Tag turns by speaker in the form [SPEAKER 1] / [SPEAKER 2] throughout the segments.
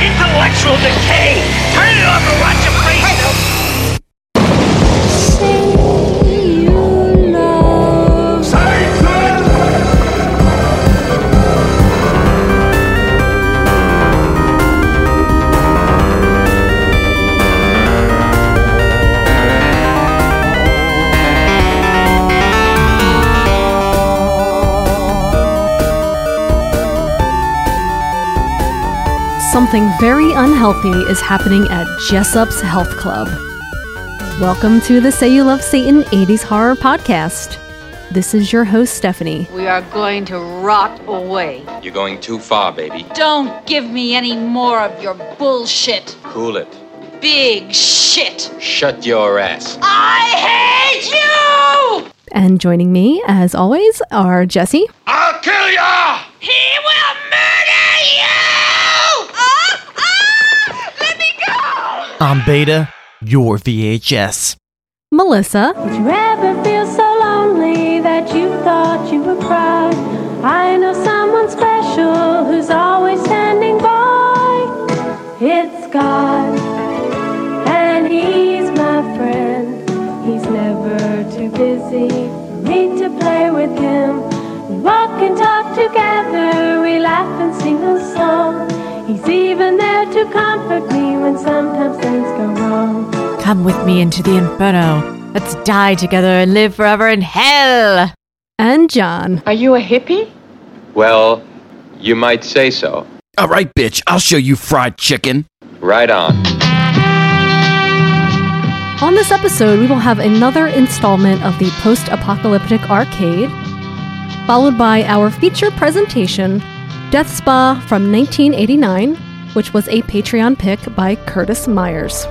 [SPEAKER 1] Intellectual decay! Turn it off and watch your face!
[SPEAKER 2] Something very unhealthy is happening at Jessup's Health Club. Welcome to the Say You Love Satan 80s Horror Podcast. This is your host, Stephanie.
[SPEAKER 3] We are going to rot away.
[SPEAKER 4] You're going too far, baby.
[SPEAKER 3] Don't give me any more of your bullshit.
[SPEAKER 4] Cool it.
[SPEAKER 3] Big shit.
[SPEAKER 4] Shut your ass.
[SPEAKER 3] I hate you!
[SPEAKER 2] And joining me, as always, are Jesse,
[SPEAKER 4] I'll kill ya!
[SPEAKER 3] He will murder you! Ah, ah, let me go!
[SPEAKER 5] I'm Beta, your VHS.
[SPEAKER 2] Melissa,
[SPEAKER 6] You ever feel so lonely that you thought you were proud? I know someone special who's always standing by. It's God, and He's my friend. He's never too busy for me to play with Him. We walk and talk together, we laugh and sing a song. He's even there to comfort me when sometimes things go wrong.
[SPEAKER 7] Come with me into the inferno. Let's die together and live forever in hell.
[SPEAKER 2] and John.
[SPEAKER 8] Are you a hippie?
[SPEAKER 4] Well, you might say so.
[SPEAKER 5] All right, bitch, I'll show you fried chicken.
[SPEAKER 4] Right on.
[SPEAKER 2] On this episode, we will have another installment of the post apocalyptic arcade, followed by our feature presentation, Death Spa from 1989, which was a Patreon pick by Curtis Myers.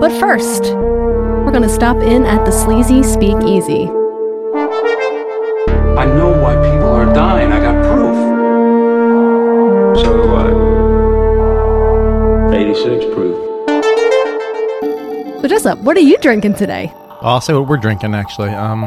[SPEAKER 2] But first, we're going to stop in at the Sleazy Speakeasy.
[SPEAKER 9] I know why people are dying. I got proof.
[SPEAKER 4] So,
[SPEAKER 9] So 86 proof.
[SPEAKER 2] So, Jessup, what are you drinking today?
[SPEAKER 10] I'll say what we're drinking actually. Um,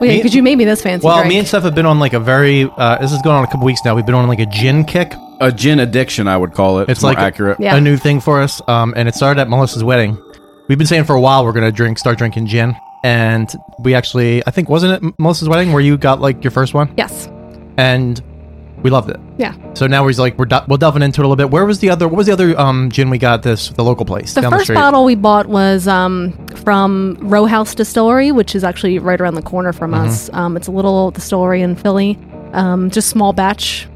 [SPEAKER 2] Wait,
[SPEAKER 10] Me-
[SPEAKER 2] could you make me this fancy
[SPEAKER 10] well,
[SPEAKER 2] drink?
[SPEAKER 10] me and Steph have been on like a very. Uh, this is going on a couple weeks now. We've been on like a gin kick.
[SPEAKER 11] a gin addiction, I would call it.
[SPEAKER 10] It's
[SPEAKER 11] It's, more
[SPEAKER 10] like a-
[SPEAKER 11] accurate.
[SPEAKER 2] Yeah.
[SPEAKER 10] A new thing for us. Um, and it started at Melissa's wedding. We've been saying for a while we're gonna drink, start drinking gin, and we actually, I think, wasn't it Melissa's wedding where you got like your first one,
[SPEAKER 2] yes.
[SPEAKER 10] and we loved it.
[SPEAKER 2] Yeah.
[SPEAKER 10] So now we're like we're du- we're delving into it a little bit. Where was the other? What was the other um gin we got? This the local place
[SPEAKER 2] The
[SPEAKER 10] down the
[SPEAKER 2] first
[SPEAKER 10] street.
[SPEAKER 2] bottle we bought was um, from Row House Distillery, which is actually right around the corner from
[SPEAKER 10] Mm-hmm.
[SPEAKER 2] us. Um, it's a little distillery in Philly, um, just small batch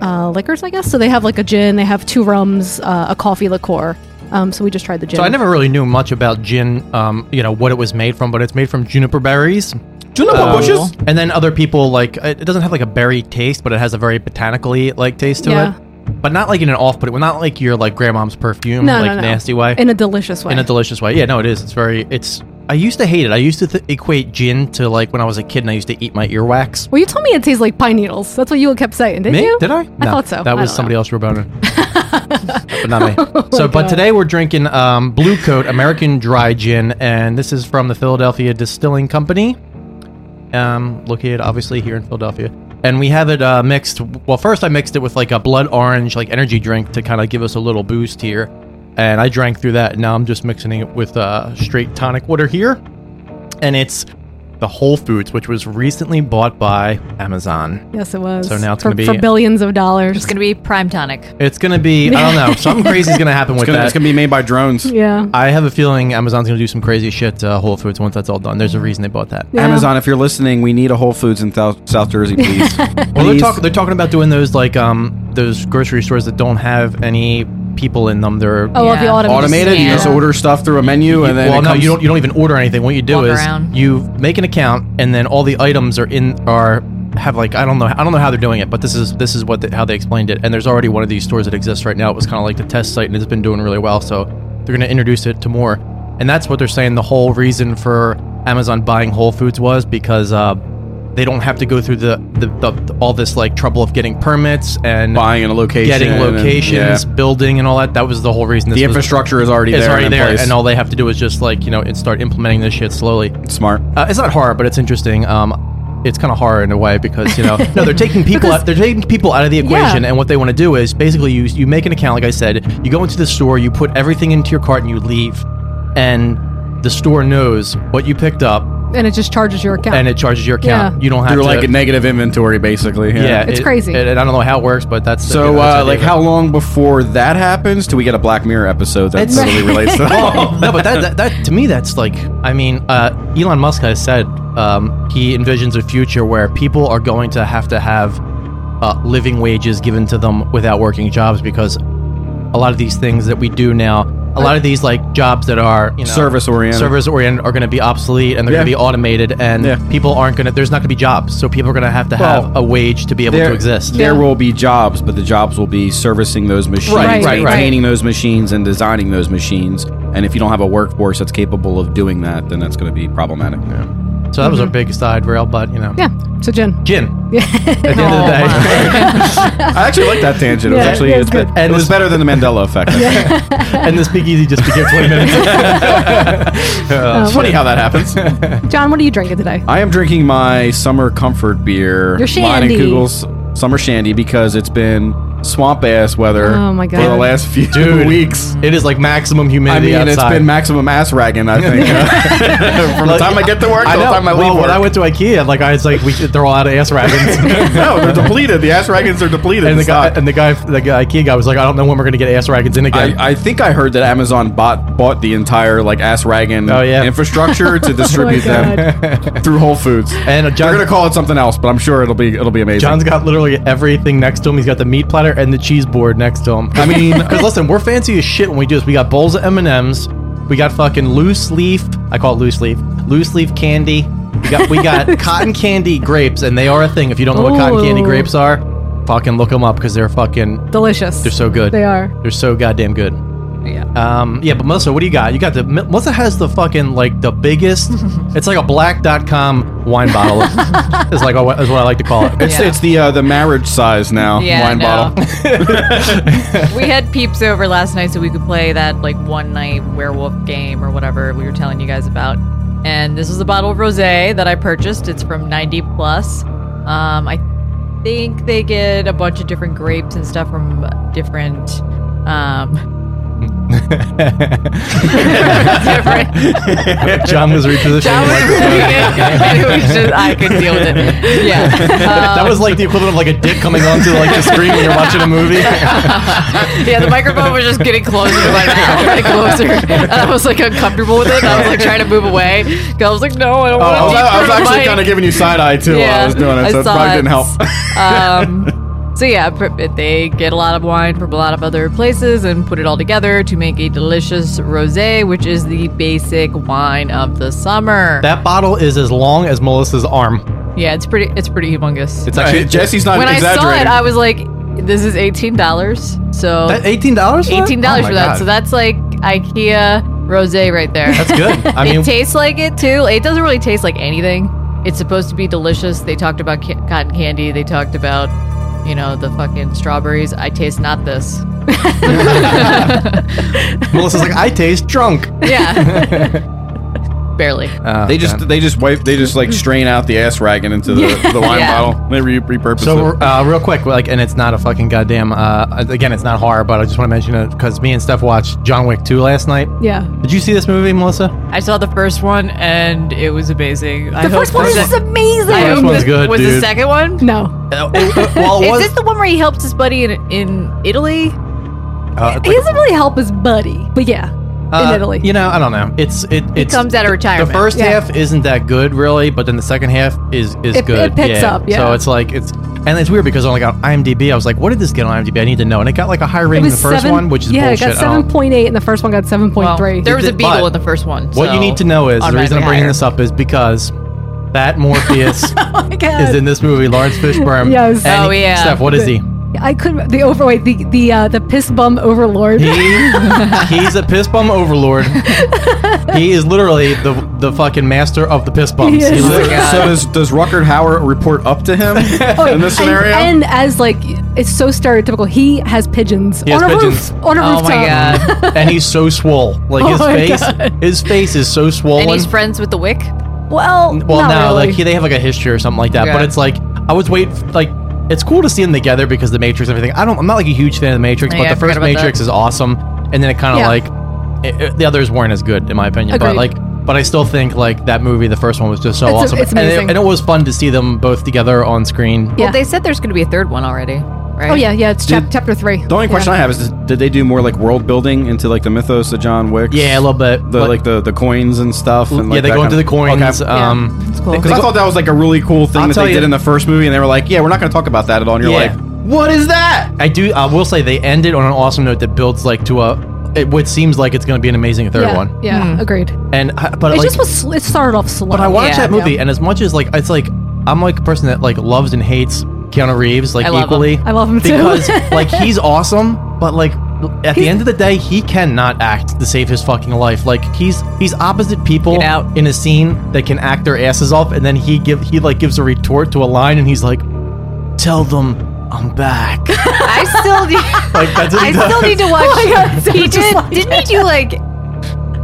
[SPEAKER 2] uh, liquors, I guess. So they have like a gin, they have two rums, uh, a coffee liqueur. Um, so we just tried the gin.
[SPEAKER 10] So I never really knew much about gin, um, you know, what it was made from, but it's made from juniper berries.
[SPEAKER 11] Juniper
[SPEAKER 10] Um,
[SPEAKER 11] bushes.
[SPEAKER 10] And then other people like it it doesn't have like a berry taste, but it has a very botanically like taste to
[SPEAKER 2] Yeah.
[SPEAKER 10] it. But not like in an off putting, not like your like grandma's perfume,
[SPEAKER 2] No,
[SPEAKER 10] like
[SPEAKER 2] no, no.
[SPEAKER 10] nasty way.
[SPEAKER 2] in a delicious way.
[SPEAKER 10] in a delicious way. Yeah, no, it is. It's very. It's. I used to hate it. I used to th- equate gin to like when I was a kid and I used to eat my earwax.
[SPEAKER 2] well, you told me it tastes like pine needles. That's what you kept saying, didn't
[SPEAKER 10] Me?
[SPEAKER 2] you?
[SPEAKER 10] Did I?
[SPEAKER 2] I thought so. I
[SPEAKER 10] That
[SPEAKER 2] don't
[SPEAKER 10] was
[SPEAKER 2] know. Oh
[SPEAKER 10] somebody else who wrote about it. but not me. so, but today we're drinking um, Blue Coat American Dry Gin, and this is from the Philadelphia Distilling Company, um, located obviously here in Philadelphia. And we have it uh, mixed. Well, first I mixed it with like a blood orange, like energy drink to kind of give us a little boost here. And I drank through that. and Now I'm just mixing it with uh, straight tonic water here, and it's the Whole Foods, which was recently bought by Amazon.
[SPEAKER 2] Yes, it was.
[SPEAKER 10] So now it's
[SPEAKER 2] for,
[SPEAKER 10] gonna be-
[SPEAKER 2] for billions of dollars.
[SPEAKER 7] It's gonna be prime tonic.
[SPEAKER 10] It's gonna be I don't know something crazy's gonna happen with
[SPEAKER 11] It's gonna,
[SPEAKER 10] that.
[SPEAKER 11] it's gonna be made by drones.
[SPEAKER 2] yeah.
[SPEAKER 10] I have a feeling Amazon's gonna do some crazy shit to Whole Foods once that's all done. There's a reason they bought that.
[SPEAKER 2] Yeah.
[SPEAKER 11] Amazon, if you're listening, we need a Whole Foods in Thou- South Jersey, please.
[SPEAKER 10] Well, they're,
[SPEAKER 11] Please.
[SPEAKER 10] talk- they're talking about doing those like um those grocery stores that don't have any people in them. They're
[SPEAKER 2] Oh,
[SPEAKER 7] Yeah.
[SPEAKER 2] the automated.
[SPEAKER 11] Automated, you
[SPEAKER 7] Yeah.
[SPEAKER 11] just order stuff through a menu, and then
[SPEAKER 10] well,
[SPEAKER 11] it
[SPEAKER 10] no,
[SPEAKER 11] comes-
[SPEAKER 10] you don't. You don't even order anything. What you do
[SPEAKER 7] Walk
[SPEAKER 10] is
[SPEAKER 7] around.
[SPEAKER 10] you make an account, and then all the items are in are have like I don't know I don't know how they're doing it, but this is this is what the, how they explained it. And there's already one of these stores that exists right now. It was kind of like the test site, and it's been doing really well. So they're going to introduce it to more, and that's what they're saying. The whole reason for Amazon buying Whole Foods was because. Uh, they don't have to go through the, the, the all this like trouble of getting permits and
[SPEAKER 11] buying in a location,
[SPEAKER 10] getting
[SPEAKER 11] and-
[SPEAKER 10] locations,
[SPEAKER 11] yeah.
[SPEAKER 10] building, and all that. That was the whole reason. This
[SPEAKER 11] The
[SPEAKER 10] was-
[SPEAKER 11] infrastructure is already
[SPEAKER 10] it's
[SPEAKER 11] there.
[SPEAKER 10] already
[SPEAKER 11] and in
[SPEAKER 10] there,
[SPEAKER 11] place.
[SPEAKER 10] and all they have to do is just like you know, and start implementing this shit slowly.
[SPEAKER 11] Smart.
[SPEAKER 10] Uh, it's not horror, but it's interesting. Um, it's kind of hard in a way because you know no they're taking people
[SPEAKER 2] Because-
[SPEAKER 10] out, they're taking people out of the equation
[SPEAKER 2] Yeah.
[SPEAKER 10] and what they want to do is basically you you make an account like I said you go into the store you put everything into your cart and you leave and the store knows what you picked up
[SPEAKER 2] and it just charges your account.
[SPEAKER 10] and it charges your account
[SPEAKER 2] Yeah.
[SPEAKER 10] you don't have
[SPEAKER 11] They're
[SPEAKER 10] to
[SPEAKER 11] like a negative inventory, basically. Yeah.
[SPEAKER 10] yeah
[SPEAKER 2] It's
[SPEAKER 10] it-
[SPEAKER 2] crazy.
[SPEAKER 10] it- and I don't know how it works but that's
[SPEAKER 11] So,
[SPEAKER 10] you know, that's
[SPEAKER 11] uh,
[SPEAKER 10] the
[SPEAKER 11] like,
[SPEAKER 10] idea.
[SPEAKER 11] how long before that happens do we get a Black Mirror episode that
[SPEAKER 10] It's- Oh,
[SPEAKER 11] totally relates to that?
[SPEAKER 10] no, but that, that, that to me, that's like, I mean, uh, Elon Musk has said um, he envisions a future where people are going to have to have uh, living wages given to them without working jobs because a lot of these things that we do now, a lot of these like jobs that are you know,
[SPEAKER 11] Service-oriented.
[SPEAKER 10] service oriented are going to be obsolete and they're going
[SPEAKER 11] Yeah.
[SPEAKER 10] to be automated, and
[SPEAKER 11] Yeah.
[SPEAKER 10] people aren't going to. There's not going to be jobs, so people are going to have to have
[SPEAKER 11] Well,
[SPEAKER 10] a wage to be able to exist.
[SPEAKER 11] There will be jobs, but the jobs will be servicing those machines,
[SPEAKER 10] Right, right, right.
[SPEAKER 11] maintaining those machines, and designing those machines. And if you don't have a workforce that's capable of doing that, then that's going to be problematic.
[SPEAKER 10] So that was
[SPEAKER 11] Mm-hmm.
[SPEAKER 10] our big side rail, but you know,
[SPEAKER 2] yeah. So Jen,
[SPEAKER 10] gin. At the end of the day.
[SPEAKER 11] I actually like that tangent. It was
[SPEAKER 10] Yeah,
[SPEAKER 11] actually
[SPEAKER 10] yeah,
[SPEAKER 11] it's
[SPEAKER 10] it's
[SPEAKER 11] be-
[SPEAKER 10] good.
[SPEAKER 11] it was better than the Mandela effect. I think.
[SPEAKER 10] and the speakeasy uh, just became 20 minutes.
[SPEAKER 11] It's funny how that happens.
[SPEAKER 2] John, what are you drinking today?
[SPEAKER 11] I am drinking my summer comfort beer,
[SPEAKER 2] Your
[SPEAKER 11] Lion
[SPEAKER 2] shandy.
[SPEAKER 11] and Kugel's summer shandy, because it's been swamp ass weather
[SPEAKER 2] Oh my
[SPEAKER 11] for the
[SPEAKER 2] God.
[SPEAKER 11] last few
[SPEAKER 10] Dude.
[SPEAKER 11] weeks.
[SPEAKER 10] It is like maximum
[SPEAKER 11] I
[SPEAKER 10] humidity
[SPEAKER 11] mean, it's
[SPEAKER 10] outside.
[SPEAKER 11] been maximum ass ragging. I think Uh, from the time I get to work
[SPEAKER 10] I
[SPEAKER 11] to the
[SPEAKER 10] know.
[SPEAKER 11] time I leave
[SPEAKER 10] well,
[SPEAKER 11] work.
[SPEAKER 10] when I went to IKEA, like I was like, we should throw out ass wagons.
[SPEAKER 11] no, they're depleted. The ass raggings are depleted.
[SPEAKER 10] and the
[SPEAKER 11] It's
[SPEAKER 10] guy,
[SPEAKER 11] not-
[SPEAKER 10] and the guy, the guy, IKEA guy was like, I don't know when we're gonna get ass wagons in again.
[SPEAKER 11] I, I think I heard that Amazon bought bought the entire like ass ragging
[SPEAKER 10] Oh, yeah.
[SPEAKER 11] infrastructure to distribute
[SPEAKER 2] Oh
[SPEAKER 11] them through Whole Foods.
[SPEAKER 10] and uh,
[SPEAKER 11] They're
[SPEAKER 10] John,
[SPEAKER 11] gonna call it something else, but I'm sure it'll be it'll be amazing.
[SPEAKER 10] John's got literally everything next to him. He's got the meat platter and the cheese board next to him. I mean, because listen, we're fancy as shit when we do this. We got bowls of M and M's. We got fucking loose leaf. I call it loose leaf. Loose leaf candy. We got we got cotton candy grapes, and they are a thing. If you don't know what cotton candy
[SPEAKER 2] Ooh.
[SPEAKER 10] grapes are, fucking look them up because they're fucking
[SPEAKER 2] Delicious.
[SPEAKER 10] they're so good.
[SPEAKER 2] They are.
[SPEAKER 10] They're so goddamn good.
[SPEAKER 2] Yeah.
[SPEAKER 10] Um. Yeah. But Melissa, what do you got? You got the Mel- Melissa has the fucking like the biggest. it's like a black.com wine bottle. is like a, is what I like to call it.
[SPEAKER 11] It's, it's the uh, the marriage size now
[SPEAKER 7] Yeah,
[SPEAKER 11] wine
[SPEAKER 7] no.
[SPEAKER 11] bottle.
[SPEAKER 7] we had peeps over last night so we could play that like one night werewolf game or whatever we were telling you guys about. And this is a bottle of rosé that I purchased. It's from 90 Plus. Um, I think they get a bunch of different grapes and stuff from different. Um, different.
[SPEAKER 10] John was repositioning.
[SPEAKER 7] That
[SPEAKER 10] the
[SPEAKER 7] was
[SPEAKER 10] microphone.
[SPEAKER 7] it was just I could deal with it. Yeah.
[SPEAKER 10] that was like the equivalent of like a dick coming onto like the screen when you're watching a movie.
[SPEAKER 7] yeah, the microphone was just getting closer to my mouth, like closer. And I was like uncomfortable with it. I was like trying to move away. 'Cause I was like, no, I don't
[SPEAKER 11] Oh, I was,
[SPEAKER 7] want to.
[SPEAKER 11] I was actually kind of giving you side eye too while I was doing it, so it probably didn't help.
[SPEAKER 7] Um, so yeah, pr- they get a lot of wine from a lot of other places and put it all together to make a delicious rosé, which is the basic wine of the summer.
[SPEAKER 10] That bottle is as long as Melissa's arm.
[SPEAKER 7] yeah, it's pretty. It's pretty humongous.
[SPEAKER 10] It's
[SPEAKER 11] Right,
[SPEAKER 10] actually
[SPEAKER 11] Jesse's not
[SPEAKER 7] when I
[SPEAKER 11] exaggerating.
[SPEAKER 7] saw it, I was like, this is eighteen dollars. So
[SPEAKER 10] That eighteen dollars.
[SPEAKER 7] eighteen dollars
[SPEAKER 10] Oh
[SPEAKER 7] for that. So that's like IKEA rosé right there.
[SPEAKER 10] that's good. I mean,
[SPEAKER 7] it tastes like it too. It doesn't really taste like anything. It's supposed to be delicious. They talked about ca- cotton candy. They talked about, you know, the fucking strawberries. I taste not this.
[SPEAKER 10] Melissa's like I taste drunk.
[SPEAKER 7] Yeah. Barely.
[SPEAKER 11] Uh,
[SPEAKER 10] Ah,
[SPEAKER 11] they just they just wipe they just like strain out the ass ragging into the, the wine
[SPEAKER 7] Yeah.
[SPEAKER 11] bottle. They re- repurpose
[SPEAKER 10] So
[SPEAKER 11] it.
[SPEAKER 10] uh, real quick, like, and it's not a fucking goddamn. Uh, again, it's not horror, but I just want to mention it because me and Steph watched John Wick 2 last night.
[SPEAKER 2] Yeah.
[SPEAKER 10] Did you see this movie, Melissa?
[SPEAKER 7] I saw the first one and it was amazing. The I
[SPEAKER 2] The first one is amazing.
[SPEAKER 7] I hope
[SPEAKER 10] one's
[SPEAKER 7] this
[SPEAKER 10] good,
[SPEAKER 7] was the
[SPEAKER 10] dude.
[SPEAKER 7] second one.
[SPEAKER 2] no.
[SPEAKER 10] well,
[SPEAKER 7] Is this the one where he helps his buddy in, in Italy?
[SPEAKER 2] He doesn't really help his buddy, but yeah. in Italy.
[SPEAKER 10] Uh, You know, I don't know. It's it. It's
[SPEAKER 7] comes out of
[SPEAKER 10] the-
[SPEAKER 7] retirement.
[SPEAKER 10] The first
[SPEAKER 2] Yeah.
[SPEAKER 10] half isn't that good, really, but then the second half is is
[SPEAKER 2] It- it
[SPEAKER 10] good.
[SPEAKER 2] picks up, yeah.
[SPEAKER 10] So it's like it's and it's weird because it only got IMDb. I was like, what did this get on IMDb? I need to know. And it got like a high rating in the first
[SPEAKER 2] seven-
[SPEAKER 10] one, which is
[SPEAKER 2] yeah,
[SPEAKER 10] bullshit.
[SPEAKER 2] it got
[SPEAKER 10] I don't-
[SPEAKER 2] seven point eight, and the first one got seven point
[SPEAKER 7] Well,
[SPEAKER 2] three.
[SPEAKER 7] there was a
[SPEAKER 10] But-
[SPEAKER 7] beagle in the first one.
[SPEAKER 10] What you
[SPEAKER 7] so
[SPEAKER 10] need to know is the reason I'm
[SPEAKER 7] automatically
[SPEAKER 10] bringing
[SPEAKER 7] higher.
[SPEAKER 10] this up is because that Morpheus
[SPEAKER 2] Oh
[SPEAKER 10] is in this movie, Lawrence Fishburne.
[SPEAKER 2] Yes.
[SPEAKER 10] And
[SPEAKER 7] Oh, yeah.
[SPEAKER 10] Steph, what is he?
[SPEAKER 2] I could the overweight the the uh, the piss bum overlord.
[SPEAKER 10] He, he's a piss bum overlord. he is literally the the fucking master of the piss bums.
[SPEAKER 2] He is.
[SPEAKER 10] He's
[SPEAKER 2] Oh my
[SPEAKER 10] literally-
[SPEAKER 11] so does does Ruckert Hauer report up to him in this
[SPEAKER 2] and,
[SPEAKER 11] scenario?
[SPEAKER 2] Oh, and as like it's so stereotypical, he has pigeons
[SPEAKER 10] He has
[SPEAKER 2] on a
[SPEAKER 10] pigeons.
[SPEAKER 2] roof on a
[SPEAKER 7] Oh
[SPEAKER 2] rooftop.
[SPEAKER 7] my god.
[SPEAKER 10] and he's so swole. Like
[SPEAKER 2] Oh
[SPEAKER 10] his
[SPEAKER 2] my
[SPEAKER 10] face,
[SPEAKER 2] God.
[SPEAKER 10] his face is so swollen.
[SPEAKER 7] and he's friends with the Wick.
[SPEAKER 2] Well,
[SPEAKER 10] Well,
[SPEAKER 2] not
[SPEAKER 10] no,
[SPEAKER 2] really.
[SPEAKER 10] like he- they have like a history or something like that. But
[SPEAKER 7] Yeah.
[SPEAKER 10] it's like I was waiting. Like it's cool to see them together because the Matrix and everything. I don't. I'm not like a huge fan of the Matrix,
[SPEAKER 7] Yeah,
[SPEAKER 10] but
[SPEAKER 7] I
[SPEAKER 10] the
[SPEAKER 7] forgot
[SPEAKER 10] first
[SPEAKER 7] about
[SPEAKER 10] Matrix
[SPEAKER 7] that.
[SPEAKER 10] is awesome, and then it kind of
[SPEAKER 2] Yeah.
[SPEAKER 10] like it, it- the others weren't as good in my opinion. But
[SPEAKER 2] Agreed.
[SPEAKER 10] like, but I still think like that movie, the first one was just so
[SPEAKER 2] It's a-
[SPEAKER 10] awesome,
[SPEAKER 2] it's
[SPEAKER 10] and, it,
[SPEAKER 2] amazing.
[SPEAKER 10] and it was fun to see them both together on screen.
[SPEAKER 2] Yeah.
[SPEAKER 7] Well, they said there's going to be a third one already, right?
[SPEAKER 2] oh yeah, yeah. It's chap-
[SPEAKER 11] Did-
[SPEAKER 2] chapter three.
[SPEAKER 11] The only question I have is: Did they do more like world building into like the mythos of John Wick?
[SPEAKER 10] Yeah, a little bit.
[SPEAKER 11] The
[SPEAKER 10] but-
[SPEAKER 11] like the, the coins and stuff. And, like,
[SPEAKER 10] yeah, they
[SPEAKER 11] that
[SPEAKER 10] go into the
[SPEAKER 11] kind of-
[SPEAKER 10] coins.
[SPEAKER 11] Okay.
[SPEAKER 10] Um,
[SPEAKER 2] it's cool.
[SPEAKER 11] Because I thought that was like a really cool thing
[SPEAKER 10] I'll
[SPEAKER 11] that
[SPEAKER 10] tell
[SPEAKER 11] they
[SPEAKER 10] you-
[SPEAKER 11] did in the first
[SPEAKER 2] Oh
[SPEAKER 11] movie, and they were like, "Yeah, we're not going to talk about that at all." And you're
[SPEAKER 10] Yeah.
[SPEAKER 11] like, "What is that?"
[SPEAKER 10] I do. I will say they ended on an awesome note that builds like to a it, what seems like it's going to be an amazing third
[SPEAKER 2] yeah,
[SPEAKER 10] one.
[SPEAKER 2] Yeah,
[SPEAKER 7] Hmm.
[SPEAKER 2] agreed.
[SPEAKER 10] And I- but
[SPEAKER 2] It
[SPEAKER 10] like,
[SPEAKER 2] just was. sl- It started off slow.
[SPEAKER 10] But I watch
[SPEAKER 7] Yeah.
[SPEAKER 10] that movie, and as much as like it's like I'm like a person that like loves and hates Keanu Reeves like
[SPEAKER 7] I love him.
[SPEAKER 10] equally.
[SPEAKER 2] I love him too.
[SPEAKER 10] because like he's awesome, but like at the end of the day, he cannot act to save his fucking life. Like he's he's opposite people
[SPEAKER 7] Get out.
[SPEAKER 10] in a scene that can act their asses off, and then he give he like gives a retort to a line, and he's like, "Tell them I'm back."
[SPEAKER 7] I still need,
[SPEAKER 10] like that's what
[SPEAKER 7] I
[SPEAKER 10] he does. Oh
[SPEAKER 7] still need to watch.
[SPEAKER 2] Oh
[SPEAKER 7] he
[SPEAKER 2] just
[SPEAKER 7] did,
[SPEAKER 2] like
[SPEAKER 7] didn't he do like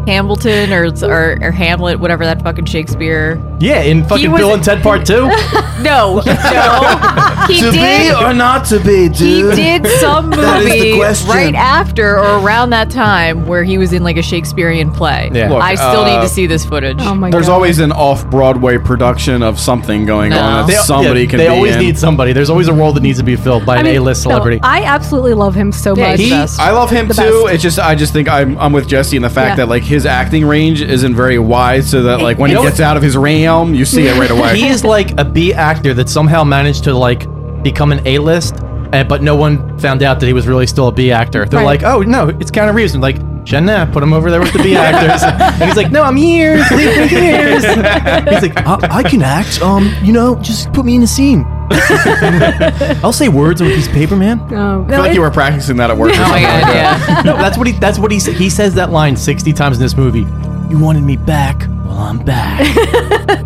[SPEAKER 7] Hamilton or, or or Hamlet, whatever that fucking Shakespeare?
[SPEAKER 10] Yeah, in fucking
[SPEAKER 7] was-
[SPEAKER 10] Bill and Ted Part Two.
[SPEAKER 7] No, no, he did.
[SPEAKER 11] or not to be,
[SPEAKER 7] He did some
[SPEAKER 11] That is the
[SPEAKER 7] movie
[SPEAKER 11] question.
[SPEAKER 7] right after or around that time where he was in like a Shakespearean play.
[SPEAKER 10] Yeah.
[SPEAKER 11] Look,
[SPEAKER 7] I still need
[SPEAKER 11] uh,
[SPEAKER 7] to see this footage.
[SPEAKER 2] oh my
[SPEAKER 11] There's
[SPEAKER 2] God.
[SPEAKER 11] always an off-Broadway production of something going
[SPEAKER 7] No.
[SPEAKER 11] on. That
[SPEAKER 10] They-
[SPEAKER 11] somebody
[SPEAKER 10] yeah,
[SPEAKER 11] can.
[SPEAKER 10] They
[SPEAKER 11] be
[SPEAKER 10] always
[SPEAKER 11] in.
[SPEAKER 10] need somebody. There's always a role that needs to be filled by
[SPEAKER 2] I
[SPEAKER 10] an
[SPEAKER 2] mean,
[SPEAKER 10] A-list
[SPEAKER 2] no,
[SPEAKER 10] celebrity.
[SPEAKER 2] I absolutely love him so
[SPEAKER 7] Yeah,
[SPEAKER 2] much.
[SPEAKER 7] he's the
[SPEAKER 11] He,
[SPEAKER 7] best.
[SPEAKER 11] I love him
[SPEAKER 2] The
[SPEAKER 11] too.
[SPEAKER 2] best.
[SPEAKER 11] It's just I just think I'm I'm with Jesse in the fact
[SPEAKER 2] Yeah.
[SPEAKER 11] that like his acting range isn't very wide, so that like when he
[SPEAKER 10] You know
[SPEAKER 11] gets
[SPEAKER 10] what-
[SPEAKER 11] out of his realm, you see it right away.
[SPEAKER 10] he is like a B actor that somehow managed to like become an A-list, and, but no one found out that he was really still a B actor. They're
[SPEAKER 2] Right.
[SPEAKER 10] like, oh no, it's Keanu Reeves. And like, Jenna, put him over there with the B actors. and he's like, no, I'm here. Leave me here. he's like, I-, I can act. Um, you know, just put me in a scene. I'll say words on a piece of paper, man.
[SPEAKER 2] Um,
[SPEAKER 11] I
[SPEAKER 2] no,
[SPEAKER 11] feel like
[SPEAKER 2] it-
[SPEAKER 11] you were practicing that at work. or
[SPEAKER 7] oh my
[SPEAKER 11] something like
[SPEAKER 7] god,
[SPEAKER 11] that.
[SPEAKER 7] yeah.
[SPEAKER 10] No, that's what he. That's what he. sa- He says that line sixty times in this movie. You wanted me back. Well, I'm back.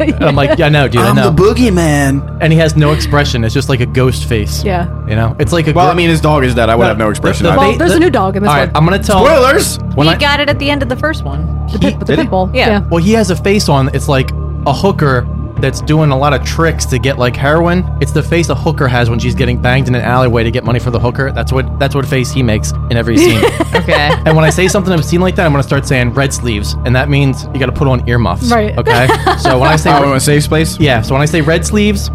[SPEAKER 10] And I'm like, yeah, I know, dude. i know.
[SPEAKER 11] boogeyman.
[SPEAKER 10] and he has no expression. It's just like a ghost face.
[SPEAKER 2] Yeah.
[SPEAKER 10] You know, it's like a.
[SPEAKER 11] Well,
[SPEAKER 10] gr-
[SPEAKER 11] I mean, his dog is dead. I would
[SPEAKER 10] No,
[SPEAKER 11] have no expression.
[SPEAKER 10] the- the-
[SPEAKER 11] either.
[SPEAKER 2] well, there's a new dog in this
[SPEAKER 10] all right,
[SPEAKER 2] one.
[SPEAKER 10] I'm gonna tell.
[SPEAKER 11] Spoilers.
[SPEAKER 10] When
[SPEAKER 7] he
[SPEAKER 10] I-
[SPEAKER 7] got it at the end of the first one.
[SPEAKER 2] the
[SPEAKER 10] he-
[SPEAKER 2] pit, the
[SPEAKER 10] did he?
[SPEAKER 2] pit bull.
[SPEAKER 7] Yeah.
[SPEAKER 10] well, he has a face on. It's like a hooker that's doing a lot of tricks to get like heroin. It's the face a hooker has when she's getting banged in an alleyway to get money for the hooker. That's what. That's what face he makes in every scene.
[SPEAKER 7] Okay.
[SPEAKER 10] And when I say something obscene like that, I'm going to start saying red sleeves, and that means you got to put on earmuffs.
[SPEAKER 2] Right.
[SPEAKER 10] Okay. So when I say
[SPEAKER 11] Oh, in a safe space.
[SPEAKER 10] yeah, so when I say red sleeves,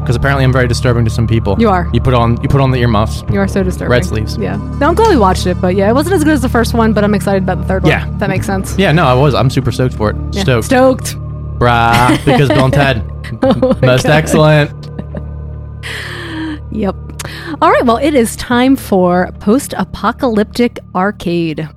[SPEAKER 10] because apparently I'm very disturbing to some people.
[SPEAKER 2] You are.
[SPEAKER 10] You put on you put on the earmuffs.
[SPEAKER 2] You are so disturbing.
[SPEAKER 10] Red sleeves.
[SPEAKER 2] Yeah. No, I'm glad we watched it, but yeah, it wasn't as good as the first one, but I'm excited about the third one.
[SPEAKER 10] Yeah.
[SPEAKER 2] If That makes sense.
[SPEAKER 10] Yeah, no, I was. I'm super stoked for it.
[SPEAKER 2] Yeah.
[SPEAKER 10] Stoked.
[SPEAKER 2] Stoked.
[SPEAKER 10] Brah, because Bill and Ted. Most excellent.
[SPEAKER 2] Yep. All right, well, it is time for post apocalyptic arcade.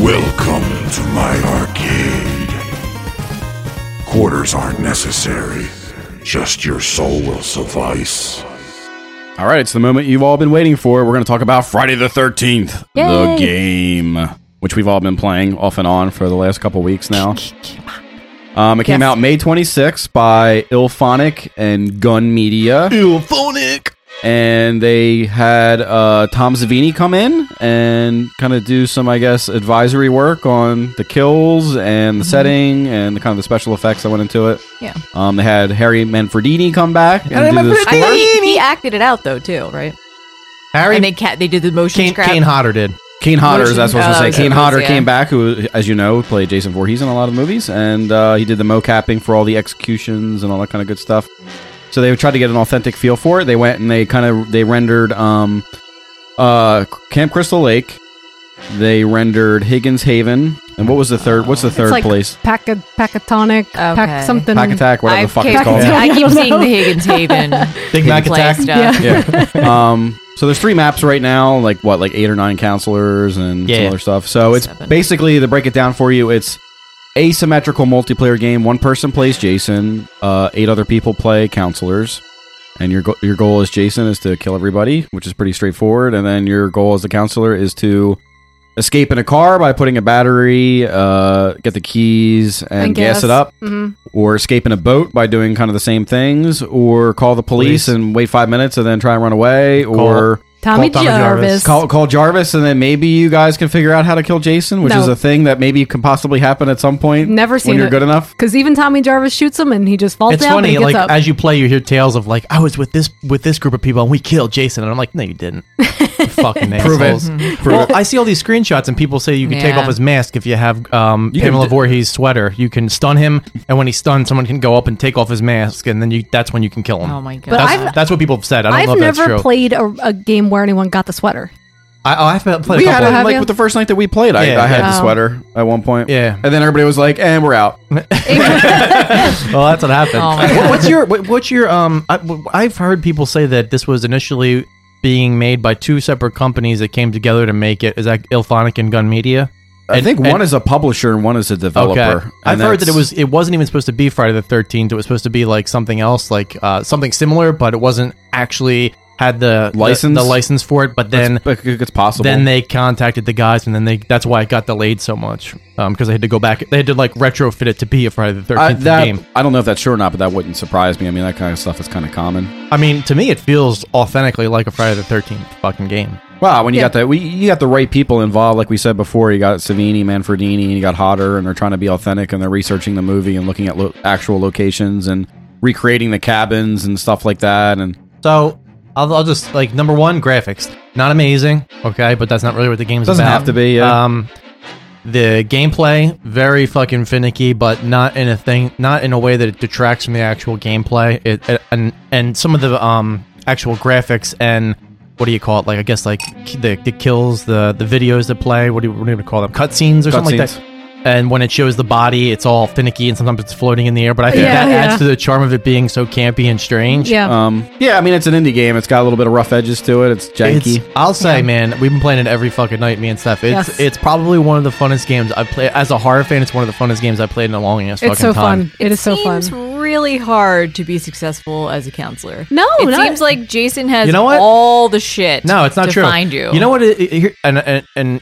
[SPEAKER 8] Welcome to my arcade. Quarters aren't necessary. Just your soul will suffice.
[SPEAKER 11] All right, it's the moment you've all been waiting for. We're going to talk about Friday the 13th, the
[SPEAKER 2] Yay.
[SPEAKER 11] game, which we've all been playing off and on for the last couple weeks now. Um, it came
[SPEAKER 2] Yes.
[SPEAKER 11] out May 26th by Ilphonic and Gun Media.
[SPEAKER 5] Ilphonic.
[SPEAKER 11] And they had uh, Tom Savini come in and kind of do some, I guess, advisory work on the kills and the
[SPEAKER 2] Mm-hmm.
[SPEAKER 11] setting and the kind of the special effects that went into it.
[SPEAKER 7] Yeah.
[SPEAKER 11] Um, they had Harry Manfredini come back and do the
[SPEAKER 7] I
[SPEAKER 11] score.
[SPEAKER 7] thought he, he acted it out though too, right?
[SPEAKER 10] Harry
[SPEAKER 7] And they cat they did the motion
[SPEAKER 10] Kane,
[SPEAKER 7] scrap.
[SPEAKER 10] Kane Hodder did.
[SPEAKER 11] Kane Hodder,
[SPEAKER 7] Motion-
[SPEAKER 11] that's what I was
[SPEAKER 7] oh,
[SPEAKER 11] going
[SPEAKER 7] okay,
[SPEAKER 11] to say. Kane
[SPEAKER 7] it was,
[SPEAKER 11] Hodder
[SPEAKER 7] yeah.
[SPEAKER 11] came back, who, as you know, played Jason Voorhees in a lot of movies, and uh, he did the mocapping for all the executions and all that kind of good stuff. So they tried to get an authentic feel for it. They went and they kind of they rendered um, uh, Camp Crystal Lake. They rendered Higgins Haven, and what was the third? What's the
[SPEAKER 2] It's
[SPEAKER 11] third
[SPEAKER 2] like
[SPEAKER 11] place?
[SPEAKER 2] Paca- Pacatonic,
[SPEAKER 7] Okay.
[SPEAKER 2] pac something.
[SPEAKER 11] Pack Attack, whatever
[SPEAKER 7] I,
[SPEAKER 11] the fuck
[SPEAKER 7] keep-
[SPEAKER 11] it's called.
[SPEAKER 2] Yeah.
[SPEAKER 7] I keep
[SPEAKER 2] I don't
[SPEAKER 7] seeing
[SPEAKER 2] know.
[SPEAKER 7] the Higgins Haven
[SPEAKER 10] Big Mac
[SPEAKER 7] play
[SPEAKER 10] attack.
[SPEAKER 7] stuff.
[SPEAKER 2] Yeah.
[SPEAKER 11] yeah. Um, so there's three maps right now, like what, like eight or nine counselors and some
[SPEAKER 10] Yeah.
[SPEAKER 11] other stuff. So it's
[SPEAKER 7] Seven.
[SPEAKER 11] basically to break it down for you, it's asymmetrical multiplayer game. One person plays Jason, uh, eight other people play counselors, And your go- your goal as Jason is to kill everybody, which is pretty straightforward. And then your goal as the counselor is to escape in a car by putting a battery, uh, get the keys, and,
[SPEAKER 12] And
[SPEAKER 11] gas.
[SPEAKER 12] gas.
[SPEAKER 11] it up,
[SPEAKER 13] Mm-hmm.
[SPEAKER 2] Mm-hmm.
[SPEAKER 12] Mhm.
[SPEAKER 11] or escape in a boat by doing kind of the same things, or call the police,
[SPEAKER 12] Police.
[SPEAKER 11] and wait five minutes and then try and run away, or
[SPEAKER 2] Tommy Call Tommy Jarvis. Jarvis.
[SPEAKER 11] Call, call Jarvis, and then maybe you guys can figure out how to kill Jason, which
[SPEAKER 2] No.
[SPEAKER 11] is a thing that maybe can possibly happen at some point.
[SPEAKER 2] Never seen
[SPEAKER 11] when you're
[SPEAKER 2] it.
[SPEAKER 11] good enough.
[SPEAKER 2] Because even Tommy Jarvis shoots him and he just falls
[SPEAKER 10] it's
[SPEAKER 2] down
[SPEAKER 10] funny,
[SPEAKER 2] but he
[SPEAKER 10] like
[SPEAKER 2] gets up.
[SPEAKER 10] as you play, you hear tales of like I was with this with this group of people and we killed Jason, and I'm like, no, you didn't. You fucking
[SPEAKER 11] Prove it.
[SPEAKER 10] assholes.
[SPEAKER 2] Mm-hmm.
[SPEAKER 11] Prove
[SPEAKER 10] well,
[SPEAKER 11] it.
[SPEAKER 10] I see all these screenshots and people say you can take
[SPEAKER 11] Yeah.
[SPEAKER 10] off his mask if you have um,
[SPEAKER 11] You can
[SPEAKER 10] Pamela
[SPEAKER 11] d-
[SPEAKER 10] Voorhees sweater. You can stun him, and when he's stunned, someone can go up and take off his mask, and then you that's when you can kill him.
[SPEAKER 2] Oh my God. But I've-
[SPEAKER 10] That's, that's what people have said. I don't know
[SPEAKER 2] I've
[SPEAKER 10] if that's
[SPEAKER 2] never
[SPEAKER 10] true.
[SPEAKER 2] played a, a game where anyone got the sweater.
[SPEAKER 10] I, oh, I've played.
[SPEAKER 11] we
[SPEAKER 10] a
[SPEAKER 11] had
[SPEAKER 10] couple.
[SPEAKER 11] it like with the first night that we played. I,
[SPEAKER 10] Yeah.
[SPEAKER 11] I had the
[SPEAKER 2] Oh.
[SPEAKER 11] sweater at one point. Yeah, and then everybody was like, "And we're out." well,
[SPEAKER 10] that's what happened.
[SPEAKER 11] Oh,
[SPEAKER 10] What- what's your what, what's your um? I, have heard people say that this was initially being made by two separate companies that came together to make it. Is that Ilphonic and Gun Media?
[SPEAKER 11] I
[SPEAKER 10] And-
[SPEAKER 11] think one
[SPEAKER 10] and-
[SPEAKER 11] is a publisher and one is a developer.
[SPEAKER 10] Okay.
[SPEAKER 11] And
[SPEAKER 10] I've heard that it
[SPEAKER 11] that's-
[SPEAKER 10] was it wasn't even supposed to be Friday the Thirteenth. It was supposed to be like something else, like uh, something similar, but it wasn't actually had the the-
[SPEAKER 11] License?
[SPEAKER 10] the, license for it. But then
[SPEAKER 11] That's- it's possible.
[SPEAKER 10] Then they contacted the guys, and then they that's why it got delayed so much because they had to go back. They had to like retrofit it to be a Friday the
[SPEAKER 11] I,
[SPEAKER 10] Thirteenth
[SPEAKER 11] that-
[SPEAKER 10] game.
[SPEAKER 11] I don't know if that's true or not, but that wouldn't surprise me. I mean, that kind of stuff is kind of common.
[SPEAKER 10] I mean, to me, it feels authentically like a Friday the Thirteenth fucking game.
[SPEAKER 11] Wow, when you got that, we you got the right people involved. Like we said before, you got Savini, Manfredini, and you got Hodder, and they're trying to be authentic, and they're researching the movie and looking at lo- actual locations and recreating the cabins and stuff like that. And
[SPEAKER 10] So I'll, I'll just like number one graphics, not amazing, okay, but that's not really what the game's
[SPEAKER 11] Doesn't
[SPEAKER 10] about.
[SPEAKER 11] have to be, yeah.
[SPEAKER 10] Um, the gameplay very fucking finicky, but not in a thing, not in a way that it detracts from the actual gameplay. It, it- and and some of the um actual graphics and what do you call it? Like I guess like k- the, the kills, the the videos that play. What do you, what do you call them? Cutscenes or something like
[SPEAKER 11] Cutscenes.
[SPEAKER 10] that. And when it shows the body, it's all finicky and sometimes it's floating in the air. But I think
[SPEAKER 11] Yeah,
[SPEAKER 10] that
[SPEAKER 11] yeah.
[SPEAKER 10] adds to the charm of it being so campy and strange.
[SPEAKER 11] um, yeah. I mean, it's an indie game. It's got a little bit of rough edges to it. It's janky.
[SPEAKER 10] It's- I'll say, man, we've been playing it every fucking night, me and Steph. It's
[SPEAKER 11] Yes.
[SPEAKER 10] it's probably one of the funnest games I've played. As a horror fan, it's one of the funnest games I've played in a long ass fucking time.
[SPEAKER 2] It is so fun.
[SPEAKER 7] Seems really hard to be successful as a counselor.
[SPEAKER 2] No,
[SPEAKER 7] it
[SPEAKER 2] not-
[SPEAKER 7] seems like Jason has
[SPEAKER 10] You know what?
[SPEAKER 7] all the shit.
[SPEAKER 10] No, it's not
[SPEAKER 7] to
[SPEAKER 10] true.
[SPEAKER 7] Find you.
[SPEAKER 10] know what? It, it- here- and, and and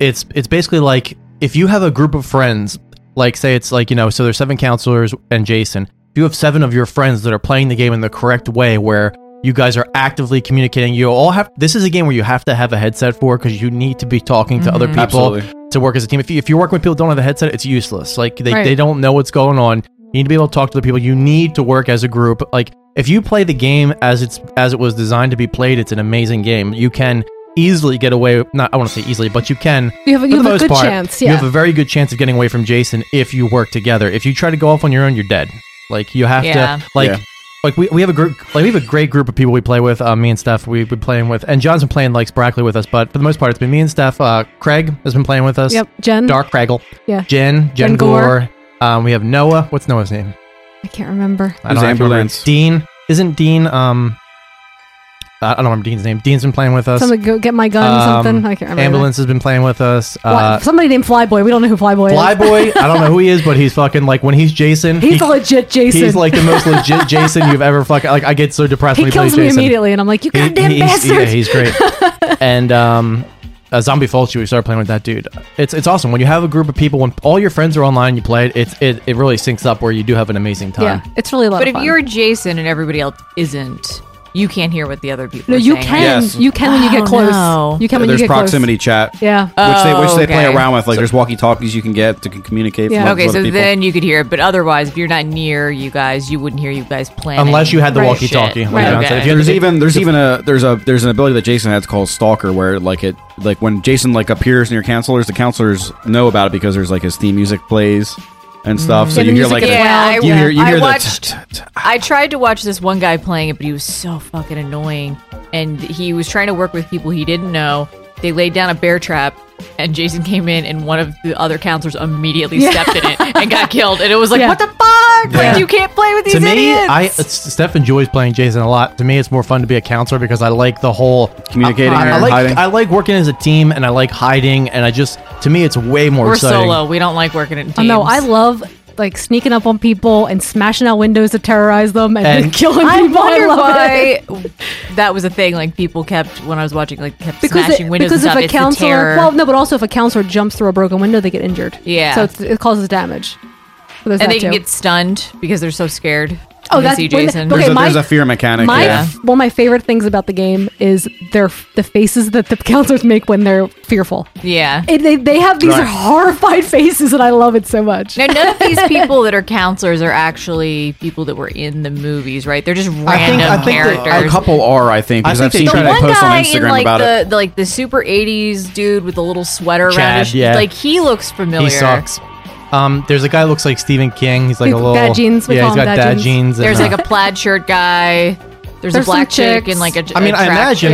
[SPEAKER 10] it's it's basically like if you have a group of friends, like say it's like you know, so there's seven counselors and Jason. If you have seven of your friends that are playing the game in the correct way, where you guys are actively communicating, you all have. This is a game where you have to have a headset for because you need to be talking to other
[SPEAKER 7] Mm-hmm.
[SPEAKER 11] Mhm.
[SPEAKER 10] people
[SPEAKER 11] Absolutely.
[SPEAKER 10] to work as a team. If, you, if you're working with people who don't have a headset, it's useless. Like they,
[SPEAKER 11] Right.
[SPEAKER 10] they don't know what's going on. You need to be able to talk to the people. You need to work as a group. Like if you play the game as it's as it was designed to be played, it's an amazing game. You can easily get away. Not I want to say easily, but you can.
[SPEAKER 2] You have a-
[SPEAKER 10] for
[SPEAKER 2] you
[SPEAKER 10] the
[SPEAKER 2] have a
[SPEAKER 10] most
[SPEAKER 2] good
[SPEAKER 10] part,
[SPEAKER 2] chance,
[SPEAKER 10] You
[SPEAKER 2] yeah.
[SPEAKER 10] have a very good chance of getting away from Jason if you work together. If you try to go off on your own, you're dead. Like you have
[SPEAKER 7] Yeah.
[SPEAKER 10] to like.
[SPEAKER 11] Yeah.
[SPEAKER 10] Like we, we have a group like we have a great group of people we play with uh, me and Steph we've been playing with and John's been playing like sporadically with us but for the most part it's been me and Steph uh, Craig has been playing with us
[SPEAKER 2] Yep, Jen.
[SPEAKER 10] Dark Craggle
[SPEAKER 2] Yeah.
[SPEAKER 10] Jen Jen,
[SPEAKER 2] Jen
[SPEAKER 10] Gore,
[SPEAKER 2] Gore.
[SPEAKER 10] Um, we have Noah what's Noah's name
[SPEAKER 2] I can't remember.
[SPEAKER 10] I don't know if you remember. Dean isn't Dean um I I don't remember Dean's name Dean's been playing with us
[SPEAKER 2] Somebody go get my gun or
[SPEAKER 10] Um,
[SPEAKER 2] something. I can't remember.
[SPEAKER 10] ambulance has been playing with us
[SPEAKER 2] Why-
[SPEAKER 10] uh,
[SPEAKER 2] Somebody named Flyboy. We don't know who Flyboy is.
[SPEAKER 10] Flyboy, I don't know who he is, but he's fucking like when he's Jason.
[SPEAKER 2] He's
[SPEAKER 10] he-
[SPEAKER 2] a legit Jason.
[SPEAKER 10] He's like the most legit Jason you've ever fucking. Like I get so depressed
[SPEAKER 2] He
[SPEAKER 10] when he plays
[SPEAKER 2] kills me
[SPEAKER 10] Jason.
[SPEAKER 2] immediately, and I'm like, you
[SPEAKER 10] He-
[SPEAKER 2] goddamn
[SPEAKER 10] he's,
[SPEAKER 2] bastard.
[SPEAKER 10] yeah, he's great. and um, uh, Zombie Fulci, we started playing with that dude. It's it's awesome when you have a group of people when all your friends are online. You play it. It's it, it really syncs up where you do have an amazing time.
[SPEAKER 2] it's really a lot
[SPEAKER 7] But
[SPEAKER 2] of
[SPEAKER 7] if
[SPEAKER 2] fun.
[SPEAKER 7] you're Jason and everybody else isn't, you can't hear what the other people.
[SPEAKER 2] No,
[SPEAKER 7] are
[SPEAKER 2] you
[SPEAKER 7] saying,
[SPEAKER 2] can.
[SPEAKER 7] right?
[SPEAKER 11] Yes.
[SPEAKER 2] You can when you get
[SPEAKER 7] Oh,
[SPEAKER 2] close.
[SPEAKER 7] no.
[SPEAKER 2] You can when
[SPEAKER 11] there's
[SPEAKER 2] you get
[SPEAKER 11] proximity
[SPEAKER 2] close.
[SPEAKER 11] chat.
[SPEAKER 2] Yeah.
[SPEAKER 11] Which they which
[SPEAKER 7] Oh,
[SPEAKER 11] they play
[SPEAKER 7] okay.
[SPEAKER 11] around with. Like there's walkie talkies you can get to c- communicate.
[SPEAKER 7] Yeah.
[SPEAKER 11] From
[SPEAKER 7] Okay,
[SPEAKER 11] other
[SPEAKER 7] so
[SPEAKER 11] people.
[SPEAKER 7] then you could hear it, but otherwise, if you're not near you guys, you wouldn't hear you guys playing.
[SPEAKER 10] Unless you had the walkie-talkie, like Right. John said. If you had
[SPEAKER 11] there's
[SPEAKER 10] the-
[SPEAKER 11] even there's even a there's a there's an ability that Jason has called Stalker, where like it like when Jason like appears in your counselors, the counselors know about it because there's like his theme music plays and stuff. So
[SPEAKER 7] Mm. Yeah, the
[SPEAKER 11] you hear
[SPEAKER 7] music
[SPEAKER 11] like
[SPEAKER 7] is
[SPEAKER 11] the-
[SPEAKER 7] loud.
[SPEAKER 11] you hear you
[SPEAKER 7] I
[SPEAKER 11] hear
[SPEAKER 7] watched-
[SPEAKER 11] the t- t-
[SPEAKER 7] I tried to watch this one guy playing it, but he was so fucking annoying. And he was trying to work with people he didn't know. They laid down a bear trap, and Jason came in, and one of the other counselors immediately
[SPEAKER 12] Yeah.
[SPEAKER 7] stepped in it and got killed. And it was like,
[SPEAKER 12] Yeah.
[SPEAKER 7] what the fuck?
[SPEAKER 10] Yeah.
[SPEAKER 7] Like, you can't play with these
[SPEAKER 10] to me,
[SPEAKER 7] idiots.
[SPEAKER 10] I S- Steph enjoys playing Jason a lot. To me, it's more fun to be a counselor because I like the whole
[SPEAKER 11] Communicating
[SPEAKER 10] I, I
[SPEAKER 11] and
[SPEAKER 10] like
[SPEAKER 11] hiding.
[SPEAKER 10] I like working as a team, and I like hiding. And I just to me, it's way more
[SPEAKER 7] We're
[SPEAKER 10] exciting.
[SPEAKER 7] solo. We don't like working in teams.
[SPEAKER 2] Oh, Uh, no, I love like sneaking up on people and smashing out windows to terrorize them and,
[SPEAKER 7] And-
[SPEAKER 2] killing
[SPEAKER 7] I
[SPEAKER 2] people.
[SPEAKER 7] wonder
[SPEAKER 2] love
[SPEAKER 7] why
[SPEAKER 2] it.
[SPEAKER 7] that was a thing. Like people kept when I was watching, like kept
[SPEAKER 2] Because,
[SPEAKER 7] smashing
[SPEAKER 2] it,
[SPEAKER 7] windows
[SPEAKER 2] because
[SPEAKER 7] and
[SPEAKER 2] if
[SPEAKER 7] stuff.
[SPEAKER 2] a
[SPEAKER 7] It's the
[SPEAKER 2] counselor,
[SPEAKER 7] terror.
[SPEAKER 2] well, no, but also if a counselor jumps through a broken window, they get injured.
[SPEAKER 7] Yeah.
[SPEAKER 2] so it's, it causes damage. So there's
[SPEAKER 7] and
[SPEAKER 2] that
[SPEAKER 7] they can
[SPEAKER 2] too.
[SPEAKER 7] get stunned because they're so scared.
[SPEAKER 2] Oh,
[SPEAKER 7] When they
[SPEAKER 2] that's-
[SPEAKER 7] see
[SPEAKER 2] when-
[SPEAKER 7] Jason.
[SPEAKER 2] okay, There's a- my-
[SPEAKER 11] There's a fear mechanic.
[SPEAKER 2] My
[SPEAKER 11] yeah.
[SPEAKER 2] one of my favorite things about the game is their the faces that the counselors make when they're fearful.
[SPEAKER 7] yeah.
[SPEAKER 2] It, they, they have these
[SPEAKER 7] Right.
[SPEAKER 2] horrified faces, and I love it so much.
[SPEAKER 7] Now, none of these people that are counselors are actually people that were in the movies, right? They're just random characters.
[SPEAKER 11] a couple are, I think,
[SPEAKER 10] I
[SPEAKER 11] because
[SPEAKER 10] think
[SPEAKER 11] I've
[SPEAKER 10] they
[SPEAKER 11] seen
[SPEAKER 10] tried
[SPEAKER 11] people
[SPEAKER 10] to-
[SPEAKER 7] one
[SPEAKER 11] post
[SPEAKER 7] guy
[SPEAKER 11] on
[SPEAKER 7] in
[SPEAKER 11] Instagram
[SPEAKER 7] like
[SPEAKER 11] about
[SPEAKER 7] the,
[SPEAKER 11] it.
[SPEAKER 7] the like the super '80s dude with the little sweater around
[SPEAKER 10] Chad,
[SPEAKER 7] his
[SPEAKER 10] yeah.
[SPEAKER 7] like he looks familiar.
[SPEAKER 10] He sucks. Um, there's a guy who looks like Stephen King. He's like a
[SPEAKER 7] With
[SPEAKER 10] little
[SPEAKER 7] dad jeans, we
[SPEAKER 10] yeah,
[SPEAKER 7] call
[SPEAKER 10] he's
[SPEAKER 7] him dad
[SPEAKER 10] got dad,
[SPEAKER 7] jeans.
[SPEAKER 10] jeans. and,
[SPEAKER 7] There's
[SPEAKER 10] uh,
[SPEAKER 7] like a plaid shirt guy. There's,
[SPEAKER 2] There's
[SPEAKER 7] a black
[SPEAKER 2] some
[SPEAKER 7] chick
[SPEAKER 2] chicks.
[SPEAKER 7] and like a.
[SPEAKER 10] I mean, I
[SPEAKER 7] I
[SPEAKER 10] imagine.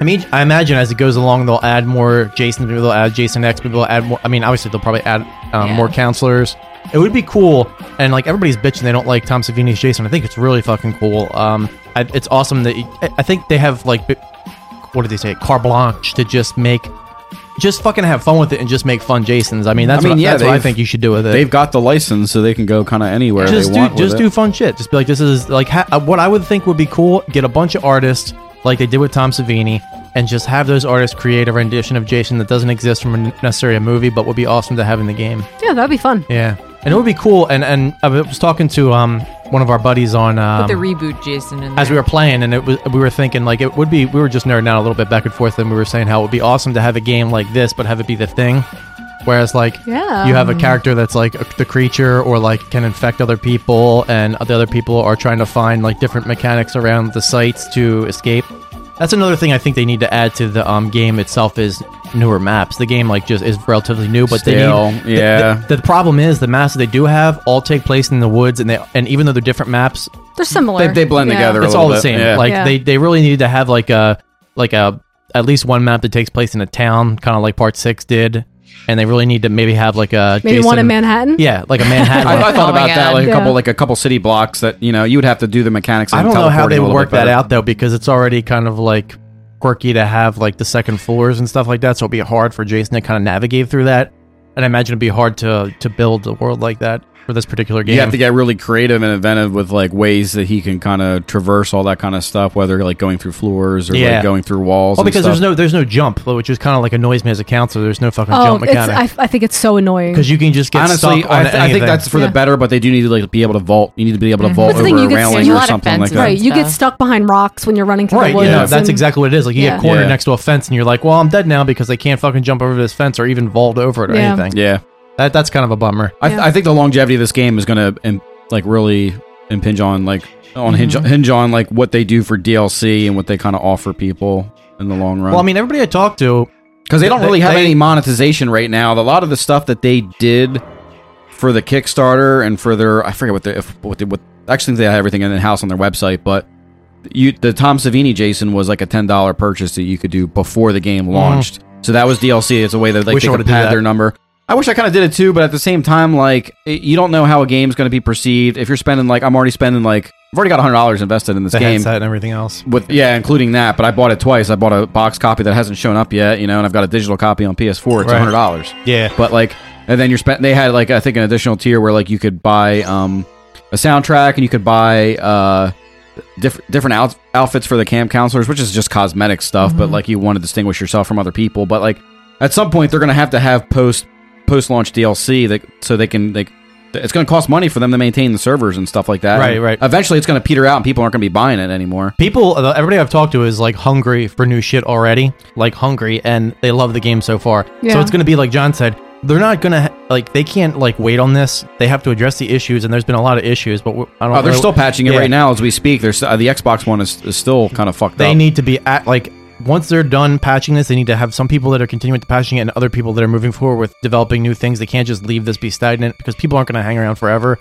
[SPEAKER 10] I mean, I imagine as it goes along, they'll add more Jason. Maybe they'll add Jason X. Maybe they'll add more. I mean, obviously they'll probably add um, more counselors. It would be cool, and like everybody's bitching, they don't like Tom Savini's Jason. I think it's really fucking cool. Um, I, it's awesome that I- I think they have like, bi- what did they say, carte blanche to just make, just fucking have fun with it and just make fun Jasons. I mean, that's what, that's what I
[SPEAKER 11] they've-
[SPEAKER 10] think you should do with it.
[SPEAKER 11] They've got the license, so they can go kind of anywhere
[SPEAKER 10] just
[SPEAKER 11] they
[SPEAKER 10] do
[SPEAKER 11] want.
[SPEAKER 10] just
[SPEAKER 11] with
[SPEAKER 10] do
[SPEAKER 11] it.
[SPEAKER 10] fun shit. Just be like, this is like ha- uh, what I would think would be cool. Get a bunch of artists like they did with Tom Savini, and just have those artists create a rendition of Jason that doesn't exist from necessarily a movie, but would be awesome to have in the game.
[SPEAKER 2] yeah, that'd be fun.
[SPEAKER 10] Yeah, and it would be cool. And and I was talking to um one of our buddies on um,
[SPEAKER 7] Put the reboot Jason in.
[SPEAKER 10] as
[SPEAKER 7] there.
[SPEAKER 10] we were playing, and it was we were thinking like it would be we were just nerding out a little bit back and forth, and we were saying how it would be awesome to have a game like this, but have it be the thing. Whereas like
[SPEAKER 2] Yeah.
[SPEAKER 10] you have a character that's like a, the creature or like can infect other people, and the other people are trying to find like different mechanics around the sites to escape. That's another thing I think they need to add to the um, game itself is newer maps. The game like just is relatively new, but
[SPEAKER 11] Still,
[SPEAKER 10] they need the-
[SPEAKER 11] yeah.
[SPEAKER 10] The, the problem is the maps that they do have all take place in the woods, and they and even though they're different maps,
[SPEAKER 2] They're similar. Yeah.
[SPEAKER 10] it's all the same. Like they, they really needed to have like a like a at least one map that takes place in a town, kind of like Part Six did, and they really need to maybe have like a
[SPEAKER 2] Maybe one
[SPEAKER 10] Jason-
[SPEAKER 2] in Manhattan?
[SPEAKER 10] Yeah, like a
[SPEAKER 11] I,
[SPEAKER 10] Manhattan.
[SPEAKER 11] I thought
[SPEAKER 2] Oh my
[SPEAKER 11] about that,
[SPEAKER 2] God.
[SPEAKER 11] like
[SPEAKER 2] Yeah.
[SPEAKER 11] a couple, like a couple city blocks that you know you would have to do the mechanics.
[SPEAKER 10] I
[SPEAKER 11] and
[SPEAKER 10] don't know how
[SPEAKER 11] teleporting
[SPEAKER 10] they
[SPEAKER 11] a
[SPEAKER 10] would
[SPEAKER 11] little
[SPEAKER 10] work
[SPEAKER 11] bit
[SPEAKER 10] that
[SPEAKER 11] better.
[SPEAKER 10] out though, because it's already kind of like quirky to have like the second floors and stuff like that. So it'd be hard for Jason to kind of navigate through that, and I imagine it'd be hard to to build a world like that for this particular game.
[SPEAKER 11] You have to get really creative and inventive with like ways that he can kind of traverse all that kind of stuff, whether like going through floors or
[SPEAKER 10] Yeah.
[SPEAKER 11] like going through walls.
[SPEAKER 10] Oh,
[SPEAKER 11] and
[SPEAKER 10] because
[SPEAKER 11] stuff.
[SPEAKER 10] there's no there's no jump, which is kind of like annoys me as a counselor. There's no fucking
[SPEAKER 2] Oh,
[SPEAKER 10] jump
[SPEAKER 2] it's,
[SPEAKER 10] mechanic.
[SPEAKER 2] I, I think it's so annoying.
[SPEAKER 10] because you can just get
[SPEAKER 11] honestly,
[SPEAKER 10] stuck on
[SPEAKER 11] I, th- I think
[SPEAKER 10] anything.
[SPEAKER 11] that's for the better, but they do need to like be able to vault. You need to be
[SPEAKER 7] Mhm.
[SPEAKER 11] able to vault
[SPEAKER 2] That's the
[SPEAKER 11] over
[SPEAKER 2] thing, you
[SPEAKER 11] a
[SPEAKER 2] get
[SPEAKER 11] railing
[SPEAKER 2] stuck-
[SPEAKER 11] or something like that.
[SPEAKER 2] right, you get stuck behind rocks when you're running through
[SPEAKER 10] Right,
[SPEAKER 2] the woods.
[SPEAKER 10] yeah, that's
[SPEAKER 2] and-
[SPEAKER 10] exactly what it is. Like you
[SPEAKER 2] Yeah.
[SPEAKER 10] get cornered
[SPEAKER 11] Yeah.
[SPEAKER 10] next to a fence, and you're like, "Well, I'm dead now because I can't fucking jump over this fence or even vault over it or
[SPEAKER 2] Yeah.
[SPEAKER 10] anything."
[SPEAKER 11] Yeah,
[SPEAKER 10] that, that's kind of a bummer.
[SPEAKER 11] I, th- I think the longevity of this game is going to like really impinge on like on hinge,
[SPEAKER 10] Mm-hmm.
[SPEAKER 11] hinge on like what they do for DLC and what they kind of offer people in the long run.
[SPEAKER 10] Well, I mean, everybody I talked to,
[SPEAKER 11] because they don't really have
[SPEAKER 10] they-
[SPEAKER 11] any monetization right now. A lot of the stuff that they did for the Kickstarter and for their I forget what they if, what they what actually they had everything in house on their website, but you the Tom Savini Jason was like a ten dollar purchase that you could do before the game launched. So that was DLC. It's a way that like
[SPEAKER 10] Mm-hmm. Wish I
[SPEAKER 11] they
[SPEAKER 10] would've
[SPEAKER 11] could
[SPEAKER 10] did
[SPEAKER 11] pad
[SPEAKER 10] that.
[SPEAKER 11] their number. I wish I kind of did it too, but at the same time, like it, you don't know how a game's going to be perceived. If you're spending like I'm already spending like I've already got hundred dollars invested in this
[SPEAKER 10] the
[SPEAKER 11] game
[SPEAKER 10] headset and everything else.
[SPEAKER 11] with yeah, including that. But I bought it twice. I bought a box copy that hasn't shown up yet, you know, and I've got a digital copy on PS4. It's
[SPEAKER 10] Right.
[SPEAKER 11] hundred dollars.
[SPEAKER 10] Yeah.
[SPEAKER 11] but like, and then you're spent. They had like I think an additional tier where like you could buy um a soundtrack and you could buy uh different different out- outfits for the camp counselors, which is just cosmetic stuff.
[SPEAKER 10] Mm-hmm.
[SPEAKER 11] But like you want to distinguish yourself from other people. But like at some point they're gonna have to have post post launch DLC that so they can like. It's going to cost money for them to maintain the servers and stuff like that.
[SPEAKER 10] Right,
[SPEAKER 11] And
[SPEAKER 10] right.
[SPEAKER 11] Eventually, it's going to peter out, and people aren't going to be buying it anymore.
[SPEAKER 10] People, uh, everybody I've talked to is like hungry for new shit already, like hungry, and they love the game so far.
[SPEAKER 11] Yeah.
[SPEAKER 10] So it's going to be like John said, they're not going to like they can't like wait on this. They have to address the issues, and there's been a lot of issues, but we- I don't.
[SPEAKER 11] Oh, they're
[SPEAKER 10] really-
[SPEAKER 11] still patching it
[SPEAKER 10] Yeah.
[SPEAKER 11] right now as we speak. There's uh, the Xbox One is, is still kind of fucked
[SPEAKER 10] They
[SPEAKER 11] up.
[SPEAKER 10] need to be at like once they're done patching this, they need to have some people that are continuing to patching it and other people that are moving forward with developing new things. They can't just leave this be stagnant because people aren't going to hang around forever.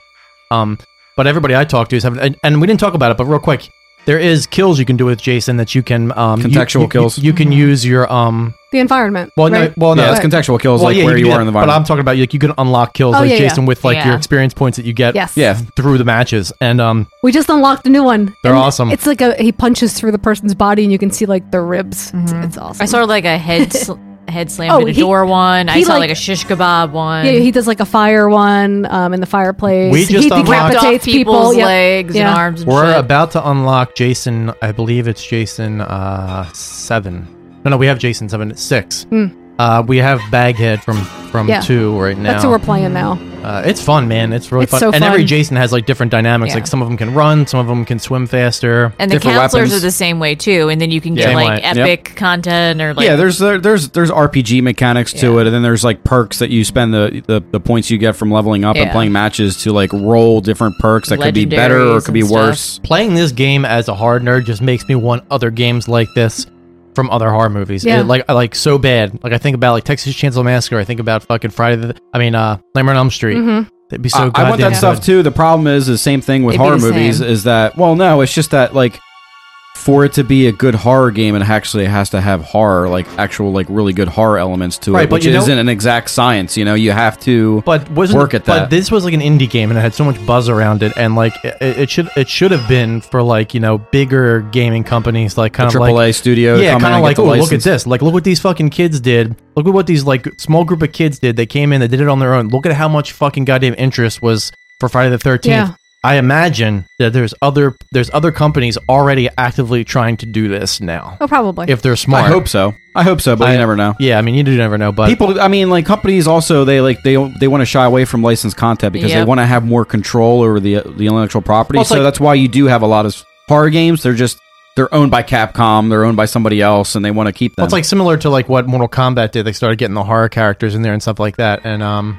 [SPEAKER 10] Um, but everybody I talk to is having, and, and we didn't talk about it, but real quick, there is kills you can do with Jason that you can um, you-
[SPEAKER 11] Contextual
[SPEAKER 10] you-
[SPEAKER 11] kills.
[SPEAKER 10] You, can use your um.
[SPEAKER 2] the environment.
[SPEAKER 10] Well,
[SPEAKER 2] Mm-hmm. right?
[SPEAKER 10] no, well, no,
[SPEAKER 11] it's contextual kills, like where
[SPEAKER 10] can
[SPEAKER 11] you
[SPEAKER 10] do
[SPEAKER 11] are
[SPEAKER 10] that,
[SPEAKER 11] in the
[SPEAKER 10] But
[SPEAKER 11] environment.
[SPEAKER 10] I'm talking about like you can unlock kills
[SPEAKER 2] Oh,
[SPEAKER 10] like
[SPEAKER 2] yeah, yeah.
[SPEAKER 10] Jason with like
[SPEAKER 2] Yeah.
[SPEAKER 10] your experience points that you get
[SPEAKER 2] Yes.
[SPEAKER 11] Yeah.
[SPEAKER 10] through the matches, and um,
[SPEAKER 2] We just unlocked a new one.
[SPEAKER 10] They're awesome.
[SPEAKER 2] It's like a he punches through the person's body and you can see like the ribs. It's, it's awesome.
[SPEAKER 7] I saw like a head sl- head slam
[SPEAKER 2] Oh,
[SPEAKER 7] in a
[SPEAKER 2] he-
[SPEAKER 7] door one. I
[SPEAKER 2] he,
[SPEAKER 7] saw like,
[SPEAKER 2] like-
[SPEAKER 7] a shish kebab one.
[SPEAKER 2] Yeah, he does like a fire one um, in the fireplace.
[SPEAKER 10] We just
[SPEAKER 2] he
[SPEAKER 10] unlocked-
[SPEAKER 7] Chopped off
[SPEAKER 2] decapitates
[SPEAKER 7] people's
[SPEAKER 2] people, Yep.
[SPEAKER 7] legs and
[SPEAKER 2] Yeah.
[SPEAKER 7] arms and
[SPEAKER 10] We're
[SPEAKER 7] shit.
[SPEAKER 10] about to unlock Jason. I believe it's Jason uh, seven. No, no, we have Jason seven six.
[SPEAKER 2] Hmm.
[SPEAKER 10] Uh, we have Baghead from from
[SPEAKER 2] Yeah.
[SPEAKER 10] two right now.
[SPEAKER 2] That's who we're playing now.
[SPEAKER 10] Uh, it's fun, man. It's really
[SPEAKER 2] It's
[SPEAKER 10] fun.
[SPEAKER 2] so
[SPEAKER 10] And every
[SPEAKER 2] fun.
[SPEAKER 10] Jason has like different dynamics.
[SPEAKER 7] Yeah.
[SPEAKER 10] Like some of them can run, some of them can swim faster.
[SPEAKER 7] and the counselors are the same way too. And then you can
[SPEAKER 10] Yeah.
[SPEAKER 7] get
[SPEAKER 10] Same
[SPEAKER 7] like
[SPEAKER 10] way.
[SPEAKER 11] Yep.
[SPEAKER 7] epic content or like
[SPEAKER 11] yeah, there's there, there's there's RPG mechanics to it, and then there's like perks that you spend the the, the points you get from leveling up and
[SPEAKER 7] Yeah.
[SPEAKER 11] playing matches to like roll different perks that could be better or
[SPEAKER 7] Legendaries
[SPEAKER 11] could be
[SPEAKER 7] and stuff.
[SPEAKER 11] worse.
[SPEAKER 10] Playing this game as a hard nerd just makes me want other games like this from other horror movies.
[SPEAKER 2] Yeah.
[SPEAKER 10] It, like I like so bad. Like I think about like Texas Chainsaw Massacre. I think about fucking Friday. The, I mean, uh, Nightmare on Elm Street.
[SPEAKER 7] Mm-hmm.
[SPEAKER 2] Mhm.
[SPEAKER 10] It'd be so.
[SPEAKER 11] I, I want
[SPEAKER 10] goddamn
[SPEAKER 11] that stuff
[SPEAKER 10] good.
[SPEAKER 11] too. The problem is the same thing with
[SPEAKER 7] It'd be
[SPEAKER 11] horror
[SPEAKER 7] the same.
[SPEAKER 11] movies is that well, no, it's just that like for it to be a good horror game, it actually has to have horror, like actual like really good horror elements to
[SPEAKER 10] Right,
[SPEAKER 11] it,
[SPEAKER 10] but
[SPEAKER 11] which
[SPEAKER 10] you know-
[SPEAKER 11] isn't an exact science. You know, you have to
[SPEAKER 10] But wasn't
[SPEAKER 11] work at
[SPEAKER 10] But
[SPEAKER 11] that.
[SPEAKER 10] this was like an indie game, and it had so much buzz around it, and like it, it should it should have been for like you know bigger gaming companies, like kind of
[SPEAKER 11] AAA
[SPEAKER 10] like
[SPEAKER 11] studio, to
[SPEAKER 10] yeah,
[SPEAKER 11] come in
[SPEAKER 10] kind of
[SPEAKER 11] and get
[SPEAKER 10] like,
[SPEAKER 11] the
[SPEAKER 10] oh, look at
[SPEAKER 11] license."
[SPEAKER 10] this. Like, look what these fucking kids did. Look at what these like small group of kids did. They came in, they did it on their own. Look at how much fucking goddamn interest was for Friday the Thirteenth.
[SPEAKER 2] Yeah.
[SPEAKER 10] I imagine that there's other there's other companies already actively trying to do this now.
[SPEAKER 2] Oh, probably.
[SPEAKER 10] If they're smart,
[SPEAKER 11] I hope so. I hope so, but
[SPEAKER 10] I-
[SPEAKER 11] you never know.
[SPEAKER 10] Yeah, I mean, you do never know, but
[SPEAKER 11] people i mean like companies also they like they they want to shy away from licensed content because they
[SPEAKER 7] Yep.
[SPEAKER 11] want to have more control over the the intellectual property
[SPEAKER 10] Well, it's
[SPEAKER 11] so
[SPEAKER 10] like-
[SPEAKER 11] that's why you do have a lot of horror games they're just they're owned by capcom they're owned by somebody else and they want to keep them
[SPEAKER 10] Well, it's like similar to like what Mortal Kombat did. They started getting the horror characters in there and stuff like that. And um,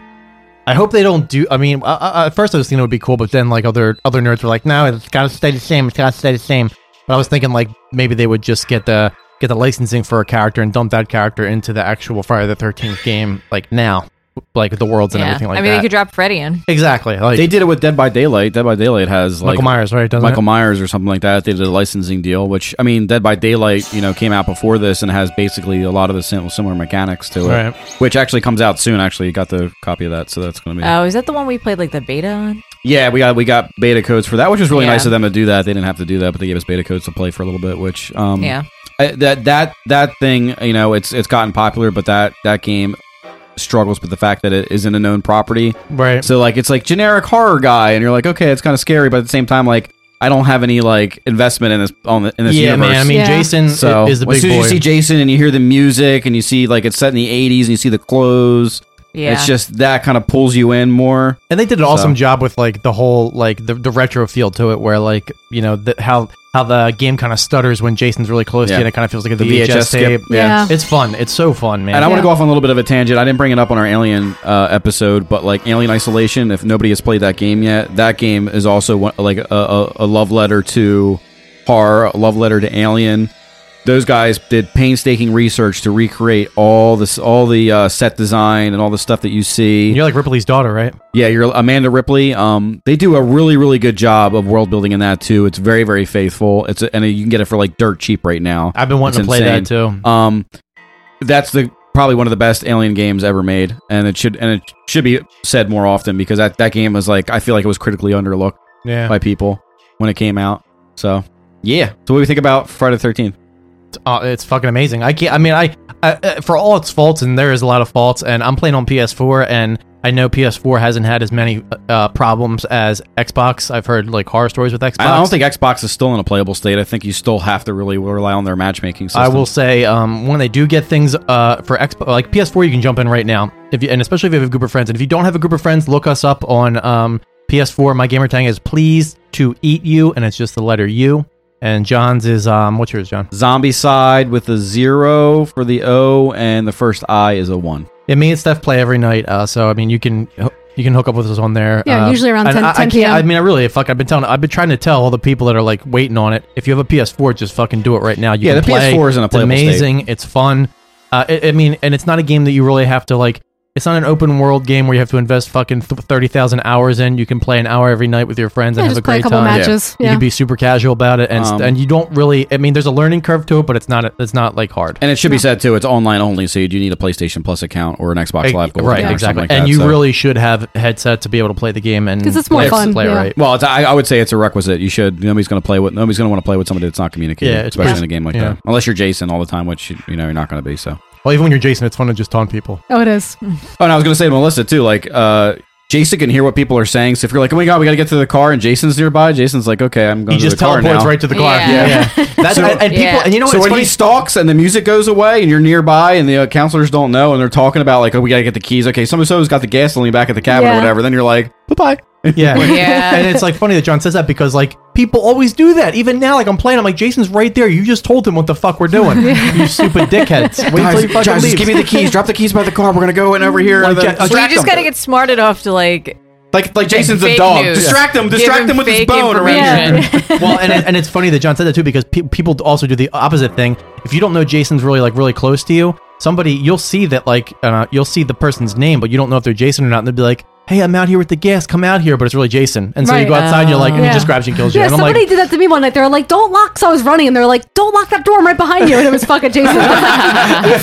[SPEAKER 10] I hope they don't do. I mean, I, I, at first I was thinking it would be cool, but then like other other nerds were like, "No, it's got to stay the same. It's got to stay the same." But I was thinking like maybe they would just get the get the licensing for a character and dump that character into the actual Friday the Thirteenth game like now, like with the worlds and
[SPEAKER 7] yeah.
[SPEAKER 10] everything like
[SPEAKER 7] I mean,
[SPEAKER 10] that.
[SPEAKER 7] they could drop Freddy in.
[SPEAKER 10] exactly. Like
[SPEAKER 11] they did it with dead by daylight dead by daylight has like
[SPEAKER 10] Michael Myers, right? Doesn't
[SPEAKER 11] Michael
[SPEAKER 10] it?
[SPEAKER 11] Myers or something like that. They did a licensing deal, which I mean, Dead by Daylight, you know, came out before this and has basically a lot of the sim- similar mechanics to it,
[SPEAKER 10] Right.
[SPEAKER 11] which actually comes out soon. Actually, got the copy of that, so that's going to be.
[SPEAKER 7] Oh, is that the one we played like the beta on?
[SPEAKER 11] Yeah, we got we got beta codes for that, which was really
[SPEAKER 7] Yeah.
[SPEAKER 11] nice of them to do that. They didn't have to do that, but they gave us beta codes to play for a little bit. Which um,
[SPEAKER 7] Yeah.
[SPEAKER 11] I, that that that thing, you know, it's it's gotten popular, but that that game struggles with the fact that it isn't a known property.
[SPEAKER 10] Right.
[SPEAKER 11] So like, it's like generic horror guy, and you're like, okay, it's kind of scary, but at the same time, like, I don't have any like investment in this on the, in this
[SPEAKER 10] yeah,
[SPEAKER 11] universe.
[SPEAKER 10] man. I mean,
[SPEAKER 2] Yeah.
[SPEAKER 10] Jason i-
[SPEAKER 11] so
[SPEAKER 10] is the
[SPEAKER 11] as
[SPEAKER 10] big
[SPEAKER 11] soon as
[SPEAKER 10] boy.
[SPEAKER 11] you see Jason and you hear the music and you see like it's set in the '80s and you see the clothes,
[SPEAKER 7] Yeah.
[SPEAKER 11] it's just that kind of pulls you in more.
[SPEAKER 10] And they did an awesome
[SPEAKER 11] So-
[SPEAKER 10] job with like the whole like the, the retro feel to it, where like you know the, how how the game kind of stutters when Jason's really close to
[SPEAKER 11] Yeah.
[SPEAKER 10] you, and it kind of feels like a
[SPEAKER 11] The
[SPEAKER 10] VHS,
[SPEAKER 11] VHS
[SPEAKER 10] tape.
[SPEAKER 11] skip,
[SPEAKER 2] yeah. Yeah.
[SPEAKER 10] it's fun. It's so fun, man.
[SPEAKER 11] And I want
[SPEAKER 2] Yeah.
[SPEAKER 11] to go off on a little bit of a tangent. I didn't bring it up on our Alien uh, episode, but like Alien Isolation, if nobody has played that game yet, that game is also one- like a, a, a love letter to horror, a love letter to Alien. Those guys did painstaking research to recreate all this, all the uh, set design and all the stuff that you see.
[SPEAKER 10] You're like Ripley's daughter, right?
[SPEAKER 11] Yeah, you're Amanda Ripley. Um, they do a really, really good job of world building in that too. It's very, very faithful. It's and you can get it for like dirt cheap right now.
[SPEAKER 10] I've been wanting
[SPEAKER 11] It's
[SPEAKER 10] to play
[SPEAKER 11] insane.
[SPEAKER 10] that too.
[SPEAKER 11] Um, that's the probably one of the best Alien games ever made, and it should and it should be said more often because that that game was like I feel like it was critically underlooked
[SPEAKER 10] Yeah,
[SPEAKER 11] by people when it came out. So yeah, so what do we think about Friday the Thirteenth?
[SPEAKER 10] uh, it's fucking amazing. I can't. I mean, I, I uh, for all its faults, and there is a lot of faults, and I'm playing on PS4, and I know PS4 hasn't had as many uh, problems as Xbox. I've heard like horror stories with Xbox.
[SPEAKER 11] I don't think Xbox is still in a playable state. I think you still have to really rely on their matchmaking. System.
[SPEAKER 10] I will say um, when they do get things uh, for Xbox, like PS4, you can jump in right now. If you, and especially if you have a group of friends, and if you don't have a group of friends, look us up on um, PS4. My gamer tag is please to eat you, and it's just the letter U. And John's is um, what's yours, John?
[SPEAKER 11] Zombie side with a zero for the O, and the first I is a one.
[SPEAKER 10] Yeah, me and Steph play every night, uh, so I mean you can you can hook up with us on there.
[SPEAKER 2] Yeah,
[SPEAKER 10] uh,
[SPEAKER 2] usually around
[SPEAKER 10] and
[SPEAKER 2] 10
[SPEAKER 10] I, I
[SPEAKER 2] 10
[SPEAKER 10] can't-
[SPEAKER 2] PM.
[SPEAKER 10] I mean, I really fuck. I've been telling, I've been trying to tell all the people that are like waiting on it. If you have a PS4, just fucking do it right now. You
[SPEAKER 11] Yeah,
[SPEAKER 10] can
[SPEAKER 11] the
[SPEAKER 10] play.
[SPEAKER 11] PS4 is in a
[SPEAKER 10] It's
[SPEAKER 11] playable state.
[SPEAKER 10] amazing. It's fun. Uh, I I mean, and it's not a game that you really have to like. It's not an open world game where you have to invest fucking th- thirty thousand hours in. You can play an hour every night with your friends
[SPEAKER 2] Yeah,
[SPEAKER 10] and have
[SPEAKER 2] just
[SPEAKER 10] a
[SPEAKER 2] play
[SPEAKER 10] great
[SPEAKER 2] a couple
[SPEAKER 10] time.
[SPEAKER 2] matches.
[SPEAKER 10] You
[SPEAKER 2] Yeah.
[SPEAKER 10] can be super casual about it, and
[SPEAKER 11] Um,
[SPEAKER 10] and you don't really. I mean, there's a learning curve to it, but it's not it's not like hard.
[SPEAKER 11] And it should be said too, it's online only, so you do need a PlayStation Plus account or an Xbox
[SPEAKER 10] Ex-
[SPEAKER 11] Live Gold,
[SPEAKER 10] right,
[SPEAKER 11] account or something
[SPEAKER 10] exactly.
[SPEAKER 11] like
[SPEAKER 10] and
[SPEAKER 11] that,
[SPEAKER 10] you
[SPEAKER 11] so-
[SPEAKER 10] really should have a headset to be able to play the game and
[SPEAKER 2] 'Cause it's more
[SPEAKER 10] play,
[SPEAKER 2] fun,
[SPEAKER 10] Play
[SPEAKER 2] yeah.
[SPEAKER 10] right.
[SPEAKER 11] Well, it's, I, I would say it's a requirement. You should. Nobody's going to play with. Nobody's going to want to play with somebody that's not communicating.
[SPEAKER 10] Yeah, it's
[SPEAKER 11] especially
[SPEAKER 10] best-
[SPEAKER 11] in a game like
[SPEAKER 10] yeah.
[SPEAKER 11] that. Unless you're Jason all the time, which you, you know you're not going to be. So
[SPEAKER 10] Well, even when you're Jason, it's fun to just taunt people.
[SPEAKER 2] Oh, it is.
[SPEAKER 11] Oh, and I was going to say to Melissa too, like uh, Jason can hear what people are saying. So if you're like, "Oh my god, we got to get to the car," and Jason's nearby, Jason's like, "Okay, I'm going."
[SPEAKER 10] He
[SPEAKER 11] to
[SPEAKER 10] just
[SPEAKER 11] the car
[SPEAKER 10] teleports
[SPEAKER 11] now."
[SPEAKER 10] right to the car. Yeah. Yeah. That's- and- and people- Yeah. and you know what,
[SPEAKER 11] so
[SPEAKER 10] it's
[SPEAKER 11] when
[SPEAKER 10] funny-
[SPEAKER 11] he stalks and the music goes away, and you're nearby, and the uh, counselors don't know, and they're talking about like, "Oh, we got to get the keys." Okay, so and so's got the gasoline back at the cabin
[SPEAKER 10] Yeah.
[SPEAKER 11] or whatever. Then you're like, "Bye bye."
[SPEAKER 10] Yeah. and it's like funny that John says that because like people always do that. Even now, like I'm playing, I'm like, Jason's right there. You just told him what the fuck we're doing. you stupid dickheads. Wait till
[SPEAKER 11] Guys,
[SPEAKER 10] he fucking
[SPEAKER 11] guys, just
[SPEAKER 10] leaves.
[SPEAKER 11] give me the keys. Drop the keys by the car. We're gonna go in over here.
[SPEAKER 10] Like, uh,
[SPEAKER 11] and then
[SPEAKER 10] Jack-
[SPEAKER 7] Well,
[SPEAKER 11] distract
[SPEAKER 7] you just
[SPEAKER 11] them.
[SPEAKER 7] gotta get smart enough to like.
[SPEAKER 11] Like like Jason's
[SPEAKER 7] fake
[SPEAKER 11] a dog.
[SPEAKER 7] news.
[SPEAKER 11] Distract him.
[SPEAKER 7] Give
[SPEAKER 11] Distract
[SPEAKER 7] him
[SPEAKER 11] him with his
[SPEAKER 7] fake
[SPEAKER 11] bone around
[SPEAKER 7] information.
[SPEAKER 11] your
[SPEAKER 10] well, and, it- and it's funny that John said that too because pe- people also do the opposite thing. If you don't know Jason's really like really close to you, somebody you'll see that like uh, you'll see the person's name, but you don't know if they're Jason or not, and they'll be like, "Hey, I'm out here with the gas. Come out here," but it's really Jason. And so you
[SPEAKER 2] Right.
[SPEAKER 10] go outside, and you're like, and
[SPEAKER 2] Yeah.
[SPEAKER 10] he just grabs you and kills you.
[SPEAKER 2] Yeah,
[SPEAKER 10] and I'm
[SPEAKER 2] somebody
[SPEAKER 10] like,
[SPEAKER 2] did that to me one night. They were like, "Don't lock." So I was running, and they're like, "Don't lock that door. I'm right behind you." And it was fucking Jason.
[SPEAKER 1] Don't lock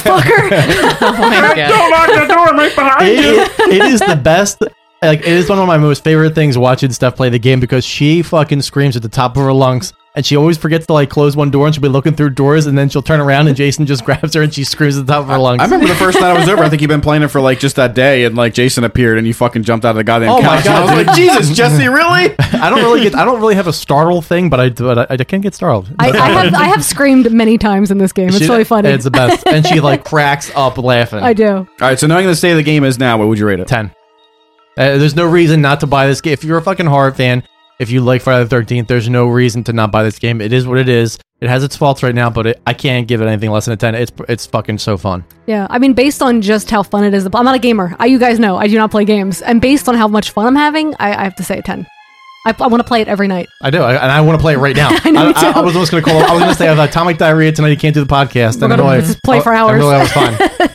[SPEAKER 1] the door right behind
[SPEAKER 10] It-
[SPEAKER 1] you.
[SPEAKER 10] it- it is the best. Like it is one of my most favorite things watching Steph play the game because she fucking screams at the top of her lungs. And she always forgets to like close one door, and she'll be looking through doors, and then she'll turn around, and Jason just grabs her, and she screams at the top of her lungs.
[SPEAKER 11] I remember the first night I was over. I think you've been playing it for like just that day, and like Jason appeared, and you fucking jumped out of the goddamn
[SPEAKER 10] Oh my
[SPEAKER 11] couch. and
[SPEAKER 10] god!
[SPEAKER 11] I was
[SPEAKER 10] dude.
[SPEAKER 11] like, Jesus, Jesse, really?
[SPEAKER 10] I don't really get. I don't really have a startle thing, but I but I, I can get startled.
[SPEAKER 2] I, I have I have screamed many times in this game. It's
[SPEAKER 10] She-
[SPEAKER 2] really funny.
[SPEAKER 10] It's the best, and she like cracks up laughing.
[SPEAKER 2] I do.
[SPEAKER 11] All right, so knowing the state of the game is now, what would you rate it?
[SPEAKER 10] Ten. Uh, there's no reason not to buy this game. If you're a fucking horror fan, if you like Friday the Thirteenth, there's no reason to not buy this game. It is what it is. It has its faults right now, but it, I can't give it anything less than a ten. It's it's fucking so fun.
[SPEAKER 2] Yeah, I mean, based on just how fun it is, I'm not a gamer. I, you guys know, I do not play games, and based on how much fun I'm having, I, I have to say a ten. I, I want to play it every night.
[SPEAKER 10] I do, I, and I want to play it right now. I,
[SPEAKER 2] know, me
[SPEAKER 10] I,
[SPEAKER 2] too.
[SPEAKER 10] was almost gonna call. I was gonna say I have atomic diarrhea tonight. You can't do the podcast.
[SPEAKER 2] We're
[SPEAKER 10] and
[SPEAKER 2] gonna
[SPEAKER 10] really,
[SPEAKER 2] just play for hours.
[SPEAKER 10] Oh, I really, I was fine.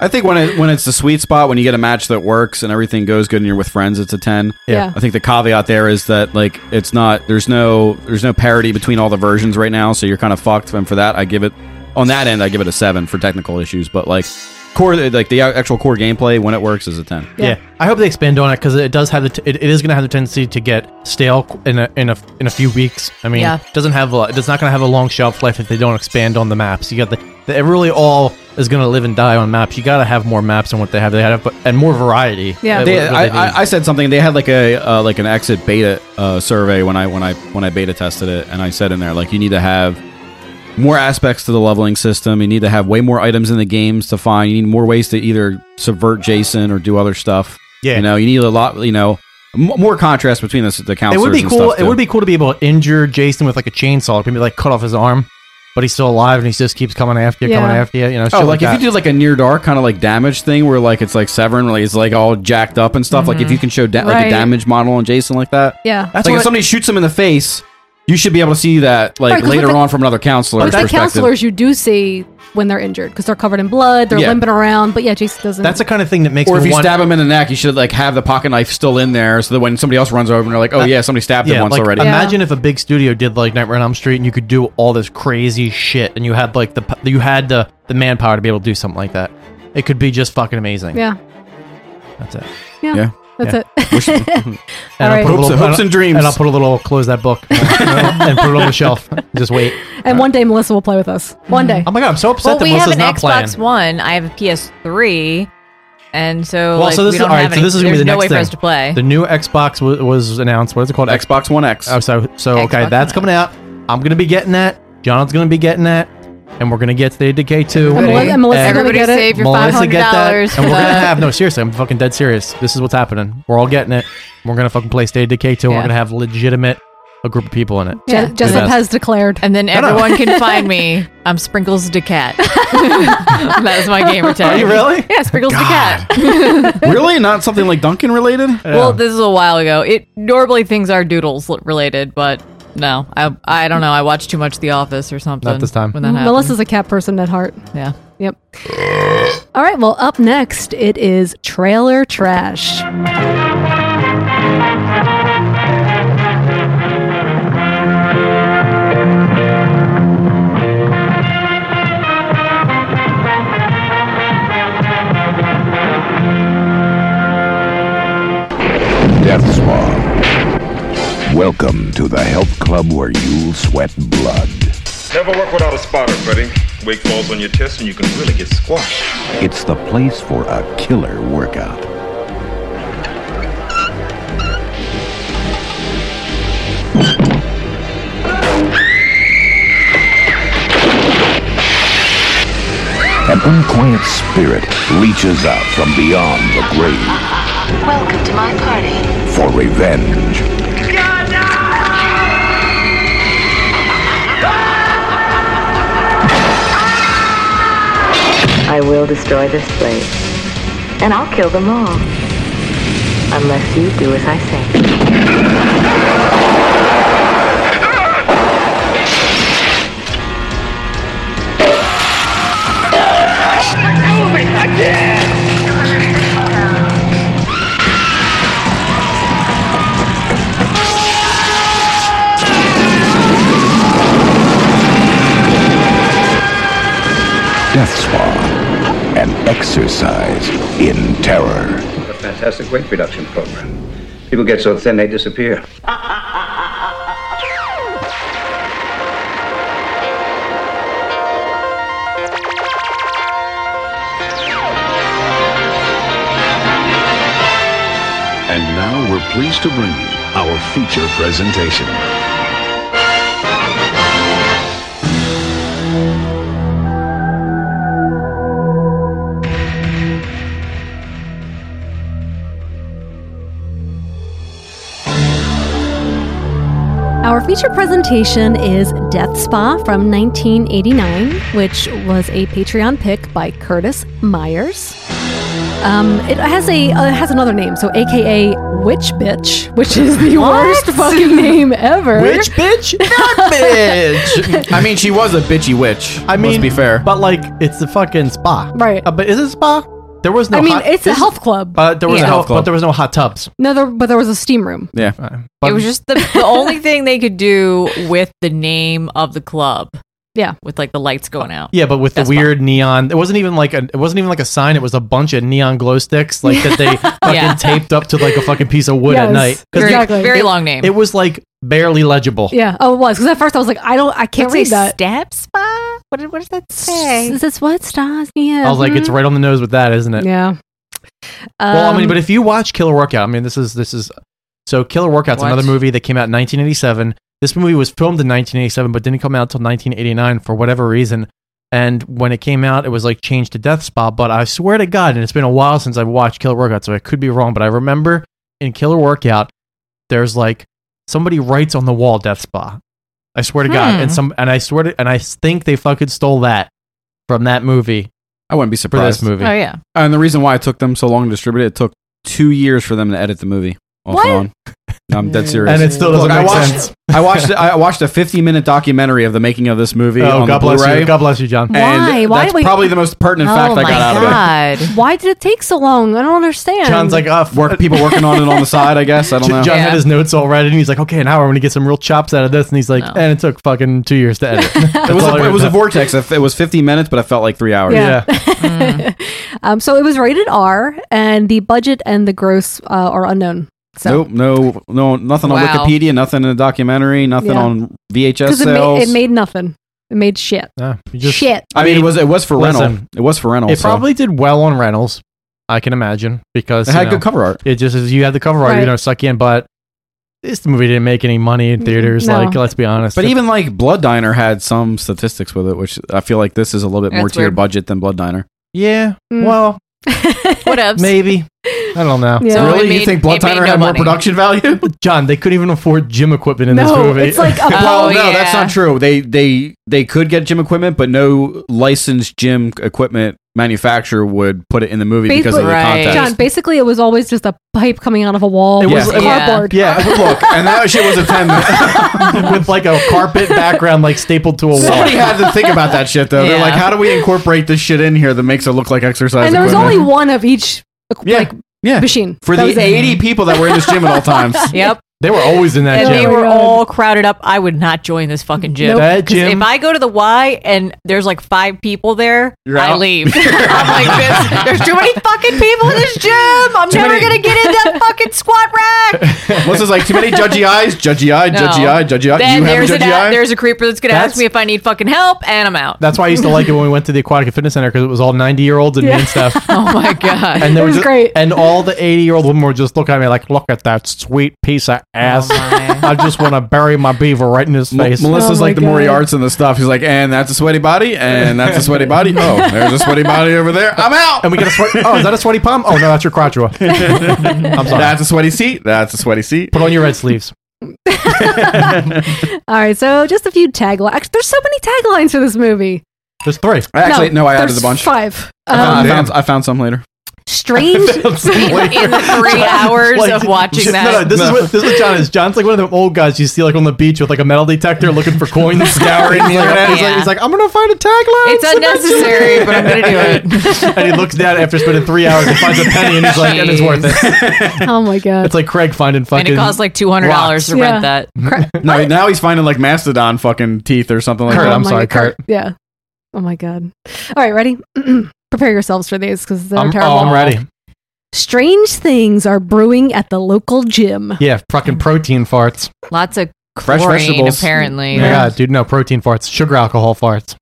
[SPEAKER 11] I think when it when it's the sweet spot, when you get a match that works and everything goes good, and you're with friends, it's a ten.
[SPEAKER 10] Yeah.
[SPEAKER 11] I think the caveat there is that like it's not there's no there's no parity between all the versions right now, so you're kind of fucked. And for that, I give it on that end, I give it a seven for technical issues, but like core like the actual core gameplay when it works is a ten.
[SPEAKER 10] Yeah. I hope they expand on it because it does have the t- it, it is going to have the tendency to get stale in a in a in a few weeks. I mean,
[SPEAKER 11] Yeah.
[SPEAKER 10] it doesn't have a, it's not going to have a long shelf life if they don't expand on the maps. You got the, the it really all is going to live and die on maps. You got to have more maps than what they have. They have and more variety. uh,
[SPEAKER 11] They-
[SPEAKER 10] what- what
[SPEAKER 11] I,
[SPEAKER 10] they do.
[SPEAKER 11] I, I said something. They had like a uh, like an exit beta uh, survey when I when I when I beta tested it, and I said in there like you need to have more aspects to the leveling system. You need to have way more items in the games to find. You need more ways to either subvert Jason or do other stuff.
[SPEAKER 10] Yeah.
[SPEAKER 11] you know, you need a lot. You know, m- more contrast between the the
[SPEAKER 10] it
[SPEAKER 11] counselors.
[SPEAKER 10] would be
[SPEAKER 11] and
[SPEAKER 10] cool.
[SPEAKER 11] stuff,
[SPEAKER 10] It would
[SPEAKER 11] too.
[SPEAKER 10] be cool to be able to injure Jason with like a chainsaw. Maybe like cut off his arm, but he's still alive and he just keeps coming after you, coming
[SPEAKER 11] Yeah.
[SPEAKER 10] after you. You know, shit
[SPEAKER 11] Oh, like,
[SPEAKER 10] that.
[SPEAKER 11] if you do like a near dark kind of like damage thing where like it's like Severin, like it's like all jacked up and stuff. Like if you can show da- like
[SPEAKER 2] Right.
[SPEAKER 11] a damage model on Jason like that,
[SPEAKER 2] Yeah.
[SPEAKER 11] That's like if somebody shoots him in the face, you should be able to see that like
[SPEAKER 2] Right, 'cause
[SPEAKER 11] later
[SPEAKER 2] with the-
[SPEAKER 11] on from another counselor's
[SPEAKER 2] But the
[SPEAKER 11] perspective.
[SPEAKER 2] counselors you do see when they're injured because they're covered in blood, they're
[SPEAKER 11] Yeah.
[SPEAKER 2] limping around. But yeah, Jason doesn't.
[SPEAKER 10] That's the kind of thing that makes
[SPEAKER 11] or if
[SPEAKER 10] me
[SPEAKER 11] you
[SPEAKER 10] want-
[SPEAKER 11] stab him in the neck, you should like have the pocket knife still in there, so that when somebody else runs over and they're like, "Oh yeah, somebody stabbed him once
[SPEAKER 10] like,
[SPEAKER 11] already."
[SPEAKER 10] Imagine if a big studio did like Nightmare on Elm Street, and you could do all this crazy shit, and you had like the p- you had the the manpower to be able to do something like that. It could be just fucking amazing.
[SPEAKER 2] yeah,
[SPEAKER 10] that's it.
[SPEAKER 2] yeah,
[SPEAKER 11] Yeah.
[SPEAKER 2] that's
[SPEAKER 10] Yeah.
[SPEAKER 2] it. All
[SPEAKER 10] And I'll
[SPEAKER 2] right.
[SPEAKER 10] put a
[SPEAKER 2] Hopes-
[SPEAKER 10] little-
[SPEAKER 11] hopes and dreams.
[SPEAKER 10] And I'll put a little close that book and put it on the shelf. Just wait.
[SPEAKER 2] and one day Melissa will play with us. One day.
[SPEAKER 10] Oh my god, I'm so upset
[SPEAKER 7] Well,
[SPEAKER 10] that
[SPEAKER 7] we have
[SPEAKER 10] Melissa's
[SPEAKER 7] an
[SPEAKER 10] not playing.
[SPEAKER 7] Xbox One. I have a PS3, and so
[SPEAKER 10] Well,
[SPEAKER 7] like,
[SPEAKER 10] so this
[SPEAKER 7] we
[SPEAKER 10] is
[SPEAKER 7] don't
[SPEAKER 10] all right.
[SPEAKER 7] have
[SPEAKER 10] So
[SPEAKER 7] any-
[SPEAKER 10] this is gonna be the
[SPEAKER 7] there's no
[SPEAKER 10] next
[SPEAKER 7] way
[SPEAKER 10] thing.
[SPEAKER 7] for us to play.
[SPEAKER 10] The new Xbox w- was announced. What is it called?
[SPEAKER 11] Xbox One X.
[SPEAKER 10] Oh, so so okay,
[SPEAKER 7] Xbox
[SPEAKER 10] that's coming out. I'm gonna be getting that. John's gonna be getting that, and we're gonna get State of Decay too.
[SPEAKER 2] And Melissa- and Melissa gonna Everybody get it?
[SPEAKER 7] save your
[SPEAKER 10] Melissa, get
[SPEAKER 7] $500
[SPEAKER 10] that, And we're
[SPEAKER 7] for
[SPEAKER 10] gonna
[SPEAKER 7] the-
[SPEAKER 10] have no. Seriously, I'm fucking dead serious. This is what's happening. We're all getting it. We're gonna fucking play State of Decay too. and
[SPEAKER 7] Yeah.
[SPEAKER 10] We're gonna have legitimate a group of people in it.
[SPEAKER 2] Je- Jessup
[SPEAKER 10] Yes.
[SPEAKER 2] has declared,
[SPEAKER 7] and then
[SPEAKER 10] No, no.
[SPEAKER 7] everyone can find me. I'm Sprinkles the Cat. that is my gamer tag.
[SPEAKER 11] Are you really?
[SPEAKER 7] Yeah, Sprinkles the Cat.
[SPEAKER 11] really, not something like Duncan related.
[SPEAKER 7] Well, this is a while ago. It normally things are doodles l- related, but no, I I don't know. I watched too much The Office or something.
[SPEAKER 10] this time.
[SPEAKER 7] When that happened.
[SPEAKER 2] Mm, Melissa's a cat person at heart.
[SPEAKER 7] Yeah.
[SPEAKER 2] Yep. All right. Well, up next it is trailer trash.
[SPEAKER 12] Death Swan. Welcome to the Help Club where you'll sweat blood.
[SPEAKER 14] Never work without a spotter, Freddy. Weight falls on your chest and you can really get squashed.
[SPEAKER 12] It's the place for a killer workout. An unquiet spirit reaches out from beyond the grave
[SPEAKER 3] Welcome to my party.
[SPEAKER 12] for revenge.
[SPEAKER 3] I will destroy this place. And I'll kill them all. Unless you do as I say.
[SPEAKER 12] Death Spa, an exercise in terror.
[SPEAKER 15] A fantastic weight reduction program. People get so thin they disappear.
[SPEAKER 16] And now we're pleased to bring you our feature presentation.
[SPEAKER 2] Our feature presentation is Death Spa from 1989, which was a Patreon pick by Curtis Myers. Um, it has a uh, it has another name, so AKA Witch Bitch, which is the
[SPEAKER 10] What?
[SPEAKER 2] worst fucking name ever.
[SPEAKER 10] Witch
[SPEAKER 2] Bitch,
[SPEAKER 10] bitch.
[SPEAKER 11] I mean, she was a bitchy witch.
[SPEAKER 10] I mean,
[SPEAKER 11] let's be fair.
[SPEAKER 10] But like, it's the fucking spa,
[SPEAKER 2] right?
[SPEAKER 10] Uh, but is it a spa? There was no.
[SPEAKER 2] I mean,
[SPEAKER 10] hot-
[SPEAKER 2] it's a
[SPEAKER 10] this-
[SPEAKER 2] health club.
[SPEAKER 10] But there was
[SPEAKER 7] Yeah.
[SPEAKER 10] no,
[SPEAKER 7] Health club.
[SPEAKER 10] but there was no hot tubs. Uh,
[SPEAKER 2] No, there, but there was a steam room.
[SPEAKER 11] Yeah,
[SPEAKER 7] it was just the, the only thing they could do with the name of the club.
[SPEAKER 2] Yeah.
[SPEAKER 7] With like the lights going out.
[SPEAKER 10] Yeah, but with the weird neon, it wasn't even like a, it wasn't even like a sign. It was a bunch of neon glow sticks, like that they fucking
[SPEAKER 7] Yeah.
[SPEAKER 10] taped up to like a fucking piece of wood
[SPEAKER 2] Yes,
[SPEAKER 10] at night. 'Cause
[SPEAKER 7] Very-
[SPEAKER 10] it-
[SPEAKER 7] very
[SPEAKER 10] it-
[SPEAKER 7] long name.
[SPEAKER 10] It was like barely legible.
[SPEAKER 2] Yeah. Oh, it was because at first I was like, I don't, I can't
[SPEAKER 7] What's
[SPEAKER 2] read
[SPEAKER 7] a
[SPEAKER 2] that.
[SPEAKER 7] Step spa. What, did- what does that say?
[SPEAKER 2] Is this what stars? Yeah.
[SPEAKER 10] I was like, it's right on the nose with that, isn't it?
[SPEAKER 2] Yeah.
[SPEAKER 10] Well, I mean,
[SPEAKER 2] Um,
[SPEAKER 10] but if you watch Killer Workout, I mean, this is this is so Killer Workout's
[SPEAKER 2] What?
[SPEAKER 10] another movie that came out in 1987. This movie was filmed in 1987, but didn't come out until 1989 for whatever reason. And when it came out, it was like changed to Death Spa. But I swear to God, and it's been a while since I've watched Killer Workout, so I could be wrong. But I remember in Killer Workout, there's like somebody writes on the wall Death Spa. I swear to God,
[SPEAKER 11] Hmm.
[SPEAKER 10] and some, and I swear to, and I think they fucking stole that from that movie.
[SPEAKER 11] I wouldn't be
[SPEAKER 10] for
[SPEAKER 11] surprised.
[SPEAKER 10] this
[SPEAKER 2] Oh,
[SPEAKER 10] movie.
[SPEAKER 11] And the reason why it took them so long to distribute it, it took two years for them to edit the movie. Off
[SPEAKER 10] What?
[SPEAKER 11] And on. No, I'm dead serious.
[SPEAKER 10] And it still doesn't
[SPEAKER 11] I
[SPEAKER 10] make
[SPEAKER 11] watched,
[SPEAKER 10] sense.
[SPEAKER 11] I watched. I watched a 50 minute documentary of the making of this movie.
[SPEAKER 10] Oh,
[SPEAKER 11] on
[SPEAKER 10] God
[SPEAKER 11] the
[SPEAKER 10] bless you.
[SPEAKER 11] Blu-ray.
[SPEAKER 10] God bless you, John.
[SPEAKER 11] And
[SPEAKER 2] Um, Why? Why
[SPEAKER 11] That's
[SPEAKER 2] wait-
[SPEAKER 11] probably the most pertinent
[SPEAKER 2] Oh
[SPEAKER 11] fact I
[SPEAKER 2] my
[SPEAKER 11] got out of it. "Ah,
[SPEAKER 2] Why did it take so long? I don't understand.
[SPEAKER 11] work people working on it on the side. I guess I don't know.
[SPEAKER 10] "Oh, John had his notes all ready, and he's like, "Okay, an hour. I'm gonna get some real chops out of this." And he's like, "And it took fucking two years to edit." That's
[SPEAKER 11] it was,
[SPEAKER 10] all I
[SPEAKER 11] a, it was a
[SPEAKER 10] remember.
[SPEAKER 11] vortex. It was 15 minutes, but I felt like three hours.
[SPEAKER 2] Yeah. Um, so it was rated R, and the budget and the gross uh, are unknown. So.
[SPEAKER 11] Nope, no, no, nothing on
[SPEAKER 2] Wow.
[SPEAKER 11] Wikipedia, nothing in a documentary, nothing
[SPEAKER 2] Yeah.
[SPEAKER 11] on VHS
[SPEAKER 2] Because it, ma-
[SPEAKER 11] sales.
[SPEAKER 2] it made nothing. It made shit. shit.
[SPEAKER 11] I mean, it was it was for rental.
[SPEAKER 10] Listen,
[SPEAKER 11] It was for rental.
[SPEAKER 10] It
[SPEAKER 11] so.
[SPEAKER 10] probably did well on rentals, I can imagine, because
[SPEAKER 11] It
[SPEAKER 10] you
[SPEAKER 11] had
[SPEAKER 10] know,
[SPEAKER 11] good cover art.
[SPEAKER 10] It just is you had the cover art,
[SPEAKER 11] Right.
[SPEAKER 10] you know, suck in, but this movie didn't make any money in theaters.
[SPEAKER 11] No.
[SPEAKER 10] Like, let's be honest.
[SPEAKER 11] But even like Blood Diner had some statistics with it, which I feel like this is a little bit
[SPEAKER 10] That's
[SPEAKER 11] more to your
[SPEAKER 10] weird.
[SPEAKER 11] budget than Blood Diner.
[SPEAKER 10] yeah, well,
[SPEAKER 7] Hmm. what else?
[SPEAKER 10] Maybe. I don't know.
[SPEAKER 11] Yeah. So it made- it made no money.
[SPEAKER 10] value? John, they couldn't even afford gym equipment in this movie.
[SPEAKER 11] well, no, that's not true. They they they could get gym equipment, but no licensed gym equipment manufacturer would put it in the movie because of the context.
[SPEAKER 2] John, basically, it was always just a pipe coming out of a wall. It
[SPEAKER 11] It was-
[SPEAKER 2] was
[SPEAKER 11] it was-
[SPEAKER 2] cardboard.
[SPEAKER 11] Yeah, look, and that shit was a ten
[SPEAKER 10] with like a carpet background, like stapled to a wall.
[SPEAKER 11] Somebody had to think about that shit though. They're
[SPEAKER 10] Yeah.
[SPEAKER 11] like, how do we incorporate this shit in here that makes it look like exercise?
[SPEAKER 2] and there was
[SPEAKER 11] equipment?
[SPEAKER 2] only one of each like,
[SPEAKER 11] yeah.
[SPEAKER 2] machine.
[SPEAKER 11] for
[SPEAKER 2] That
[SPEAKER 11] the
[SPEAKER 2] was it.
[SPEAKER 11] eighty people that were in this gym at all times.
[SPEAKER 7] Yep.
[SPEAKER 10] They were always in
[SPEAKER 7] and they were all crowded up. I would not join this fucking gym.
[SPEAKER 10] Nope. That
[SPEAKER 7] 'Cause
[SPEAKER 10] gym-
[SPEAKER 7] If I go to the Y and there's like five people there,
[SPEAKER 10] You're
[SPEAKER 7] I
[SPEAKER 10] out.
[SPEAKER 7] leave. I'm like this. There's too many fucking people in this gym. I'm
[SPEAKER 10] Too
[SPEAKER 7] never
[SPEAKER 10] many-
[SPEAKER 7] gonna get in that fucking squat rack.
[SPEAKER 11] Melissa's like, too many judgy eyes, judgy eye, judgy
[SPEAKER 7] No.
[SPEAKER 11] eye, judgy eye.
[SPEAKER 7] Then
[SPEAKER 11] you have
[SPEAKER 7] there's,
[SPEAKER 11] a
[SPEAKER 7] an
[SPEAKER 11] judgy
[SPEAKER 7] a-
[SPEAKER 11] eye?
[SPEAKER 7] there's a creeper that's going to ask
[SPEAKER 10] That's-
[SPEAKER 7] me if I need fucking help, and I'm out.
[SPEAKER 10] That's why I used to like it when we went to the aquatic fitness center because it was all 90 year olds and me and stuff.
[SPEAKER 7] oh my god.
[SPEAKER 10] And there was great. And all the 80 year old women were just looking at me like, look at that sweet piece
[SPEAKER 7] Oh,
[SPEAKER 10] of ass. I just want to bury my beaver right in his
[SPEAKER 11] Mel-
[SPEAKER 10] face.
[SPEAKER 11] Melissa's like the Moriarts and the stuff. He's like, and that's a sweaty body, and that's a sweaty body. Oh, there's a sweaty body over there. I'm out.
[SPEAKER 10] And we get a sweat. Oh, is that a sweaty palm? Oh, no, that's your crotula. I'm sorry.
[SPEAKER 11] That's a sweaty seat. That's a sweaty seat.
[SPEAKER 10] Put on your red sleeves.
[SPEAKER 2] All right, so just a few taglines. There's so many taglines for this movie.
[SPEAKER 10] There's three.
[SPEAKER 11] Actually, no, I added
[SPEAKER 2] there's
[SPEAKER 11] a bunch.
[SPEAKER 2] Five.
[SPEAKER 11] I found-
[SPEAKER 2] Um,
[SPEAKER 11] I, found, I found some later.
[SPEAKER 2] strange.
[SPEAKER 7] in the three hours of watching that.
[SPEAKER 10] No, no, this is what this is what John is. John's like one of the old guys you see like on the beach with like a metal detector looking for coins,
[SPEAKER 11] Scouring the
[SPEAKER 10] He's like-
[SPEAKER 11] internet.
[SPEAKER 10] He's, like, he's like, I'm gonna find a tagline.
[SPEAKER 7] It's unnecessary, but I'm gonna do it.
[SPEAKER 10] and he looks down after spending three hours and finds a penny, and he's like, and it's worth it.
[SPEAKER 2] oh my god.
[SPEAKER 10] It's like Craig finding fucking.
[SPEAKER 7] And it costs like two hundred dollars to rent that.
[SPEAKER 11] Mm-hmm. No, now he's finding like mastodon fucking teeth or something like
[SPEAKER 10] Kurt,
[SPEAKER 11] that.
[SPEAKER 10] I'm Oh my sorry, God, Kurt.
[SPEAKER 2] Yeah. Oh my god. All right, ready? Prepare yourselves for these because they're
[SPEAKER 10] I'm,
[SPEAKER 2] terrible.
[SPEAKER 10] oh, I'm ready.
[SPEAKER 2] Strange things are brewing at the local gym.
[SPEAKER 10] Yeah, fucking protein farts.
[SPEAKER 7] Lots of
[SPEAKER 10] Fresh
[SPEAKER 7] chlorine,
[SPEAKER 10] vegetables.
[SPEAKER 7] apparently.
[SPEAKER 10] Yeah, dude, no protein farts. Sugar alcohol farts.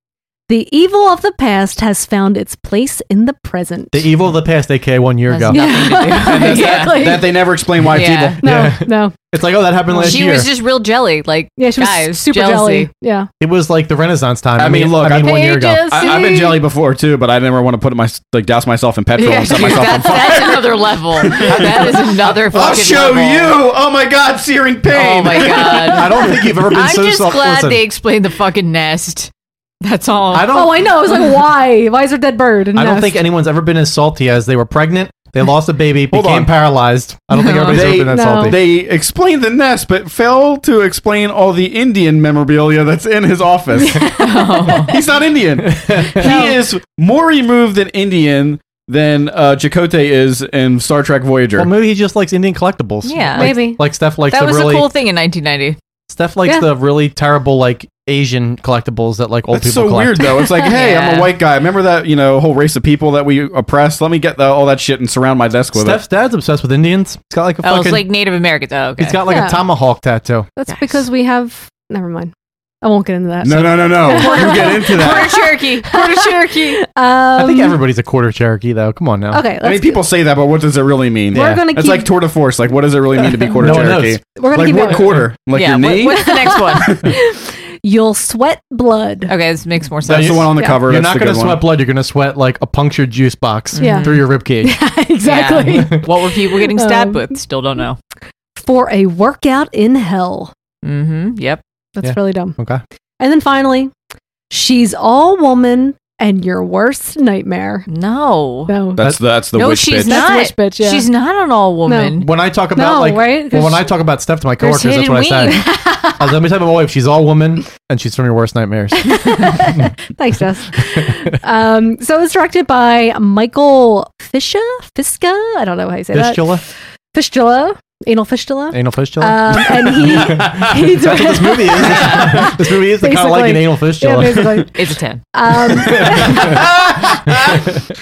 [SPEAKER 2] The evil of the past has found its place in the present.
[SPEAKER 10] The evil of the past, aka one year ago.
[SPEAKER 11] That's-
[SPEAKER 2] exactly.
[SPEAKER 11] that, that they never explain why it's
[SPEAKER 7] Yeah.
[SPEAKER 11] evil.
[SPEAKER 2] No, no.
[SPEAKER 10] It's like, oh, that happened last
[SPEAKER 7] she
[SPEAKER 10] year.
[SPEAKER 7] was just real jelly. Like
[SPEAKER 2] yeah, she was
[SPEAKER 7] guys,
[SPEAKER 2] super
[SPEAKER 7] jealousy.
[SPEAKER 2] jelly. Yeah.
[SPEAKER 10] it was like the Renaissance time.
[SPEAKER 11] I mean, look,
[SPEAKER 10] I mean, one year ago.
[SPEAKER 11] I, I've been jelly before too, but I never want to put my like douse myself in petrol
[SPEAKER 7] Yeah,
[SPEAKER 11] and set
[SPEAKER 7] dude,
[SPEAKER 11] myself on
[SPEAKER 7] that's,
[SPEAKER 11] fire.
[SPEAKER 7] that's another level. That is another fucking
[SPEAKER 11] I'll show
[SPEAKER 7] level.
[SPEAKER 11] you. Oh my god, searing pain.
[SPEAKER 7] Oh my god.
[SPEAKER 10] I don't think you've ever been
[SPEAKER 7] I'm
[SPEAKER 10] so
[SPEAKER 7] just
[SPEAKER 10] self-
[SPEAKER 7] glad
[SPEAKER 10] listen.
[SPEAKER 7] they explained the fucking nest. That's all.
[SPEAKER 10] I don't-
[SPEAKER 2] Oh, I know. It was like, why? Why is there dead bird? in
[SPEAKER 10] I don't
[SPEAKER 2] nest?
[SPEAKER 10] think anyone's ever been as salty as they were pregnant. They lost a baby,
[SPEAKER 11] Hold
[SPEAKER 10] became
[SPEAKER 11] on.
[SPEAKER 10] paralyzed. I don't think everybody's
[SPEAKER 11] They-
[SPEAKER 10] ever been that salty.
[SPEAKER 11] They explained the nest, but fail to explain all the Indian memorabilia that's in his office.
[SPEAKER 13] Oh.
[SPEAKER 11] He's not Indian. He is more removed than Indian than uh, Chakotay is in Star Trek Voyager.
[SPEAKER 10] well, maybe he just likes Indian collectibles.
[SPEAKER 7] Yeah,
[SPEAKER 10] Like-
[SPEAKER 7] maybe.
[SPEAKER 10] Like Steph likes
[SPEAKER 7] that
[SPEAKER 10] the
[SPEAKER 7] was
[SPEAKER 10] really
[SPEAKER 7] a cool thing in 1990.
[SPEAKER 10] Steph likes
[SPEAKER 7] Yeah. Oh,
[SPEAKER 10] the really terrible like Asian collectibles that like old
[SPEAKER 11] That's
[SPEAKER 10] people
[SPEAKER 11] so
[SPEAKER 10] collect.
[SPEAKER 11] weird, though. It's like, hey, I'm
[SPEAKER 7] Yeah.
[SPEAKER 11] a white guy. Remember that you know whole race of people that we oppressed? Let me get the, all that shit and surround my desk with
[SPEAKER 10] Steph's dad's obsessed with Indians. He's got like
[SPEAKER 7] Oh,
[SPEAKER 10] a fucking.
[SPEAKER 7] it's like Native Americans. Oh, okay.
[SPEAKER 10] he's got like
[SPEAKER 2] Yeah.
[SPEAKER 10] a tomahawk tattoo.
[SPEAKER 2] That's because we have. Never mind. I won't get into that.
[SPEAKER 11] it. No, no, no, no. you get into that.
[SPEAKER 7] Quarter Cherokee. Quarter Cherokee.
[SPEAKER 2] Um,
[SPEAKER 10] I think everybody's a quarter Cherokee, though. Come on now.
[SPEAKER 2] Okay,
[SPEAKER 11] I mean,
[SPEAKER 2] let's-
[SPEAKER 11] people say that, but what does it really mean?
[SPEAKER 2] We're Yeah. gonna
[SPEAKER 11] it's
[SPEAKER 2] keep-
[SPEAKER 11] like tour de force. Like, what does it really mean to be quarter
[SPEAKER 10] No one
[SPEAKER 11] Cherokee?
[SPEAKER 10] knows.
[SPEAKER 2] We're gonna
[SPEAKER 11] like
[SPEAKER 2] keep
[SPEAKER 11] what
[SPEAKER 2] going.
[SPEAKER 11] quarter? Like
[SPEAKER 7] yeah.
[SPEAKER 11] your
[SPEAKER 7] what-
[SPEAKER 11] knee?
[SPEAKER 7] what's the next one?
[SPEAKER 2] You'll sweat blood.
[SPEAKER 7] Okay, this makes more sense.
[SPEAKER 11] That's the one on the
[SPEAKER 2] Yeah.
[SPEAKER 11] cover.
[SPEAKER 10] You're
[SPEAKER 11] That's
[SPEAKER 10] not
[SPEAKER 11] the
[SPEAKER 10] going to
[SPEAKER 11] good
[SPEAKER 10] sweat
[SPEAKER 11] one.
[SPEAKER 10] blood. You're going to sweat like a punctured juice box
[SPEAKER 2] Yeah.
[SPEAKER 10] through your ribcage.
[SPEAKER 2] exactly.
[SPEAKER 7] Yeah. what were people getting stabbed
[SPEAKER 2] Um,
[SPEAKER 7] with? Still don't know.
[SPEAKER 2] For a workout in hell.
[SPEAKER 7] Mm-hmm. Yep.
[SPEAKER 2] That's
[SPEAKER 10] Yeah.
[SPEAKER 2] really dumb.
[SPEAKER 10] Okay.
[SPEAKER 2] And then finally, she's all woman and your worst nightmare.
[SPEAKER 7] No.
[SPEAKER 2] No.
[SPEAKER 11] That's that's the
[SPEAKER 7] no,
[SPEAKER 11] wish
[SPEAKER 7] she's
[SPEAKER 11] bitch.
[SPEAKER 7] not.
[SPEAKER 2] That's the witch bitch, yeah.
[SPEAKER 7] She's not an all woman.
[SPEAKER 10] When I talk about
[SPEAKER 2] No,
[SPEAKER 10] like,
[SPEAKER 2] right? 'Cause
[SPEAKER 10] well, when I talk about Steph to my
[SPEAKER 7] there's
[SPEAKER 10] coworkers, that's what I
[SPEAKER 7] hidden
[SPEAKER 10] say. I was like, let me tell my wife, she's all woman and she's from your worst nightmares.
[SPEAKER 2] Thanks, Jess. um, so it's directed by Michael Fisher, Fiska. I don't know how you say
[SPEAKER 10] Fistula,
[SPEAKER 2] that. Fistula, anal fistula.
[SPEAKER 10] anal fistula.
[SPEAKER 2] Um, and he, he
[SPEAKER 10] that's what this movie is. this movie is the kind of like an
[SPEAKER 2] Basically.
[SPEAKER 10] anal
[SPEAKER 2] yeah,
[SPEAKER 10] fistula.
[SPEAKER 2] basically.
[SPEAKER 7] It's a ten.
[SPEAKER 2] Um,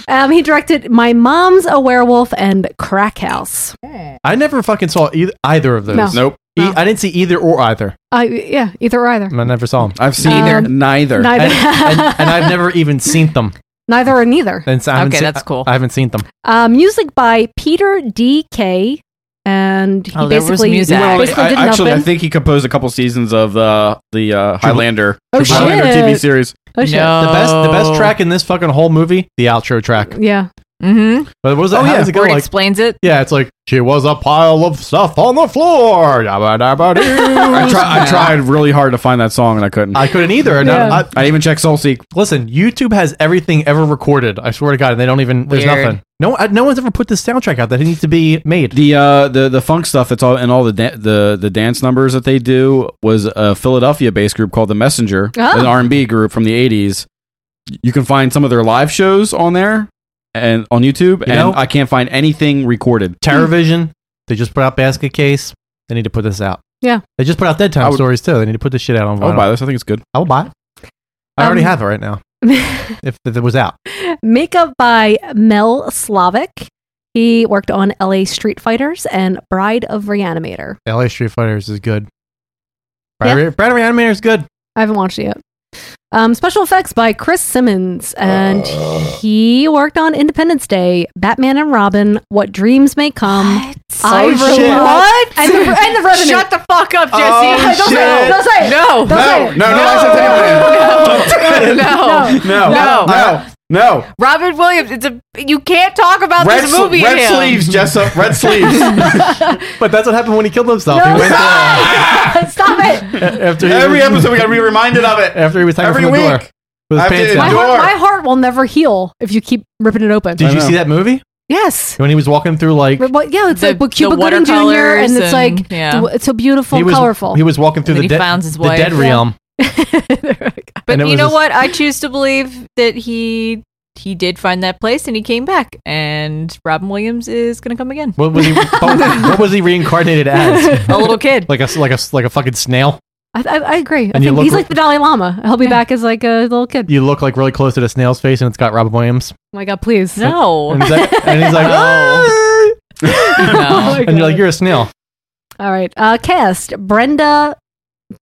[SPEAKER 2] um, he directed My Mom's a Werewolf and Crack House.
[SPEAKER 10] I never fucking saw either, either of those.
[SPEAKER 2] No.
[SPEAKER 11] Nope.
[SPEAKER 10] E- I didn't see either or either.
[SPEAKER 2] Uh, yeah, either or either.
[SPEAKER 10] I never saw them.
[SPEAKER 11] I've seen neither. neither.
[SPEAKER 2] Neither,
[SPEAKER 10] And, and, and I've never even seen them.
[SPEAKER 2] neither or neither.
[SPEAKER 10] And so I haven't
[SPEAKER 7] Okay,
[SPEAKER 10] seen-
[SPEAKER 7] that's cool.
[SPEAKER 10] I, I haven't seen them.
[SPEAKER 2] Uh, music by Peter D.K. And he
[SPEAKER 7] Oh, there was
[SPEAKER 2] basically,
[SPEAKER 7] music.
[SPEAKER 2] basically
[SPEAKER 7] Well,
[SPEAKER 2] did
[SPEAKER 11] I,
[SPEAKER 2] nothing.
[SPEAKER 11] actually, I think he composed a couple seasons of the the uh, Highlander,
[SPEAKER 2] Oh, shit.
[SPEAKER 11] Highlander TV series.
[SPEAKER 2] oh, shit.
[SPEAKER 7] No.
[SPEAKER 10] The best, the best track in this fucking whole movie, the outro track.
[SPEAKER 2] Yeah.
[SPEAKER 7] Mm-hmm.
[SPEAKER 10] But what was that?
[SPEAKER 11] Oh,
[SPEAKER 10] how
[SPEAKER 11] yeah.
[SPEAKER 10] does it go?
[SPEAKER 7] Word
[SPEAKER 10] Like,
[SPEAKER 7] explains it.
[SPEAKER 10] yeah, it's like she was a pile of stuff on the floor. Yabba dabba doo.
[SPEAKER 11] I, try, I tried really hard to find that song and I couldn't. I,
[SPEAKER 10] I couldn't either. And
[SPEAKER 2] Yeah.
[SPEAKER 10] I, I,
[SPEAKER 11] even checked Soulseek.
[SPEAKER 10] listen, YouTube has everything ever recorded. I swear to God, and they don't even. There's
[SPEAKER 7] Weird.
[SPEAKER 10] nothing. No, I, no one's ever put this soundtrack out that it needs to be made.
[SPEAKER 11] The uh the the funk stuff that's all and all the da- the the dance numbers that they do was a Philadelphia based group called the Messenger,
[SPEAKER 2] Oh.
[SPEAKER 11] an R and B group from the eighties. You can find some of their live shows on there and on YouTube, and
[SPEAKER 10] know-
[SPEAKER 11] I can't find anything recorded.
[SPEAKER 10] Terrorvision, they just put out Basket Case. They need to put this out.
[SPEAKER 2] Yeah.
[SPEAKER 10] They just put out Dead Time
[SPEAKER 11] I would-
[SPEAKER 10] Stories too. They need to put this shit out on
[SPEAKER 11] I would
[SPEAKER 10] vinyl.
[SPEAKER 11] buy this. I think it's good.
[SPEAKER 10] I will buy it. I already
[SPEAKER 2] Um,
[SPEAKER 10] have it right now. if, if it was out,
[SPEAKER 2] Makeup by Mel Slavic. He worked on LA Street Fighters and Bride of Reanimator.
[SPEAKER 10] LA Street Fighters is good.
[SPEAKER 2] Yeah.
[SPEAKER 10] Brad, Brad Reanimator is good.
[SPEAKER 2] I haven't watched it yet. Um, special effects by Chris Simmons, and
[SPEAKER 10] Uh.
[SPEAKER 2] he worked on Independence Day, Batman and Robin, What Dreams May Come. I
[SPEAKER 7] Oh,
[SPEAKER 2] Rule-
[SPEAKER 7] shit. What?
[SPEAKER 2] And the, and the revenue.
[SPEAKER 7] Shut the fuck up, Jesse.
[SPEAKER 2] Oh,
[SPEAKER 7] Don't say it.
[SPEAKER 2] shit.
[SPEAKER 7] Don't say it.
[SPEAKER 2] No.
[SPEAKER 7] Don't say it. No. No.
[SPEAKER 11] No.
[SPEAKER 7] No.
[SPEAKER 11] No. No.
[SPEAKER 7] Robin Williams. It's a. You can't talk
[SPEAKER 2] Oh,
[SPEAKER 7] about
[SPEAKER 11] Red,
[SPEAKER 7] this
[SPEAKER 11] sl-
[SPEAKER 7] movie.
[SPEAKER 11] red
[SPEAKER 7] to him.
[SPEAKER 11] sleeves, Jessup. Red sleeves.
[SPEAKER 10] but that's what happened when he killed himself. He went
[SPEAKER 2] Stop it.
[SPEAKER 10] after he
[SPEAKER 11] Every
[SPEAKER 10] was-
[SPEAKER 11] episode we got to be reminded of it.
[SPEAKER 10] After he was hanging
[SPEAKER 11] Every
[SPEAKER 10] from the door.
[SPEAKER 11] week.
[SPEAKER 10] With
[SPEAKER 11] I have
[SPEAKER 10] his
[SPEAKER 11] to
[SPEAKER 10] pants
[SPEAKER 2] My
[SPEAKER 10] down.
[SPEAKER 2] heart, my heart will never heal if you keep ripping it open.
[SPEAKER 10] Did you see that movie?
[SPEAKER 2] Yes.
[SPEAKER 10] When he was walking through like
[SPEAKER 2] But- but yeah, it's
[SPEAKER 7] The-
[SPEAKER 2] like with Cuba
[SPEAKER 7] the
[SPEAKER 2] Gooding Jr. and
[SPEAKER 7] watercolors
[SPEAKER 2] it's like
[SPEAKER 7] and- yeah.
[SPEAKER 2] the- it's so beautiful,
[SPEAKER 10] he was
[SPEAKER 2] colorful.
[SPEAKER 10] he was walking through
[SPEAKER 7] And
[SPEAKER 10] the,
[SPEAKER 7] then he
[SPEAKER 10] dead
[SPEAKER 7] founds his
[SPEAKER 10] the dead
[SPEAKER 7] wife.
[SPEAKER 10] realm.
[SPEAKER 7] But
[SPEAKER 10] And it
[SPEAKER 7] you
[SPEAKER 10] was
[SPEAKER 7] know
[SPEAKER 10] just-
[SPEAKER 7] what? I choose to believe that he he did find that place and he came back. And Robin Williams is gonna come again.
[SPEAKER 10] What was he? What, what was he reincarnated as?
[SPEAKER 7] a little kid.
[SPEAKER 10] Like a like a like a fucking snail.
[SPEAKER 2] I, I, I agree. I
[SPEAKER 10] And you
[SPEAKER 2] think
[SPEAKER 10] look
[SPEAKER 2] he's
[SPEAKER 10] re-
[SPEAKER 2] like the Dalai Lama. He'll be back as like a little kid.
[SPEAKER 10] You look like really close to the snail's face, and it's got Robin Williams.
[SPEAKER 2] Oh my god, please.
[SPEAKER 7] No.
[SPEAKER 10] And he's like, and he's like,
[SPEAKER 2] Oh
[SPEAKER 10] "Ah." and you're like, you're a snail.
[SPEAKER 2] All right. Uh, cast Brenda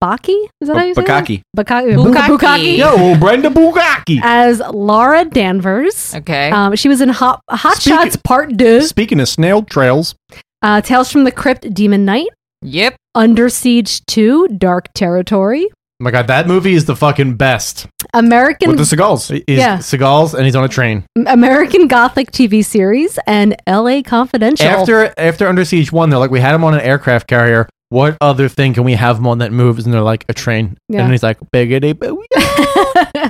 [SPEAKER 2] Baki. Is that how you say
[SPEAKER 10] Bukaki.
[SPEAKER 2] That? Bukaki. Bukaki. Bukaki.
[SPEAKER 10] Yo, Brenda Bukaki.
[SPEAKER 2] As Laura Danvers.
[SPEAKER 7] Okay.
[SPEAKER 2] Um, she was in Hot, Hot Shots Part 2,
[SPEAKER 10] Speaking of snail trails, Oh
[SPEAKER 2] uh, Tales from the Crypt Demon Knight,
[SPEAKER 7] Yep.
[SPEAKER 2] Under Siege 2, Dark Territory,
[SPEAKER 10] oh my god, that movie is the fucking best.
[SPEAKER 2] American
[SPEAKER 10] Seagulls. He's
[SPEAKER 2] Yeah.
[SPEAKER 10] Seagulls, and he's on a train.
[SPEAKER 2] American Gothic TV series, and LA Confidential.
[SPEAKER 10] After after Under Siege one, they're like, we had him on an aircraft carrier. What other thing can we have him on that moves? And they're like, a train.
[SPEAKER 2] Yeah.
[SPEAKER 10] And he's like, biggity boo.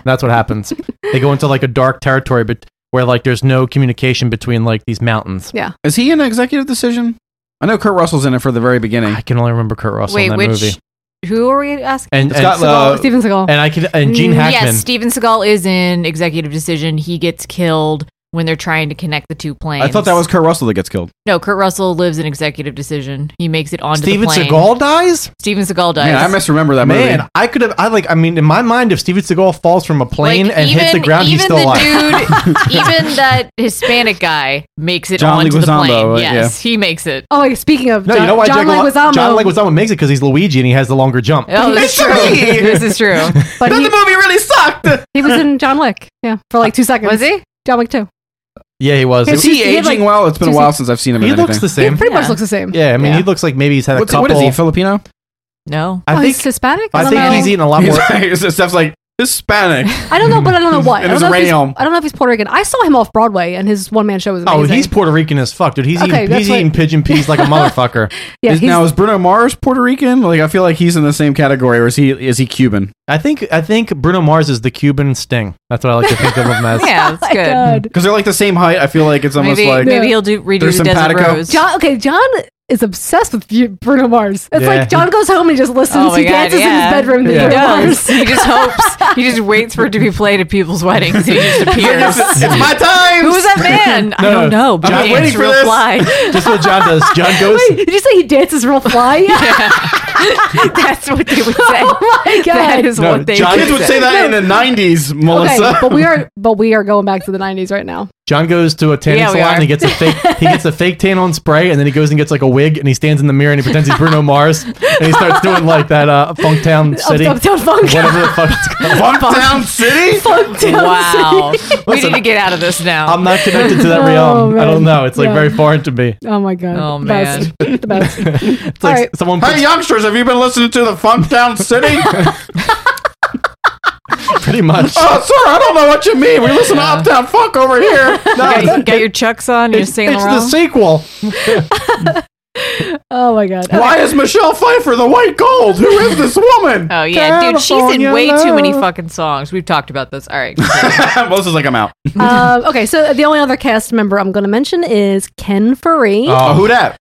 [SPEAKER 10] That's what happens. They go into like a dark territory, but where like there's no communication between like these mountains.
[SPEAKER 2] Yeah.
[SPEAKER 11] Is he an executive decision? I know Kurt Russell's in it for the very beginning. I
[SPEAKER 10] can only remember Kurt Russell
[SPEAKER 7] Wait, which who are we asking?
[SPEAKER 10] And, and
[SPEAKER 7] Steven
[SPEAKER 2] Seagal.
[SPEAKER 10] And I can and Gene
[SPEAKER 7] Mm,
[SPEAKER 10] Hackman.
[SPEAKER 7] Yes, Steven Seagal is in Executive Decision. He gets killed when they're trying to connect the two planes.
[SPEAKER 11] I thought that was Kurt Russell that gets killed.
[SPEAKER 7] no. Kurt Russell lives in Executive Decision. He makes it onto
[SPEAKER 10] Steven
[SPEAKER 7] the plane.
[SPEAKER 10] Seagal dies?
[SPEAKER 7] Steven Seagal dies.
[SPEAKER 11] Man, I misremember that movie.
[SPEAKER 10] Man, I could have. I like. I mean, in my mind, if Steven Seagal falls from a plane
[SPEAKER 7] Like,
[SPEAKER 10] and hits the
[SPEAKER 7] even-
[SPEAKER 10] ground, he's
[SPEAKER 7] even
[SPEAKER 10] still
[SPEAKER 7] the
[SPEAKER 10] alive.
[SPEAKER 7] dude, even that Hispanic guy makes it
[SPEAKER 10] John
[SPEAKER 7] onto the
[SPEAKER 10] Leguizamo,
[SPEAKER 7] plane.
[SPEAKER 10] uh,
[SPEAKER 7] Yes, he makes it.
[SPEAKER 2] Oh, wait, speaking of
[SPEAKER 10] No,
[SPEAKER 2] John,
[SPEAKER 10] you know why
[SPEAKER 2] John
[SPEAKER 10] Jack-
[SPEAKER 2] Leguizamo.
[SPEAKER 10] John Leguizamo makes it because he's Luigi and he has the longer jump.
[SPEAKER 2] Oh, this is true. This is
[SPEAKER 7] true.
[SPEAKER 2] But he-
[SPEAKER 11] movie really sucked.
[SPEAKER 2] He was in John Wick, yeah, for like two seconds. Was he? John Wick 2.
[SPEAKER 10] Yeah, he was.
[SPEAKER 11] Is he
[SPEAKER 2] He had,
[SPEAKER 11] aging
[SPEAKER 2] like,
[SPEAKER 11] well? It's been a
[SPEAKER 2] two
[SPEAKER 11] while
[SPEAKER 2] se-
[SPEAKER 11] since I've seen him.
[SPEAKER 10] He
[SPEAKER 11] in
[SPEAKER 10] looks
[SPEAKER 11] anything.
[SPEAKER 10] the same.
[SPEAKER 2] He pretty much looks the same.
[SPEAKER 10] Yeah, I mean, he looks like maybe he's had
[SPEAKER 11] What's-
[SPEAKER 10] a couple.
[SPEAKER 11] what is he, Filipino?
[SPEAKER 7] No.
[SPEAKER 10] I
[SPEAKER 2] oh,
[SPEAKER 10] think
[SPEAKER 2] he's Hispanic?
[SPEAKER 10] I
[SPEAKER 2] don't
[SPEAKER 10] think
[SPEAKER 2] know.
[SPEAKER 10] he's eaten a lot
[SPEAKER 11] He's
[SPEAKER 10] more.
[SPEAKER 11] like- Steph's like Hispanic.
[SPEAKER 2] I don't know, but I don't know what.
[SPEAKER 11] In
[SPEAKER 2] I don't
[SPEAKER 11] his
[SPEAKER 2] know, if he's,
[SPEAKER 11] realm.
[SPEAKER 2] I don't know if he's Puerto Rican. I saw him off Broadway, and his one man show was
[SPEAKER 10] Oh,
[SPEAKER 2] amazing.
[SPEAKER 10] he's Puerto Rican as fuck, dude. He's
[SPEAKER 2] Okay,
[SPEAKER 10] eating,
[SPEAKER 2] that's
[SPEAKER 10] he's
[SPEAKER 2] what-
[SPEAKER 10] eating pigeon peas like a motherfucker.
[SPEAKER 2] Yeah,
[SPEAKER 11] Is-
[SPEAKER 2] he's-
[SPEAKER 11] now is Bruno Mars Puerto Rican? Like I feel like he's in the same category, or is he is he Cuban?
[SPEAKER 10] I think I think Bruno Mars is the Cuban Sting. That's what I like to think of him as.
[SPEAKER 7] Yeah,
[SPEAKER 2] Oh
[SPEAKER 7] that's good.
[SPEAKER 11] Because Hmm. they're like the same height. I feel like it's almost
[SPEAKER 7] Maybe-
[SPEAKER 11] like
[SPEAKER 7] maybe he'll do- redo
[SPEAKER 11] they're
[SPEAKER 7] the Desert
[SPEAKER 11] simpatico.
[SPEAKER 7] Rose.
[SPEAKER 2] John, okay, John is obsessed with Bu- Bruno Mars. It's
[SPEAKER 11] Yeah.
[SPEAKER 2] like John goes home and just listens.
[SPEAKER 7] Oh my
[SPEAKER 2] he
[SPEAKER 7] God,
[SPEAKER 2] dances
[SPEAKER 7] yeah.
[SPEAKER 2] in his bedroom to
[SPEAKER 7] He
[SPEAKER 2] Bruno
[SPEAKER 7] does.
[SPEAKER 2] Mars.
[SPEAKER 7] He just hopes. He just waits for it to be played at people's weddings. He just appears.
[SPEAKER 11] It's my time.
[SPEAKER 7] Who was that man? I don't know. But
[SPEAKER 10] John-
[SPEAKER 7] he danced real fly.
[SPEAKER 10] Just what John does. John goes.
[SPEAKER 2] Wait, did you say he dances real fly?
[SPEAKER 7] That's what they would say.
[SPEAKER 2] Oh my god,
[SPEAKER 7] That is
[SPEAKER 11] No,
[SPEAKER 7] what they
[SPEAKER 11] John- kids would say that in
[SPEAKER 2] No.
[SPEAKER 11] the '90s, Melissa.
[SPEAKER 2] Okay, but we are but we are going back to the nineties right now.
[SPEAKER 10] John goes to a tanning
[SPEAKER 2] Yeah, we
[SPEAKER 10] salon
[SPEAKER 2] are.
[SPEAKER 10] and he gets a fake he gets a fake tan on spray and then he goes and gets like a wig and he stands in the mirror and he pretends he's Bruno Mars and he starts doing like that uh Funktown City.
[SPEAKER 2] Uptown Funk.
[SPEAKER 10] Whatever the fuck it's called.
[SPEAKER 11] Bumptown City?
[SPEAKER 2] Funktown
[SPEAKER 7] Wow.
[SPEAKER 2] City.
[SPEAKER 7] We need to get out of this now.
[SPEAKER 10] I'm not connected to that
[SPEAKER 2] Oh,
[SPEAKER 10] realm. I
[SPEAKER 2] man.
[SPEAKER 10] don't know. It's like
[SPEAKER 2] Yeah.
[SPEAKER 10] very foreign to me.
[SPEAKER 2] Oh my god.
[SPEAKER 7] Oh,
[SPEAKER 2] The best. The best.
[SPEAKER 10] It's like
[SPEAKER 2] All right.
[SPEAKER 10] someone
[SPEAKER 11] Hey
[SPEAKER 10] puts,
[SPEAKER 11] youngsters, have you been listening to the Funktown City?
[SPEAKER 10] pretty much.
[SPEAKER 11] oh, sir, I don't know what you mean. We listen to
[SPEAKER 7] Yeah.
[SPEAKER 11] Uptown Funk over here.
[SPEAKER 7] You got, you got your chucks on. You're
[SPEAKER 10] It's-
[SPEAKER 7] singing
[SPEAKER 10] it's the
[SPEAKER 7] along.
[SPEAKER 10] sequel.
[SPEAKER 2] Oh my god. Okay.
[SPEAKER 11] Why is Michelle Pfeiffer the white gold? Who is this woman?
[SPEAKER 7] Oh yeah, dude, she's in
[SPEAKER 11] California
[SPEAKER 7] way too many
[SPEAKER 11] love.
[SPEAKER 7] fucking songs. We've talked about this. All right.
[SPEAKER 11] Melissa's like, I'm out.
[SPEAKER 2] Um, okay, so the only other cast member I'm going to mention is Ken Faree,
[SPEAKER 11] Oh, who that?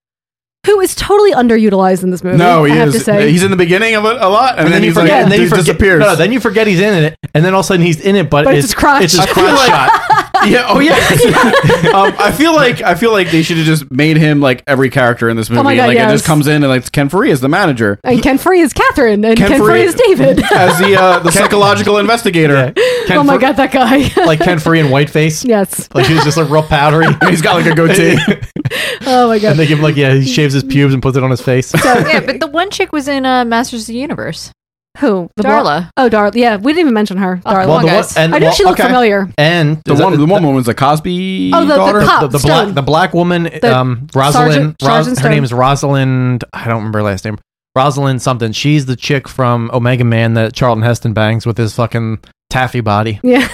[SPEAKER 2] who is totally underutilized in this movie.
[SPEAKER 11] No, he
[SPEAKER 2] I have
[SPEAKER 11] is.
[SPEAKER 2] to say.
[SPEAKER 11] He's in the beginning of it a lot, and, then,
[SPEAKER 10] you
[SPEAKER 11] he's like,
[SPEAKER 10] forget, and then
[SPEAKER 11] he
[SPEAKER 10] you forget,
[SPEAKER 11] disappears.
[SPEAKER 10] No, then you forget he's in it, and then all of a sudden he's in it, but,
[SPEAKER 2] But it's his crotch.
[SPEAKER 10] It's his
[SPEAKER 11] I feel
[SPEAKER 10] crotch
[SPEAKER 11] like-
[SPEAKER 10] shot.
[SPEAKER 11] yeah. Oh yeah. um, I feel like I feel like they should have just made him like every character in this movie.
[SPEAKER 2] Oh my God,
[SPEAKER 11] like
[SPEAKER 2] yes.
[SPEAKER 11] it just comes in and like Ken Faree is the manager.
[SPEAKER 2] and Ken Faree is Catherine, and Ken, Faree is David.
[SPEAKER 11] as the uh, the psychological investigator.
[SPEAKER 10] Yeah. Ken
[SPEAKER 2] oh my
[SPEAKER 10] Fre-
[SPEAKER 2] god, that guy.
[SPEAKER 10] like Ken Free and Whiteface.
[SPEAKER 2] Yes.
[SPEAKER 10] Like he's just like real powdery. he's got like a goatee.
[SPEAKER 2] oh my god.
[SPEAKER 10] and they give him like yeah, he shaves his pubes and puts it on his face.
[SPEAKER 7] yeah, but the one chick was in uh, Masters of the Universe.
[SPEAKER 2] Who? The
[SPEAKER 7] Darla.
[SPEAKER 2] blo- oh, Darla. Yeah, we didn't even mention her. Darla.
[SPEAKER 7] Well,
[SPEAKER 10] the one- and-
[SPEAKER 2] I know
[SPEAKER 10] well,
[SPEAKER 2] she looked
[SPEAKER 10] okay.
[SPEAKER 2] familiar.
[SPEAKER 10] And
[SPEAKER 11] the one, the one woman's the Cosby
[SPEAKER 2] Oh, the- the
[SPEAKER 11] daughter.
[SPEAKER 2] cop,
[SPEAKER 10] the, the
[SPEAKER 2] Stone.
[SPEAKER 10] black the black woman
[SPEAKER 2] The
[SPEAKER 10] um
[SPEAKER 2] Sergeant-
[SPEAKER 10] Rosalind Ros-
[SPEAKER 2] Sergeant
[SPEAKER 10] her
[SPEAKER 2] Stone.
[SPEAKER 10] name is Rosalind I don't remember her last name Rosalind something she's the chick from Omega Man that Charlton Heston bangs with his fucking taffy body
[SPEAKER 2] Yeah.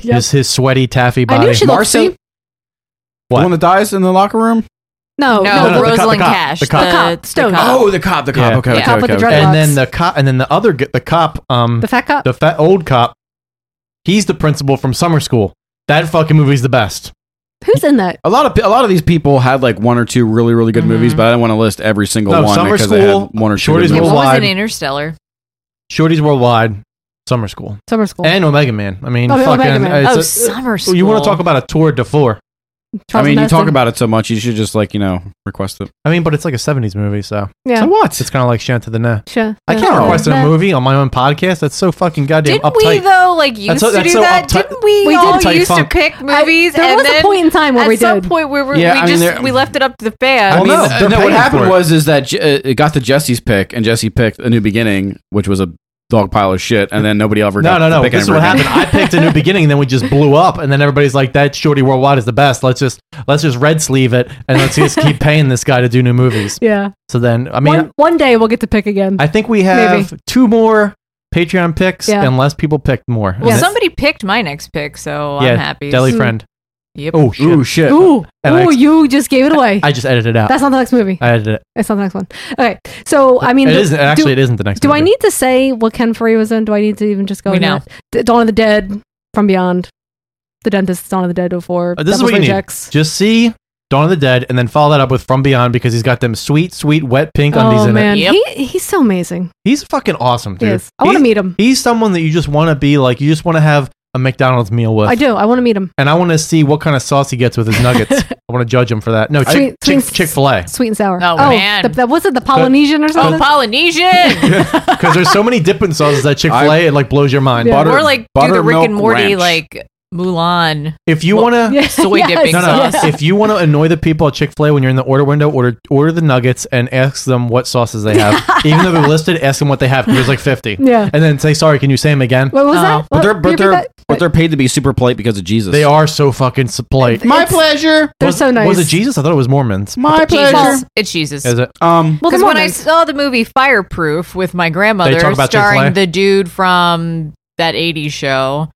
[SPEAKER 10] his his sweaty taffy
[SPEAKER 2] I
[SPEAKER 10] body
[SPEAKER 2] knew she looked
[SPEAKER 10] Marcy
[SPEAKER 2] fam-
[SPEAKER 10] what
[SPEAKER 11] The one that dies in the locker room?
[SPEAKER 2] No,
[SPEAKER 7] No,
[SPEAKER 10] No, no, the cop-
[SPEAKER 7] Rosalind
[SPEAKER 10] the cop,
[SPEAKER 7] Cash.
[SPEAKER 10] the cop.
[SPEAKER 2] The cop, Stone.
[SPEAKER 11] Oh, the cop, the cop.
[SPEAKER 10] Yeah.
[SPEAKER 11] Okay,
[SPEAKER 10] Yeah.
[SPEAKER 11] okay,
[SPEAKER 2] Cop with
[SPEAKER 11] okay.
[SPEAKER 2] the
[SPEAKER 11] okay.
[SPEAKER 2] dreadlock.
[SPEAKER 10] and
[SPEAKER 2] Dreadlocks.
[SPEAKER 10] then the cop and then the other g- the cop um
[SPEAKER 2] The fat cop?
[SPEAKER 10] the fat old cop he's the principal from summer school that fucking movie's the best
[SPEAKER 2] Who's in that?
[SPEAKER 11] A lot of a lot of these people had like one or two really really good
[SPEAKER 2] Mm-hmm.
[SPEAKER 11] movies, but I don't want to list every single
[SPEAKER 10] No,
[SPEAKER 11] one
[SPEAKER 10] Summer
[SPEAKER 11] because
[SPEAKER 10] School,
[SPEAKER 11] they had one or two.
[SPEAKER 10] Shorty's
[SPEAKER 11] good
[SPEAKER 7] Yeah,
[SPEAKER 11] movies.
[SPEAKER 7] what was
[SPEAKER 10] Worldwide.
[SPEAKER 7] in Interstellar?
[SPEAKER 10] Shorty's Worldwide Summer School
[SPEAKER 2] Summer school.
[SPEAKER 10] and Omega Man I mean
[SPEAKER 2] Oh, yeah,
[SPEAKER 10] fucking
[SPEAKER 2] Omega Man.
[SPEAKER 10] it's
[SPEAKER 7] Oh,
[SPEAKER 10] a-
[SPEAKER 7] Summer
[SPEAKER 10] Well, You want to
[SPEAKER 7] School.
[SPEAKER 10] talk about a tour de four?
[SPEAKER 11] I
[SPEAKER 2] Charlton
[SPEAKER 11] mean, you talk
[SPEAKER 2] Heston.
[SPEAKER 11] about it so much, you should just like you know request it.
[SPEAKER 10] I mean, but it's like a '70s movie, so
[SPEAKER 2] Yeah.
[SPEAKER 10] So what? It's kind of like Shant to the Nah.
[SPEAKER 2] Sure.
[SPEAKER 10] I can't request a movie on my own podcast. That's so fucking goddamn
[SPEAKER 7] Didn't
[SPEAKER 10] uptight.
[SPEAKER 7] we though? Like used
[SPEAKER 10] That's so-
[SPEAKER 7] to
[SPEAKER 10] that's
[SPEAKER 7] do
[SPEAKER 10] so
[SPEAKER 7] that?
[SPEAKER 10] uptight-
[SPEAKER 7] Didn't we,
[SPEAKER 10] We did.
[SPEAKER 7] all
[SPEAKER 10] Uptight
[SPEAKER 7] used
[SPEAKER 10] funk.
[SPEAKER 7] to pick movies?
[SPEAKER 2] there
[SPEAKER 7] and
[SPEAKER 2] was a
[SPEAKER 7] then
[SPEAKER 2] point in time where
[SPEAKER 7] at
[SPEAKER 2] we
[SPEAKER 7] some
[SPEAKER 2] did.
[SPEAKER 7] point where we,
[SPEAKER 11] Yeah,
[SPEAKER 7] we
[SPEAKER 11] I mean,
[SPEAKER 7] just
[SPEAKER 11] there-
[SPEAKER 7] we left it up to the fans.
[SPEAKER 11] I mean, uh,
[SPEAKER 10] no, they're
[SPEAKER 11] no,
[SPEAKER 10] paying
[SPEAKER 11] what
[SPEAKER 10] for
[SPEAKER 11] happened
[SPEAKER 10] it.
[SPEAKER 11] was is that J- uh, it got to Jesse's pick, and Jesse picked a new beginning, which was a dog pile of shit, and then nobody ever.
[SPEAKER 10] no,
[SPEAKER 11] got
[SPEAKER 10] no,
[SPEAKER 11] to
[SPEAKER 10] no.
[SPEAKER 11] pick
[SPEAKER 10] This is
[SPEAKER 11] ever
[SPEAKER 10] what
[SPEAKER 11] again.
[SPEAKER 10] happened. I picked a new beginning, and then we just blew up, and then everybody's like, "That shorty worldwide is the best." Let's just let's just red sleeve it, and let's just keep paying this guy to do new movies.
[SPEAKER 2] Yeah.
[SPEAKER 10] So then, I mean,
[SPEAKER 2] one, one day we'll get to pick again.
[SPEAKER 10] I think we have
[SPEAKER 2] Maybe.
[SPEAKER 10] two more Patreon picks,
[SPEAKER 2] Yeah.
[SPEAKER 10] unless people picked more. And
[SPEAKER 7] Well,
[SPEAKER 10] that's-
[SPEAKER 7] somebody picked my next pick, so
[SPEAKER 10] yeah,
[SPEAKER 7] I'm happy.
[SPEAKER 10] Deli friend.
[SPEAKER 7] Yep.
[SPEAKER 10] Oh Mm. shit!
[SPEAKER 11] Ooh, shit.
[SPEAKER 2] ooh,
[SPEAKER 10] And I
[SPEAKER 2] ooh,
[SPEAKER 10] ex-
[SPEAKER 2] you just gave it away.
[SPEAKER 10] I just edited it out.
[SPEAKER 2] That's not the next movie.
[SPEAKER 10] I edited it.
[SPEAKER 2] It's not the next one. Okay. So, I mean,
[SPEAKER 10] it
[SPEAKER 2] the-
[SPEAKER 10] isn't. Actually,
[SPEAKER 2] do,
[SPEAKER 10] it isn't the next.
[SPEAKER 2] Do I
[SPEAKER 10] movie.
[SPEAKER 2] need to say what Ken Free was in? Do I need to even just go
[SPEAKER 7] We
[SPEAKER 2] into
[SPEAKER 7] know.
[SPEAKER 2] that? D- Dawn of the Dead, From Beyond, The Dentist, Dawn of the Dead 04,
[SPEAKER 10] Uh, this is
[SPEAKER 2] Devil's
[SPEAKER 10] what you need.
[SPEAKER 2] Rejects.
[SPEAKER 10] Just see Dawn of the Dead and then follow that up with From Beyond because he's got them sweet, sweet wet pink undies
[SPEAKER 2] Oh,
[SPEAKER 10] in
[SPEAKER 2] man.
[SPEAKER 10] it.
[SPEAKER 7] Yep.
[SPEAKER 2] He, he's so amazing.
[SPEAKER 10] He's fucking awesome,
[SPEAKER 2] He
[SPEAKER 10] dude.
[SPEAKER 2] is. I wanna
[SPEAKER 10] He's-
[SPEAKER 2] meet him.
[SPEAKER 10] He's someone that you just want to be like, you just want to have a McDonald's meal with.
[SPEAKER 2] I do. I want to meet him.
[SPEAKER 10] And I want to see what kind of sauce he gets with his nuggets. I want to judge him for that. No,
[SPEAKER 2] Sweet-
[SPEAKER 10] Chick Chick
[SPEAKER 2] sweet-
[SPEAKER 10] Chick Fil A,
[SPEAKER 2] Sweet and sour.
[SPEAKER 7] Oh, man.
[SPEAKER 2] the- that was it. The Polynesian or
[SPEAKER 7] Oh,
[SPEAKER 2] something.
[SPEAKER 7] Polynesian!
[SPEAKER 10] because there's so many dipping sauces that Chick Fil A it like blows your mind.
[SPEAKER 2] Yeah.
[SPEAKER 11] Butter-
[SPEAKER 7] or like do the Rick
[SPEAKER 11] buttermilk
[SPEAKER 7] and Morty
[SPEAKER 11] ranch.
[SPEAKER 7] like Mulan
[SPEAKER 10] If you want to,
[SPEAKER 2] Yeah,
[SPEAKER 7] soy dipping
[SPEAKER 10] No, no.
[SPEAKER 7] sauce.
[SPEAKER 10] If you want to annoy the people at Chick Fil A when you're in the order window, order order the nuggets and ask them what sauces they have. Even though they're listed, ask them what they have. 'cause There's like fifty.
[SPEAKER 2] Yeah.
[SPEAKER 10] And then say, "Sorry, can you say them again?"
[SPEAKER 2] What was that?
[SPEAKER 11] But
[SPEAKER 2] What-
[SPEAKER 11] they're
[SPEAKER 2] can you
[SPEAKER 11] but
[SPEAKER 2] repeat
[SPEAKER 11] they're
[SPEAKER 2] that?
[SPEAKER 11] but they're paid to be super polite because of Jesus.
[SPEAKER 10] They are so fucking s- polite.
[SPEAKER 11] My
[SPEAKER 2] It's-
[SPEAKER 11] pleasure.
[SPEAKER 2] They're
[SPEAKER 10] was,
[SPEAKER 2] so nice.
[SPEAKER 10] Was it Jesus? I thought it was Mormons.
[SPEAKER 11] My
[SPEAKER 7] Jesus. It's Jesus.
[SPEAKER 10] Is it?
[SPEAKER 11] Um.
[SPEAKER 2] Well,
[SPEAKER 7] Because
[SPEAKER 2] they're
[SPEAKER 7] when I
[SPEAKER 2] Mormons.
[SPEAKER 7] saw the movie Fireproof with my grandmother,
[SPEAKER 10] They talk about Chick-fil-A?
[SPEAKER 7] starring the dude from that 80s show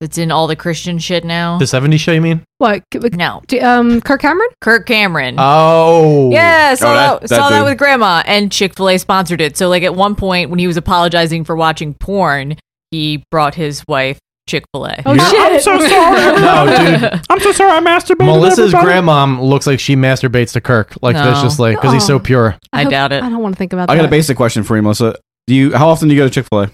[SPEAKER 7] that's in all the Christian shit now.
[SPEAKER 10] The '70s show, you mean?
[SPEAKER 2] What? c- c-
[SPEAKER 7] no.
[SPEAKER 2] do- Um, Kirk Cameron.
[SPEAKER 7] Kirk Cameron.
[SPEAKER 10] Oh.
[SPEAKER 7] yeah, saw
[SPEAKER 11] Oh,
[SPEAKER 7] that,
[SPEAKER 11] that- that
[SPEAKER 7] saw that
[SPEAKER 11] dude.
[SPEAKER 7] with grandma, and Chick Fil A sponsored it. So, like at one point when he was apologizing for watching porn, he brought his wife Chick Fil A.
[SPEAKER 2] Oh shit!
[SPEAKER 11] I'm so sorry.
[SPEAKER 10] No, dude.
[SPEAKER 11] I'm so sorry. I masturbated.
[SPEAKER 10] Melissa's
[SPEAKER 11] everybody.
[SPEAKER 10] grandmom looks like she masturbates to Kirk. Like that's
[SPEAKER 7] No.
[SPEAKER 10] just like because he's so
[SPEAKER 2] Oh.
[SPEAKER 10] pure.
[SPEAKER 7] I
[SPEAKER 2] hope-
[SPEAKER 7] doubt it.
[SPEAKER 2] I don't want to think about
[SPEAKER 11] I
[SPEAKER 2] that.
[SPEAKER 11] got a basic question for you, Melissa. Do you? How often do you go to Chick Fil A?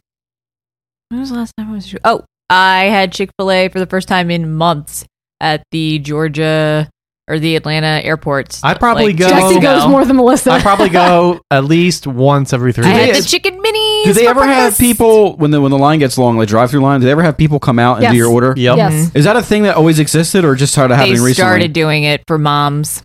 [SPEAKER 7] When was the last time I was? to- Oh, I had Chick Fil A for the first time in months at the Georgia or the Atlanta airports.
[SPEAKER 10] I probably go-
[SPEAKER 2] Jesse
[SPEAKER 10] Oh.
[SPEAKER 2] goes more than Melissa.
[SPEAKER 10] I probably go at least once every three
[SPEAKER 7] I had
[SPEAKER 10] days.
[SPEAKER 7] the chicken minis.
[SPEAKER 11] Do they
[SPEAKER 7] for
[SPEAKER 11] ever have
[SPEAKER 7] breakfast.
[SPEAKER 11] people when the when the line gets long, like drive through line? Do they ever have people come out and
[SPEAKER 2] Yes.
[SPEAKER 11] do your order?
[SPEAKER 10] Yep. Mm-hmm.
[SPEAKER 2] Yes.
[SPEAKER 11] Is that a thing that always existed, or just started
[SPEAKER 7] They
[SPEAKER 11] happening recently?
[SPEAKER 7] started doing it for moms.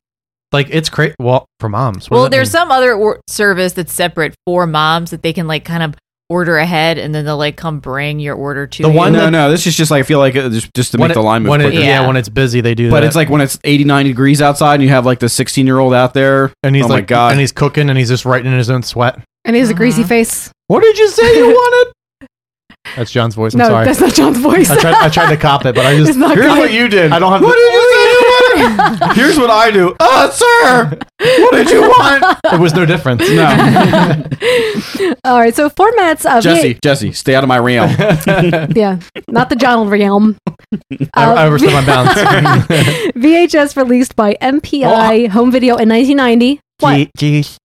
[SPEAKER 10] Like it's crazy. Well, for moms. What does
[SPEAKER 7] Well,
[SPEAKER 10] that
[SPEAKER 7] there's
[SPEAKER 10] mean?
[SPEAKER 7] some other or- service that's separate for moms that they can like kind of order ahead, and then they'll like come bring your order to
[SPEAKER 10] The
[SPEAKER 7] you.
[SPEAKER 10] one
[SPEAKER 11] no,
[SPEAKER 10] that-
[SPEAKER 11] no. This is just like I feel like uh, just just to make
[SPEAKER 10] When
[SPEAKER 11] the
[SPEAKER 10] it-
[SPEAKER 11] line move
[SPEAKER 10] when it-
[SPEAKER 11] quicker.
[SPEAKER 10] yeah.
[SPEAKER 7] Yeah.
[SPEAKER 10] when it's busy, they do that.
[SPEAKER 11] But it's like when it's 89 degrees outside and you have like the 16 year old out there.
[SPEAKER 10] and he's
[SPEAKER 11] oh
[SPEAKER 10] like,
[SPEAKER 11] my God.
[SPEAKER 10] and he's cooking, and he's just writing in his own sweat.
[SPEAKER 2] and he has a greasy
[SPEAKER 7] Uh-huh.
[SPEAKER 2] face.
[SPEAKER 10] What did you say you wanted? That's John's voice. I'm
[SPEAKER 2] no,
[SPEAKER 10] sorry.
[SPEAKER 2] that's not John's voice.
[SPEAKER 10] I tried. I tried to cop it, but I just.
[SPEAKER 2] It's not good.
[SPEAKER 10] you did. I don't have.
[SPEAKER 11] what
[SPEAKER 10] the-
[SPEAKER 11] did you say you wanted? Here's what I do.
[SPEAKER 10] Ah,
[SPEAKER 11] Uh, sir, what did you want?
[SPEAKER 10] There was no difference.
[SPEAKER 11] No.
[SPEAKER 2] All right. So formats of
[SPEAKER 11] Jesse, Jesse, stay out of my realm.
[SPEAKER 2] Yeah, not the John realm.
[SPEAKER 10] I, I
[SPEAKER 2] Uh,
[SPEAKER 10] overstood my bounds.
[SPEAKER 2] VHS released by
[SPEAKER 10] Oh,
[SPEAKER 2] MPI Home Video in 1990. What? Uh, um,
[SPEAKER 10] Gee- Geez.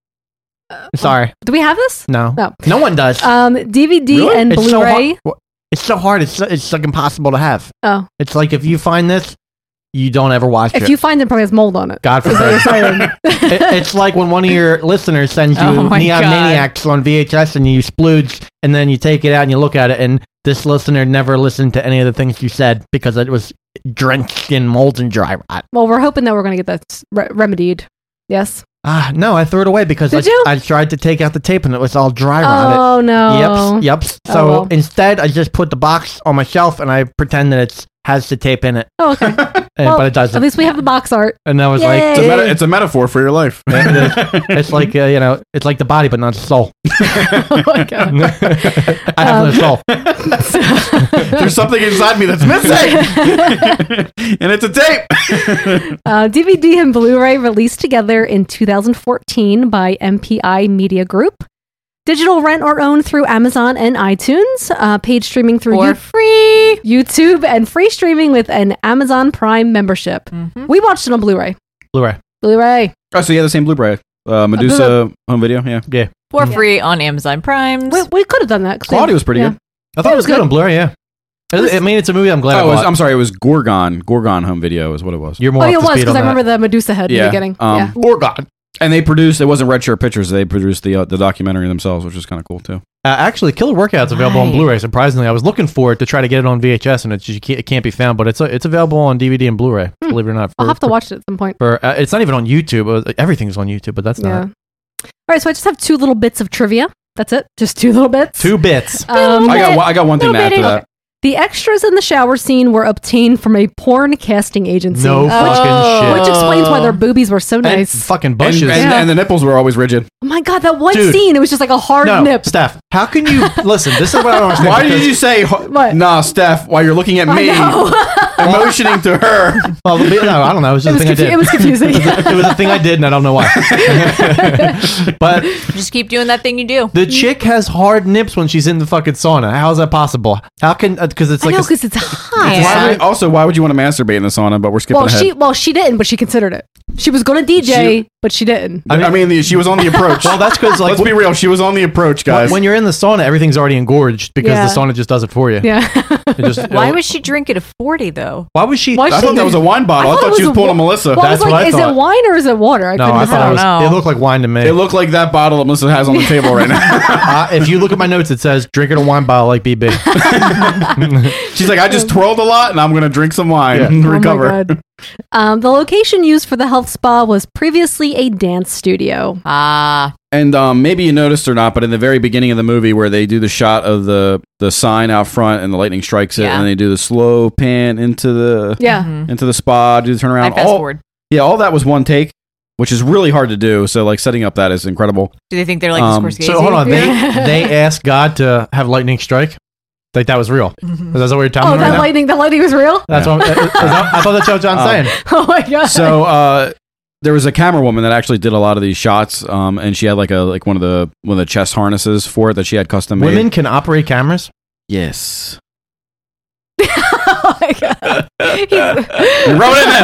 [SPEAKER 10] Sorry.
[SPEAKER 2] Do we have this?
[SPEAKER 10] No.
[SPEAKER 2] No.
[SPEAKER 10] No one does.
[SPEAKER 2] Um, DVD and
[SPEAKER 10] It's so
[SPEAKER 2] Blu-ray.
[SPEAKER 10] hard- It's so hard. It's, it's like impossible to have.
[SPEAKER 2] oh,
[SPEAKER 10] It's like if you find this, you don't ever watch
[SPEAKER 2] If
[SPEAKER 10] it.
[SPEAKER 2] you find it, it probably has mold on it.
[SPEAKER 10] God forbid. It- it's like when one of your listeners sends you
[SPEAKER 2] Oh my
[SPEAKER 10] Neon
[SPEAKER 2] God.
[SPEAKER 10] Maniacs on VHS and you splooge, and then you take it out and you look at it, and this listener never listened to any of the things you said because it was drenched in mold and dry rot.
[SPEAKER 2] Well, we're hoping that we're going to get that s- re- remedied. Yes.
[SPEAKER 10] Ah, no, I threw it away because I,
[SPEAKER 2] Did you?
[SPEAKER 10] I tried to take out the tape and it was all dry rotted.
[SPEAKER 2] Oh, no.
[SPEAKER 10] Yep, yep. So
[SPEAKER 2] Oh, well.
[SPEAKER 10] instead, I just put the box on my shelf and I pretend that it has the tape in it,
[SPEAKER 2] Oh, okay.
[SPEAKER 10] and,
[SPEAKER 2] Well,
[SPEAKER 10] but it doesn't.
[SPEAKER 2] At least we have the box art.
[SPEAKER 10] and I was like,
[SPEAKER 2] Yay. It's a meta- it's
[SPEAKER 10] a metaphor for your life. it's like uh, you know, it's like the body, but not the soul.
[SPEAKER 2] Oh
[SPEAKER 10] I have
[SPEAKER 2] Um,
[SPEAKER 10] no soul.
[SPEAKER 17] There's something inside me that's missing, and it's a tape.
[SPEAKER 2] Uh, DVD and Blu ray released together in 2014 by MPI Media Group. Digital rent or own through Amazon and iTunes. Uh, paid streaming through
[SPEAKER 7] For
[SPEAKER 2] free YouTube and free streaming with an Amazon Prime membership. We watched it on Blu ray.
[SPEAKER 10] Blu-ray.
[SPEAKER 2] Blu ray.
[SPEAKER 11] Oh, so you had the same Blu-ray, uh, Medusa home video. Yeah,
[SPEAKER 10] yeah.
[SPEAKER 7] for free on Amazon Prime.
[SPEAKER 2] We, we could have done that. 'cause we-
[SPEAKER 11] Quality was pretty
[SPEAKER 2] yeah.
[SPEAKER 11] good.
[SPEAKER 10] I thought it was good on Blu-ray. Yeah, I mean, it's a movie. I'm glad. I
[SPEAKER 11] Oh, it was,
[SPEAKER 10] bought.
[SPEAKER 11] I'm sorry. It was Gorgon. Gorgon home video is what it was.
[SPEAKER 10] You're
[SPEAKER 2] Oh, yeah, it was because I remember the Medusa head in the beginning.
[SPEAKER 10] um,
[SPEAKER 2] yeah.
[SPEAKER 10] Gorgon.
[SPEAKER 11] um, And they produced. It wasn't Red Shirt Pictures. They produced the uh, the documentary themselves, which is kind of cool too.
[SPEAKER 10] Uh, actually, Killer Workout's available on
[SPEAKER 11] Right.
[SPEAKER 10] Blu-ray. Surprisingly, I was looking for it to try to get it on VHS, and it, just, can't, it can't be found. But it's uh, it's available on DVD and Blu-ray. Believe it or not,
[SPEAKER 2] Hmm. I'll
[SPEAKER 10] for-
[SPEAKER 2] have to watch it at some point.
[SPEAKER 10] for uh, it's not even on YouTube. Uh, Everything's on YouTube, but that's
[SPEAKER 2] Yeah.
[SPEAKER 10] not
[SPEAKER 2] All right, so I just have two little bits of trivia. That's it. Just two little bits.
[SPEAKER 10] two bits.
[SPEAKER 2] Um,
[SPEAKER 11] I got one- I got one thing to
[SPEAKER 2] little
[SPEAKER 11] add to
[SPEAKER 2] bitty-
[SPEAKER 11] that.
[SPEAKER 2] The extras in the shower scene were obtained from a porn casting agency.
[SPEAKER 11] No
[SPEAKER 2] which,
[SPEAKER 11] fucking shit.
[SPEAKER 2] Which explains why their boobies were so
[SPEAKER 11] And
[SPEAKER 2] Oh, nice.
[SPEAKER 10] fucking
[SPEAKER 11] And, and,
[SPEAKER 2] Yeah.
[SPEAKER 11] and the nipples were always rigid.
[SPEAKER 2] oh my god, that one
[SPEAKER 11] Dude.
[SPEAKER 2] scene, it was just like a hard
[SPEAKER 11] No.
[SPEAKER 2] nip.
[SPEAKER 10] Steph, how can you listen? This is what I don't understand.
[SPEAKER 11] Why did
[SPEAKER 10] because-
[SPEAKER 11] you say, "Nah, Steph"? While you're looking at
[SPEAKER 2] I
[SPEAKER 11] me, emotioning to her.
[SPEAKER 10] Well, the, bit- no, I don't know. It was
[SPEAKER 11] It
[SPEAKER 10] just a
[SPEAKER 11] was
[SPEAKER 10] thing I
[SPEAKER 11] confu-
[SPEAKER 10] did.
[SPEAKER 11] it was confusing.
[SPEAKER 10] it, was a, it was a thing I did, and I don't know why. but
[SPEAKER 7] Just keep doing that thing you do.
[SPEAKER 10] the chick has hard nips when she's in the fucking sauna. How is that possible? How can? Because it's
[SPEAKER 2] I
[SPEAKER 10] like
[SPEAKER 2] know,
[SPEAKER 10] a-
[SPEAKER 2] because it's hot.
[SPEAKER 11] Why would- also, why would you want to masturbate in the sauna? But we're skipping
[SPEAKER 2] Well,
[SPEAKER 11] ahead.
[SPEAKER 2] she well she didn't, but she considered it. She was going to DJ, but she didn't.
[SPEAKER 11] I mean, the- she was on the approach.
[SPEAKER 10] Well, that's because like
[SPEAKER 11] let's be real, she was on the approach, guys.
[SPEAKER 10] when, when you're in the sauna, everything's already engorged because
[SPEAKER 7] Yeah.
[SPEAKER 10] the sauna just does it for you.
[SPEAKER 2] Yeah.
[SPEAKER 10] It just-
[SPEAKER 7] Why was she drinking a forty though?
[SPEAKER 10] Why was she?
[SPEAKER 7] Why
[SPEAKER 11] I
[SPEAKER 7] she-
[SPEAKER 11] thought that was a wine bottle. I, thought, she was pulling a Melissa.
[SPEAKER 2] Well, I was like, is it
[SPEAKER 11] wine?
[SPEAKER 2] wine or is it water? I
[SPEAKER 11] No,
[SPEAKER 2] couldn't
[SPEAKER 11] I
[SPEAKER 10] I thought it was-
[SPEAKER 2] decide.
[SPEAKER 10] It looked like wine to me.
[SPEAKER 11] It looked like that bottle that Melissa has on the table right now.
[SPEAKER 10] uh, if you look at my notes, it says drink it a wine bottle like BB.
[SPEAKER 11] She's like, I just twirled a lot, and I'm gonna drink some wine and recover.
[SPEAKER 2] Oh Um, the location used for the health spa was previously a dance studio.
[SPEAKER 7] Ah.
[SPEAKER 11] And um, maybe you noticed or not, but in the very beginning of the movie, where they do the shot of the the sign out front and the lightning strikes it,
[SPEAKER 7] Yeah.
[SPEAKER 11] and they do the slow pan into the
[SPEAKER 2] Yeah.
[SPEAKER 11] into the spa, do the
[SPEAKER 7] I
[SPEAKER 11] turnaround.
[SPEAKER 7] fast
[SPEAKER 11] all,
[SPEAKER 7] forward.
[SPEAKER 11] Yeah, all that was one take, which is really hard to do. So like setting up that is incredible.
[SPEAKER 7] Do they think they're like
[SPEAKER 11] Um,
[SPEAKER 7] the Scorsese?
[SPEAKER 10] so hold on, they
[SPEAKER 7] Yeah.
[SPEAKER 10] they asked God to have lightning strike. Like that was real.
[SPEAKER 7] Mm-hmm.
[SPEAKER 10] Is that what you're telling
[SPEAKER 2] Oh,
[SPEAKER 10] me right
[SPEAKER 2] that
[SPEAKER 10] now?
[SPEAKER 2] lightning! That lightning was real.
[SPEAKER 10] That's what I'm, uh, is that- I thought that's what John
[SPEAKER 11] Um,
[SPEAKER 10] saying.
[SPEAKER 2] Oh my god!
[SPEAKER 11] so uh, there was a camera woman that actually did a lot of these shots, um, and she had like a like one of the one of the chest harnesses for it that she had custom made.
[SPEAKER 10] Women can operate cameras.
[SPEAKER 11] yes.
[SPEAKER 7] Rub
[SPEAKER 11] it in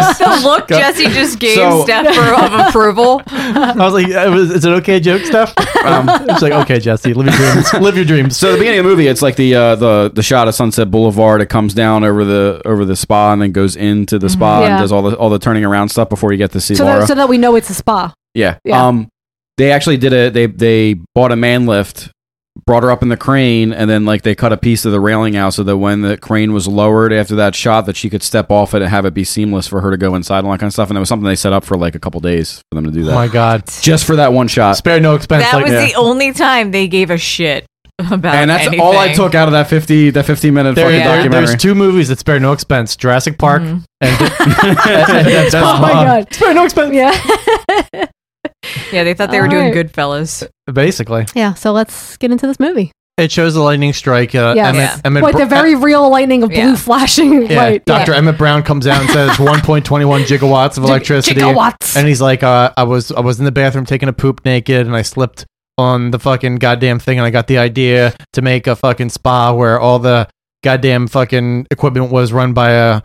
[SPEAKER 11] this.
[SPEAKER 7] the look
[SPEAKER 10] Go.
[SPEAKER 7] Jesse just gave
[SPEAKER 10] So-
[SPEAKER 7] Steph for, of approval.
[SPEAKER 10] I was like, uh, was- is it okay joke stuff? Um, it's like, okay, Jesse, live your dreams. Live your dreams.
[SPEAKER 11] So at the beginning of the movie, it's like the uh, the the shot of Sunset Boulevard. It comes down over the over the spa and then goes into the spa
[SPEAKER 2] Mm-hmm. Yeah.
[SPEAKER 11] and does all the all the turning around stuff before you get to see
[SPEAKER 2] So
[SPEAKER 11] Laura.
[SPEAKER 2] that, so that we know it's a spa.
[SPEAKER 11] yeah.
[SPEAKER 2] Yeah.
[SPEAKER 11] Um, they actually did a they they bought a man lift, brought her up in the crane, and then like they cut a piece of the railing out so that when the crane was lowered after that shot, that she could step off it and have it be seamless for her to go inside and all that kind of stuff. And that was something they set up for like a couple days for them to do that.
[SPEAKER 10] Oh my God.
[SPEAKER 11] Just for that one shot,
[SPEAKER 10] spare no expense.
[SPEAKER 7] That was the only time they gave a shit about
[SPEAKER 11] and that's all I
[SPEAKER 7] anything.
[SPEAKER 11] took out of that fifty that fifty minute
[SPEAKER 10] There-
[SPEAKER 11] fucking
[SPEAKER 10] there-
[SPEAKER 11] documentary.
[SPEAKER 10] there's two movies that spare no expense: Jurassic Park
[SPEAKER 7] Mm-hmm.
[SPEAKER 10] and, and Dead Spawn.
[SPEAKER 7] Oh my
[SPEAKER 2] God. Spare no expense. Yeah.
[SPEAKER 7] Yeah, they thought they were
[SPEAKER 2] All
[SPEAKER 7] doing
[SPEAKER 2] right.
[SPEAKER 7] good fellas.
[SPEAKER 10] Basically,
[SPEAKER 2] Yeah. So let's get into this movie.
[SPEAKER 10] it shows the lightning strike. Uh,
[SPEAKER 2] yes.
[SPEAKER 10] Emmett, Emmett
[SPEAKER 2] like
[SPEAKER 10] Br-
[SPEAKER 2] the very real lightning of blue flashing
[SPEAKER 10] Yeah,
[SPEAKER 2] light.
[SPEAKER 10] Dr. Emmett Brown comes out and says 1.21 gigawatts of electricity.
[SPEAKER 2] gigawatts.
[SPEAKER 10] And he's like, uh, I was I was in the bathroom taking a poop naked and I slipped on the fucking goddamn thing and I got the idea to make a fucking spa where all the goddamn fucking equipment was run by a,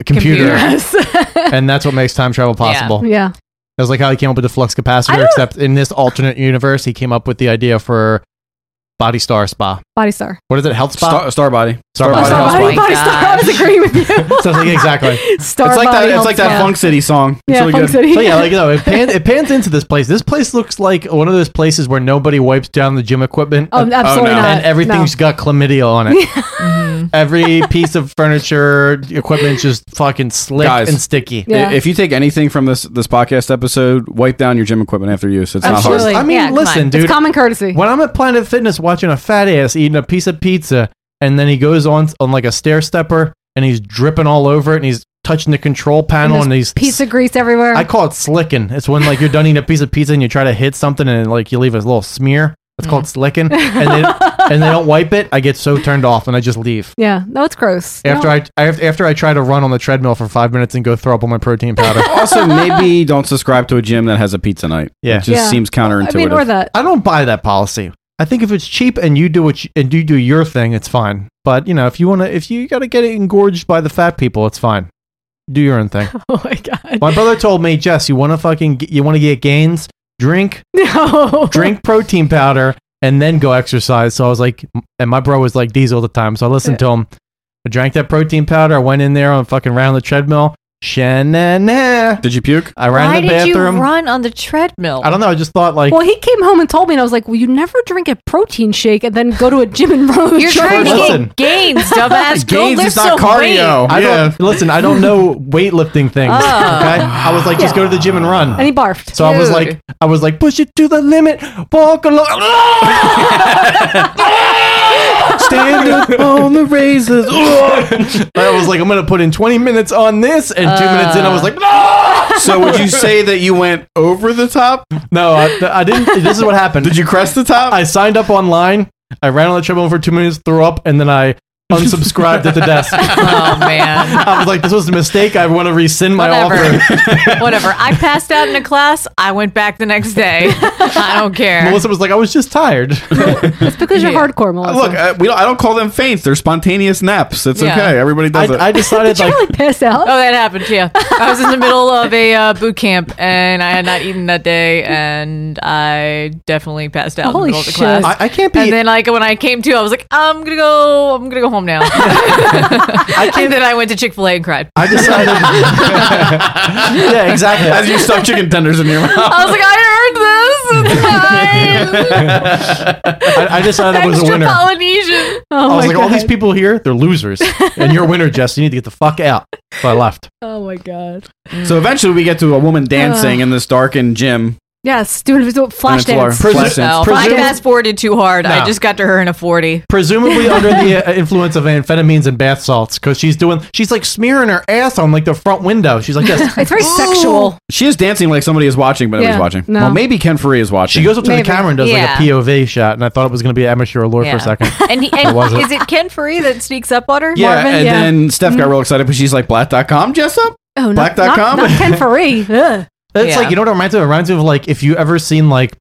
[SPEAKER 10] a computer. and that's what makes time travel possible.
[SPEAKER 2] Yeah.
[SPEAKER 10] That's like how he came up with the flux
[SPEAKER 2] I
[SPEAKER 10] capacitor,
[SPEAKER 2] don't-
[SPEAKER 10] except in this alternate universe, he came up with the idea for Body Star Spa.
[SPEAKER 2] Body Star.
[SPEAKER 10] What is it? Health Spa?
[SPEAKER 11] Star, star Body.
[SPEAKER 10] Star, Body.
[SPEAKER 2] Oh,
[SPEAKER 7] Oh
[SPEAKER 2] Star
[SPEAKER 10] Health
[SPEAKER 2] Body, Body
[SPEAKER 10] Spa.
[SPEAKER 2] Star. I was agreeing with you.
[SPEAKER 10] So it's like- exactly.
[SPEAKER 2] Star
[SPEAKER 11] it's like
[SPEAKER 2] Body
[SPEAKER 11] that. It's
[SPEAKER 2] Health
[SPEAKER 11] like that
[SPEAKER 2] Spa.
[SPEAKER 11] Funk City song. It's
[SPEAKER 2] Yeah,
[SPEAKER 11] really
[SPEAKER 2] Funk
[SPEAKER 11] good.
[SPEAKER 2] City.
[SPEAKER 10] So yeah, like no, it, pan, it pans into this place. This place looks like one of those places where nobody wipes down the gym equipment.
[SPEAKER 2] Oh, absolutely not.
[SPEAKER 10] And everything's got chlamydia on it. Every piece of furniture, equipment, just fucking slick
[SPEAKER 11] Guys,
[SPEAKER 10] and sticky.
[SPEAKER 11] i- If you take anything from this this podcast episode, wipe down your gym equipment after use. It's
[SPEAKER 2] Absolutely.
[SPEAKER 11] not
[SPEAKER 10] I
[SPEAKER 11] hard.
[SPEAKER 10] mean,
[SPEAKER 2] Yeah, come
[SPEAKER 10] listen,
[SPEAKER 2] on.
[SPEAKER 10] dude.
[SPEAKER 2] It's common courtesy.
[SPEAKER 10] When I'm at Planet Fitness watching a fat ass eating a piece of pizza, and then he goes on on like a stair stepper, and he's dripping all over it, and he's touching the control panel, and, he's
[SPEAKER 2] Piece of grease everywhere.
[SPEAKER 10] I call it slicking. It's when like you're done eating a piece of pizza and you try to hit something and like you leave a little smear. It's called slicking, and they and they don't wipe it. I get so turned off and I just leave.
[SPEAKER 2] yeah, no, it's gross.
[SPEAKER 10] After
[SPEAKER 2] No.
[SPEAKER 10] I, I after I try to run on the treadmill for five minutes and go throw up on my protein powder.
[SPEAKER 11] also, maybe don't subscribe to a gym that has a pizza night.
[SPEAKER 10] Yeah.
[SPEAKER 11] it just
[SPEAKER 2] Yeah.
[SPEAKER 11] seems counterintuitive.
[SPEAKER 2] I mean, or that.
[SPEAKER 10] I don't buy that policy. I think if it's cheap and you do what you, and you do your thing, it's fine. But you know, if you want to, if you got to get engorged by the fat people, it's fine. Do your own thing.
[SPEAKER 2] Oh my god.
[SPEAKER 10] My brother told me, Jess, you want to fucking, g- you want to get gains, drink,
[SPEAKER 2] No.
[SPEAKER 10] drink protein powder, and then go exercise. So I was like, and my bro was like these all the time. So I listened to him. I drank that protein powder. I went in there on fucking ran on the treadmill. Shanana.
[SPEAKER 11] Did you puke?
[SPEAKER 10] I ran
[SPEAKER 7] Why
[SPEAKER 10] in the
[SPEAKER 7] did you
[SPEAKER 10] bathroom.
[SPEAKER 7] run on the treadmill?
[SPEAKER 10] I don't know. I just thought like
[SPEAKER 2] well, he came home and told me, and I was like, "Well, you never drink a protein shake and then go to a gym and run." on the
[SPEAKER 7] You're trying to
[SPEAKER 2] treadmill."
[SPEAKER 10] Listen.
[SPEAKER 7] get gains, dumbass. Go
[SPEAKER 11] Gains
[SPEAKER 7] lift
[SPEAKER 11] is not
[SPEAKER 7] some weight.
[SPEAKER 11] cardio.
[SPEAKER 10] I
[SPEAKER 11] Yeah.
[SPEAKER 10] don't listen. I don't know weightlifting things.
[SPEAKER 7] Oh.
[SPEAKER 10] Okay, I was like, just go to the gym and run.
[SPEAKER 2] and he barfed.
[SPEAKER 10] so I was like, I was like, push it to the limit, walk along, stand up on the razors. I was like, I'm gonna put in 20 minutes on this, and two minutes in, I was like, "Ah!"
[SPEAKER 17] So would you say that you went over the top?
[SPEAKER 10] No, I, I didn't. This is what happened.
[SPEAKER 17] Did you crest the top?
[SPEAKER 10] I signed up online. I ran on the treadmill for two minutes, threw up, and then I unsubscribed at the desk.
[SPEAKER 7] Oh man.
[SPEAKER 10] I was like, this was a mistake. I want to rescind my
[SPEAKER 7] Whatever.
[SPEAKER 10] offer.
[SPEAKER 7] Whatever. I passed out in a class. I went back the next day. I don't care.
[SPEAKER 10] Melissa was like, I was just tired.
[SPEAKER 2] "It's because you're hardcore, Melissa."
[SPEAKER 17] Look, I,
[SPEAKER 11] uh,
[SPEAKER 17] we don't, I don't call them faints. They're spontaneous naps. It's
[SPEAKER 7] Yeah.
[SPEAKER 17] okay. Everybody does it.
[SPEAKER 10] I, I decided
[SPEAKER 2] did you
[SPEAKER 10] like
[SPEAKER 2] really piss out?
[SPEAKER 7] Oh, that happened. Yeah, I was in the middle of a uh, boot camp, and I had not eaten that day, and I definitely passed out
[SPEAKER 2] Holy
[SPEAKER 7] in the middle of the
[SPEAKER 2] shit.
[SPEAKER 7] class.
[SPEAKER 10] I, I can't be.
[SPEAKER 7] and then, like when I came to, I was like, I'm gonna go, I'm gonna go home now. and then I went to Chick Fil A and cried.
[SPEAKER 10] I decided. yeah, exactly.
[SPEAKER 17] As you stuff chicken tenders in your mouth.
[SPEAKER 7] I was like, I earned this. It's fine.
[SPEAKER 10] I, I decided I was a
[SPEAKER 7] Extra
[SPEAKER 10] winner.
[SPEAKER 7] Polynesian.
[SPEAKER 2] "Mm." Oh
[SPEAKER 10] I was
[SPEAKER 2] my
[SPEAKER 10] like, all these
[SPEAKER 2] God.
[SPEAKER 10] people here, they're losers, and you're a winner, Jess. You need to get the fuck out. So I left.
[SPEAKER 2] Oh my god.
[SPEAKER 11] So eventually, we get to a woman dancing in this darkened gym.
[SPEAKER 2] Yes, doing doing flash
[SPEAKER 11] And it's Laura.
[SPEAKER 2] dance.
[SPEAKER 11] Pres-
[SPEAKER 10] Presu-
[SPEAKER 7] No, if I
[SPEAKER 10] presume-
[SPEAKER 7] fast forwarded too hard.
[SPEAKER 10] No.
[SPEAKER 7] I just got to her in a forty.
[SPEAKER 10] presumably under the uh, influence of amphetamines and bath salts, because she's doing, she's like smearing her ass on like the front window. She's like this.
[SPEAKER 2] It's very sexual.
[SPEAKER 11] She is dancing like somebody is watching, but nobody's
[SPEAKER 2] Yeah,
[SPEAKER 11] watching.
[SPEAKER 2] no.
[SPEAKER 11] Well, maybe Ken Faree is watching.
[SPEAKER 10] She goes up to
[SPEAKER 2] Maybe.
[SPEAKER 10] the camera and does
[SPEAKER 7] Yeah.
[SPEAKER 10] like a POV shot, and I thought it was going to be amateur allure for a second.
[SPEAKER 7] And, he,
[SPEAKER 10] It
[SPEAKER 7] and
[SPEAKER 10] wasn't.
[SPEAKER 7] is it Ken Faree that sneaks up on her?
[SPEAKER 11] Yeah,
[SPEAKER 2] Marvin,
[SPEAKER 11] and
[SPEAKER 2] yeah. Mm-hmm.
[SPEAKER 11] then Steph got real excited, but she's like, black.com, Jessup?
[SPEAKER 2] Oh, not,
[SPEAKER 11] Black.com?
[SPEAKER 2] not, not Ken Faree. Ugh.
[SPEAKER 10] It's
[SPEAKER 7] Yeah.
[SPEAKER 10] like you know what it reminds me of? It reminds me of like if you ever seen like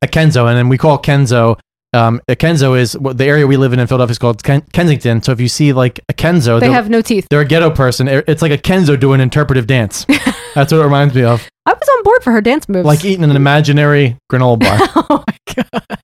[SPEAKER 10] a Kenzo, and then we call Kenzo. Um, a Kenzo is what the area we live in in Philadelphia is called Ken- Kensington. So if you see like a Kenzo,
[SPEAKER 2] They
[SPEAKER 10] they're,
[SPEAKER 2] have no teeth.
[SPEAKER 10] they're a ghetto person. It- It's like a Kenzo doing interpretive dance. That's what it reminds me of,
[SPEAKER 2] I was on board for her dance moves.
[SPEAKER 10] like eating an imaginary granola bar.
[SPEAKER 2] oh my god.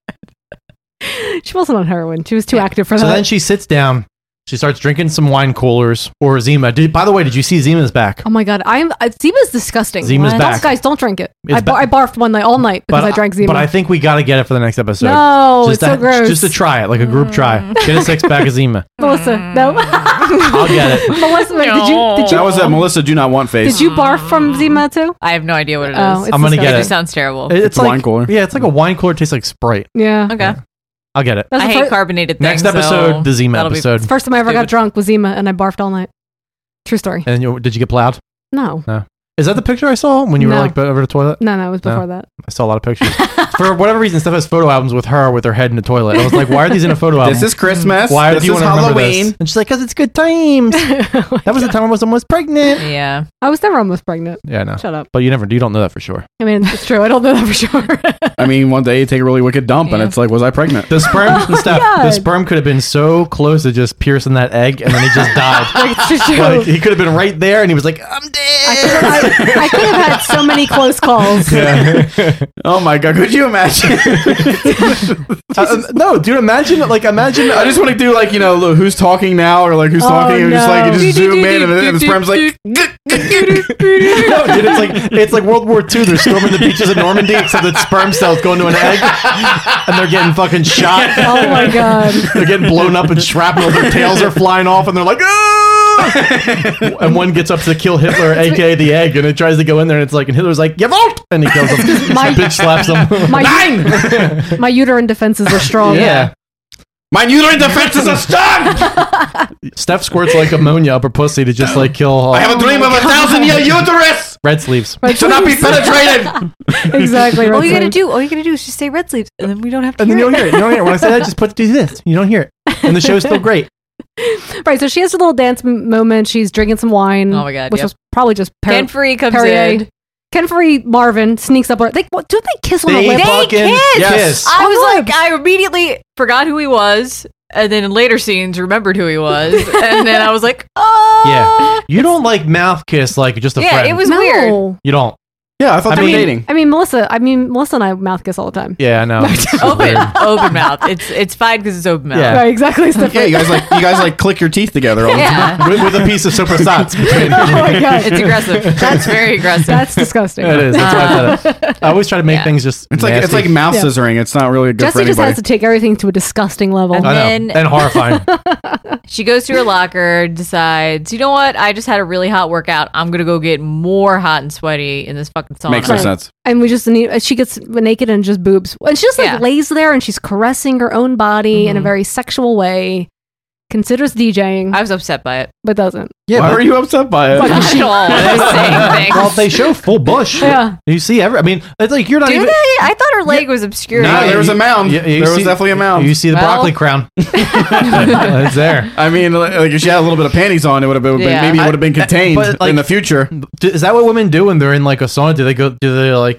[SPEAKER 2] She wasn't on heroin. She was too active for
[SPEAKER 10] so
[SPEAKER 2] that.
[SPEAKER 10] then she sits down. She starts drinking some wine coolers or Zima. Did, by the way, did you see Zima's back?
[SPEAKER 2] oh my god, I'm uh, Zima's disgusting.
[SPEAKER 10] Zima's
[SPEAKER 2] Those
[SPEAKER 10] back.
[SPEAKER 2] guys don't drink it.
[SPEAKER 10] It's
[SPEAKER 2] I, ba-
[SPEAKER 10] ba-
[SPEAKER 2] I barfed one night all night because I drank Zima.
[SPEAKER 10] But I think we got to get it for the next episode.
[SPEAKER 2] no,
[SPEAKER 10] just
[SPEAKER 2] it's so
[SPEAKER 10] to,
[SPEAKER 2] gross. Mm.
[SPEAKER 10] Just to try it, like a group try. Get a six pack of Zima.
[SPEAKER 2] Melissa,
[SPEAKER 7] Mm.
[SPEAKER 2] no.
[SPEAKER 10] I'll get it.
[SPEAKER 2] Melissa, wait, did you did you
[SPEAKER 11] That was that Melissa Do Not Want face.
[SPEAKER 2] did you barf from Zima too?
[SPEAKER 7] I have no idea what it is.
[SPEAKER 2] Oh, it's
[SPEAKER 10] I'm gonna
[SPEAKER 7] it
[SPEAKER 10] get
[SPEAKER 2] disgusting.
[SPEAKER 7] just sounds terrible.
[SPEAKER 10] It- It's,
[SPEAKER 11] a
[SPEAKER 10] like,
[SPEAKER 11] wine cooler.
[SPEAKER 10] Yeah, it's like a wine cooler. Tastes like Sprite.
[SPEAKER 2] Yeah.
[SPEAKER 7] okay.
[SPEAKER 10] I'll get it.
[SPEAKER 2] That's
[SPEAKER 7] I
[SPEAKER 2] the
[SPEAKER 7] hate
[SPEAKER 2] fir-
[SPEAKER 7] carbonated things.
[SPEAKER 10] Next episode,
[SPEAKER 7] so
[SPEAKER 10] the Zima
[SPEAKER 7] that'll be-
[SPEAKER 10] episode.
[SPEAKER 2] First time I ever
[SPEAKER 7] Stupid.
[SPEAKER 2] got drunk was Zima and I barfed all night. True story.
[SPEAKER 10] and you, did you get plowed?
[SPEAKER 2] No.
[SPEAKER 10] Is that the picture I saw when you
[SPEAKER 2] No.
[SPEAKER 10] were like over the toilet?
[SPEAKER 2] No, no, it was before that.
[SPEAKER 10] I saw a lot of pictures. For whatever reason, Steph has photo albums with her with her head in the toilet. I was like, why are these in a photo album?
[SPEAKER 17] This is Christmas.
[SPEAKER 10] why
[SPEAKER 17] this
[SPEAKER 10] do you
[SPEAKER 17] is
[SPEAKER 10] want to remember
[SPEAKER 17] Halloween.
[SPEAKER 10] this? And she's like, because it's good times.
[SPEAKER 7] Oh
[SPEAKER 10] that was the time I was almost pregnant.
[SPEAKER 7] Yeah.
[SPEAKER 2] I was never almost pregnant.
[SPEAKER 10] Yeah, I know.
[SPEAKER 2] Shut up.
[SPEAKER 10] But you never, you don't know that for sure.
[SPEAKER 2] I mean, that's true. I don't know that for sure.
[SPEAKER 11] I mean, one day you take a really wicked dump, and
[SPEAKER 7] Yeah.
[SPEAKER 11] it's like, was I pregnant?
[SPEAKER 10] The sperm, Steph, the
[SPEAKER 2] Oh God.
[SPEAKER 10] sperm could have been so close to just piercing that egg, and then he just died.
[SPEAKER 2] It's true.
[SPEAKER 10] like, he could have been right there, and he was like, I'm dead.
[SPEAKER 2] I, I could have had so many close calls.
[SPEAKER 17] oh my god, could you imagine?
[SPEAKER 10] um,
[SPEAKER 17] Uh, no, dude, imagine like imagine. I just want to do like you know look, who's talking now or like who's
[SPEAKER 10] Oh,
[SPEAKER 17] talking and just like you just
[SPEAKER 10] no.
[SPEAKER 17] zoom in and, and the sperm's like
[SPEAKER 10] no, dude, it's like it's like World War II. They're storming the beaches of Normandy, except that sperm cells going to an egg, and they're getting fucking shot.
[SPEAKER 2] Oh my god!
[SPEAKER 10] They're getting blown up and shrapnel. Their tails are flying off, and they're like, "Ah!" and one gets up to kill Hitler, aka the egg, and it tries to go in there, and it's like, and Hitler's like, "You vote," and he kills him.
[SPEAKER 2] My-
[SPEAKER 10] bitch slaps him.
[SPEAKER 2] My, my uterine defenses are strong.
[SPEAKER 10] yeah.
[SPEAKER 17] My uterine defenses are strong.
[SPEAKER 10] Steph squirts like ammonia up her pussy to just like kill. All.
[SPEAKER 17] I
[SPEAKER 2] Oh
[SPEAKER 17] have a dream of a thousand year uterus.
[SPEAKER 10] Red sleeves.
[SPEAKER 17] It should not be penetrated.
[SPEAKER 2] exactly.
[SPEAKER 18] all you
[SPEAKER 10] red
[SPEAKER 18] gotta do, all you gotta do is just say red sleeves, and then we don't have to.
[SPEAKER 10] And then you
[SPEAKER 18] hear
[SPEAKER 10] don't hear it. You don't hear it. When I say that, just put do this. You don't hear it, and the show's still great.
[SPEAKER 2] Right. So she has a little dance m- moment. She's drinking some wine.
[SPEAKER 7] Oh my God,
[SPEAKER 2] Which
[SPEAKER 7] yep.
[SPEAKER 2] was probably just per-
[SPEAKER 7] Ken Free comes in.
[SPEAKER 2] Ken Free Marvin sneaks up. on her. They what, do they kiss on the
[SPEAKER 7] They
[SPEAKER 2] lip?
[SPEAKER 7] fucking They kiss! Ah, kiss. I
[SPEAKER 2] was
[SPEAKER 7] like, I immediately forgot who he was, and then in later scenes remembered who he was, and then I was like,
[SPEAKER 10] Yeah, you don't like mouth kiss like just a
[SPEAKER 2] Yeah,
[SPEAKER 10] friend.
[SPEAKER 2] it was No. weird.
[SPEAKER 10] You don't.
[SPEAKER 17] Yeah, I
[SPEAKER 10] thought they were dating.
[SPEAKER 2] I mean, Melissa. I mean, Melissa and I mouth kiss all the time.
[SPEAKER 10] Yeah, I know.
[SPEAKER 7] open, open mouth. It's it's fine because it's open mouth.
[SPEAKER 2] Right. Exactly. Steph.
[SPEAKER 17] Yeah, you guys like you guys like click your teeth together all the
[SPEAKER 7] Yeah.
[SPEAKER 17] time.
[SPEAKER 10] with, with a piece of soprasats between.
[SPEAKER 2] Oh my god,
[SPEAKER 7] It's aggressive. That's very aggressive.
[SPEAKER 2] That's disgusting.
[SPEAKER 10] It is. That's why I
[SPEAKER 2] Uh,
[SPEAKER 10] said it. I always try to make things just.
[SPEAKER 17] It's like it's
[SPEAKER 10] nasty.
[SPEAKER 17] like mouth
[SPEAKER 2] Yeah.
[SPEAKER 17] scissoring. It's not really good for
[SPEAKER 2] Jesse
[SPEAKER 17] anybody.
[SPEAKER 2] just has to take everything to a disgusting level.
[SPEAKER 7] I know. And-
[SPEAKER 10] and horrifying.
[SPEAKER 7] She goes to her locker, decides, you know what? I just had a really hot workout. I'm gonna go get more hot and sweaty in this fucking sauna.
[SPEAKER 2] Right. And we just need. She gets naked and just boobs, and she just like lays there and she's caressing her own body
[SPEAKER 10] Mm-hmm.
[SPEAKER 2] in a very sexual way. Considers DJing. I
[SPEAKER 7] was upset by it,
[SPEAKER 2] but doesn't.
[SPEAKER 10] Yeah,
[SPEAKER 17] Why
[SPEAKER 10] but-
[SPEAKER 17] were you upset by it?
[SPEAKER 10] Fuck,
[SPEAKER 17] Not
[SPEAKER 10] she-
[SPEAKER 17] at all. I was saying things.
[SPEAKER 10] Well, they show full bush.
[SPEAKER 17] Yeah.
[SPEAKER 10] you see every. I mean, it's like you're not
[SPEAKER 7] Do
[SPEAKER 10] even.
[SPEAKER 7] they? I thought her leg was obscured.
[SPEAKER 10] No,
[SPEAKER 17] there was a mound.
[SPEAKER 10] Yeah, you
[SPEAKER 17] there
[SPEAKER 10] see-
[SPEAKER 17] was definitely a mound.
[SPEAKER 10] you see the Well- broccoli crown. it's there.
[SPEAKER 17] I mean, li- like if she had a little bit of panties on, it would have been
[SPEAKER 10] Yeah.
[SPEAKER 17] maybe it would have been
[SPEAKER 10] I- but,
[SPEAKER 17] contained
[SPEAKER 10] like-
[SPEAKER 17] in the future.
[SPEAKER 10] Do- Is that what women do when they're in like a sauna? Do they go? Do they like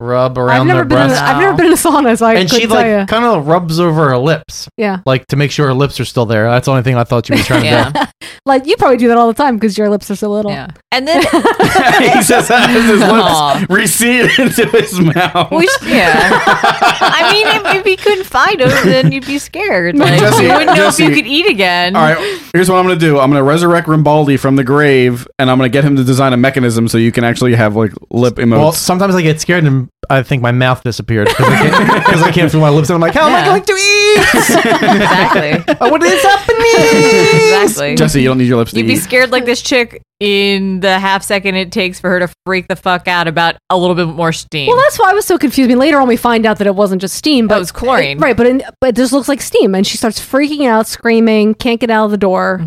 [SPEAKER 10] rub around
[SPEAKER 2] I've never
[SPEAKER 10] their
[SPEAKER 2] been. In a,
[SPEAKER 10] breasts?
[SPEAKER 2] I've never been in a sauna, so I
[SPEAKER 10] and
[SPEAKER 2] couldn't
[SPEAKER 10] she
[SPEAKER 2] tell you.
[SPEAKER 10] like kind of rubs over her lips,
[SPEAKER 2] Yeah.
[SPEAKER 10] like to make sure her lips are still there. That's the only thing I thought she was trying to do.
[SPEAKER 2] Like you probably do that all the time because your lips are so little. Yeah.
[SPEAKER 7] And then
[SPEAKER 17] he just has his
[SPEAKER 7] Aw.
[SPEAKER 17] lips recede into his mouth.
[SPEAKER 7] Which, yeah. I mean, if, if you couldn't find him, then you'd be scared. Like,
[SPEAKER 17] Jesse,
[SPEAKER 7] you wouldn't know if
[SPEAKER 17] Jesse.
[SPEAKER 7] you could eat again.
[SPEAKER 17] All right, here's what I'm gonna do. I'm gonna resurrect Rimbaldi from the grave, and I'm gonna get him to design a mechanism so you can actually have like lip emotes.
[SPEAKER 10] Well, sometimes I get scared and I think my mouth disappeared because I can't, 'cause I can't feel my lips. And I'm like, how am I going to eat?
[SPEAKER 7] exactly.
[SPEAKER 10] what is happening?
[SPEAKER 7] Exactly.
[SPEAKER 17] Jesse, you don't need your lips to
[SPEAKER 7] You'd be
[SPEAKER 17] eat.
[SPEAKER 7] scared like this chick in the half second it takes for her to freak the fuck out about a little bit more steam.
[SPEAKER 2] Well, that's why I was so confused. I mean, later on we find out that it wasn't just steam, but it was
[SPEAKER 7] chlorine,
[SPEAKER 2] right? But in, but this looks like steam, and she starts freaking out, screaming, can't get out of the door,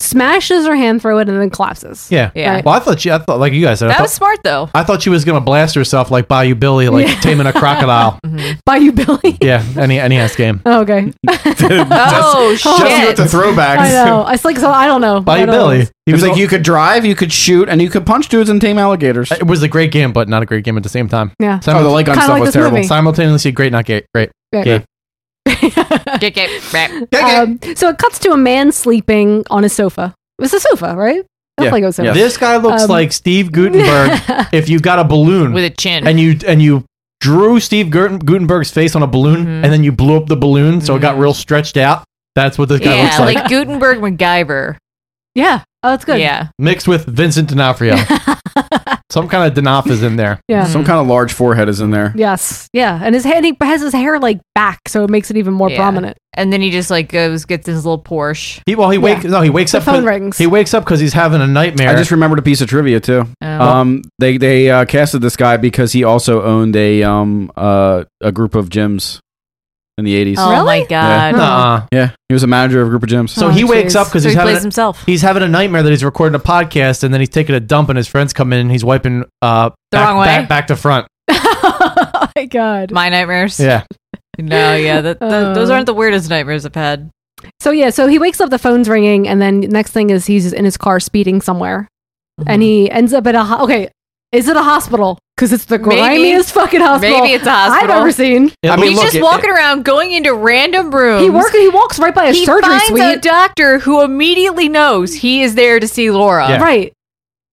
[SPEAKER 2] smashes her hand through it, and then collapses.
[SPEAKER 10] Yeah.
[SPEAKER 2] Right?
[SPEAKER 10] Well, I thought she. I thought like you guys said. I
[SPEAKER 2] That
[SPEAKER 10] thought,
[SPEAKER 2] was smart, though.
[SPEAKER 10] I thought she was gonna blast herself like Bayou Billy, like
[SPEAKER 2] Yeah. Mm-hmm.
[SPEAKER 10] taming a crocodile.
[SPEAKER 2] By you, Billy.
[SPEAKER 10] yeah. Any any ass game.
[SPEAKER 2] Oh, okay.
[SPEAKER 7] oh
[SPEAKER 17] Jesse with the throwbacks.
[SPEAKER 2] I know. I was like, so I don't know. I don't know.
[SPEAKER 17] He was like, you could drive, you could shoot, and you could punch dudes and tame alligators.
[SPEAKER 10] It was a great game, but not a great game at the same time.
[SPEAKER 2] Yeah.
[SPEAKER 10] Simul-
[SPEAKER 17] Oh, the Lake on
[SPEAKER 2] Kinda
[SPEAKER 17] stuff
[SPEAKER 2] like
[SPEAKER 17] was
[SPEAKER 2] this
[SPEAKER 17] terrible.
[SPEAKER 2] movie.
[SPEAKER 10] Simultaneously great, not gay. Great.
[SPEAKER 2] Great.
[SPEAKER 10] Gay.
[SPEAKER 7] Get, get, right.
[SPEAKER 2] Um, so it cuts to a man sleeping on a sofa. It's a sofa, right? That's like a sofa.
[SPEAKER 10] This guy looks
[SPEAKER 2] Um,
[SPEAKER 10] like Steve Gutenberg if you got a balloon
[SPEAKER 7] With a chin.
[SPEAKER 10] and you and you drew Steve Guten- Gutenberg's face on a balloon
[SPEAKER 7] Mm-hmm.
[SPEAKER 10] and then you blew up the balloon so it got real stretched out. That's what this guy
[SPEAKER 7] Yeah,
[SPEAKER 10] looks like.
[SPEAKER 7] like Gutenberg MacGyver.
[SPEAKER 2] Yeah. Oh, that's good.
[SPEAKER 7] Yeah.
[SPEAKER 10] Mixed with Vincent D'Onofrio. Some kind of D'Onoff is in there.
[SPEAKER 2] Yeah.
[SPEAKER 17] Some kind of large forehead is in there.
[SPEAKER 2] Yes. Yeah. And his head he has his hair like back, so it makes it even more
[SPEAKER 7] Yeah.
[SPEAKER 2] prominent.
[SPEAKER 7] And then he just like goes, gets his little Porsche.
[SPEAKER 10] He well Oh, he wakes no he wakes
[SPEAKER 2] The
[SPEAKER 10] up
[SPEAKER 2] phone
[SPEAKER 10] 'cause-
[SPEAKER 2] rings.
[SPEAKER 10] he wakes up because he's having a nightmare.
[SPEAKER 17] I just remembered a piece of trivia too.
[SPEAKER 7] Oh.
[SPEAKER 17] Um, they they uh, casted this guy because he also owned a um uh, a group of gyms in the eighties.
[SPEAKER 7] Oh my god.
[SPEAKER 17] Yeah. Yeah, he was a manager of a group of gyms.
[SPEAKER 10] So he
[SPEAKER 2] Oh,
[SPEAKER 10] wakes up because
[SPEAKER 7] So
[SPEAKER 10] he's
[SPEAKER 7] he
[SPEAKER 10] having
[SPEAKER 7] plays himself.
[SPEAKER 10] He's having a nightmare that he's recording a podcast and then he's taking a dump and his friends come in and he's wiping uh
[SPEAKER 7] The
[SPEAKER 10] back,
[SPEAKER 7] wrong way.
[SPEAKER 10] back, back to front.
[SPEAKER 2] Oh my god.
[SPEAKER 7] My nightmares.
[SPEAKER 10] Yeah.
[SPEAKER 7] No, yeah, that, th- those
[SPEAKER 2] Oh.
[SPEAKER 7] aren't the weirdest nightmares I've had.
[SPEAKER 2] So yeah, so he wakes up, the phone's ringing, and then next thing is he's in his car speeding somewhere, and he ends up at a ho- okay. Is it a hospital? Because it's the
[SPEAKER 7] Maybe.
[SPEAKER 2] grimiest fucking hospital.
[SPEAKER 7] Maybe it's a hospital.
[SPEAKER 2] I've ever seen.
[SPEAKER 7] I mean, he's just walking around, going into random rooms.
[SPEAKER 2] He work- he walks right by a
[SPEAKER 7] he
[SPEAKER 2] surgery
[SPEAKER 7] finds a
[SPEAKER 2] suite.
[SPEAKER 7] doctor who immediately knows he is there to see Laura.
[SPEAKER 2] Right.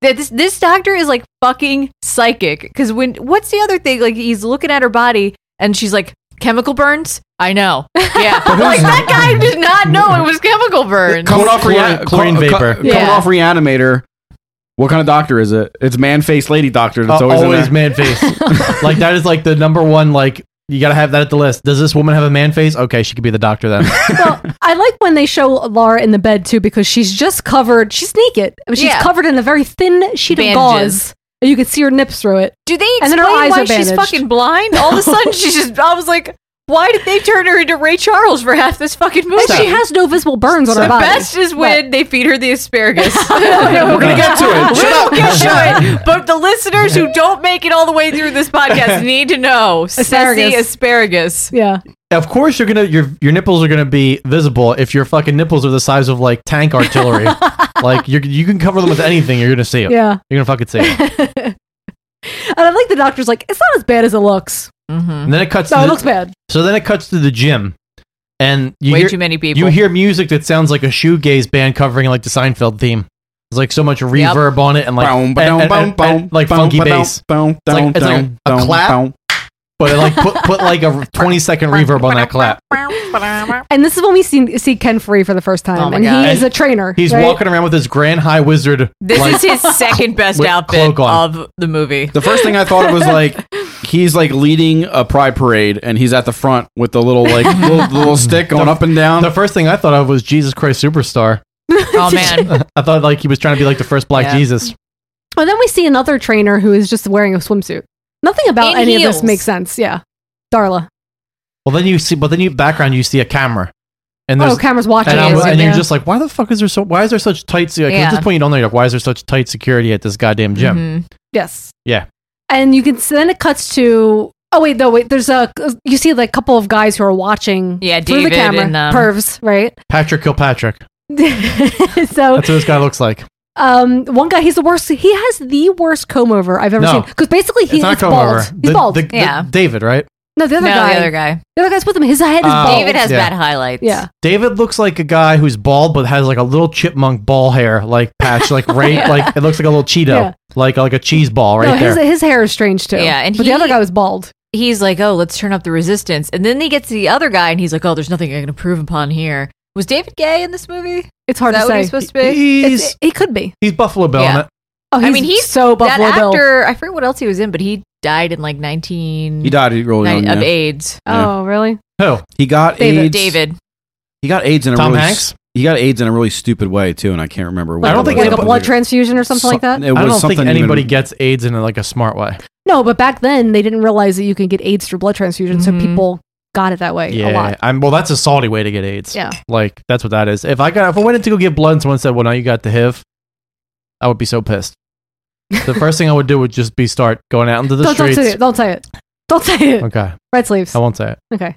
[SPEAKER 18] that this this doctor is like fucking psychic because when what's the other thing like he's looking at her body and she's like chemical burns i know yeah like that guy did not know it was chemical burns
[SPEAKER 11] Coming off
[SPEAKER 10] Chlorine-
[SPEAKER 11] rea-
[SPEAKER 10] chlorine
[SPEAKER 11] co- co-
[SPEAKER 10] vapor.
[SPEAKER 11] Coming
[SPEAKER 18] Yeah.
[SPEAKER 11] off reanimator. What kind of doctor is it? It's man face lady doctor. That's
[SPEAKER 10] Uh,
[SPEAKER 11] always,
[SPEAKER 10] always,
[SPEAKER 11] in there.
[SPEAKER 10] man face. like that is like the number one. Like you gotta have that at the list. Does this woman have a man face? Okay, she could be the doctor then.
[SPEAKER 2] I like when they show Laura in the bed too because she's just covered. She's naked. I mean, she's
[SPEAKER 18] Yeah.
[SPEAKER 2] covered in a very thin sheet
[SPEAKER 18] Bandages.
[SPEAKER 2] of gauze. And you can see her nips through it.
[SPEAKER 18] do they
[SPEAKER 2] And
[SPEAKER 18] explain
[SPEAKER 2] then her eyes
[SPEAKER 18] why
[SPEAKER 2] are
[SPEAKER 18] she's
[SPEAKER 2] bandaged.
[SPEAKER 18] fucking blind all of a sudden she's just i was like why did they turn her into ray charles for half this fucking movie
[SPEAKER 2] And she has no visible burns on
[SPEAKER 18] the
[SPEAKER 2] her body.
[SPEAKER 18] best is when they feed her the asparagus.
[SPEAKER 2] We're
[SPEAKER 11] gonna get to it.
[SPEAKER 18] We
[SPEAKER 11] Shut
[SPEAKER 18] will
[SPEAKER 11] up.
[SPEAKER 18] get to it. But the listeners who don't make it all the way through this podcast need to know asparagus.
[SPEAKER 2] Asparagus.
[SPEAKER 18] asparagus.
[SPEAKER 2] Yeah.
[SPEAKER 10] of course, you're gonna your your nipples are gonna be visible if your fucking nipples are the size of like tank artillery. like you you can cover them with anything. You're gonna see it.
[SPEAKER 2] Yeah.
[SPEAKER 10] you're gonna fucking see it.
[SPEAKER 2] And I like the doctor's like, it's not as bad as it looks.
[SPEAKER 7] Mm-hmm.
[SPEAKER 10] And then it cuts.
[SPEAKER 2] No,
[SPEAKER 10] to
[SPEAKER 2] it
[SPEAKER 10] the-
[SPEAKER 2] looks bad.
[SPEAKER 10] So then it cuts to the gym, and you
[SPEAKER 7] Way
[SPEAKER 10] hear,
[SPEAKER 7] too many people.
[SPEAKER 10] You hear music that sounds like a shoegaze band covering like the Seinfeld theme. There's like so much reverb on it and like
[SPEAKER 11] Boom,
[SPEAKER 10] and-
[SPEAKER 11] ba-dum,
[SPEAKER 10] and- and-
[SPEAKER 11] boom,
[SPEAKER 10] and, like
[SPEAKER 11] boom,
[SPEAKER 10] funky
[SPEAKER 11] ba-dum,
[SPEAKER 10] bass.
[SPEAKER 11] boom,
[SPEAKER 10] It's
[SPEAKER 11] down,
[SPEAKER 10] like, it's like
[SPEAKER 11] down,
[SPEAKER 10] a
[SPEAKER 11] down,
[SPEAKER 10] clap,
[SPEAKER 11] down.
[SPEAKER 10] but it like put, put like a 20 second reverb on that clap.
[SPEAKER 2] And this is when we see, see Ken Free for the first time.
[SPEAKER 10] Oh my
[SPEAKER 2] and
[SPEAKER 10] God.
[SPEAKER 2] he is
[SPEAKER 10] And
[SPEAKER 2] a trainer.
[SPEAKER 10] He's
[SPEAKER 2] right?
[SPEAKER 10] walking around with his Grand High Wizard.
[SPEAKER 7] This
[SPEAKER 10] like,
[SPEAKER 7] is his second best
[SPEAKER 10] with
[SPEAKER 7] outfit
[SPEAKER 10] cloak on.
[SPEAKER 7] of the movie.
[SPEAKER 11] The first thing I thought of was like he's like leading a pride parade and he's at the front with the little like little, little stick going up and down.
[SPEAKER 10] The first thing I thought of was Jesus Christ Superstar.
[SPEAKER 7] Oh man.
[SPEAKER 10] I thought like he was trying to be like the first black
[SPEAKER 7] Yeah.
[SPEAKER 10] Jesus.
[SPEAKER 2] And then we see another trainer who is just wearing a swimsuit. Nothing about
[SPEAKER 7] In
[SPEAKER 2] any of
[SPEAKER 7] heels.
[SPEAKER 2] this makes sense. Yeah. Darla.
[SPEAKER 10] Well, then you see, but then you background you see a camera, and
[SPEAKER 2] Oh,
[SPEAKER 10] there's
[SPEAKER 2] camera's watching
[SPEAKER 10] and, I'm-
[SPEAKER 2] us,
[SPEAKER 10] and
[SPEAKER 2] yeah.
[SPEAKER 10] you're just like, why the fuck is there so? Why is there such tight? se- Like, At
[SPEAKER 2] Yeah. Mm-hmm.
[SPEAKER 10] this point, you don't know. You're like, why is there such tight security at this goddamn gym?
[SPEAKER 7] Mm-hmm.
[SPEAKER 2] Yes.
[SPEAKER 10] Yeah,
[SPEAKER 2] And you can so then it cuts to oh wait no wait there's a you see like a couple of guys who are watching
[SPEAKER 7] Yeah,
[SPEAKER 2] through
[SPEAKER 7] David
[SPEAKER 2] the camera
[SPEAKER 7] and, um,
[SPEAKER 2] pervs right
[SPEAKER 10] Patrick Kilpatrick.
[SPEAKER 2] so
[SPEAKER 10] That's what this guy looks like.
[SPEAKER 2] um one guy he's the worst he has the worst comb over I've ever
[SPEAKER 10] No.
[SPEAKER 2] seen because basically he, it's
[SPEAKER 10] it's not comb
[SPEAKER 2] bald
[SPEAKER 10] over.
[SPEAKER 2] he's
[SPEAKER 10] The-
[SPEAKER 2] bald
[SPEAKER 10] the- the-
[SPEAKER 2] yeah
[SPEAKER 10] David, right?
[SPEAKER 2] no the other
[SPEAKER 7] No,
[SPEAKER 2] guy
[SPEAKER 7] the other guy.
[SPEAKER 2] the other guy's with him his head is
[SPEAKER 10] Oh,
[SPEAKER 2] bald
[SPEAKER 7] David has
[SPEAKER 10] yeah.
[SPEAKER 7] bad highlights.
[SPEAKER 2] yeah
[SPEAKER 10] David looks like a guy who's bald but has like a little chipmunk ball hair, like patch, like right,
[SPEAKER 2] Yeah.
[SPEAKER 10] like it looks like a little Cheeto,
[SPEAKER 2] Yeah.
[SPEAKER 10] like like a cheese ball right
[SPEAKER 2] no his,
[SPEAKER 10] there.
[SPEAKER 2] his hair is strange too
[SPEAKER 7] Yeah, and
[SPEAKER 2] but the other
[SPEAKER 7] he-
[SPEAKER 2] guy was bald
[SPEAKER 7] He's like, oh, let's turn up the resistance, and then he gets to the other guy, and he's like, oh, there's nothing I can improve upon here. Was David gay in this movie?
[SPEAKER 2] it's hard
[SPEAKER 7] Is
[SPEAKER 2] to
[SPEAKER 7] that what
[SPEAKER 2] say
[SPEAKER 7] he's supposed to be?
[SPEAKER 10] he's
[SPEAKER 2] It's- he could be
[SPEAKER 10] he's Buffalo Bill. in
[SPEAKER 7] Yeah.
[SPEAKER 10] it.
[SPEAKER 2] oh he's
[SPEAKER 7] I mean, he's
[SPEAKER 2] so
[SPEAKER 7] that
[SPEAKER 2] Buffalo Bill
[SPEAKER 7] actor. I forget what else he was in, but he died in like 19
[SPEAKER 11] He died really young.
[SPEAKER 7] nine- of
[SPEAKER 11] yeah.
[SPEAKER 7] AIDS.
[SPEAKER 2] oh really
[SPEAKER 10] Who?
[SPEAKER 11] He got
[SPEAKER 7] David.
[SPEAKER 11] AIDS.
[SPEAKER 7] David.
[SPEAKER 11] He got AIDS in a
[SPEAKER 10] Tom
[SPEAKER 11] really
[SPEAKER 10] Hanks?
[SPEAKER 11] He got AIDS in a really stupid way too, and I can't remember. what
[SPEAKER 10] I don't
[SPEAKER 11] it
[SPEAKER 10] think
[SPEAKER 11] was.
[SPEAKER 2] like a
[SPEAKER 10] anybody-
[SPEAKER 2] blood transfusion or something like that
[SPEAKER 11] Some- it was
[SPEAKER 10] I don't think
[SPEAKER 11] something even-
[SPEAKER 10] anybody gets AIDS in like a smart way.
[SPEAKER 2] No, but back then they didn't realize that you can get AIDS through blood transfusion, so
[SPEAKER 7] Mm-hmm.
[SPEAKER 2] people got it that way a lot.
[SPEAKER 10] I'm well. That's a salty way to get AIDS.
[SPEAKER 2] Yeah.
[SPEAKER 10] like that's what that is. If I got if I went in to go get blood and someone said, "Well, now you got the HIV," I would be so pissed. The first thing I would do would just be start going out into the
[SPEAKER 2] Don't, don't
[SPEAKER 10] streets.
[SPEAKER 2] say it. Don't say it. Don't say it.
[SPEAKER 10] Okay,
[SPEAKER 2] Red sleeves.
[SPEAKER 10] I won't say it.
[SPEAKER 2] Okay.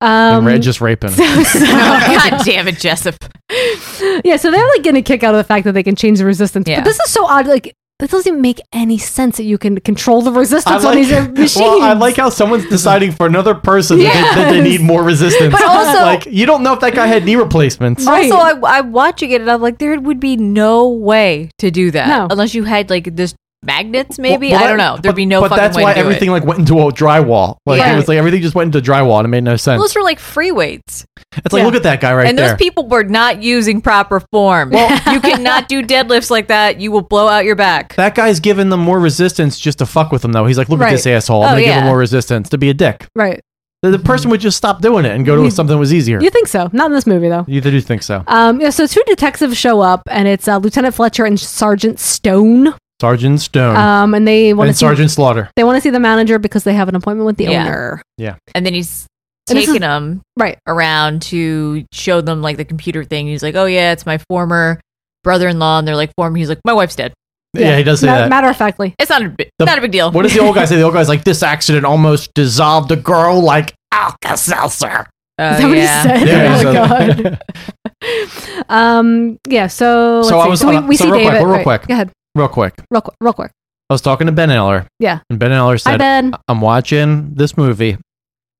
[SPEAKER 10] Then
[SPEAKER 2] Um,
[SPEAKER 10] ra- just raping.
[SPEAKER 2] so- so-
[SPEAKER 7] Oh, God damn it, Jessup.
[SPEAKER 2] yeah, so they're like getting a kick out of the fact that they can change the resistance.
[SPEAKER 7] Yeah.
[SPEAKER 2] But this is so odd. Like, that doesn't make any sense that you can control the resistance on these uh, machines.
[SPEAKER 10] well, I like how someone's deciding for another person that, they, that they
[SPEAKER 2] Yes.
[SPEAKER 10] need more resistance.
[SPEAKER 18] But also-
[SPEAKER 10] like you don't know if that guy had knee replacements.
[SPEAKER 18] Also, I, I'm watching it and I'm like, there would be no way to do that
[SPEAKER 2] No.
[SPEAKER 7] Unless you had like this magnets, maybe
[SPEAKER 10] Well,
[SPEAKER 7] I
[SPEAKER 10] that-
[SPEAKER 7] don't know. There'd
[SPEAKER 10] but-
[SPEAKER 7] be no
[SPEAKER 10] But
[SPEAKER 7] fucking
[SPEAKER 10] that's
[SPEAKER 7] way
[SPEAKER 10] why
[SPEAKER 7] to do
[SPEAKER 10] everything
[SPEAKER 7] it.
[SPEAKER 10] like went into a drywall. Like
[SPEAKER 7] Yeah.
[SPEAKER 10] it was like everything just went into drywall and it made no sense.
[SPEAKER 7] Those were like free weights,
[SPEAKER 10] it's like
[SPEAKER 7] yeah.
[SPEAKER 10] look at that guy right
[SPEAKER 7] and
[SPEAKER 10] there.
[SPEAKER 7] those people were not using proper form. you cannot do deadlifts like that. You will blow out your back.
[SPEAKER 10] That guy's giving them more resistance just to fuck with them, though. He's like, look at this
[SPEAKER 2] Right.
[SPEAKER 10] asshole. I'm
[SPEAKER 7] Oh,
[SPEAKER 10] going to give
[SPEAKER 7] yeah.
[SPEAKER 10] him more resistance to be a dick.
[SPEAKER 2] right.
[SPEAKER 10] The, the person would just stop doing it and go to
[SPEAKER 2] You-
[SPEAKER 10] something that was easier.
[SPEAKER 2] You think so? Not in this movie, though.
[SPEAKER 10] You do think so.
[SPEAKER 2] Um, yeah, so two detectives show up, and it's uh, Lieutenant Fletcher and Sergeant Stone.
[SPEAKER 10] Sergeant Stone
[SPEAKER 2] Um, and they want to
[SPEAKER 10] and
[SPEAKER 2] see
[SPEAKER 10] Sergeant Slaughter.
[SPEAKER 2] They want to see the manager because they have an appointment with the
[SPEAKER 7] Yeah.
[SPEAKER 2] owner.
[SPEAKER 10] Yeah.
[SPEAKER 7] And then he's
[SPEAKER 2] And this
[SPEAKER 7] taking
[SPEAKER 2] is-
[SPEAKER 7] them
[SPEAKER 2] Right.
[SPEAKER 7] around to show them like the computer thing. He's like, oh yeah, it's my former brother-in-law, and they're like, former. He's like, my wife's dead.
[SPEAKER 10] Yeah, he does say
[SPEAKER 2] Ma-
[SPEAKER 10] that.
[SPEAKER 2] Matter of factly.
[SPEAKER 7] It's not a big,
[SPEAKER 10] The-
[SPEAKER 7] not a big deal.
[SPEAKER 10] What does the old guy say? The old guy's like, this accident almost dissolved the girl like Alka Seltzer.
[SPEAKER 7] Uh,
[SPEAKER 2] Is that what he
[SPEAKER 7] yeah.
[SPEAKER 2] said?
[SPEAKER 10] Yeah, he
[SPEAKER 2] oh,
[SPEAKER 10] said
[SPEAKER 2] God. um, yeah, so.
[SPEAKER 10] So
[SPEAKER 2] let's see.
[SPEAKER 10] I was-
[SPEAKER 2] we,
[SPEAKER 10] uh,
[SPEAKER 2] we
[SPEAKER 10] so
[SPEAKER 2] see
[SPEAKER 10] real quick,
[SPEAKER 2] David.
[SPEAKER 10] real
[SPEAKER 2] right.
[SPEAKER 10] quick.
[SPEAKER 2] Go ahead.
[SPEAKER 10] Real quick.
[SPEAKER 2] Real, qu- real quick.
[SPEAKER 10] I was talking to Ben Eller,
[SPEAKER 2] Yeah.
[SPEAKER 10] and Ben Eller
[SPEAKER 2] Hi,
[SPEAKER 10] said,
[SPEAKER 2] Ben.
[SPEAKER 10] I'm watching this movie,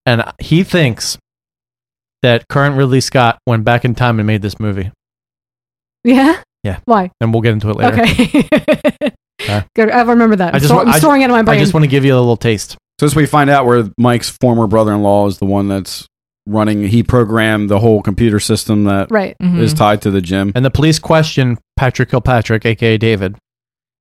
[SPEAKER 10] and he thinks that current Ridley Scott went back in time and made this movie.
[SPEAKER 2] Yeah.
[SPEAKER 10] Yeah.
[SPEAKER 2] Why?
[SPEAKER 10] And we'll get into it later.
[SPEAKER 2] Okay.
[SPEAKER 10] Uh,
[SPEAKER 2] Good. I remember that. I'm,
[SPEAKER 11] just
[SPEAKER 2] stor-
[SPEAKER 11] wa-
[SPEAKER 2] I'm
[SPEAKER 11] I-
[SPEAKER 2] storing it in my brain.
[SPEAKER 11] want
[SPEAKER 10] to give you a little taste.
[SPEAKER 11] So as we find out where Mike's former brother-in-law is the one that's running, he programmed the whole computer system that is
[SPEAKER 2] Right.
[SPEAKER 10] Mm-hmm.
[SPEAKER 2] Mhm.
[SPEAKER 11] tied to the gym.
[SPEAKER 10] And the police question Patrick Kilpatrick, aka David,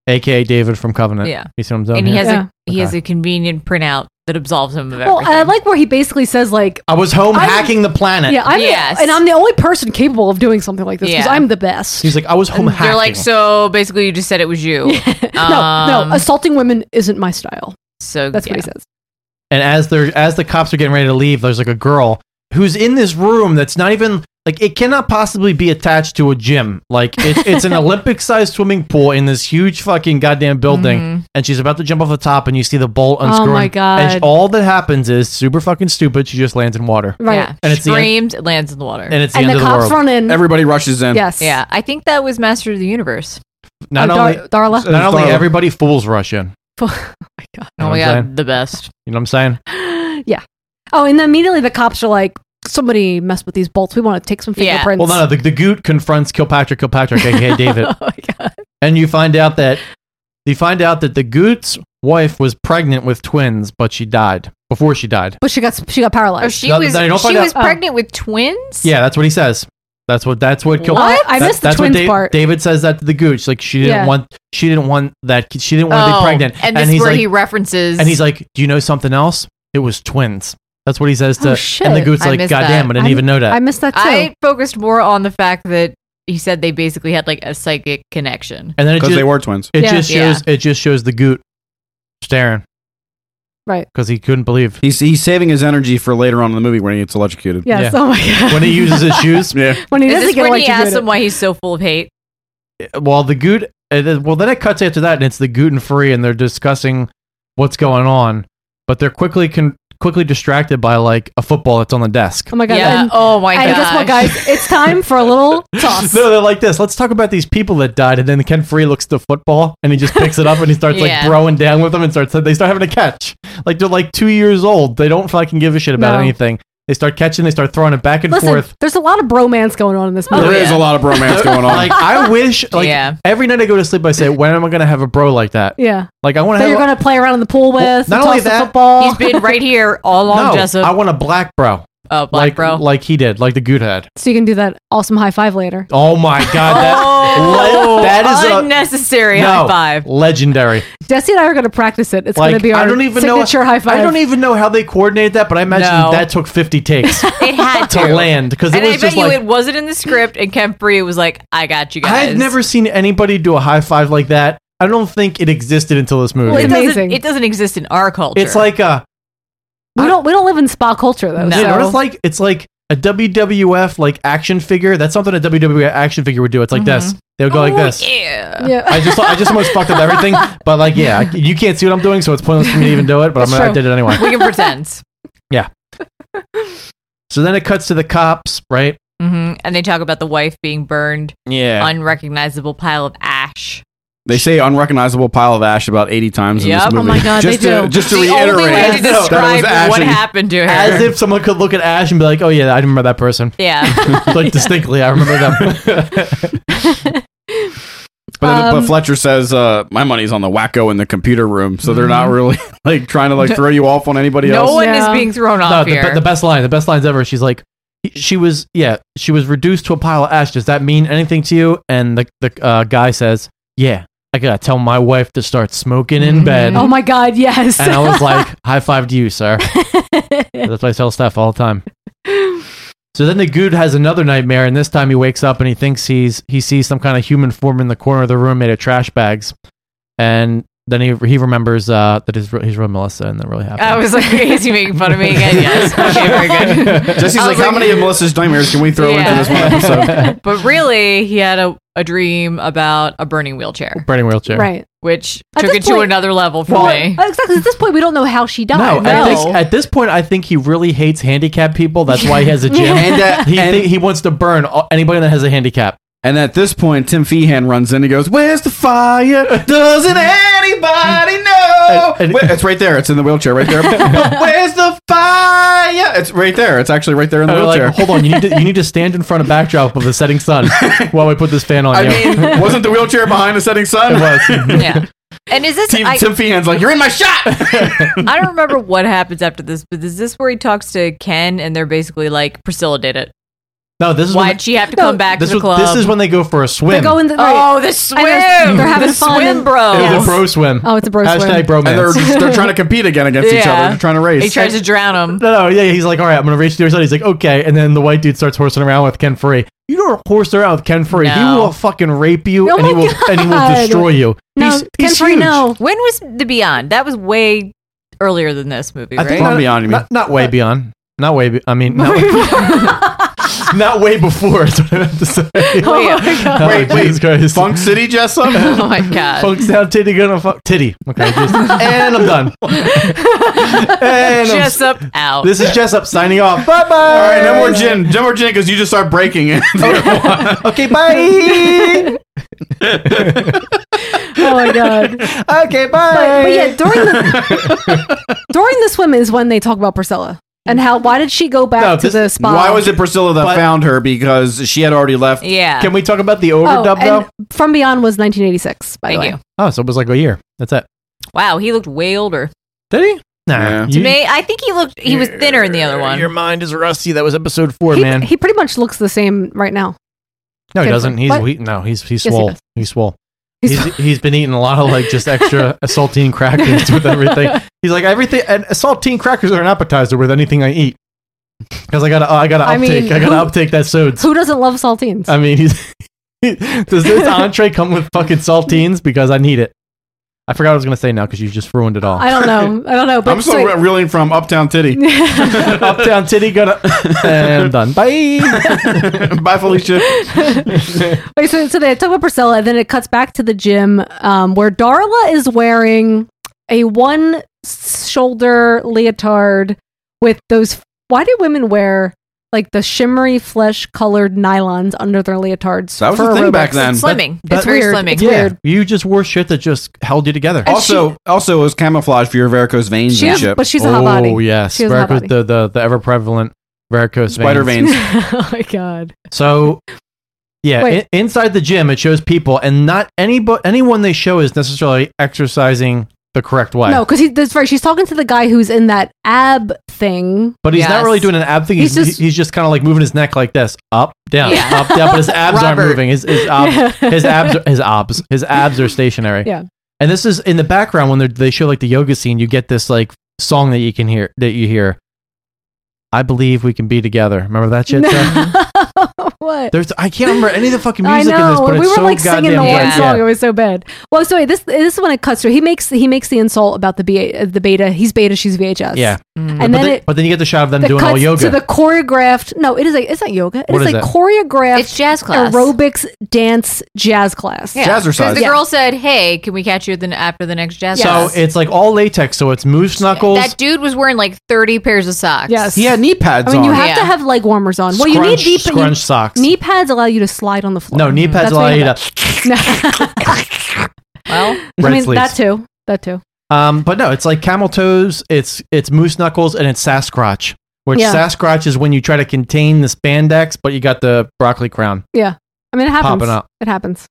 [SPEAKER 10] aka David from Covenant.
[SPEAKER 7] Yeah.
[SPEAKER 10] you see what I'm saying?
[SPEAKER 7] and he
[SPEAKER 10] here?
[SPEAKER 7] has a he has a convenient printout that absolves him of
[SPEAKER 2] well,
[SPEAKER 7] everything.
[SPEAKER 2] I like where he basically says like,
[SPEAKER 10] I was home
[SPEAKER 2] I'm-
[SPEAKER 10] hacking the planet.
[SPEAKER 2] yeah, I'm the-
[SPEAKER 7] Yes.
[SPEAKER 2] and I'm the only person capable of doing something like this because
[SPEAKER 7] Yeah.
[SPEAKER 2] I'm the best.
[SPEAKER 10] He's like, I was home
[SPEAKER 7] They're
[SPEAKER 10] hacking.
[SPEAKER 7] like, so basically, you just said it was you.
[SPEAKER 2] no,
[SPEAKER 7] Um,
[SPEAKER 2] no, assaulting women isn't my style.
[SPEAKER 7] So
[SPEAKER 2] that's what he says.
[SPEAKER 10] and as they're as the cops are getting ready to leave, there's like a girl who's in this room that's not even like it cannot possibly be attached to a gym. Like it's it's an Olympic-sized swimming pool in this huge fucking goddamn building,
[SPEAKER 7] Mm-hmm.
[SPEAKER 2] Mhm.
[SPEAKER 10] and she's about to jump off the top, and you see the bolt
[SPEAKER 2] Oh
[SPEAKER 10] unscrewing.
[SPEAKER 2] my God.
[SPEAKER 10] And sh- all that happens is super fucking stupid. She just lands in water.
[SPEAKER 7] Right. Yeah.
[SPEAKER 10] and it's the end,
[SPEAKER 7] Screamed, it lands in the water.
[SPEAKER 10] and it's the end of the world. Everybody rushes in.
[SPEAKER 7] Yeah. I think that was Master of the Universe.
[SPEAKER 10] Not
[SPEAKER 2] Uh,
[SPEAKER 7] Oh,
[SPEAKER 10] only
[SPEAKER 7] Dar- Darla?
[SPEAKER 10] Not only
[SPEAKER 7] Darla.
[SPEAKER 10] everybody fools rush in.
[SPEAKER 7] Oh my god, the best.
[SPEAKER 10] You know what I'm saying?
[SPEAKER 2] Yeah. Oh, and then immediately the cops are like, somebody messed with these bolts. We want to take some fingerprints.
[SPEAKER 10] Well, no, no. The, the Goot confronts Kilpatrick, Kilpatrick, aka David.
[SPEAKER 7] Oh
[SPEAKER 10] And you find out that you find out that the Goot's wife was pregnant with twins, but she died before she died.
[SPEAKER 2] but she got she got paralyzed. Oh.
[SPEAKER 7] Oh, she
[SPEAKER 10] No,
[SPEAKER 7] was
[SPEAKER 10] no, you don't
[SPEAKER 7] she
[SPEAKER 10] find
[SPEAKER 7] was
[SPEAKER 10] out-
[SPEAKER 7] pregnant with twins.
[SPEAKER 10] Yeah, that's what he says. That's what that's what Kil-
[SPEAKER 7] What? I
[SPEAKER 10] that-
[SPEAKER 7] missed the
[SPEAKER 10] that's what
[SPEAKER 7] twins
[SPEAKER 10] Da-
[SPEAKER 7] part.
[SPEAKER 10] David says that to the Gooch. Like she didn't
[SPEAKER 7] Yeah. Oh,
[SPEAKER 10] want she didn't want that ki- she didn't want to be pregnant.
[SPEAKER 7] And this is
[SPEAKER 10] he's
[SPEAKER 7] where
[SPEAKER 10] like,
[SPEAKER 7] he references.
[SPEAKER 10] and he's like, "Do you know something else? It was twins." That's what he says to.
[SPEAKER 7] Oh, shit.
[SPEAKER 10] And the Goot's
[SPEAKER 7] I
[SPEAKER 10] like,
[SPEAKER 7] missed
[SPEAKER 10] "God
[SPEAKER 7] that.
[SPEAKER 10] damn, I didn't
[SPEAKER 7] I'm-
[SPEAKER 10] even know that."
[SPEAKER 2] missed that too.
[SPEAKER 7] I focused more on the fact that he said they basically had like a psychic connection.
[SPEAKER 10] and then it
[SPEAKER 11] 'Cause
[SPEAKER 10] just,
[SPEAKER 11] they were twins.
[SPEAKER 10] It
[SPEAKER 7] Yeah.
[SPEAKER 10] just
[SPEAKER 7] Yeah.
[SPEAKER 10] shows it just shows the Goot staring
[SPEAKER 2] right
[SPEAKER 10] because he couldn't believe
[SPEAKER 11] he's he's saving his energy for later on in the movie when he gets electrocuted.
[SPEAKER 2] Yes, oh my God.
[SPEAKER 10] when he uses his shoes.
[SPEAKER 11] Yeah.
[SPEAKER 2] When he
[SPEAKER 7] Is
[SPEAKER 2] doesn't
[SPEAKER 7] this
[SPEAKER 2] get
[SPEAKER 7] when he asks
[SPEAKER 2] electrocuted.
[SPEAKER 7] him why he's so full of hate?
[SPEAKER 10] Well, the Goot. uh, th- Well, then it cuts after that, and it's the Goot and Free, and they're discussing what's going on, but they're quickly con- quickly distracted by like a football that's on the desk.
[SPEAKER 2] Oh my god!
[SPEAKER 7] Yeah.
[SPEAKER 2] And,
[SPEAKER 7] Oh my
[SPEAKER 2] And guess what,
[SPEAKER 7] gosh.
[SPEAKER 2] guys? It's time for a little toss.
[SPEAKER 10] No, they're like this. Let's talk about these people that died, and then Ken Free looks at the football and he just picks it up and he starts
[SPEAKER 2] Yeah.
[SPEAKER 10] like throwing down with them and starts. They start having a catch. Like they're like two years old. They don't fucking give a shit about
[SPEAKER 2] No.
[SPEAKER 10] anything. They start catching. They start throwing it back and
[SPEAKER 2] Listen,
[SPEAKER 10] forth.
[SPEAKER 2] there's a lot of bromance going on in this movie.
[SPEAKER 10] There is like I wish. Like
[SPEAKER 2] Yeah.
[SPEAKER 10] every night I go to sleep, I say, "When am I gonna have a bro like that?"
[SPEAKER 2] yeah.
[SPEAKER 10] Like I want to
[SPEAKER 2] That
[SPEAKER 10] have.
[SPEAKER 2] you're
[SPEAKER 10] a-
[SPEAKER 2] going to play around in the pool with.
[SPEAKER 10] Well,
[SPEAKER 2] and
[SPEAKER 10] not
[SPEAKER 2] toss
[SPEAKER 10] only
[SPEAKER 2] the
[SPEAKER 10] that-
[SPEAKER 2] football.
[SPEAKER 7] He's been right here all along,
[SPEAKER 10] no,
[SPEAKER 7] Jessup.
[SPEAKER 10] I want a black bro.
[SPEAKER 7] Oh, black
[SPEAKER 10] like,
[SPEAKER 7] bro.
[SPEAKER 10] Like he did, like the good head.
[SPEAKER 2] so you can do that awesome high five later.
[SPEAKER 10] Oh my god, that,
[SPEAKER 7] Oh,
[SPEAKER 10] le- that is a
[SPEAKER 7] unnecessary high
[SPEAKER 10] no,
[SPEAKER 7] five.
[SPEAKER 10] Legendary.
[SPEAKER 2] Jesse and I are going to practice it. It's going
[SPEAKER 10] like
[SPEAKER 2] to be our
[SPEAKER 10] I don't even
[SPEAKER 2] signature
[SPEAKER 10] know
[SPEAKER 2] high five.
[SPEAKER 10] I don't even know how they coordinated that, but I imagine
[SPEAKER 7] No.
[SPEAKER 10] that took 50 takes
[SPEAKER 7] It had
[SPEAKER 10] to
[SPEAKER 7] to,
[SPEAKER 10] land because it
[SPEAKER 7] and
[SPEAKER 10] was
[SPEAKER 7] I bet
[SPEAKER 10] just
[SPEAKER 7] you
[SPEAKER 10] like
[SPEAKER 7] it wasn't in the script. And Kempri was like, "I got you guys."
[SPEAKER 10] I've never seen anybody do a high five like that. I don't think it existed until this movie.
[SPEAKER 7] Well, it doesn't. It doesn't exist in our culture.
[SPEAKER 10] It's like a
[SPEAKER 2] we don't. We don't live in spa culture though.
[SPEAKER 10] Yeah, but
[SPEAKER 2] so-
[SPEAKER 10] it's like it's like a WWF like action figure. That's something a WWF action figure would do. It's like
[SPEAKER 7] Mm-hmm.
[SPEAKER 10] this.
[SPEAKER 2] Mhm.
[SPEAKER 10] They would go like
[SPEAKER 2] Oh,
[SPEAKER 10] this.
[SPEAKER 7] Yeah.
[SPEAKER 2] yeah.
[SPEAKER 10] I just I just almost fucked up everything. But like yeah, I- you can't see what I'm doing, so it's pointless for me to even do it. But I'm
[SPEAKER 7] That's
[SPEAKER 10] gonna, I
[SPEAKER 7] true.
[SPEAKER 10] did it anyway.
[SPEAKER 7] We can pretend.
[SPEAKER 10] Yeah. So then it cuts to the cops, right?
[SPEAKER 7] hmm And they talk about the wife being burned.
[SPEAKER 11] Yeah.
[SPEAKER 7] Unrecognizable pile of ash.
[SPEAKER 11] They say unrecognizable pile of ash about 80 times in
[SPEAKER 7] Yep.
[SPEAKER 11] this
[SPEAKER 7] Oh
[SPEAKER 11] movie.
[SPEAKER 7] my God,
[SPEAKER 11] just
[SPEAKER 7] they
[SPEAKER 11] to,
[SPEAKER 7] do.
[SPEAKER 11] Just to
[SPEAKER 7] The only
[SPEAKER 11] reiterate,
[SPEAKER 7] way to
[SPEAKER 11] that was
[SPEAKER 7] describe
[SPEAKER 11] ash
[SPEAKER 7] what
[SPEAKER 11] and-
[SPEAKER 7] happened to her.
[SPEAKER 10] As if someone could look at Ash and be like, "Oh yeah, I remember that person."
[SPEAKER 7] Yeah.
[SPEAKER 10] like distinctly, I remember them.
[SPEAKER 11] But,
[SPEAKER 10] Um,
[SPEAKER 11] but Fletcher says, uh, my money's on the wacko in the computer room, so they're not really like trying to like throw you off on anybody
[SPEAKER 7] Mm-hmm. No
[SPEAKER 11] else.
[SPEAKER 7] one is Yeah. being thrown off
[SPEAKER 10] the, be-
[SPEAKER 7] here.
[SPEAKER 10] the best line, the best lines ever. She's like, she was, yeah, she was reduced to a pile of ash. Does that mean anything to you? And the the uh, guy says, yeah, I gotta tell my wife to start smoking
[SPEAKER 7] Mm-hmm.
[SPEAKER 10] in bed.
[SPEAKER 2] Oh my god! Yes.
[SPEAKER 10] And I was like, high five to you, sir. That's what I tell Steph all the time. So then the good has another nightmare, and this time he wakes up and he thinks he's he sees some kind of human form in the corner of the room made of trash bags, and then he he remembers uh, that his he's real Melissa, and that really happened.
[SPEAKER 7] I was like, "Is he making fun of me again?" Yes. Okay, very good.
[SPEAKER 11] Jesse's
[SPEAKER 7] I
[SPEAKER 11] like,
[SPEAKER 7] was
[SPEAKER 11] how many of Melissa's nightmares can we throw
[SPEAKER 7] Yeah.
[SPEAKER 11] into this one episode?
[SPEAKER 7] But really, he had a, a dream about a burning wheelchair.
[SPEAKER 10] Burning wheelchair,
[SPEAKER 2] Right.
[SPEAKER 7] Which
[SPEAKER 2] At
[SPEAKER 7] took
[SPEAKER 2] this
[SPEAKER 7] it to
[SPEAKER 2] point-
[SPEAKER 7] another level for me.
[SPEAKER 2] Oh, Exactly. At this point, we don't know how she died.
[SPEAKER 7] oh,
[SPEAKER 10] No, At, this, at this point, I think he really hates handicapped people. That's why he has a gym.
[SPEAKER 11] And that-
[SPEAKER 10] he,
[SPEAKER 11] and-
[SPEAKER 10] thi- he wants to burn all- anybody that has a handicap.
[SPEAKER 11] And at this point, Tim Feehan runs in and goes, Where's the fire? Doesn't anybody know?
[SPEAKER 17] Oh, wait, it's right there. It's in the wheelchair right there. But Where's the fire? It's right there. It's actually right there in the
[SPEAKER 10] They're
[SPEAKER 17] wheelchair.
[SPEAKER 10] like, hold on, you need to you need to stand in front of backdrop of the setting sun while we put this fan on.
[SPEAKER 17] I
[SPEAKER 10] you.
[SPEAKER 17] mean, wasn't the wheelchair behind the setting sun?
[SPEAKER 10] It was.
[SPEAKER 7] yeah. And is this
[SPEAKER 17] Team,
[SPEAKER 7] I,
[SPEAKER 17] Tim Feehan's like, you're in my shot.
[SPEAKER 7] I don't remember what happens after this, but is this where he talks to Ken and they're basically like, Priscilla did it.
[SPEAKER 10] No, this is
[SPEAKER 7] why'd
[SPEAKER 10] when-
[SPEAKER 7] she have to come back
[SPEAKER 10] this
[SPEAKER 7] to the
[SPEAKER 10] was-
[SPEAKER 7] club?
[SPEAKER 10] This is when they go for a swim.
[SPEAKER 7] They go in the- Oh, the swim!
[SPEAKER 2] they're, they're having
[SPEAKER 7] The
[SPEAKER 2] fun.
[SPEAKER 7] swim,
[SPEAKER 2] and-
[SPEAKER 7] bro.
[SPEAKER 10] It was
[SPEAKER 7] Yes.
[SPEAKER 10] a bro swim.
[SPEAKER 2] Oh, it's a bro swim.
[SPEAKER 10] Hashtag bromance.
[SPEAKER 17] And they're just- they're trying to compete again against each other. They're trying to race.
[SPEAKER 7] He tries to drown him.
[SPEAKER 10] No, no, yeah, he's like, all right, I'm gonna race to the other side. He's like, okay, and then the white dude starts horsing around with Ken Free. You don't horse around with Ken Free. He
[SPEAKER 7] No.
[SPEAKER 10] will fucking rape you,
[SPEAKER 7] Oh
[SPEAKER 10] and he
[SPEAKER 7] my
[SPEAKER 10] will and he will
[SPEAKER 7] God.
[SPEAKER 10] destroy you. he's, he's huge.
[SPEAKER 7] When was The Beyond? That was way earlier than this movie,
[SPEAKER 10] I
[SPEAKER 7] right?
[SPEAKER 10] think not, beyond not, not way beyond. Not way. Be- I mean, not, not way before. Is what I meant to say.
[SPEAKER 7] Oh my God.
[SPEAKER 17] Wait, wait.
[SPEAKER 10] Jesus Christ.
[SPEAKER 17] Funk City, Jessup?
[SPEAKER 7] oh my god.
[SPEAKER 10] Funk's down, titty gonna fuck titty. Okay, just, and I'm done. and I'm-
[SPEAKER 7] Jessup out.
[SPEAKER 10] This is Jessup signing off. Bye bye.
[SPEAKER 17] All right, no more gin. No more gin because you just start breaking it.
[SPEAKER 10] okay, bye.
[SPEAKER 2] oh my god.
[SPEAKER 10] okay, bye.
[SPEAKER 2] But, but yeah, during the during the swim is when they talk about Priscilla and how why did she go back
[SPEAKER 17] No,
[SPEAKER 2] to the spa?
[SPEAKER 17] Why was it Priscilla that found her? Because she had already left.
[SPEAKER 2] Yeah. Can
[SPEAKER 10] we talk about the
[SPEAKER 2] Oh, and From Beyond was 1986. By the way,
[SPEAKER 10] Oh, so it was like a year. That's it.
[SPEAKER 7] Wow, he looked way older.
[SPEAKER 10] Did he? Nah.
[SPEAKER 7] To me, I think he looked he was thinner in the other one.
[SPEAKER 10] Your mind is rusty. That was episode four,
[SPEAKER 2] he,
[SPEAKER 10] man.
[SPEAKER 2] he pretty much looks the same right now.
[SPEAKER 10] no, he
[SPEAKER 2] Ken
[SPEAKER 10] doesn't.
[SPEAKER 2] Free.
[SPEAKER 10] He's
[SPEAKER 2] What?
[SPEAKER 10] he, no, he's he's
[SPEAKER 2] Yes, he
[SPEAKER 10] swole.
[SPEAKER 2] does.
[SPEAKER 10] he's swole. He's, he's been eating a lot of like just extra saltine crackers with everything. He's like everything and saltine crackers are an appetizer with anything I eat because I gotta I gotta
[SPEAKER 2] I
[SPEAKER 10] uptake
[SPEAKER 2] mean,
[SPEAKER 10] I gotta
[SPEAKER 2] who-
[SPEAKER 10] uptake that soda.
[SPEAKER 2] Who doesn't love saltines?
[SPEAKER 10] I mean, he's does this entree come with fucking saltines because I need it. I forgot what I was gonna say now because you just ruined it all.
[SPEAKER 2] I don't know. I don't know. But
[SPEAKER 17] I'm still
[SPEAKER 2] so-
[SPEAKER 17] re- reeling from Uptown Titty.
[SPEAKER 10] Uptown Titty um, gonna. and I'm done. Bye.
[SPEAKER 17] Bye, Felicia.
[SPEAKER 2] Wait, so, so they talk about Priscilla, and then it cuts back to the gym um, where Darla is wearing a one shoulder leotard with those. Why do women wear like the shimmery flesh colored nylons under their leotards?
[SPEAKER 17] That was
[SPEAKER 2] for
[SPEAKER 17] the thing back
[SPEAKER 2] aerobics?
[SPEAKER 17] then. It's
[SPEAKER 7] slimming. It's very
[SPEAKER 2] weird.
[SPEAKER 7] slimming.
[SPEAKER 2] It's
[SPEAKER 10] yeah,
[SPEAKER 2] weird.
[SPEAKER 10] you just wore shit that just held you together.
[SPEAKER 17] Also, also it was camouflage for your varicose veins
[SPEAKER 2] She
[SPEAKER 17] and
[SPEAKER 2] has-
[SPEAKER 17] shit.
[SPEAKER 2] but she's a hot body.
[SPEAKER 10] Oh yes,
[SPEAKER 2] She has a hot
[SPEAKER 10] varicose,
[SPEAKER 2] body.
[SPEAKER 10] the the the ever prevalent varicose
[SPEAKER 17] Spider veins.
[SPEAKER 2] oh my god.
[SPEAKER 10] So, yeah,
[SPEAKER 2] Wait.
[SPEAKER 10] in, inside the gym, it shows people, and not any but anyone they show is necessarily exercising the correct way.
[SPEAKER 2] No, because that's right. She's talking to the guy who's in that ab thing.
[SPEAKER 10] But he's not really doing an ab thing. He's,
[SPEAKER 2] He's
[SPEAKER 10] he's
[SPEAKER 2] just-
[SPEAKER 10] just, kind of like moving his neck like this, up, down,
[SPEAKER 2] Yeah.
[SPEAKER 10] up, down. But his abs aren't
[SPEAKER 2] Robert.
[SPEAKER 10] moving. His his abs, his abs, his abs, his abs are stationary.
[SPEAKER 2] Yeah.
[SPEAKER 10] And this is in the background when they're- they show like the yoga scene. You get this like song that you can hear that you hear. I believe we can be together. Remember that shit? Seth?
[SPEAKER 2] what?
[SPEAKER 10] There's I can't remember any of the fucking
[SPEAKER 2] I
[SPEAKER 10] music
[SPEAKER 2] know.
[SPEAKER 10] in this, but
[SPEAKER 2] we
[SPEAKER 10] it's
[SPEAKER 2] were
[SPEAKER 10] so
[SPEAKER 2] like singing
[SPEAKER 10] goddamn
[SPEAKER 2] the one
[SPEAKER 10] good.
[SPEAKER 2] song. It
[SPEAKER 10] Yeah.
[SPEAKER 2] was so bad. Well, so wait, this this is when it cuts through. He makes he makes the insult about the BA, the beta. He's beta. She's VHS.
[SPEAKER 10] Yeah.
[SPEAKER 2] Mm. And
[SPEAKER 10] but,
[SPEAKER 2] then
[SPEAKER 10] then,
[SPEAKER 2] it.
[SPEAKER 10] but then you get the shot of them
[SPEAKER 2] that
[SPEAKER 10] doing all
[SPEAKER 2] cuts
[SPEAKER 10] yoga.
[SPEAKER 2] to the choreographed. No, it is like it's not yoga. It
[SPEAKER 10] What
[SPEAKER 2] is
[SPEAKER 10] is
[SPEAKER 2] like
[SPEAKER 10] that?
[SPEAKER 2] choreographed.
[SPEAKER 7] It's jazz class.
[SPEAKER 2] aerobics, dance, jazz class.
[SPEAKER 7] Yeah, 'cause The
[SPEAKER 10] Yeah.
[SPEAKER 7] girl said, "Hey, can we catch you then after the next jazz?"
[SPEAKER 10] So
[SPEAKER 7] class?"
[SPEAKER 10] it's like all latex. So it's moose knuckles.
[SPEAKER 7] that dude was wearing like thirty pairs of socks.
[SPEAKER 2] Yes.
[SPEAKER 10] He had knee
[SPEAKER 2] I
[SPEAKER 10] pads
[SPEAKER 2] mean, you
[SPEAKER 10] on.
[SPEAKER 2] have to
[SPEAKER 7] Yeah.
[SPEAKER 2] have leg warmers on. Well, you need
[SPEAKER 10] Scrunch-
[SPEAKER 2] knee you-
[SPEAKER 10] scrunch socks.
[SPEAKER 2] Knee pads allow you to slide on the floor.
[SPEAKER 10] no
[SPEAKER 17] Mm-hmm.
[SPEAKER 10] knee pads
[SPEAKER 2] That's
[SPEAKER 10] allow
[SPEAKER 2] why
[SPEAKER 10] you
[SPEAKER 2] have
[SPEAKER 10] to.
[SPEAKER 7] Well,
[SPEAKER 2] that. I
[SPEAKER 10] Red
[SPEAKER 2] mean,
[SPEAKER 10] sleeves.
[SPEAKER 2] that too. That too.
[SPEAKER 10] Um, but no, it's like camel toes, it's it's moose knuckles, and it's Sasquatch. Which
[SPEAKER 2] Yeah.
[SPEAKER 10] Sasquatch is when you try to contain the spandex, but you got the broccoli crown.
[SPEAKER 2] Yeah. I mean, it happens.
[SPEAKER 10] Popping up.
[SPEAKER 2] It happens.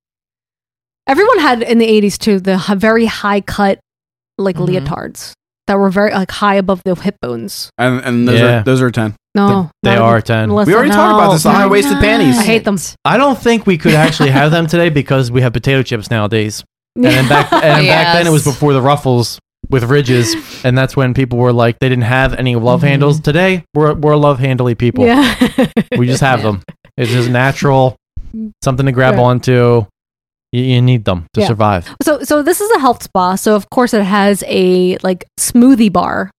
[SPEAKER 2] Everyone had in the 80s too the h- very high cut like
[SPEAKER 17] Mm-hmm.
[SPEAKER 2] leotards that were very like high above the hip bones.
[SPEAKER 17] And, and those,
[SPEAKER 10] Yeah.
[SPEAKER 17] are, those are 10.
[SPEAKER 2] No.
[SPEAKER 10] They
[SPEAKER 2] not
[SPEAKER 10] are
[SPEAKER 2] even-
[SPEAKER 10] ten.
[SPEAKER 2] Melissa,
[SPEAKER 17] We already talked about
[SPEAKER 2] no.
[SPEAKER 17] this, the high-waisted panties.
[SPEAKER 2] I hate them.
[SPEAKER 10] I don't think we could actually have them today because we have potato chips nowadays. And then back and then back then it was
[SPEAKER 7] Yes.
[SPEAKER 10] before the ruffles with ridges, and that's when people were like they didn't have any love handles. Today we're we're love handly people.
[SPEAKER 2] Mm-hmm. Yeah.
[SPEAKER 10] We just have them. It's just natural, something to grab
[SPEAKER 2] Right.
[SPEAKER 10] onto. You, you need them to
[SPEAKER 2] Yeah.
[SPEAKER 10] survive.
[SPEAKER 2] So so this is a health spa, so of course it has a like smoothie bar.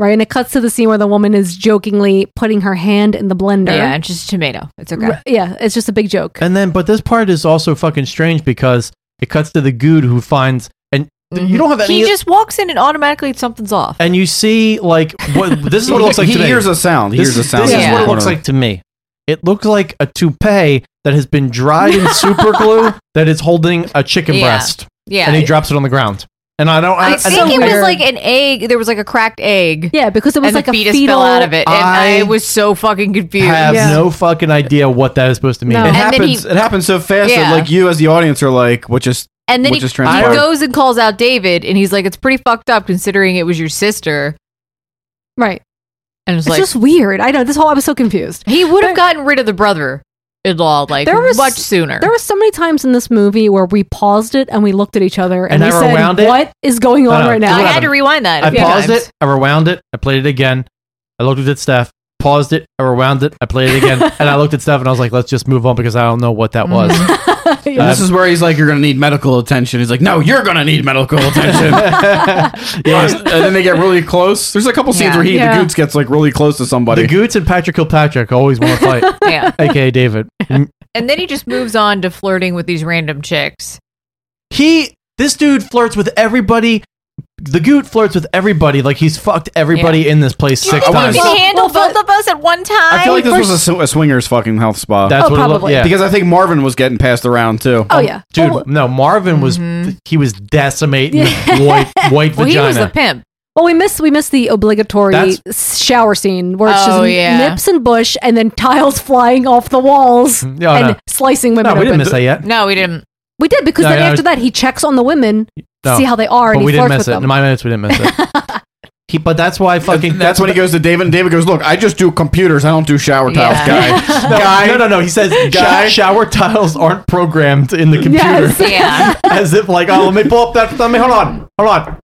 [SPEAKER 2] Right, and it cuts to the scene where the woman is jokingly putting her hand in the blender.
[SPEAKER 7] yeah, it's just tomato. It's okay.
[SPEAKER 2] R- yeah, it's just a big joke.
[SPEAKER 10] And then, but this part is also fucking strange because it cuts to the good who finds and th- you don't have any.
[SPEAKER 7] He just walks in and automatically something's off.
[SPEAKER 10] and you see like what this is what it looks like.
[SPEAKER 17] He
[SPEAKER 10] today.
[SPEAKER 17] hears a sound. He
[SPEAKER 10] This
[SPEAKER 17] hears a
[SPEAKER 10] is-
[SPEAKER 17] sound
[SPEAKER 10] This
[SPEAKER 17] in
[SPEAKER 10] is
[SPEAKER 17] the
[SPEAKER 10] what it
[SPEAKER 17] corner.
[SPEAKER 10] looks like to me. It looks like a toupee that has been dried in super glue that is holding a chicken
[SPEAKER 7] Yeah.
[SPEAKER 10] breast.
[SPEAKER 7] Yeah.
[SPEAKER 10] and he drops it on the ground. And I don't.
[SPEAKER 7] I,
[SPEAKER 10] I,
[SPEAKER 7] think
[SPEAKER 10] don't-
[SPEAKER 7] it was like an egg. There was like a cracked egg.
[SPEAKER 2] Yeah, because it
[SPEAKER 7] was
[SPEAKER 2] like a
[SPEAKER 7] the fetus
[SPEAKER 2] fetal-
[SPEAKER 7] fell out of it, and I,
[SPEAKER 10] I
[SPEAKER 7] was so fucking confused.
[SPEAKER 10] have no fucking idea what that is supposed to mean.
[SPEAKER 7] No.
[SPEAKER 11] It
[SPEAKER 7] And then
[SPEAKER 11] happens.
[SPEAKER 7] he-
[SPEAKER 11] it happens so fast
[SPEAKER 7] Yeah.
[SPEAKER 11] that like you as the audience are like, what just?
[SPEAKER 7] And then
[SPEAKER 11] what
[SPEAKER 7] he,
[SPEAKER 11] just
[SPEAKER 7] he
[SPEAKER 11] transpired?
[SPEAKER 7] goes and calls out David, and he's like, "It's pretty fucked up considering it was your sister."
[SPEAKER 2] Right.
[SPEAKER 7] And it's
[SPEAKER 2] It's
[SPEAKER 7] like
[SPEAKER 2] just weird. I know this whole. I was so confused.
[SPEAKER 7] he would have gotten rid of the brother-in-law like
[SPEAKER 2] There was
[SPEAKER 7] much sooner.
[SPEAKER 2] There were so many times in this movie where we paused it and we looked at each other and,
[SPEAKER 10] And I
[SPEAKER 2] we said,
[SPEAKER 10] rewound it?
[SPEAKER 2] "What is going
[SPEAKER 10] No,
[SPEAKER 2] on
[SPEAKER 10] no,
[SPEAKER 2] right
[SPEAKER 10] this is
[SPEAKER 2] now?"
[SPEAKER 10] what I had to
[SPEAKER 7] rewind that.
[SPEAKER 10] I paused it. I rewound it. I played it again. I looked at Steph. Paused it. I rewound it. I played it again. and I looked at Steph and I was like, let's just move on because I don't know what that was.
[SPEAKER 7] Mm-hmm.
[SPEAKER 11] And this is where he's like, you're gonna need medical attention. He's like, no, you're gonna need medical attention. and then they get really close. There's a couple scenes
[SPEAKER 10] Yeah.
[SPEAKER 11] where he,
[SPEAKER 10] Yeah.
[SPEAKER 11] the goots, gets like really close to somebody.
[SPEAKER 10] the Goots and Patrick Kilpatrick always want to fight.
[SPEAKER 7] Yeah.
[SPEAKER 10] AKA David.
[SPEAKER 7] and then he just moves on to flirting with these random chicks.
[SPEAKER 10] He, this dude flirts with everybody. The Goot flirts with everybody. Like he's fucked everybody in this place six
[SPEAKER 7] You
[SPEAKER 10] times.
[SPEAKER 7] can handle both of us at one time.
[SPEAKER 11] I feel like this was a, sw- a swingers fucking health spa.
[SPEAKER 10] That's Oh, what it looked- probably. yeah.
[SPEAKER 11] Because I think Marvin was getting past the round too.
[SPEAKER 10] Oh, yeah. Dude, no, Marvin was he was decimating
[SPEAKER 2] Mm-hmm. Yeah.
[SPEAKER 10] white white
[SPEAKER 2] Well,
[SPEAKER 10] vagina.
[SPEAKER 2] he was the
[SPEAKER 7] pimp.
[SPEAKER 2] Well, we missed we missed the obligatory
[SPEAKER 10] That's-
[SPEAKER 2] s- shower scene where it's
[SPEAKER 7] Oh,
[SPEAKER 2] just
[SPEAKER 7] yeah.
[SPEAKER 2] nips and bush and then tiles flying off the walls
[SPEAKER 10] No,
[SPEAKER 2] and
[SPEAKER 10] no.
[SPEAKER 2] slicing women.
[SPEAKER 10] No, we
[SPEAKER 2] open.
[SPEAKER 10] didn't miss that yet.
[SPEAKER 7] No, we didn't.
[SPEAKER 2] We did because
[SPEAKER 10] No,
[SPEAKER 2] then
[SPEAKER 10] no,
[SPEAKER 2] after
[SPEAKER 10] no.
[SPEAKER 2] that he checks on the women to
[SPEAKER 10] No.
[SPEAKER 2] see how they are and
[SPEAKER 10] But
[SPEAKER 2] he
[SPEAKER 10] we didn't
[SPEAKER 2] flirts
[SPEAKER 10] miss
[SPEAKER 2] with
[SPEAKER 10] it.
[SPEAKER 2] them.
[SPEAKER 10] In my minutes, we didn't miss it. he, but that's why fucking.
[SPEAKER 11] That's when he goes to David, and David goes, "Look, I just do computers. I don't do shower tiles, guy.
[SPEAKER 10] No,
[SPEAKER 11] guy.
[SPEAKER 10] no, no, no. He says
[SPEAKER 11] Guy.
[SPEAKER 10] "Sho- shower tiles aren't programmed in the computer.
[SPEAKER 11] Yes. Yeah.
[SPEAKER 10] As if like, oh, let me pull up that. Let me hold on, hold on.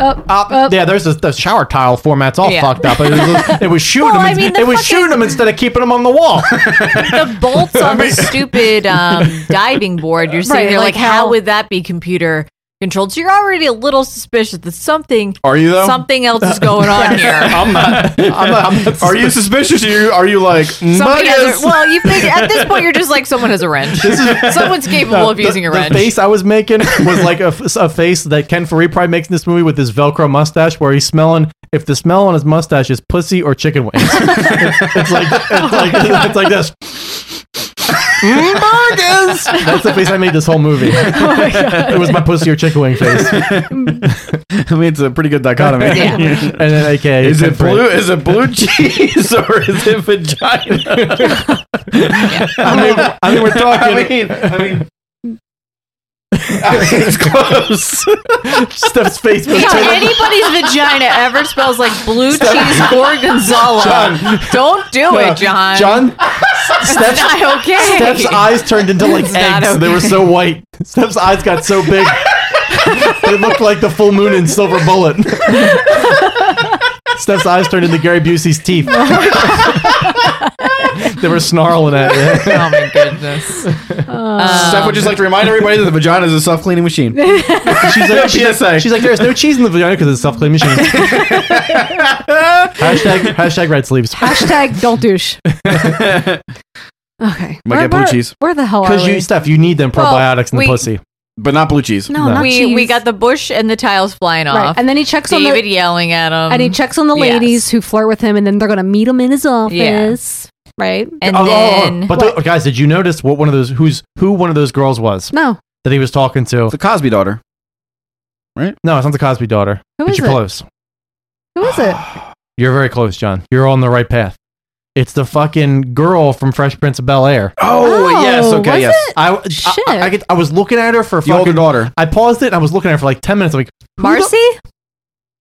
[SPEAKER 2] Up,
[SPEAKER 10] up. Yeah, there's this, the shower tile format's all
[SPEAKER 7] Yeah.
[SPEAKER 10] fucked up. It was, it was shooting
[SPEAKER 7] Well,
[SPEAKER 10] them.
[SPEAKER 7] I mean, the
[SPEAKER 10] it was
[SPEAKER 7] fucking-
[SPEAKER 10] shooting them instead of keeping them on the wall.
[SPEAKER 7] the bolts on the stupid um, diving board. You're sitting
[SPEAKER 2] Right,
[SPEAKER 7] there
[SPEAKER 2] like
[SPEAKER 7] like, how,
[SPEAKER 2] how-
[SPEAKER 7] would that be computer controlled? So you're already a little suspicious that something
[SPEAKER 11] Are you though?
[SPEAKER 7] something else is going on here.
[SPEAKER 11] I'm not. I'm not, are you suspicious? Are you are you like?
[SPEAKER 7] Somebody has
[SPEAKER 11] "Muggins?"
[SPEAKER 7] a, well, you figure at this point you're just like someone has a wrench. Someone's capable
[SPEAKER 10] No,
[SPEAKER 7] of using
[SPEAKER 10] the,
[SPEAKER 7] a wrench.
[SPEAKER 10] The face I was making was like a, f- a face that Ken Faripride makes in this movie with his Velcro mustache, where he's smelling. If the smell on his mustache is pussy or chicken wings, it's, it's like it's like it's like this.
[SPEAKER 13] Burgers!
[SPEAKER 10] That's the face I made this whole movie.
[SPEAKER 7] Oh
[SPEAKER 10] it was my pussy or chicken wing face.
[SPEAKER 11] I mean, it's a pretty good dichotomy.
[SPEAKER 10] Yeah. And then AKA
[SPEAKER 11] Is
[SPEAKER 10] Ken
[SPEAKER 11] it blue?
[SPEAKER 10] Faripride.
[SPEAKER 11] Is it blue cheese or is it vagina?
[SPEAKER 10] I mean, I mean, we're talking.
[SPEAKER 11] I mean, I mean. I mean, it's close.
[SPEAKER 10] Steph's face was
[SPEAKER 7] Yeah,
[SPEAKER 10] turning-
[SPEAKER 7] anybody's vagina ever smells like blue cheese or Gonzalo.
[SPEAKER 10] John.
[SPEAKER 7] Don't do
[SPEAKER 10] No,
[SPEAKER 7] it, John.
[SPEAKER 10] John,
[SPEAKER 7] It's
[SPEAKER 10] Steph's,
[SPEAKER 7] not okay.
[SPEAKER 10] Steph's eyes turned into like
[SPEAKER 7] It's not
[SPEAKER 10] eggs. They were
[SPEAKER 7] okay.
[SPEAKER 10] so white. Steph's eyes got so big. they looked like the full moon in Silver Bullet. Steph's eyes turned into Gary Busey's teeth. they were snarling at you.
[SPEAKER 7] Oh my goodness.
[SPEAKER 2] Um,
[SPEAKER 11] Steph would just like to remind everybody that the vagina is a self-cleaning machine.
[SPEAKER 10] She's like, she's,
[SPEAKER 11] PSA.
[SPEAKER 10] like, she's like, there's no cheese in the vagina because it's a self-cleaning machine. hashtag, hashtag red sleeves.
[SPEAKER 2] Hashtag don't douche. Okay.
[SPEAKER 10] Might
[SPEAKER 2] where,
[SPEAKER 10] get blue
[SPEAKER 2] where-
[SPEAKER 10] cheese.
[SPEAKER 2] Where the hell are
[SPEAKER 10] Because
[SPEAKER 2] we?
[SPEAKER 10] you, Steph, you need them
[SPEAKER 7] Well,
[SPEAKER 10] probiotics in the
[SPEAKER 7] we-
[SPEAKER 10] pussy.
[SPEAKER 11] But not blue cheese.
[SPEAKER 2] No, not
[SPEAKER 7] we
[SPEAKER 2] cheese.
[SPEAKER 7] we got the bush and the tiles flying
[SPEAKER 2] Right,
[SPEAKER 7] off,
[SPEAKER 2] and then he checks on
[SPEAKER 7] David
[SPEAKER 2] the-
[SPEAKER 7] yelling at him,
[SPEAKER 2] and he checks on the
[SPEAKER 7] Yes.
[SPEAKER 2] ladies who flirt with him, and then they're gonna meet him in his office, right?
[SPEAKER 7] And
[SPEAKER 10] Oh, oh, oh,
[SPEAKER 7] then
[SPEAKER 10] but the, guys, did you notice what one of those who's who one of those girls was?
[SPEAKER 2] No.
[SPEAKER 10] that he was talking to the
[SPEAKER 11] Cosby daughter, right?
[SPEAKER 10] No, it's not the Cosby daughter.
[SPEAKER 2] Who
[SPEAKER 10] but
[SPEAKER 2] is
[SPEAKER 10] you're
[SPEAKER 2] it?
[SPEAKER 10] close.
[SPEAKER 2] who is it?
[SPEAKER 10] You're very close, John. You're on the right path. It's the fucking girl from Fresh Prince of Bel Air.
[SPEAKER 11] Oh, Oh, yes, okay, was yes. it?
[SPEAKER 10] I, I-
[SPEAKER 11] Shit.
[SPEAKER 10] I, I could- I was looking at her for
[SPEAKER 11] The older
[SPEAKER 10] fucking
[SPEAKER 11] daughter.
[SPEAKER 10] I paused it. and I was looking at her for like ten minutes. I'm like, who the-
[SPEAKER 7] Marcy.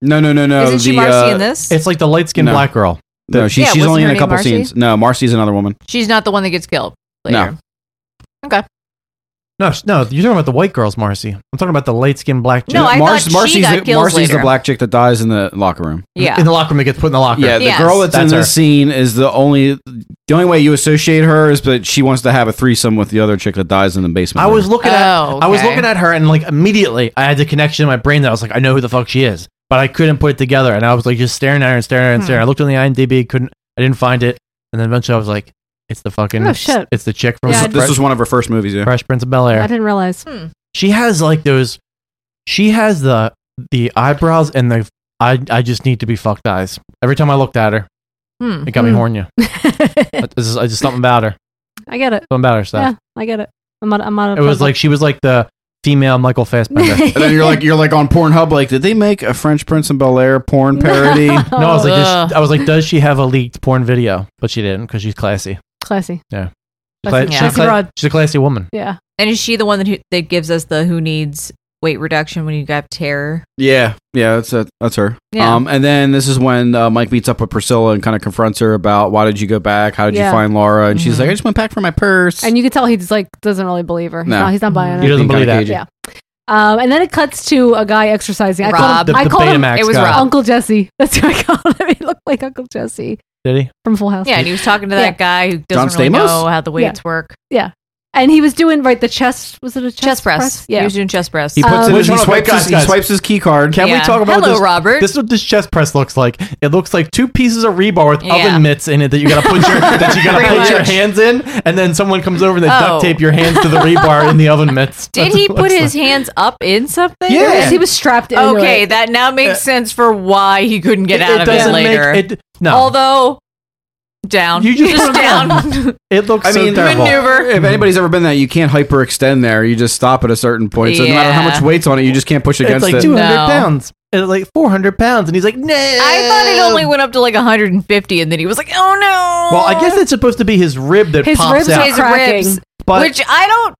[SPEAKER 11] No, no, no, no.
[SPEAKER 7] Isn't she
[SPEAKER 11] the,
[SPEAKER 7] Marcy
[SPEAKER 11] uh,
[SPEAKER 7] in this?
[SPEAKER 10] It's like the light skinned
[SPEAKER 11] No.
[SPEAKER 10] black girl.
[SPEAKER 11] No, she,
[SPEAKER 7] Yeah,
[SPEAKER 11] she's
[SPEAKER 7] wasn't
[SPEAKER 11] only
[SPEAKER 7] her
[SPEAKER 11] in a
[SPEAKER 7] name
[SPEAKER 11] couple
[SPEAKER 7] Marcy?
[SPEAKER 11] scenes. No, Marcy's another woman.
[SPEAKER 7] She's not the one that gets killed. Later. Okay.
[SPEAKER 10] No, s- no, you're talking about the white girls, Marcy. I'm talking about the light skinned black chick.
[SPEAKER 7] No, I thought she
[SPEAKER 11] Marcy's,
[SPEAKER 7] got
[SPEAKER 11] the,
[SPEAKER 7] kills
[SPEAKER 11] Marcy's the
[SPEAKER 7] later.
[SPEAKER 11] black chick that dies in the locker room.
[SPEAKER 7] Yeah.
[SPEAKER 10] in the locker room, it gets put in the locker.
[SPEAKER 11] Yeah, the girl that's in
[SPEAKER 10] her.
[SPEAKER 11] this scene is the only the only way you associate her is that she wants to have a threesome with the other chick that dies in the basement.
[SPEAKER 10] I was looking at
[SPEAKER 7] Oh,
[SPEAKER 10] I was
[SPEAKER 7] okay.
[SPEAKER 10] looking at her and like immediately I had the connection in my brain that I was like I know who the fuck she is, but I couldn't put it together and I was like just staring at her and staring at
[SPEAKER 7] Hmm.
[SPEAKER 10] her and staring. I looked on the IMDb, couldn't I didn't find it, and then eventually I was like, it's the fucking
[SPEAKER 2] Oh, shit.
[SPEAKER 10] it's the chick from
[SPEAKER 2] Yeah, I
[SPEAKER 11] This was one of her first movies. Yeah,
[SPEAKER 10] Fresh Prince of Bel
[SPEAKER 2] I
[SPEAKER 10] Air.
[SPEAKER 2] didn't realize.
[SPEAKER 10] She has like those, she has the the eyebrows and the I I just need to be fucked eyes. Every time I looked at her,
[SPEAKER 2] Hmm.
[SPEAKER 10] it
[SPEAKER 11] Mm-hmm.
[SPEAKER 10] got me
[SPEAKER 2] Hmm.
[SPEAKER 10] horny. I just, I just something about her,
[SPEAKER 2] I get it.
[SPEAKER 10] something about her stuff.
[SPEAKER 2] Yeah, I get it. I'm not. I'm not.
[SPEAKER 10] It was like she was like the female Michael Fassbender.
[SPEAKER 11] and then you're like you're like on Pornhub. Like, did they make a French Prince of Bel Air porn parody?
[SPEAKER 10] no, I was like, does she- I was like, does she have a leaked porn video? But she didn't because she's classy.
[SPEAKER 18] Classy.
[SPEAKER 10] Yeah.
[SPEAKER 18] Classy-
[SPEAKER 10] She's,
[SPEAKER 18] yeah.
[SPEAKER 10] a cla-
[SPEAKER 18] Classy broad.
[SPEAKER 10] she's a classy woman.
[SPEAKER 18] Yeah.
[SPEAKER 7] And is she the one that who, that gives us the who needs weight reduction when you got terror?
[SPEAKER 11] Yeah, yeah, that's a, that's her.
[SPEAKER 7] Yeah.
[SPEAKER 11] Um, and then this is when uh, Mike meets up with Priscilla and kind of confronts her about why did you go back? How did
[SPEAKER 18] Yeah.
[SPEAKER 11] you find Laura? And she's like,
[SPEAKER 7] Mm-hmm.
[SPEAKER 11] I just went back for my purse.
[SPEAKER 2] Mm-hmm. And you can tell he's like doesn't really believe her. He's,
[SPEAKER 11] No.
[SPEAKER 2] not, he's not buying it.
[SPEAKER 11] He doesn't believe that.
[SPEAKER 2] Yeah. Um, and then it cuts to a guy exercising. I
[SPEAKER 18] Rob.
[SPEAKER 2] called him,
[SPEAKER 18] The-
[SPEAKER 2] I
[SPEAKER 18] the
[SPEAKER 2] called him,
[SPEAKER 18] Betamax It was guy. Rob.
[SPEAKER 2] Uncle Jesse. That's who I called him. He looked like Uncle Jesse
[SPEAKER 10] Did he?
[SPEAKER 2] from Full House.
[SPEAKER 7] Yeah, and he was talking to that guy who
[SPEAKER 2] John
[SPEAKER 7] doesn't really
[SPEAKER 2] Stamos?
[SPEAKER 7] know how the
[SPEAKER 2] Yeah.
[SPEAKER 7] weights work.
[SPEAKER 2] Yeah. And he was doing right the chest. Was it a chest,
[SPEAKER 7] Chest press.
[SPEAKER 2] Yeah.
[SPEAKER 7] He was doing chest press.
[SPEAKER 11] He puts
[SPEAKER 10] Um,
[SPEAKER 11] it.
[SPEAKER 10] Which
[SPEAKER 11] He
[SPEAKER 10] one-
[SPEAKER 11] swipes,
[SPEAKER 10] guys,
[SPEAKER 11] his,
[SPEAKER 10] guys.
[SPEAKER 11] he swipes his key card.
[SPEAKER 10] Can
[SPEAKER 7] Yeah.
[SPEAKER 10] we talk about
[SPEAKER 7] Hello,
[SPEAKER 10] this?
[SPEAKER 7] Robert.
[SPEAKER 10] This is what this chest press looks like. It looks like two pieces of rebar with
[SPEAKER 7] Yeah.
[SPEAKER 10] oven mitts in it that you gotta put your that you gotta
[SPEAKER 7] Pretty
[SPEAKER 10] put your
[SPEAKER 7] much.
[SPEAKER 10] hands in, and then someone comes over and they
[SPEAKER 7] Oh.
[SPEAKER 10] duct tape your hands to the rebar in the oven mitts.
[SPEAKER 7] Did
[SPEAKER 10] That's
[SPEAKER 7] he
[SPEAKER 10] what it
[SPEAKER 7] put
[SPEAKER 10] looks
[SPEAKER 7] his hands up in something?
[SPEAKER 10] Yeah. Yes, he
[SPEAKER 2] was strapped into
[SPEAKER 7] Okay,
[SPEAKER 2] it.
[SPEAKER 7] that now makes
[SPEAKER 2] Yeah.
[SPEAKER 7] sense for why he couldn't get
[SPEAKER 10] It-
[SPEAKER 7] out
[SPEAKER 10] it
[SPEAKER 7] of
[SPEAKER 10] doesn't
[SPEAKER 7] it
[SPEAKER 10] make-
[SPEAKER 7] later.
[SPEAKER 10] it- no.
[SPEAKER 7] Although down.
[SPEAKER 10] You just put 'em
[SPEAKER 7] down.
[SPEAKER 10] It looks.
[SPEAKER 11] I
[SPEAKER 10] so
[SPEAKER 11] mean,
[SPEAKER 10] terrible.
[SPEAKER 7] Maneuver.
[SPEAKER 11] If anybody's ever been that, you can't hyperextend there. You just stop at a certain point. So no matter how
[SPEAKER 10] Yeah.
[SPEAKER 11] much weight's on it, you just can't push
[SPEAKER 10] It's
[SPEAKER 11] against
[SPEAKER 10] like
[SPEAKER 11] it.
[SPEAKER 10] 200
[SPEAKER 7] No.
[SPEAKER 10] pounds. It's like 400 pounds. And he's like, no.
[SPEAKER 7] I thought it only went up to like 150 and then he was like, "Oh no."
[SPEAKER 10] Well, I guess it's supposed to be his rib that pops out.
[SPEAKER 7] his ribs,
[SPEAKER 10] But-
[SPEAKER 7] which I don't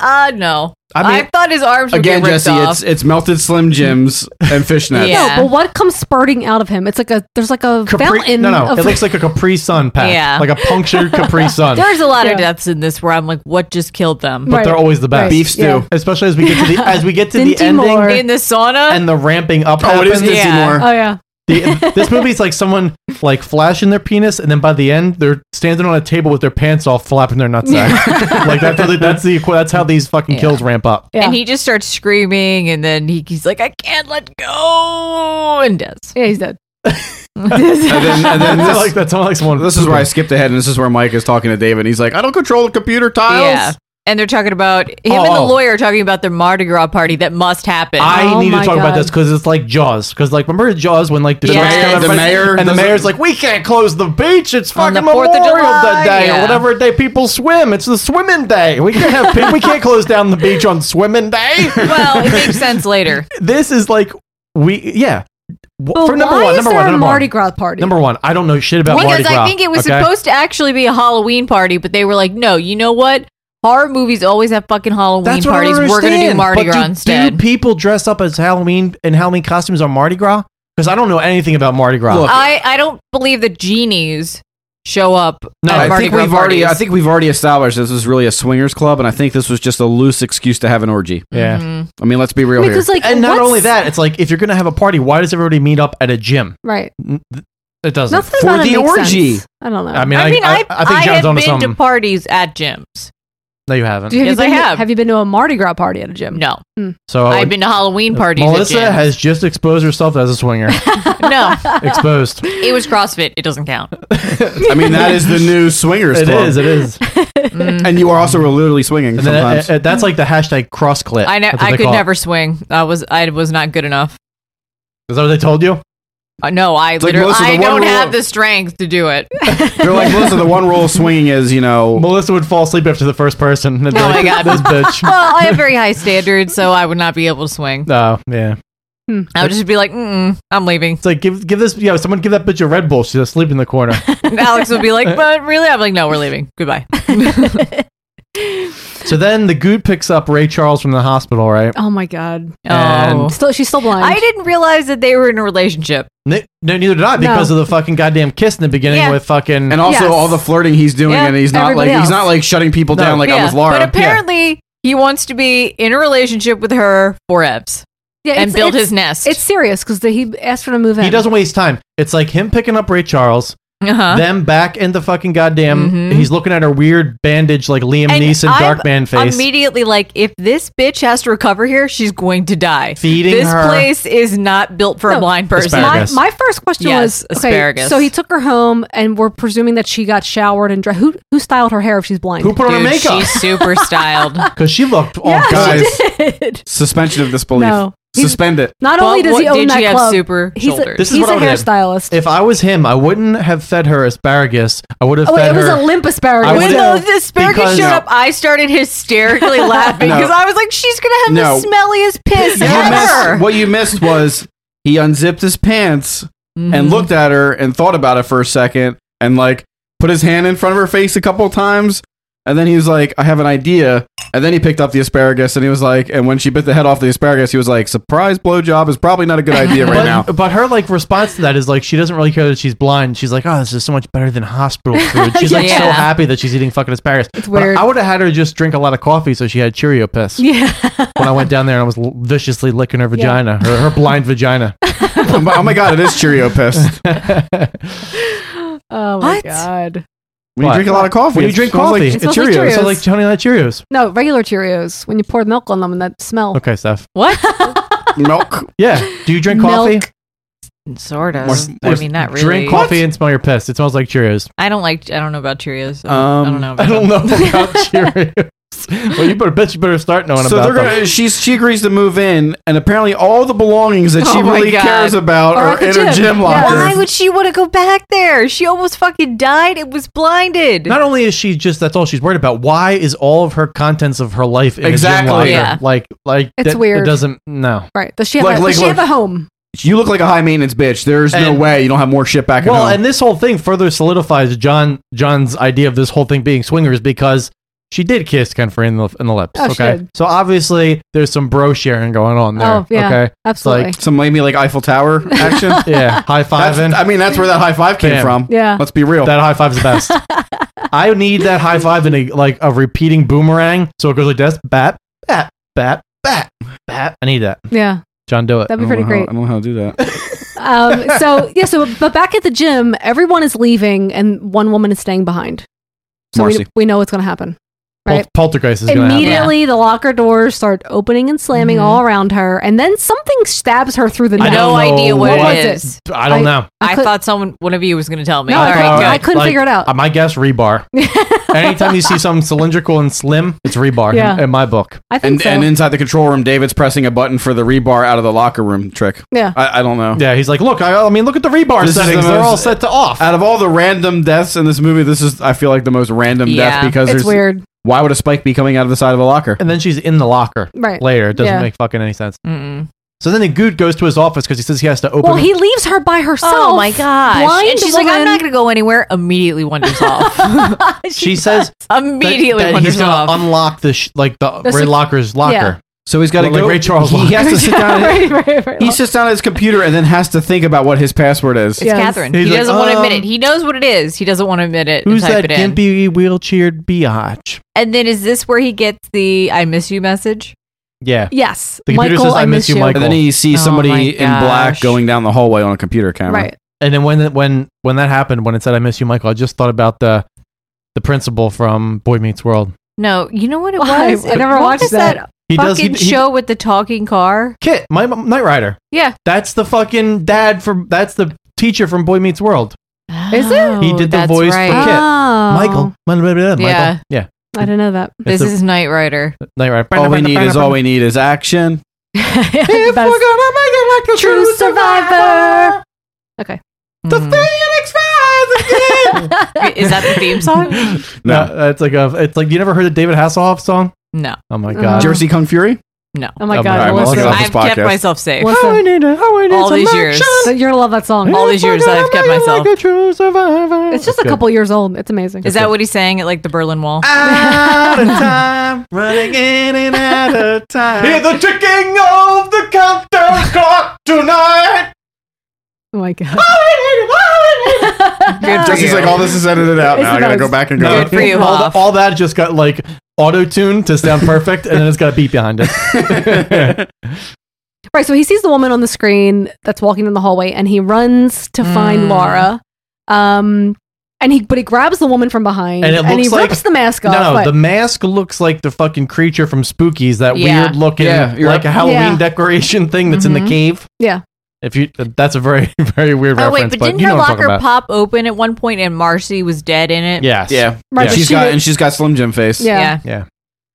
[SPEAKER 7] uh no.
[SPEAKER 11] I
[SPEAKER 7] I,
[SPEAKER 11] mean-
[SPEAKER 7] thought his arms would
[SPEAKER 11] Again,
[SPEAKER 7] get ripped
[SPEAKER 11] Jesse,
[SPEAKER 7] off.
[SPEAKER 11] it's it's melted Slim Jims and fishnets.
[SPEAKER 2] No, but what comes spurting out of him? It's like a there's like a fountain.
[SPEAKER 10] no, no.
[SPEAKER 2] of-
[SPEAKER 10] It looks like a Capri Sun pack.
[SPEAKER 7] Yeah.
[SPEAKER 10] Like a punctured Capri Sun.
[SPEAKER 7] There's a lot
[SPEAKER 10] Yeah.
[SPEAKER 7] of deaths in this where I'm like, what just killed them?
[SPEAKER 10] But they're always the best.
[SPEAKER 11] Beef stew. Yeah.
[SPEAKER 10] Especially as we get to the as we get to the
[SPEAKER 7] Dinty
[SPEAKER 10] ending
[SPEAKER 7] Moore. In the sauna
[SPEAKER 10] and the ramping up.
[SPEAKER 11] Oh, it is
[SPEAKER 10] happens.
[SPEAKER 11] Dinty Yeah. Moore. Oh,
[SPEAKER 2] yeah.
[SPEAKER 10] The, this movie's like someone like flashing their penis, and then by the end they're standing on a table with their pants off, flapping their nutsack. like that's the, that's the that's how these fucking kills ramp up.
[SPEAKER 7] And he just starts screaming, and then he, he's like, I can't let go, and does.
[SPEAKER 2] Yeah, he's dead.
[SPEAKER 11] and then, and then
[SPEAKER 10] I
[SPEAKER 11] this,
[SPEAKER 10] like that sounds like someone.
[SPEAKER 11] this is where I skipped ahead, and this is where Mike is talking to David. He's like, I don't control the computer tiles.
[SPEAKER 7] Yeah. And they're talking about him and the
[SPEAKER 10] Oh.
[SPEAKER 7] lawyer are talking about the Mardi Gras party that must happen.
[SPEAKER 10] I need to talk about this because it's like Jaws. Because like remember Jaws when like
[SPEAKER 7] The
[SPEAKER 10] sharks
[SPEAKER 7] mayor-
[SPEAKER 10] kill
[SPEAKER 7] the
[SPEAKER 10] everybody?
[SPEAKER 7] mayor
[SPEAKER 10] and the
[SPEAKER 7] doesn't-
[SPEAKER 10] mayor's like we can't close the beach. It's
[SPEAKER 7] On
[SPEAKER 10] fucking
[SPEAKER 7] the
[SPEAKER 10] Memorial
[SPEAKER 7] 4th of July,
[SPEAKER 10] Day
[SPEAKER 7] yeah.
[SPEAKER 10] or whatever day people swim. It's the swimming day. We can't have pe- we can't close down the beach on swimming day.
[SPEAKER 7] well, it makes sense later.
[SPEAKER 10] This is like we yeah. W-
[SPEAKER 2] But
[SPEAKER 10] for number
[SPEAKER 2] why
[SPEAKER 10] one,
[SPEAKER 2] is
[SPEAKER 10] number
[SPEAKER 2] there
[SPEAKER 10] one,
[SPEAKER 2] a
[SPEAKER 10] number
[SPEAKER 2] Mardi
[SPEAKER 10] one.
[SPEAKER 2] Gras party?
[SPEAKER 10] Number one, I don't know shit about Mardi
[SPEAKER 7] Because
[SPEAKER 10] Gras.
[SPEAKER 7] I think it was
[SPEAKER 10] okay?
[SPEAKER 7] supposed to actually be a Halloween party, but they were like, no, you know what? Horror movies always have fucking Halloween
[SPEAKER 10] That's what I
[SPEAKER 7] parties.
[SPEAKER 10] don't
[SPEAKER 7] We're going to do
[SPEAKER 10] understand.
[SPEAKER 7] Mardi
[SPEAKER 10] But
[SPEAKER 7] Gras
[SPEAKER 10] do,
[SPEAKER 7] instead.
[SPEAKER 10] Do people dress up as Halloween in Halloween costumes on Mardi Gras? Because I don't know anything about Mardi Gras.
[SPEAKER 7] I, I don't believe the genies show up.
[SPEAKER 11] No,
[SPEAKER 7] at
[SPEAKER 11] I
[SPEAKER 7] Mardi
[SPEAKER 11] think
[SPEAKER 7] Gras
[SPEAKER 11] we've already. I
[SPEAKER 7] parties.
[SPEAKER 11] think we've already established this is really a swingers club, and I think this was just a loose excuse to have an orgy.
[SPEAKER 10] Yeah.
[SPEAKER 7] Mhm.
[SPEAKER 11] I mean, let's be real here.
[SPEAKER 10] and not only that, it's like if you're gonna have a party, why does everybody meet up at a gym?
[SPEAKER 2] Right.
[SPEAKER 10] N- th- It doesn't
[SPEAKER 2] Nothing
[SPEAKER 10] for
[SPEAKER 2] about it
[SPEAKER 10] the
[SPEAKER 2] makes
[SPEAKER 10] orgy.
[SPEAKER 2] sense. I don't know.
[SPEAKER 10] I mean, I, I, I, think John's
[SPEAKER 7] have
[SPEAKER 10] onto
[SPEAKER 7] been
[SPEAKER 10] something.
[SPEAKER 7] to parties at gyms.
[SPEAKER 10] no, you haven't.
[SPEAKER 2] Do you, have,
[SPEAKER 7] Yes,
[SPEAKER 2] you been
[SPEAKER 7] I
[SPEAKER 2] to-
[SPEAKER 7] have.
[SPEAKER 2] you been to a Mardi Gras party at a gym? Hmm.
[SPEAKER 7] No.
[SPEAKER 10] so
[SPEAKER 7] I've been to Halloween parties.
[SPEAKER 10] Melissa
[SPEAKER 7] at gyms.
[SPEAKER 10] has just exposed herself as a swinger.
[SPEAKER 7] no
[SPEAKER 10] exposed.
[SPEAKER 7] It was CrossFit. It doesn't count.
[SPEAKER 11] I mean, that is the new swingers.
[SPEAKER 10] It
[SPEAKER 11] club.
[SPEAKER 10] is, it is.
[SPEAKER 7] Mm.
[SPEAKER 11] and you are also literally swinging
[SPEAKER 10] And then, uh,
[SPEAKER 11] sometimes.
[SPEAKER 10] uh, that's like the hashtag cross clip.
[SPEAKER 11] Uh,
[SPEAKER 7] I ne-
[SPEAKER 10] That's what
[SPEAKER 7] I
[SPEAKER 10] they
[SPEAKER 7] could
[SPEAKER 10] call it.
[SPEAKER 7] never swing. I was I was not good enough.
[SPEAKER 10] Is that what they told you?
[SPEAKER 7] Uh, no, I
[SPEAKER 11] It's like
[SPEAKER 7] literally
[SPEAKER 11] Melissa, the
[SPEAKER 7] I
[SPEAKER 11] one
[SPEAKER 7] don't
[SPEAKER 11] rule-
[SPEAKER 7] have the strength to do it.
[SPEAKER 11] They're like Melissa. The one rule of swinging is you know
[SPEAKER 10] Melissa would fall asleep after the first person. And oh
[SPEAKER 7] Oh my god,
[SPEAKER 10] this bitch.
[SPEAKER 7] well, I have very high standards, so I would not be able to swing.
[SPEAKER 10] Oh yeah.
[SPEAKER 2] Hmm.
[SPEAKER 7] I would just be like, Mm-mm, I'm leaving.
[SPEAKER 10] It's like give give this yeah someone give that bitch a Red Bull. She's asleep in the corner.
[SPEAKER 7] And Alex would be like, but really, I'm like, no, we're leaving. Goodbye.
[SPEAKER 10] so then the goot picks up Ray Charles from the hospital, right?
[SPEAKER 2] Oh my god.
[SPEAKER 10] And- Oh.
[SPEAKER 2] Still, she's still blind.
[SPEAKER 7] I didn't realize that they were in a relationship.
[SPEAKER 10] Ne- No, neither did I
[SPEAKER 2] No.
[SPEAKER 10] because of the fucking goddamn kiss in the beginning
[SPEAKER 7] Yeah.
[SPEAKER 10] with fucking
[SPEAKER 11] and also all the flirting he's doing,
[SPEAKER 7] Yeah,
[SPEAKER 11] and he's not
[SPEAKER 7] everybody
[SPEAKER 11] like he's
[SPEAKER 7] else.
[SPEAKER 11] not like shutting people
[SPEAKER 10] No.
[SPEAKER 11] down like I
[SPEAKER 7] Yeah,
[SPEAKER 11] was Laura.
[SPEAKER 7] But apparently, he wants to be in a relationship with her for Evs and
[SPEAKER 2] it's-
[SPEAKER 7] build
[SPEAKER 2] it's-
[SPEAKER 7] his nest.
[SPEAKER 2] It's serious because he asked her to move in.
[SPEAKER 10] he doesn't waste time. It's like him picking up Ray Charles,
[SPEAKER 7] Uh-huh.
[SPEAKER 10] them back in the fucking goddamn.
[SPEAKER 7] Mhm.
[SPEAKER 10] He's looking at her weird bandage like Liam
[SPEAKER 7] And
[SPEAKER 10] Neeson
[SPEAKER 7] I'm
[SPEAKER 10] dark man face.
[SPEAKER 7] Immediately, like if this bitch has to recover here, she's going to die.
[SPEAKER 10] Feeding
[SPEAKER 7] this
[SPEAKER 10] her-
[SPEAKER 7] place is not built for a
[SPEAKER 2] No.
[SPEAKER 7] blind person.
[SPEAKER 2] My, my first question
[SPEAKER 7] Yes,
[SPEAKER 2] was okay,
[SPEAKER 7] asparagus.
[SPEAKER 2] So he took her home, and we're presuming that she got showered and dressed. Who who styled her hair if she's blind?
[SPEAKER 10] Who put on her
[SPEAKER 7] Dude,
[SPEAKER 10] makeup?
[SPEAKER 7] She's super styled.
[SPEAKER 10] Because she looked. Oh
[SPEAKER 2] Yeah,
[SPEAKER 10] guys,
[SPEAKER 2] she did.
[SPEAKER 11] suspension of disbelief.
[SPEAKER 2] No.
[SPEAKER 11] Suspend it.
[SPEAKER 2] Not
[SPEAKER 7] But
[SPEAKER 2] only does he
[SPEAKER 7] what
[SPEAKER 2] own
[SPEAKER 7] did
[SPEAKER 2] that
[SPEAKER 7] you have
[SPEAKER 2] club,
[SPEAKER 7] super
[SPEAKER 2] he's a,
[SPEAKER 10] This is
[SPEAKER 2] he's
[SPEAKER 10] what I
[SPEAKER 2] a
[SPEAKER 10] would have-
[SPEAKER 2] hairstylist.
[SPEAKER 10] If I was him, I wouldn't have fed her asparagus. I would have
[SPEAKER 2] Oh, wait,
[SPEAKER 10] fed
[SPEAKER 2] it was
[SPEAKER 10] her.
[SPEAKER 2] a limp asparagus.
[SPEAKER 10] I
[SPEAKER 7] When
[SPEAKER 10] would-
[SPEAKER 7] the, the asparagus
[SPEAKER 10] because-
[SPEAKER 7] showed up, I started hysterically laughing
[SPEAKER 11] No.
[SPEAKER 7] because I was like, "She's gonna have
[SPEAKER 11] No.
[SPEAKER 7] the smelliest piss
[SPEAKER 11] You
[SPEAKER 7] ever."
[SPEAKER 11] missed- what you missed was he unzipped his pants
[SPEAKER 7] Mm-hmm.
[SPEAKER 11] and looked at her and thought about it for a second and like put his hand in front of her face a couple of times and then he was like, I have an idea. And then he picked up the asparagus and he was like, and when she bit the head off the asparagus, he was like, surprise blowjob is probably not a good idea right
[SPEAKER 10] but,
[SPEAKER 11] now.
[SPEAKER 10] but her like response to that is like she doesn't really care that she's blind. She's like, oh, this is so much better than hospital food. She's like so
[SPEAKER 2] Yeah.
[SPEAKER 10] happy that she's eating fucking asparagus. It's
[SPEAKER 2] weird.
[SPEAKER 10] I would have had her just drink a lot of coffee so she had Cheerio piss.
[SPEAKER 2] Yeah.
[SPEAKER 10] when I went down there and I was l- viciously licking her vagina, her, her blind vagina.
[SPEAKER 11] oh, my, oh my god, it is Cheerio piss.
[SPEAKER 2] Oh my god.
[SPEAKER 11] When you
[SPEAKER 10] What?
[SPEAKER 11] drink a lot of coffee,
[SPEAKER 10] When you
[SPEAKER 11] it
[SPEAKER 10] drink
[SPEAKER 11] smells like-
[SPEAKER 10] coffee,
[SPEAKER 11] It
[SPEAKER 10] it's
[SPEAKER 2] smells like
[SPEAKER 10] Cheerios.
[SPEAKER 2] Cheerios.
[SPEAKER 10] So like Honey Nut Cheerios.
[SPEAKER 2] No, regular Cheerios. When you pour milk on them and that smell.
[SPEAKER 10] Okay, Steph.
[SPEAKER 7] What?
[SPEAKER 11] Milk.
[SPEAKER 10] Yeah. Do you drink coffee?
[SPEAKER 2] Milk.
[SPEAKER 7] Sort of.
[SPEAKER 10] Or-
[SPEAKER 7] I
[SPEAKER 10] or
[SPEAKER 7] mean, not really.
[SPEAKER 10] Drink coffee and smell your piss. It smells like Cheerios.
[SPEAKER 7] I don't like. I don't know about Cheerios. so I don't know.
[SPEAKER 10] Um, I
[SPEAKER 7] About
[SPEAKER 10] don't
[SPEAKER 7] them.
[SPEAKER 10] know about Cheerios. Well, you better bet you better start knowing
[SPEAKER 11] so
[SPEAKER 10] about
[SPEAKER 11] they're gonna,
[SPEAKER 10] them.
[SPEAKER 11] she's she agrees to move in, and apparently all the belongings that she
[SPEAKER 7] Oh my
[SPEAKER 11] really
[SPEAKER 7] God.
[SPEAKER 11] cares about
[SPEAKER 7] Are
[SPEAKER 11] are,
[SPEAKER 7] at the
[SPEAKER 11] in her
[SPEAKER 7] gym.
[SPEAKER 11] gym locker.
[SPEAKER 7] Why would she want to go back there? She almost fucking died. It was blinded.
[SPEAKER 10] Not only is she just that's all she's worried about. Why is all of her contents of her life in
[SPEAKER 11] Exactly.
[SPEAKER 10] a gym locker?
[SPEAKER 11] Yeah.
[SPEAKER 10] Like like
[SPEAKER 2] It's
[SPEAKER 10] that-
[SPEAKER 2] weird.
[SPEAKER 10] It doesn't no.
[SPEAKER 2] Right. Does she have,
[SPEAKER 11] Like-
[SPEAKER 2] a,
[SPEAKER 11] like-
[SPEAKER 2] does she have
[SPEAKER 11] like-
[SPEAKER 2] a home?
[SPEAKER 11] You look like a high maintenance bitch. There's
[SPEAKER 10] And-
[SPEAKER 11] no way you don't have more shit back at
[SPEAKER 10] Well,
[SPEAKER 11] home.
[SPEAKER 10] and this whole thing further solidifies John John's idea of this whole thing being swingers because she did kiss Kenfer in the in the lips.
[SPEAKER 2] Oh, she
[SPEAKER 10] okay,
[SPEAKER 2] did.
[SPEAKER 10] so obviously there's some bro sharing going on there.
[SPEAKER 2] Oh, yeah.
[SPEAKER 10] okay,
[SPEAKER 2] Absolutely.
[SPEAKER 10] It's
[SPEAKER 11] Some maybe like Eiffel Tower action.
[SPEAKER 10] like, yeah, high five.
[SPEAKER 11] That's- I mean, that's where that high five came
[SPEAKER 10] Bam.
[SPEAKER 11] from.
[SPEAKER 2] Yeah.
[SPEAKER 11] Let's be real.
[SPEAKER 10] That high five's the best. I need that high five in a like a repeating boomerang, so it goes like this: bat, bat, bat, bat, bat. I need that.
[SPEAKER 2] Yeah.
[SPEAKER 10] John, do it.
[SPEAKER 2] That'd be pretty great.
[SPEAKER 11] I don't know how to do that.
[SPEAKER 2] Um, so yeah, so but back at the gym, everyone is leaving and one woman is staying behind. So we,
[SPEAKER 11] Marcy.
[SPEAKER 2] we know what's going to happen.
[SPEAKER 10] Pol-
[SPEAKER 2] Right.
[SPEAKER 10] Poltergeist is gonna happen.
[SPEAKER 2] Immediately, the locker doors start opening and slamming all around her, and then something stabs her through the
[SPEAKER 7] Mm-hmm. I
[SPEAKER 2] neck.
[SPEAKER 7] no idea what,
[SPEAKER 2] was
[SPEAKER 7] it is.
[SPEAKER 10] I don't know.
[SPEAKER 7] I,
[SPEAKER 2] could-
[SPEAKER 7] thought someone, one of you, was going to tell me.
[SPEAKER 2] No, I
[SPEAKER 7] All
[SPEAKER 2] couldn't-
[SPEAKER 7] good.
[SPEAKER 2] I couldn't figure it out.
[SPEAKER 10] uh, My guess, rebar. Anytime you see something cylindrical and slim, it's rebar
[SPEAKER 2] Yeah.
[SPEAKER 10] in, in my book.
[SPEAKER 2] I think
[SPEAKER 11] And,
[SPEAKER 2] so.
[SPEAKER 11] and inside the control room, David's pressing a button for the rebar out of the locker room trick.
[SPEAKER 2] Yeah.
[SPEAKER 11] I, I don't know.
[SPEAKER 10] Yeah, he's like, look, I, I mean, look at the rebar
[SPEAKER 11] This is
[SPEAKER 10] settings.
[SPEAKER 11] the
[SPEAKER 10] They're all
[SPEAKER 11] most-
[SPEAKER 10] set to off.
[SPEAKER 11] Out of all the random deaths in this movie, this is I feel like the most random
[SPEAKER 7] Yeah.
[SPEAKER 11] death because
[SPEAKER 2] it's
[SPEAKER 11] there's
[SPEAKER 2] weird.
[SPEAKER 11] why would a spike be coming out of the side of a locker?
[SPEAKER 10] And then she's in the locker
[SPEAKER 2] Right.
[SPEAKER 10] later. It doesn't
[SPEAKER 2] Yeah.
[SPEAKER 10] make fucking any sense.
[SPEAKER 7] Mm-mm.
[SPEAKER 10] So then the Good goes to his office because he says he has to open.
[SPEAKER 2] Well, he leaves her by herself.
[SPEAKER 7] Oh my gosh!
[SPEAKER 2] Blind
[SPEAKER 7] and she's like, "I'm not going to go anywhere." Immediately wonders off.
[SPEAKER 10] she says that-
[SPEAKER 7] Immediately
[SPEAKER 10] that he's
[SPEAKER 7] wonders
[SPEAKER 10] gonna
[SPEAKER 7] off.
[SPEAKER 10] unlock the sh- like the
[SPEAKER 2] The
[SPEAKER 10] Ray
[SPEAKER 2] sec-
[SPEAKER 10] Locker's locker.
[SPEAKER 2] Yeah.
[SPEAKER 11] So he's got to
[SPEAKER 10] Well, like
[SPEAKER 11] go.
[SPEAKER 10] Ray Charles
[SPEAKER 11] he
[SPEAKER 10] Locker.
[SPEAKER 11] has to sit down.
[SPEAKER 2] right, right, right.
[SPEAKER 11] he sits down at his computer and then has to think about what his password is.
[SPEAKER 7] It's
[SPEAKER 2] Yes.
[SPEAKER 7] Catherine.
[SPEAKER 10] He's
[SPEAKER 7] he
[SPEAKER 10] like,
[SPEAKER 7] doesn't want to admit
[SPEAKER 10] um,
[SPEAKER 7] it. He knows what it is. He doesn't want to admit it. and
[SPEAKER 10] Who's
[SPEAKER 7] type
[SPEAKER 10] that
[SPEAKER 7] it in.
[SPEAKER 10] gimpy wheelchaired biatch?
[SPEAKER 7] And then is this where he gets the "I miss you" message?
[SPEAKER 10] Yeah.
[SPEAKER 2] Yes,
[SPEAKER 10] The computer
[SPEAKER 2] Michael,
[SPEAKER 10] says,
[SPEAKER 2] I miss you,
[SPEAKER 10] Michael.
[SPEAKER 11] And then he sees
[SPEAKER 7] Oh my
[SPEAKER 11] somebody in black
[SPEAKER 7] gosh.
[SPEAKER 11] going down the hallway on a computer camera.
[SPEAKER 2] Right.
[SPEAKER 10] And then when when when that happened, when it said "I miss you, Michael," I just thought about the the principal from Boy Meets World.
[SPEAKER 7] No, you know what it
[SPEAKER 2] Why?
[SPEAKER 7] was.
[SPEAKER 2] I never
[SPEAKER 7] What
[SPEAKER 2] watched
[SPEAKER 7] was
[SPEAKER 2] that.
[SPEAKER 10] He
[SPEAKER 7] fucking
[SPEAKER 10] does- he- he-
[SPEAKER 7] show with the talking car.
[SPEAKER 10] Kit, my Night Rider.
[SPEAKER 7] Yeah.
[SPEAKER 10] That's the fucking dad from. That's the teacher from Boy Meets World.
[SPEAKER 2] Is it?
[SPEAKER 10] He did the
[SPEAKER 7] that's
[SPEAKER 10] voice
[SPEAKER 7] right.
[SPEAKER 10] for Kit.
[SPEAKER 2] Oh.
[SPEAKER 10] Michael. Blah, blah, blah, Michael.
[SPEAKER 7] Yeah.
[SPEAKER 10] Yeah.
[SPEAKER 2] I didn't know that.
[SPEAKER 7] This
[SPEAKER 10] It's a-
[SPEAKER 7] is Knight Rider.
[SPEAKER 10] Knight Rider.
[SPEAKER 11] All we need is all we need is action.
[SPEAKER 2] if we're gonna make it like a true, survivor. Okay.
[SPEAKER 7] Hmm. Is that the theme song?
[SPEAKER 10] No,
[SPEAKER 11] No.
[SPEAKER 10] it's like a. It's like you never heard the David Hasselhoff song.
[SPEAKER 7] No,
[SPEAKER 10] Oh my god.
[SPEAKER 11] Jersey Kung Fury?
[SPEAKER 7] no.
[SPEAKER 2] Mm-hmm. Oh my
[SPEAKER 10] Oh my
[SPEAKER 2] god,
[SPEAKER 10] God,
[SPEAKER 11] I'll
[SPEAKER 2] Melissa.
[SPEAKER 11] get off
[SPEAKER 7] I've
[SPEAKER 11] this
[SPEAKER 7] kept
[SPEAKER 11] podcast.
[SPEAKER 7] myself safe.
[SPEAKER 10] How I need it. How I need
[SPEAKER 7] All
[SPEAKER 10] some
[SPEAKER 7] these years.
[SPEAKER 10] action.
[SPEAKER 2] So You're gonna love that song.
[SPEAKER 7] All these years I've kept myself.
[SPEAKER 10] Like a true survivor.
[SPEAKER 2] It's just a couple years old. It's amazing.
[SPEAKER 7] Is that what he's saying at like the Berlin Wall?
[SPEAKER 11] Out of time, running in and out of time.
[SPEAKER 10] Hear the ticking of the countdown clock tonight.
[SPEAKER 2] Oh my god.
[SPEAKER 7] Good for
[SPEAKER 11] Jesse's
[SPEAKER 7] you.
[SPEAKER 11] like, all this is edited out
[SPEAKER 2] It's
[SPEAKER 11] now. I gotta
[SPEAKER 2] about-
[SPEAKER 11] go back and
[SPEAKER 10] No,
[SPEAKER 11] go.
[SPEAKER 7] Good for you,
[SPEAKER 10] all,
[SPEAKER 7] Hoff.
[SPEAKER 10] th- all that just got like auto tuned to sound perfect, and then it's got a beat behind it.
[SPEAKER 2] Right, so he sees the woman on the screen that's walking in the hallway and he runs to find
[SPEAKER 7] Mm.
[SPEAKER 2] Laura. Um and he but he grabs the woman from behind
[SPEAKER 10] And
[SPEAKER 2] and,
[SPEAKER 10] it
[SPEAKER 2] he
[SPEAKER 10] looks like-
[SPEAKER 2] rips the mask off.
[SPEAKER 10] no,
[SPEAKER 2] but-
[SPEAKER 10] the mask looks like the fucking creature from Spookies, that
[SPEAKER 7] Yeah.
[SPEAKER 10] weird looking,
[SPEAKER 11] Yeah, you're
[SPEAKER 10] like a
[SPEAKER 11] right.
[SPEAKER 10] Halloween
[SPEAKER 2] Yeah.
[SPEAKER 10] decoration thing that's in
[SPEAKER 7] Mhm.
[SPEAKER 10] the cave.
[SPEAKER 2] Mm-hmm. yeah.
[SPEAKER 10] If you, that's a very, very weird
[SPEAKER 7] Oh
[SPEAKER 10] reference.
[SPEAKER 7] wait, but didn't
[SPEAKER 10] you
[SPEAKER 7] her
[SPEAKER 10] know what I'm talking
[SPEAKER 7] locker
[SPEAKER 10] about.
[SPEAKER 7] pop open at one point and Marcy was dead in it?
[SPEAKER 10] Yes.
[SPEAKER 11] Yeah.
[SPEAKER 2] Right,
[SPEAKER 10] Yeah.
[SPEAKER 2] but
[SPEAKER 11] She's
[SPEAKER 2] she
[SPEAKER 11] got
[SPEAKER 2] did-
[SPEAKER 11] and she's got Slim Jim face.
[SPEAKER 2] Yeah.
[SPEAKER 7] Yeah.
[SPEAKER 10] Yeah.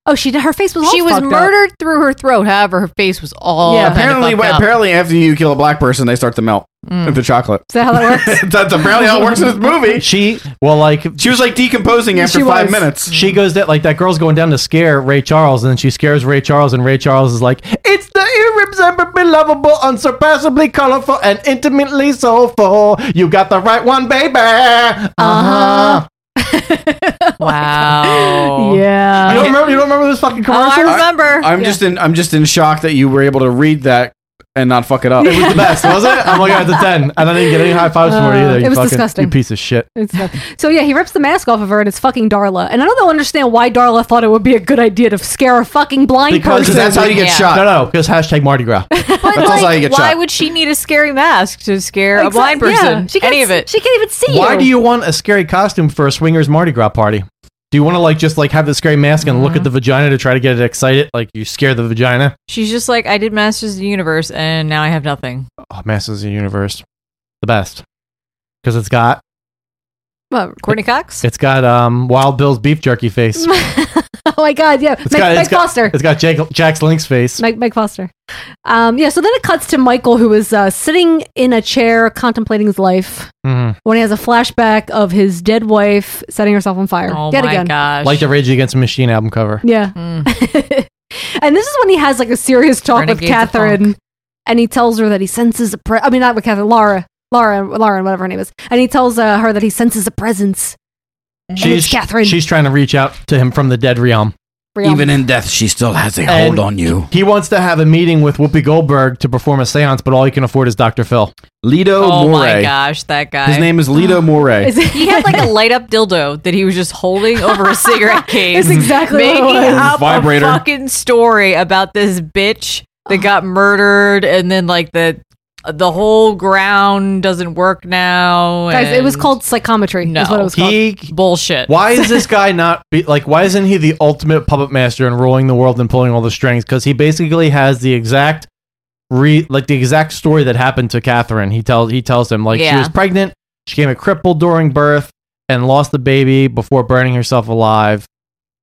[SPEAKER 2] Oh, she did. Her face was all
[SPEAKER 7] She was
[SPEAKER 2] fucked up.
[SPEAKER 7] murdered through her throat. However, her face was all
[SPEAKER 2] Yeah.
[SPEAKER 7] yeah.
[SPEAKER 11] apparently,
[SPEAKER 7] fucked up.
[SPEAKER 11] apparently, after you kill a black person, they start to melt into chocolate.
[SPEAKER 2] Mm. Is that how that works?
[SPEAKER 11] That's apparently how it works in this movie.
[SPEAKER 10] She well, like
[SPEAKER 11] she was like decomposing after five minutes.
[SPEAKER 10] She goes that like that girl's going down to scare Ray Charles, and then she scares Ray Charles, and Ray Charles is like, "It's the irresemblably lovable, unsurpassably colorful, and intimately soulful. You got the right one, baby." Uh huh.
[SPEAKER 7] wow.
[SPEAKER 2] Yeah.
[SPEAKER 10] You don't remember? You don't remember this fucking
[SPEAKER 7] Oh,
[SPEAKER 10] commercial?
[SPEAKER 7] I remember.
[SPEAKER 11] I'm just in. I'm just in shock that you were able to read that and not fuck it up.
[SPEAKER 10] It was the best, wasn't it? I'm like, it's a ten, and I didn't get any high fives for it
[SPEAKER 2] Uh,
[SPEAKER 10] either. You
[SPEAKER 2] it was
[SPEAKER 10] fucking,
[SPEAKER 2] disgusting.
[SPEAKER 10] You piece of shit.
[SPEAKER 2] It's not- so yeah, he rips the mask off of her, and it's fucking Darla. And I don't understand why Darla thought it would be a good idea to scare a fucking blind person.
[SPEAKER 10] No, no, because hashtag Mardi Gras.
[SPEAKER 7] But
[SPEAKER 10] That's
[SPEAKER 7] like,
[SPEAKER 10] also how you get
[SPEAKER 7] why
[SPEAKER 10] shot.
[SPEAKER 7] would she need a scary mask to scare
[SPEAKER 2] Exact-
[SPEAKER 7] a blind person?
[SPEAKER 2] yeah, she can't
[SPEAKER 7] Any of
[SPEAKER 2] s-
[SPEAKER 7] it?
[SPEAKER 2] She can't even see
[SPEAKER 10] Why do you want a scary costume for a swingers Mardi Gras party? Do you want to like just like have the scary mask and
[SPEAKER 2] Mm-hmm.
[SPEAKER 10] look at the vagina to try to get it excited? Like you scare the vagina.
[SPEAKER 7] She's just like, I did Masters of the Universe, and now I have nothing.
[SPEAKER 10] Oh, Masters of the Universe, the best because it's got
[SPEAKER 7] Well, Courtney Cox.
[SPEAKER 10] it's got um Wild Bill's beef jerky face. It's
[SPEAKER 2] oh my god, yeah, Mike,
[SPEAKER 10] got,
[SPEAKER 2] Mike
[SPEAKER 10] it's got-
[SPEAKER 2] Foster.
[SPEAKER 10] It's got Jake, Jack's Link's face.
[SPEAKER 2] Mike, Mike Foster. Um, yeah, so then it cuts to Michael, who is uh, sitting in a chair contemplating his life
[SPEAKER 10] Mhm.
[SPEAKER 2] when he has a flashback of his dead wife setting herself on fire.
[SPEAKER 7] Oh
[SPEAKER 2] Yet
[SPEAKER 7] my
[SPEAKER 2] again.
[SPEAKER 7] gosh!
[SPEAKER 10] Like the Rage Against the Machine album cover.
[SPEAKER 2] Yeah. and this is when he has like a serious talk with
[SPEAKER 7] Renegades of
[SPEAKER 2] Catherine, and he tells her that he senses a pre- I mean, not with Catherine, Laura, Laura, Lauren, whatever her name is, and he tells uh, her that he senses a presence. And it's Catherine.
[SPEAKER 10] She's trying to reach out to him from the dead realm.
[SPEAKER 2] Realm. Even
[SPEAKER 10] in death, she still has
[SPEAKER 2] a hold
[SPEAKER 10] on you. He wants to have a meeting with Whoopi Goldberg to perform a seance, but all he can afford is Dr. Phil.
[SPEAKER 11] Lido
[SPEAKER 7] oh my gosh, that guy.
[SPEAKER 11] His name is Lido Moray.
[SPEAKER 7] Is it- he had like a light up dildo that he was just holding over a cigarette case.
[SPEAKER 2] It's exactly what it
[SPEAKER 7] making
[SPEAKER 2] was.
[SPEAKER 7] up
[SPEAKER 11] Vibrator.
[SPEAKER 7] a fucking story about this bitch that got murdered, and then like the the whole ground doesn't work now.
[SPEAKER 2] Guys, it was
[SPEAKER 7] and-
[SPEAKER 2] called psychometry. No, is what it was called.
[SPEAKER 10] He
[SPEAKER 7] bullshit.
[SPEAKER 10] Why is this guy not be, like? Why isn't he the ultimate puppet master and ruling the world and pulling all the strings? Because he basically has the exact re like the exact story that happened to Catherine. He tells he tells him like she
[SPEAKER 7] Yeah.
[SPEAKER 10] was pregnant, she became a cripple during birth, and lost the baby before burning herself alive.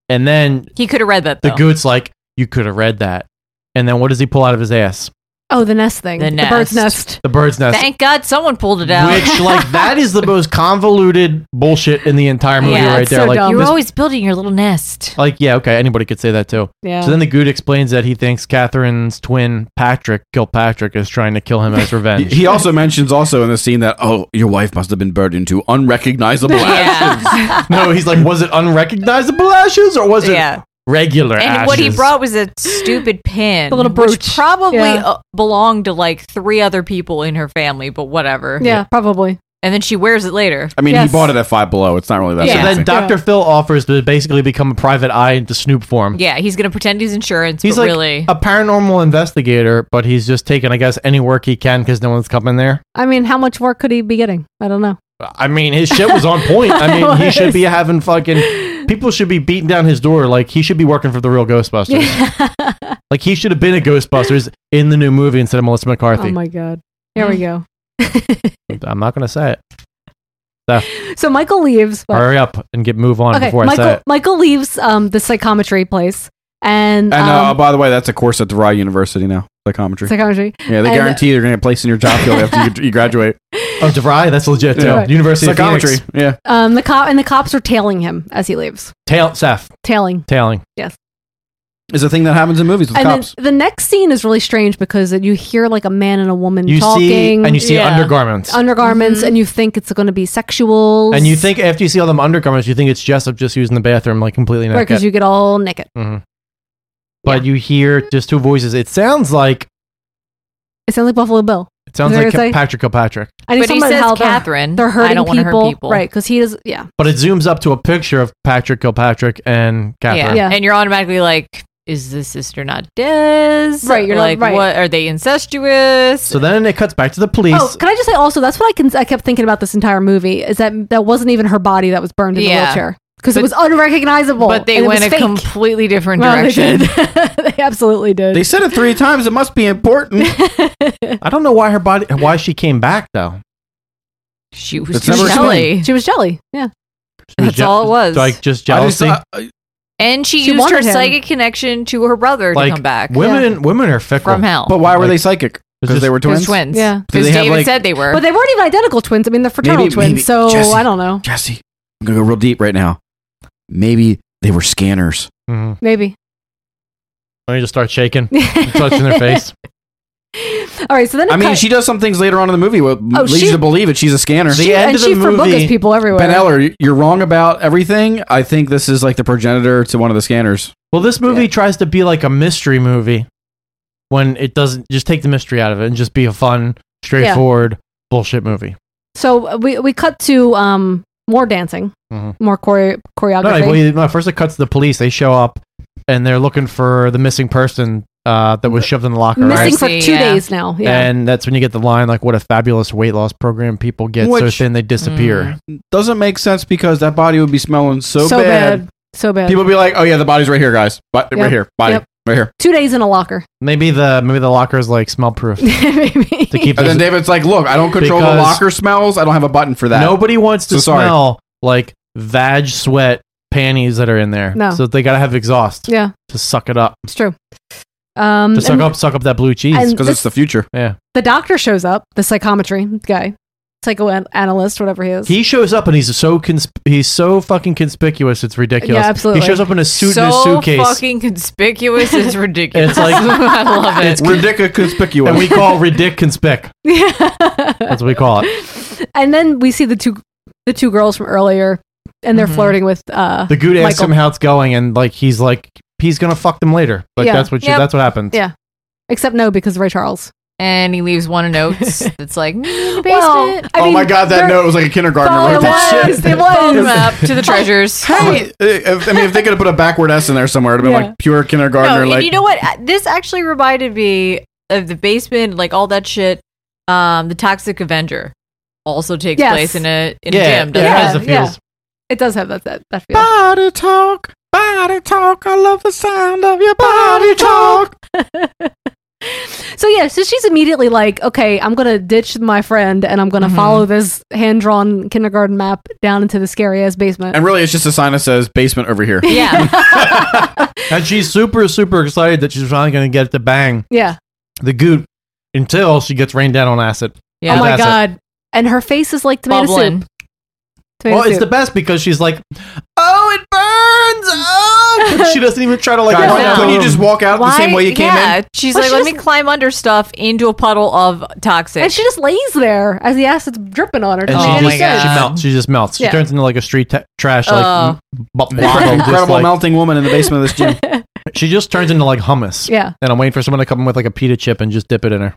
[SPEAKER 10] And then
[SPEAKER 7] He could have read that.
[SPEAKER 10] the
[SPEAKER 7] though.
[SPEAKER 10] goot's like, "You could have read that." And then what does he pull out of his ass?
[SPEAKER 2] oh, the nest thing,
[SPEAKER 7] The
[SPEAKER 2] the bird's
[SPEAKER 7] nest.
[SPEAKER 2] nest.
[SPEAKER 10] The bird's nest.
[SPEAKER 7] Thank God someone pulled it out.
[SPEAKER 10] which like that is the most convoluted bullshit in the entire movie right there. like
[SPEAKER 7] you're
[SPEAKER 10] this
[SPEAKER 7] always building your little nest.
[SPEAKER 10] Like, yeah, okay, anybody could say that too.
[SPEAKER 7] Yeah.
[SPEAKER 10] So then the Good explains that he thinks Catherine's twin Patrick, Kilpatrick, is trying to kill him as revenge.
[SPEAKER 11] He also mentions also in the scene that oh, your wife must have been burned into unrecognizable ashes.
[SPEAKER 10] no, he's like, was it unrecognizable ashes or was it
[SPEAKER 7] Yeah.
[SPEAKER 10] regular
[SPEAKER 7] and
[SPEAKER 10] ashes?
[SPEAKER 7] what he brought was a stupid pin,
[SPEAKER 2] The little
[SPEAKER 7] which
[SPEAKER 2] brooch.
[SPEAKER 7] probably
[SPEAKER 2] Yeah.
[SPEAKER 7] uh, belonged to like three other people in her family, but whatever.
[SPEAKER 2] Yeah, probably.
[SPEAKER 7] And then she wears it later.
[SPEAKER 11] I mean, he bought it at Five Below. It's not really that.
[SPEAKER 10] So
[SPEAKER 11] Yeah.
[SPEAKER 10] then Dr. Phil offers to basically become a private eye into Snoop form.
[SPEAKER 7] Yeah, he's gonna pretend he's insurance,
[SPEAKER 10] He's
[SPEAKER 7] but
[SPEAKER 10] like
[SPEAKER 7] really,
[SPEAKER 10] a paranormal investigator, but he's just taking, I guess, any work he can because no one's coming there.
[SPEAKER 2] I mean, how much work could he be getting? I don't know.
[SPEAKER 10] I mean, his shit was on point. I mean, he should be having fucking people should be beating down his door. Like he should be working for the real Ghostbusters. like he should have been a Ghostbusters in the new movie instead of Melissa McCarthy.
[SPEAKER 2] Oh my god. Here we go.
[SPEAKER 10] I'm not gonna say it. So,
[SPEAKER 2] So Michael leaves. but-
[SPEAKER 10] hurry up and get move on before
[SPEAKER 2] Michael,
[SPEAKER 10] I say it.
[SPEAKER 2] Michael leaves um, the psychometry place, and,
[SPEAKER 11] And uh,
[SPEAKER 2] um,
[SPEAKER 11] by the way, that's a course at DeVry University now. Psychometry.
[SPEAKER 2] Psychometry.
[SPEAKER 11] Yeah, they
[SPEAKER 2] And-
[SPEAKER 11] guarantee you're going to get placed in your job field after you, you graduate.
[SPEAKER 10] Oh, DeVry, that's legit too.
[SPEAKER 11] Yeah.
[SPEAKER 10] University
[SPEAKER 11] Psychometry.
[SPEAKER 10] of Phoenix.
[SPEAKER 11] Yeah.
[SPEAKER 2] um, the cop and the cops are tailing him as he leaves.
[SPEAKER 10] Tail Seth.
[SPEAKER 2] Tailing,
[SPEAKER 10] Tailing
[SPEAKER 2] yes.
[SPEAKER 11] is a thing that happens in movies with
[SPEAKER 2] And then
[SPEAKER 11] cops.
[SPEAKER 2] the next scene is really strange because you hear like a man and a woman
[SPEAKER 10] You see-
[SPEAKER 2] talking,
[SPEAKER 10] and you see Yeah. undergarments.
[SPEAKER 2] undergarments,
[SPEAKER 7] Mm-hmm.
[SPEAKER 2] and you think it's going to be sexual,
[SPEAKER 10] And you think after you see all them undergarments, you think it's Jessup just using the bathroom like completely naked.
[SPEAKER 2] because you get all naked.
[SPEAKER 10] hmm But you hear just two voices. It sounds like
[SPEAKER 2] It sounds like Buffalo Bill.
[SPEAKER 10] it sounds
[SPEAKER 2] Is that
[SPEAKER 10] like
[SPEAKER 2] what you're
[SPEAKER 10] Patrick Kilpatrick.
[SPEAKER 2] I need
[SPEAKER 7] But he
[SPEAKER 2] someone to
[SPEAKER 7] says
[SPEAKER 2] help her.
[SPEAKER 7] Catherine.
[SPEAKER 2] They're
[SPEAKER 7] I
[SPEAKER 2] hurting
[SPEAKER 7] don't wanna hurt people.
[SPEAKER 2] right? Because he does. Yeah,
[SPEAKER 10] But it zooms up to a picture of Patrick Kilpatrick and
[SPEAKER 7] yeah.
[SPEAKER 10] Catherine.
[SPEAKER 7] And you're automatically like, is this sister not dead?
[SPEAKER 2] Right, you're not-
[SPEAKER 7] like,
[SPEAKER 2] right.
[SPEAKER 7] what are they incestuous?
[SPEAKER 10] So then it cuts back to the police.
[SPEAKER 2] Oh, can I just say also that's what I can I kept thinking about this entire movie is that that wasn't even her body that was burned in
[SPEAKER 7] Yeah.
[SPEAKER 2] the wheelchair because it
[SPEAKER 7] But-
[SPEAKER 2] was unrecognizable.
[SPEAKER 7] But they
[SPEAKER 2] and it
[SPEAKER 7] went
[SPEAKER 2] was
[SPEAKER 7] a
[SPEAKER 2] fake.
[SPEAKER 7] completely different
[SPEAKER 2] Well, they
[SPEAKER 7] direction.
[SPEAKER 2] did. they absolutely did.
[SPEAKER 11] They said it three times. It must be important.
[SPEAKER 10] I don't know why her body, why she came back though.
[SPEAKER 7] She
[SPEAKER 10] was
[SPEAKER 2] she was jelly. Yeah,
[SPEAKER 10] She was
[SPEAKER 2] That's
[SPEAKER 10] je-
[SPEAKER 2] all it was.
[SPEAKER 10] Like just uh, jealousy.
[SPEAKER 11] I just- I-
[SPEAKER 18] And she,
[SPEAKER 7] She
[SPEAKER 18] used her
[SPEAKER 7] wanted him.
[SPEAKER 18] psychic connection to her brother
[SPEAKER 10] like
[SPEAKER 18] to come back.
[SPEAKER 10] uh, Women, women are fickle
[SPEAKER 18] From hell.
[SPEAKER 11] But why were
[SPEAKER 10] Like,
[SPEAKER 11] they psychic? Because they were
[SPEAKER 18] They're
[SPEAKER 11] twins.
[SPEAKER 18] twins.
[SPEAKER 2] Yeah.
[SPEAKER 11] Do they
[SPEAKER 18] Because
[SPEAKER 11] have,
[SPEAKER 18] David
[SPEAKER 11] like-
[SPEAKER 18] said they were.
[SPEAKER 2] But they weren't even identical twins. I mean, they're fraternal
[SPEAKER 11] Maybe-
[SPEAKER 2] twins.
[SPEAKER 11] maybe-
[SPEAKER 2] so
[SPEAKER 11] Jesse.
[SPEAKER 2] I don't know.
[SPEAKER 11] Jesse, I'm gonna go real deep right now. Maybe they were scanners.
[SPEAKER 2] Maybe.
[SPEAKER 10] Let me just start shaking, touching their face.
[SPEAKER 2] All right. So then. it
[SPEAKER 11] I mean,
[SPEAKER 2] cut-
[SPEAKER 11] she does some things later on in the movie what
[SPEAKER 2] Oh,
[SPEAKER 11] leads
[SPEAKER 2] she-
[SPEAKER 11] you to believe it. She's a scanner.
[SPEAKER 2] She- The end and of the she forbuckas movie- people everywhere.
[SPEAKER 11] Ben Eller, y- you're wrong about everything. I think this is like the progenitor to one of the scanners.
[SPEAKER 10] Well, this movie tries to be like a mystery movie when it doesn't just take the mystery out of it and just be a fun, straightforward bullshit movie.
[SPEAKER 2] So we we cut to um more dancing,
[SPEAKER 10] Mhm.
[SPEAKER 11] Mm-hmm.
[SPEAKER 2] more chore-
[SPEAKER 10] No,
[SPEAKER 2] choreography.
[SPEAKER 10] well, you- no, first it cuts to the police. They show up and they're looking for the missing person uh, that was shoved in the locker.
[SPEAKER 2] Missing
[SPEAKER 10] right?
[SPEAKER 2] for two days now. Yeah.
[SPEAKER 10] And that's when you get the line like, "What a fabulous weight loss program! People get so
[SPEAKER 11] Which-
[SPEAKER 10] thin they
[SPEAKER 2] Mm,
[SPEAKER 10] disappear."
[SPEAKER 11] Doesn't make sense because that body would be smelling so,
[SPEAKER 2] so
[SPEAKER 11] bad.
[SPEAKER 2] bad. So bad.
[SPEAKER 11] People would be like, "Oh yeah, the body's right here, guys. Bo-
[SPEAKER 2] Yep.
[SPEAKER 11] Right here, body,
[SPEAKER 2] Yep.
[SPEAKER 11] right here."
[SPEAKER 2] two days in a locker.
[SPEAKER 10] Maybe the maybe the locker's like smell proof to
[SPEAKER 11] And
[SPEAKER 10] keep.
[SPEAKER 11] then
[SPEAKER 10] this-
[SPEAKER 11] David's like, "Look, I don't control the
[SPEAKER 10] Because-
[SPEAKER 11] locker smells. I don't have a button for that."
[SPEAKER 10] Nobody wants to
[SPEAKER 11] So sorry.
[SPEAKER 10] smell like vag sweat panties that are in there.
[SPEAKER 2] No.
[SPEAKER 10] So they gotta have exhaust
[SPEAKER 2] Yeah,
[SPEAKER 10] to suck it up.
[SPEAKER 2] it's true. Um,
[SPEAKER 10] to suck
[SPEAKER 2] and
[SPEAKER 10] up suck up that blue cheese.
[SPEAKER 2] and 'Cause it's this- the
[SPEAKER 11] future.
[SPEAKER 10] Yeah.
[SPEAKER 2] The doctor shows up. The psychometry guy, psychoanalyst, whatever he is.
[SPEAKER 10] He shows up and he's so consp- he's so fucking conspicuous. It's ridiculous.
[SPEAKER 2] Yeah, absolutely.
[SPEAKER 10] He shows up in a suit and a
[SPEAKER 18] so
[SPEAKER 10] suitcase.
[SPEAKER 18] fucking conspicuous. It's ridiculous.
[SPEAKER 10] It's like-
[SPEAKER 18] I love it.
[SPEAKER 10] It's ridiculous conspicuous. And we call it ridic conspic. That's what we call it.
[SPEAKER 2] And then we see the two the two girls from earlier,
[SPEAKER 18] Mm-hmm.
[SPEAKER 2] and they're flirting with uh
[SPEAKER 10] The good asks
[SPEAKER 2] Michael.
[SPEAKER 10] him how it's going, and like he's like he's gonna fuck them later. Like
[SPEAKER 2] Yeah.
[SPEAKER 10] that's what she,
[SPEAKER 2] Yep.
[SPEAKER 10] that's what happens.
[SPEAKER 2] Yeah, except no because Ray Charles.
[SPEAKER 18] and he leaves one of notes that's like "Mm, basement.
[SPEAKER 2] Well, I
[SPEAKER 11] oh
[SPEAKER 2] mean,
[SPEAKER 11] my god, that
[SPEAKER 2] they're-
[SPEAKER 11] note was like a kindergartner
[SPEAKER 2] Oh,
[SPEAKER 11] wrote
[SPEAKER 2] it
[SPEAKER 11] that shit.
[SPEAKER 2] was, it was.
[SPEAKER 18] Phone map to the treasures.
[SPEAKER 11] Hey, if, I mean, if they could have put a backward S in there somewhere, it'd have been
[SPEAKER 18] Yeah.
[SPEAKER 11] like pure kindergartner.
[SPEAKER 18] No,
[SPEAKER 11] like,
[SPEAKER 18] and you know what? Uh, This actually reminded me of the basement, like all that shit. Um, the Toxic Avenger also takes
[SPEAKER 2] Yes.
[SPEAKER 18] place in a in
[SPEAKER 10] Yeah,
[SPEAKER 18] a gym.
[SPEAKER 10] yeah, it has
[SPEAKER 18] doesn't
[SPEAKER 10] the feels.
[SPEAKER 2] It does have that that, that feel.
[SPEAKER 11] Body talk, body talk. I love the sound of your body talk.
[SPEAKER 2] So yeah, so she's immediately like, okay, I'm gonna ditch my friend and I'm gonna
[SPEAKER 18] Mm-hmm.
[SPEAKER 2] follow this hand drawn kindergarten map down into the scary ass basement.
[SPEAKER 11] and really, it's just a sign that says basement over here.
[SPEAKER 2] yeah,
[SPEAKER 10] And she's super, super excited that she's finally gonna get the bang.
[SPEAKER 2] yeah.
[SPEAKER 10] the goot until she gets rained down on acid.
[SPEAKER 2] Oh
[SPEAKER 10] With
[SPEAKER 2] my
[SPEAKER 10] acid.
[SPEAKER 2] god. And her face is like tomato
[SPEAKER 10] Bubbling.
[SPEAKER 2] soup. Tomato
[SPEAKER 10] well, it's
[SPEAKER 2] soup.
[SPEAKER 10] the best because she's like,
[SPEAKER 1] Oh, it burns! Oh!
[SPEAKER 10] she doesn't even try to like.
[SPEAKER 11] God,
[SPEAKER 10] walk
[SPEAKER 11] couldn't
[SPEAKER 10] out of the
[SPEAKER 11] you
[SPEAKER 10] room.
[SPEAKER 11] just walk out the same way you came
[SPEAKER 18] yeah,
[SPEAKER 11] in?
[SPEAKER 18] She's
[SPEAKER 2] Well,
[SPEAKER 18] like,
[SPEAKER 2] she
[SPEAKER 18] let
[SPEAKER 2] just-
[SPEAKER 18] me climb under stuff into a puddle of toxic.
[SPEAKER 2] and she just lays there as the acid's dripping on her.
[SPEAKER 10] And
[SPEAKER 2] till
[SPEAKER 10] she
[SPEAKER 2] she
[SPEAKER 10] just
[SPEAKER 2] just
[SPEAKER 10] she
[SPEAKER 2] goes.
[SPEAKER 10] melts. She just melts. She
[SPEAKER 2] Yeah.
[SPEAKER 10] turns into like a street t- trash like
[SPEAKER 2] Oh.
[SPEAKER 10] m- b- model, just,
[SPEAKER 11] Incredible
[SPEAKER 10] like-
[SPEAKER 11] melting woman in the basement of this gym.
[SPEAKER 10] She just turns into like hummus.
[SPEAKER 2] Yeah.
[SPEAKER 10] And I'm waiting for someone to come in with like a pita chip and just dip it in her.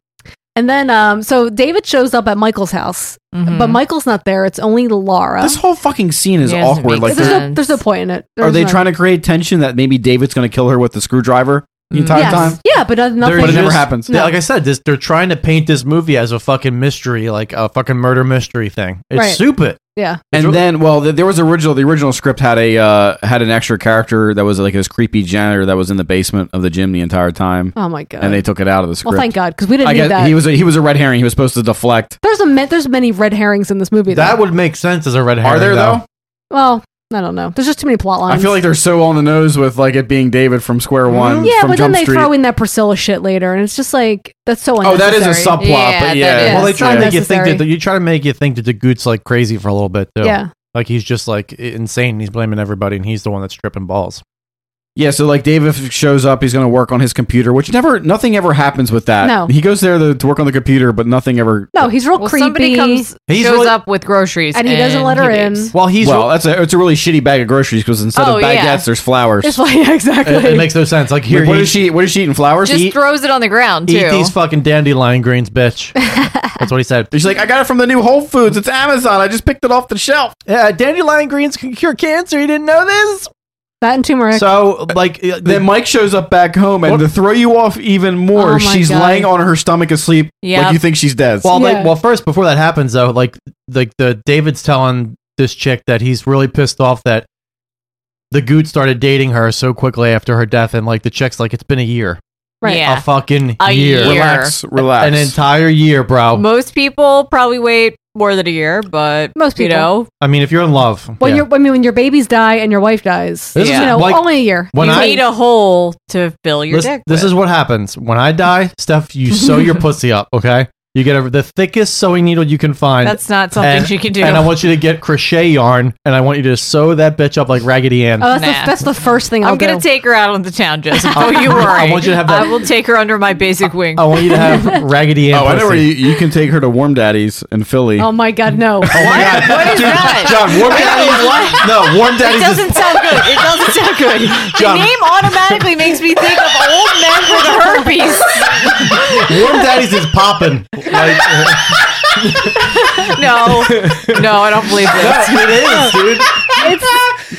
[SPEAKER 2] And then, um, so David shows up at Michael's house,
[SPEAKER 18] Mm-hmm.
[SPEAKER 2] but Michael's not there. It's only Laura.
[SPEAKER 11] This whole fucking scene is
[SPEAKER 18] Yeah, it doesn't
[SPEAKER 11] awkward.
[SPEAKER 18] make
[SPEAKER 11] Like,
[SPEAKER 2] there's,
[SPEAKER 11] they're-
[SPEAKER 2] no, there's no point in it.
[SPEAKER 11] are they trying to create tension that maybe David's going to kill her with the screwdriver the entire
[SPEAKER 2] yes.
[SPEAKER 11] time?
[SPEAKER 2] Yeah, but no- nothing.
[SPEAKER 10] They're
[SPEAKER 11] But it never
[SPEAKER 10] just-
[SPEAKER 11] happens.
[SPEAKER 10] Yeah,
[SPEAKER 11] No.
[SPEAKER 10] like I said, this, they're trying to paint this movie as a fucking mystery, like a fucking murder mystery thing. It's
[SPEAKER 2] Right.
[SPEAKER 10] stupid.
[SPEAKER 2] Yeah.
[SPEAKER 11] And then, well, th- there was original. The original script had a uh, had an extra character that was like this creepy janitor that was in the basement of the gym the entire time.
[SPEAKER 2] Oh my god.
[SPEAKER 11] And they took it out of the script.
[SPEAKER 2] well, thank God, because we didn't
[SPEAKER 11] I
[SPEAKER 2] need
[SPEAKER 11] guess
[SPEAKER 2] that.
[SPEAKER 11] he was a, he was a red herring. He was supposed to deflect.
[SPEAKER 2] there's a ma- there's many red herrings in this movie.
[SPEAKER 10] That would make sense as a red herring.
[SPEAKER 11] Are there though?
[SPEAKER 2] well, I don't know. There's just too many plot lines. Mm-hmm.
[SPEAKER 11] I feel like they're so on the nose with like it being David from Square
[SPEAKER 10] Mm-hmm.
[SPEAKER 11] One.
[SPEAKER 2] yeah, but
[SPEAKER 11] from
[SPEAKER 2] then
[SPEAKER 11] Jump
[SPEAKER 2] they
[SPEAKER 11] Street.
[SPEAKER 2] throw in that Priscilla shit later, and it's just like that's so.
[SPEAKER 11] Oh, that is a
[SPEAKER 2] unnecessary.
[SPEAKER 11] subplot, Yeah, but that yeah. is.
[SPEAKER 10] Well, they
[SPEAKER 2] It's
[SPEAKER 10] try to make you think
[SPEAKER 2] unnecessary.
[SPEAKER 10] that you try to make you think that the goot's like crazy for a little bit too.
[SPEAKER 2] Yeah.
[SPEAKER 10] like he's just like i- insane. He's blaming everybody, and he's the one that's tripping balls.
[SPEAKER 11] Yeah, so like David shows up, he's going to work on his computer, which never, nothing ever happens with that.
[SPEAKER 2] No.
[SPEAKER 11] he goes there to, to work on the computer, but nothing ever.
[SPEAKER 2] No, he's real
[SPEAKER 18] Well,
[SPEAKER 2] creepy.
[SPEAKER 18] somebody comes,
[SPEAKER 11] He's
[SPEAKER 18] shows
[SPEAKER 11] really-
[SPEAKER 18] up with groceries,
[SPEAKER 2] And he doesn't let her in.
[SPEAKER 18] leaves.
[SPEAKER 10] Well, he's
[SPEAKER 11] well, that's a it's a really shitty bag of groceries because instead
[SPEAKER 18] Oh,
[SPEAKER 11] of baguettes,
[SPEAKER 18] yeah.
[SPEAKER 11] there's flowers.
[SPEAKER 2] It's like exactly.
[SPEAKER 10] It, it makes no sense. Like here,
[SPEAKER 11] Wait, what
[SPEAKER 10] he-
[SPEAKER 11] is she? What is she eating? Flowers?
[SPEAKER 18] Just
[SPEAKER 11] Eat-
[SPEAKER 18] throws it on the ground too.
[SPEAKER 10] eat these fucking dandelion greens, bitch. that's what he said.
[SPEAKER 11] She's like, I got it from the new Whole Foods. It's Amazon. I just picked it off the shelf.
[SPEAKER 10] Yeah, dandelion greens can cure cancer. You didn't know this?
[SPEAKER 2] that and turmeric.
[SPEAKER 10] So like uh,
[SPEAKER 11] Then Mike shows up back home, and to throw you off even more,
[SPEAKER 2] Oh my
[SPEAKER 11] she's
[SPEAKER 2] God.
[SPEAKER 11] laying on her stomach asleep,
[SPEAKER 2] Yep.
[SPEAKER 11] like you think she's dead.
[SPEAKER 10] Well, like, well, first before that happens though, like like the David's telling this chick that he's really pissed off that the goot started dating her so quickly after her death, and like the chick's like, it's been a year,
[SPEAKER 18] Right. Yeah.
[SPEAKER 10] A fucking
[SPEAKER 18] A
[SPEAKER 10] year.
[SPEAKER 18] year. Relax,
[SPEAKER 11] relax.
[SPEAKER 10] an entire year, bro.
[SPEAKER 18] Most people probably wait
[SPEAKER 7] more than a year, but
[SPEAKER 2] Most
[SPEAKER 7] you
[SPEAKER 2] people.
[SPEAKER 7] know,
[SPEAKER 10] I mean, if you're in love,
[SPEAKER 2] When
[SPEAKER 10] yeah.
[SPEAKER 2] your I mean, when your babies die and your wife dies,
[SPEAKER 10] This
[SPEAKER 2] you
[SPEAKER 10] is
[SPEAKER 2] know,
[SPEAKER 10] like-
[SPEAKER 2] only a year.
[SPEAKER 10] when
[SPEAKER 7] you
[SPEAKER 10] I-
[SPEAKER 7] need a hole to fill your
[SPEAKER 10] Lis-
[SPEAKER 7] dick.
[SPEAKER 10] This is what happens when I die, Steph. You sew your pussy up, okay? You get a, the thickest sewing needle you can find.
[SPEAKER 7] That's not something
[SPEAKER 10] and-
[SPEAKER 7] you can do.
[SPEAKER 10] And I want you to get crochet yarn, and I want you to sew that bitch up like Raggedy Ann.
[SPEAKER 2] Oh, that's, the, that's the first thing I'll
[SPEAKER 7] I'm gonna
[SPEAKER 2] do.
[SPEAKER 7] take her out on the town, Joseph. Don't
[SPEAKER 10] I-
[SPEAKER 7] you worry.
[SPEAKER 10] I want you to have that-
[SPEAKER 7] I will take her under my basic wing.
[SPEAKER 10] I want you to have Raggedy Ann.
[SPEAKER 11] Oh, I know where
[SPEAKER 10] pussy.
[SPEAKER 11] you, you can take her to Warm Daddy's in Philly.
[SPEAKER 2] Oh my god, no!
[SPEAKER 11] John, Warm Daddy's. No, Warm
[SPEAKER 7] It
[SPEAKER 11] Daddy's.
[SPEAKER 7] doesn't
[SPEAKER 11] is-
[SPEAKER 7] sound good. It doesn't sound good.
[SPEAKER 11] John.
[SPEAKER 7] The name automatically makes me think of old men with herpes.
[SPEAKER 10] Warm Daddy's is popping. Like,
[SPEAKER 7] No, no, I don't believe this.
[SPEAKER 10] it is, dude.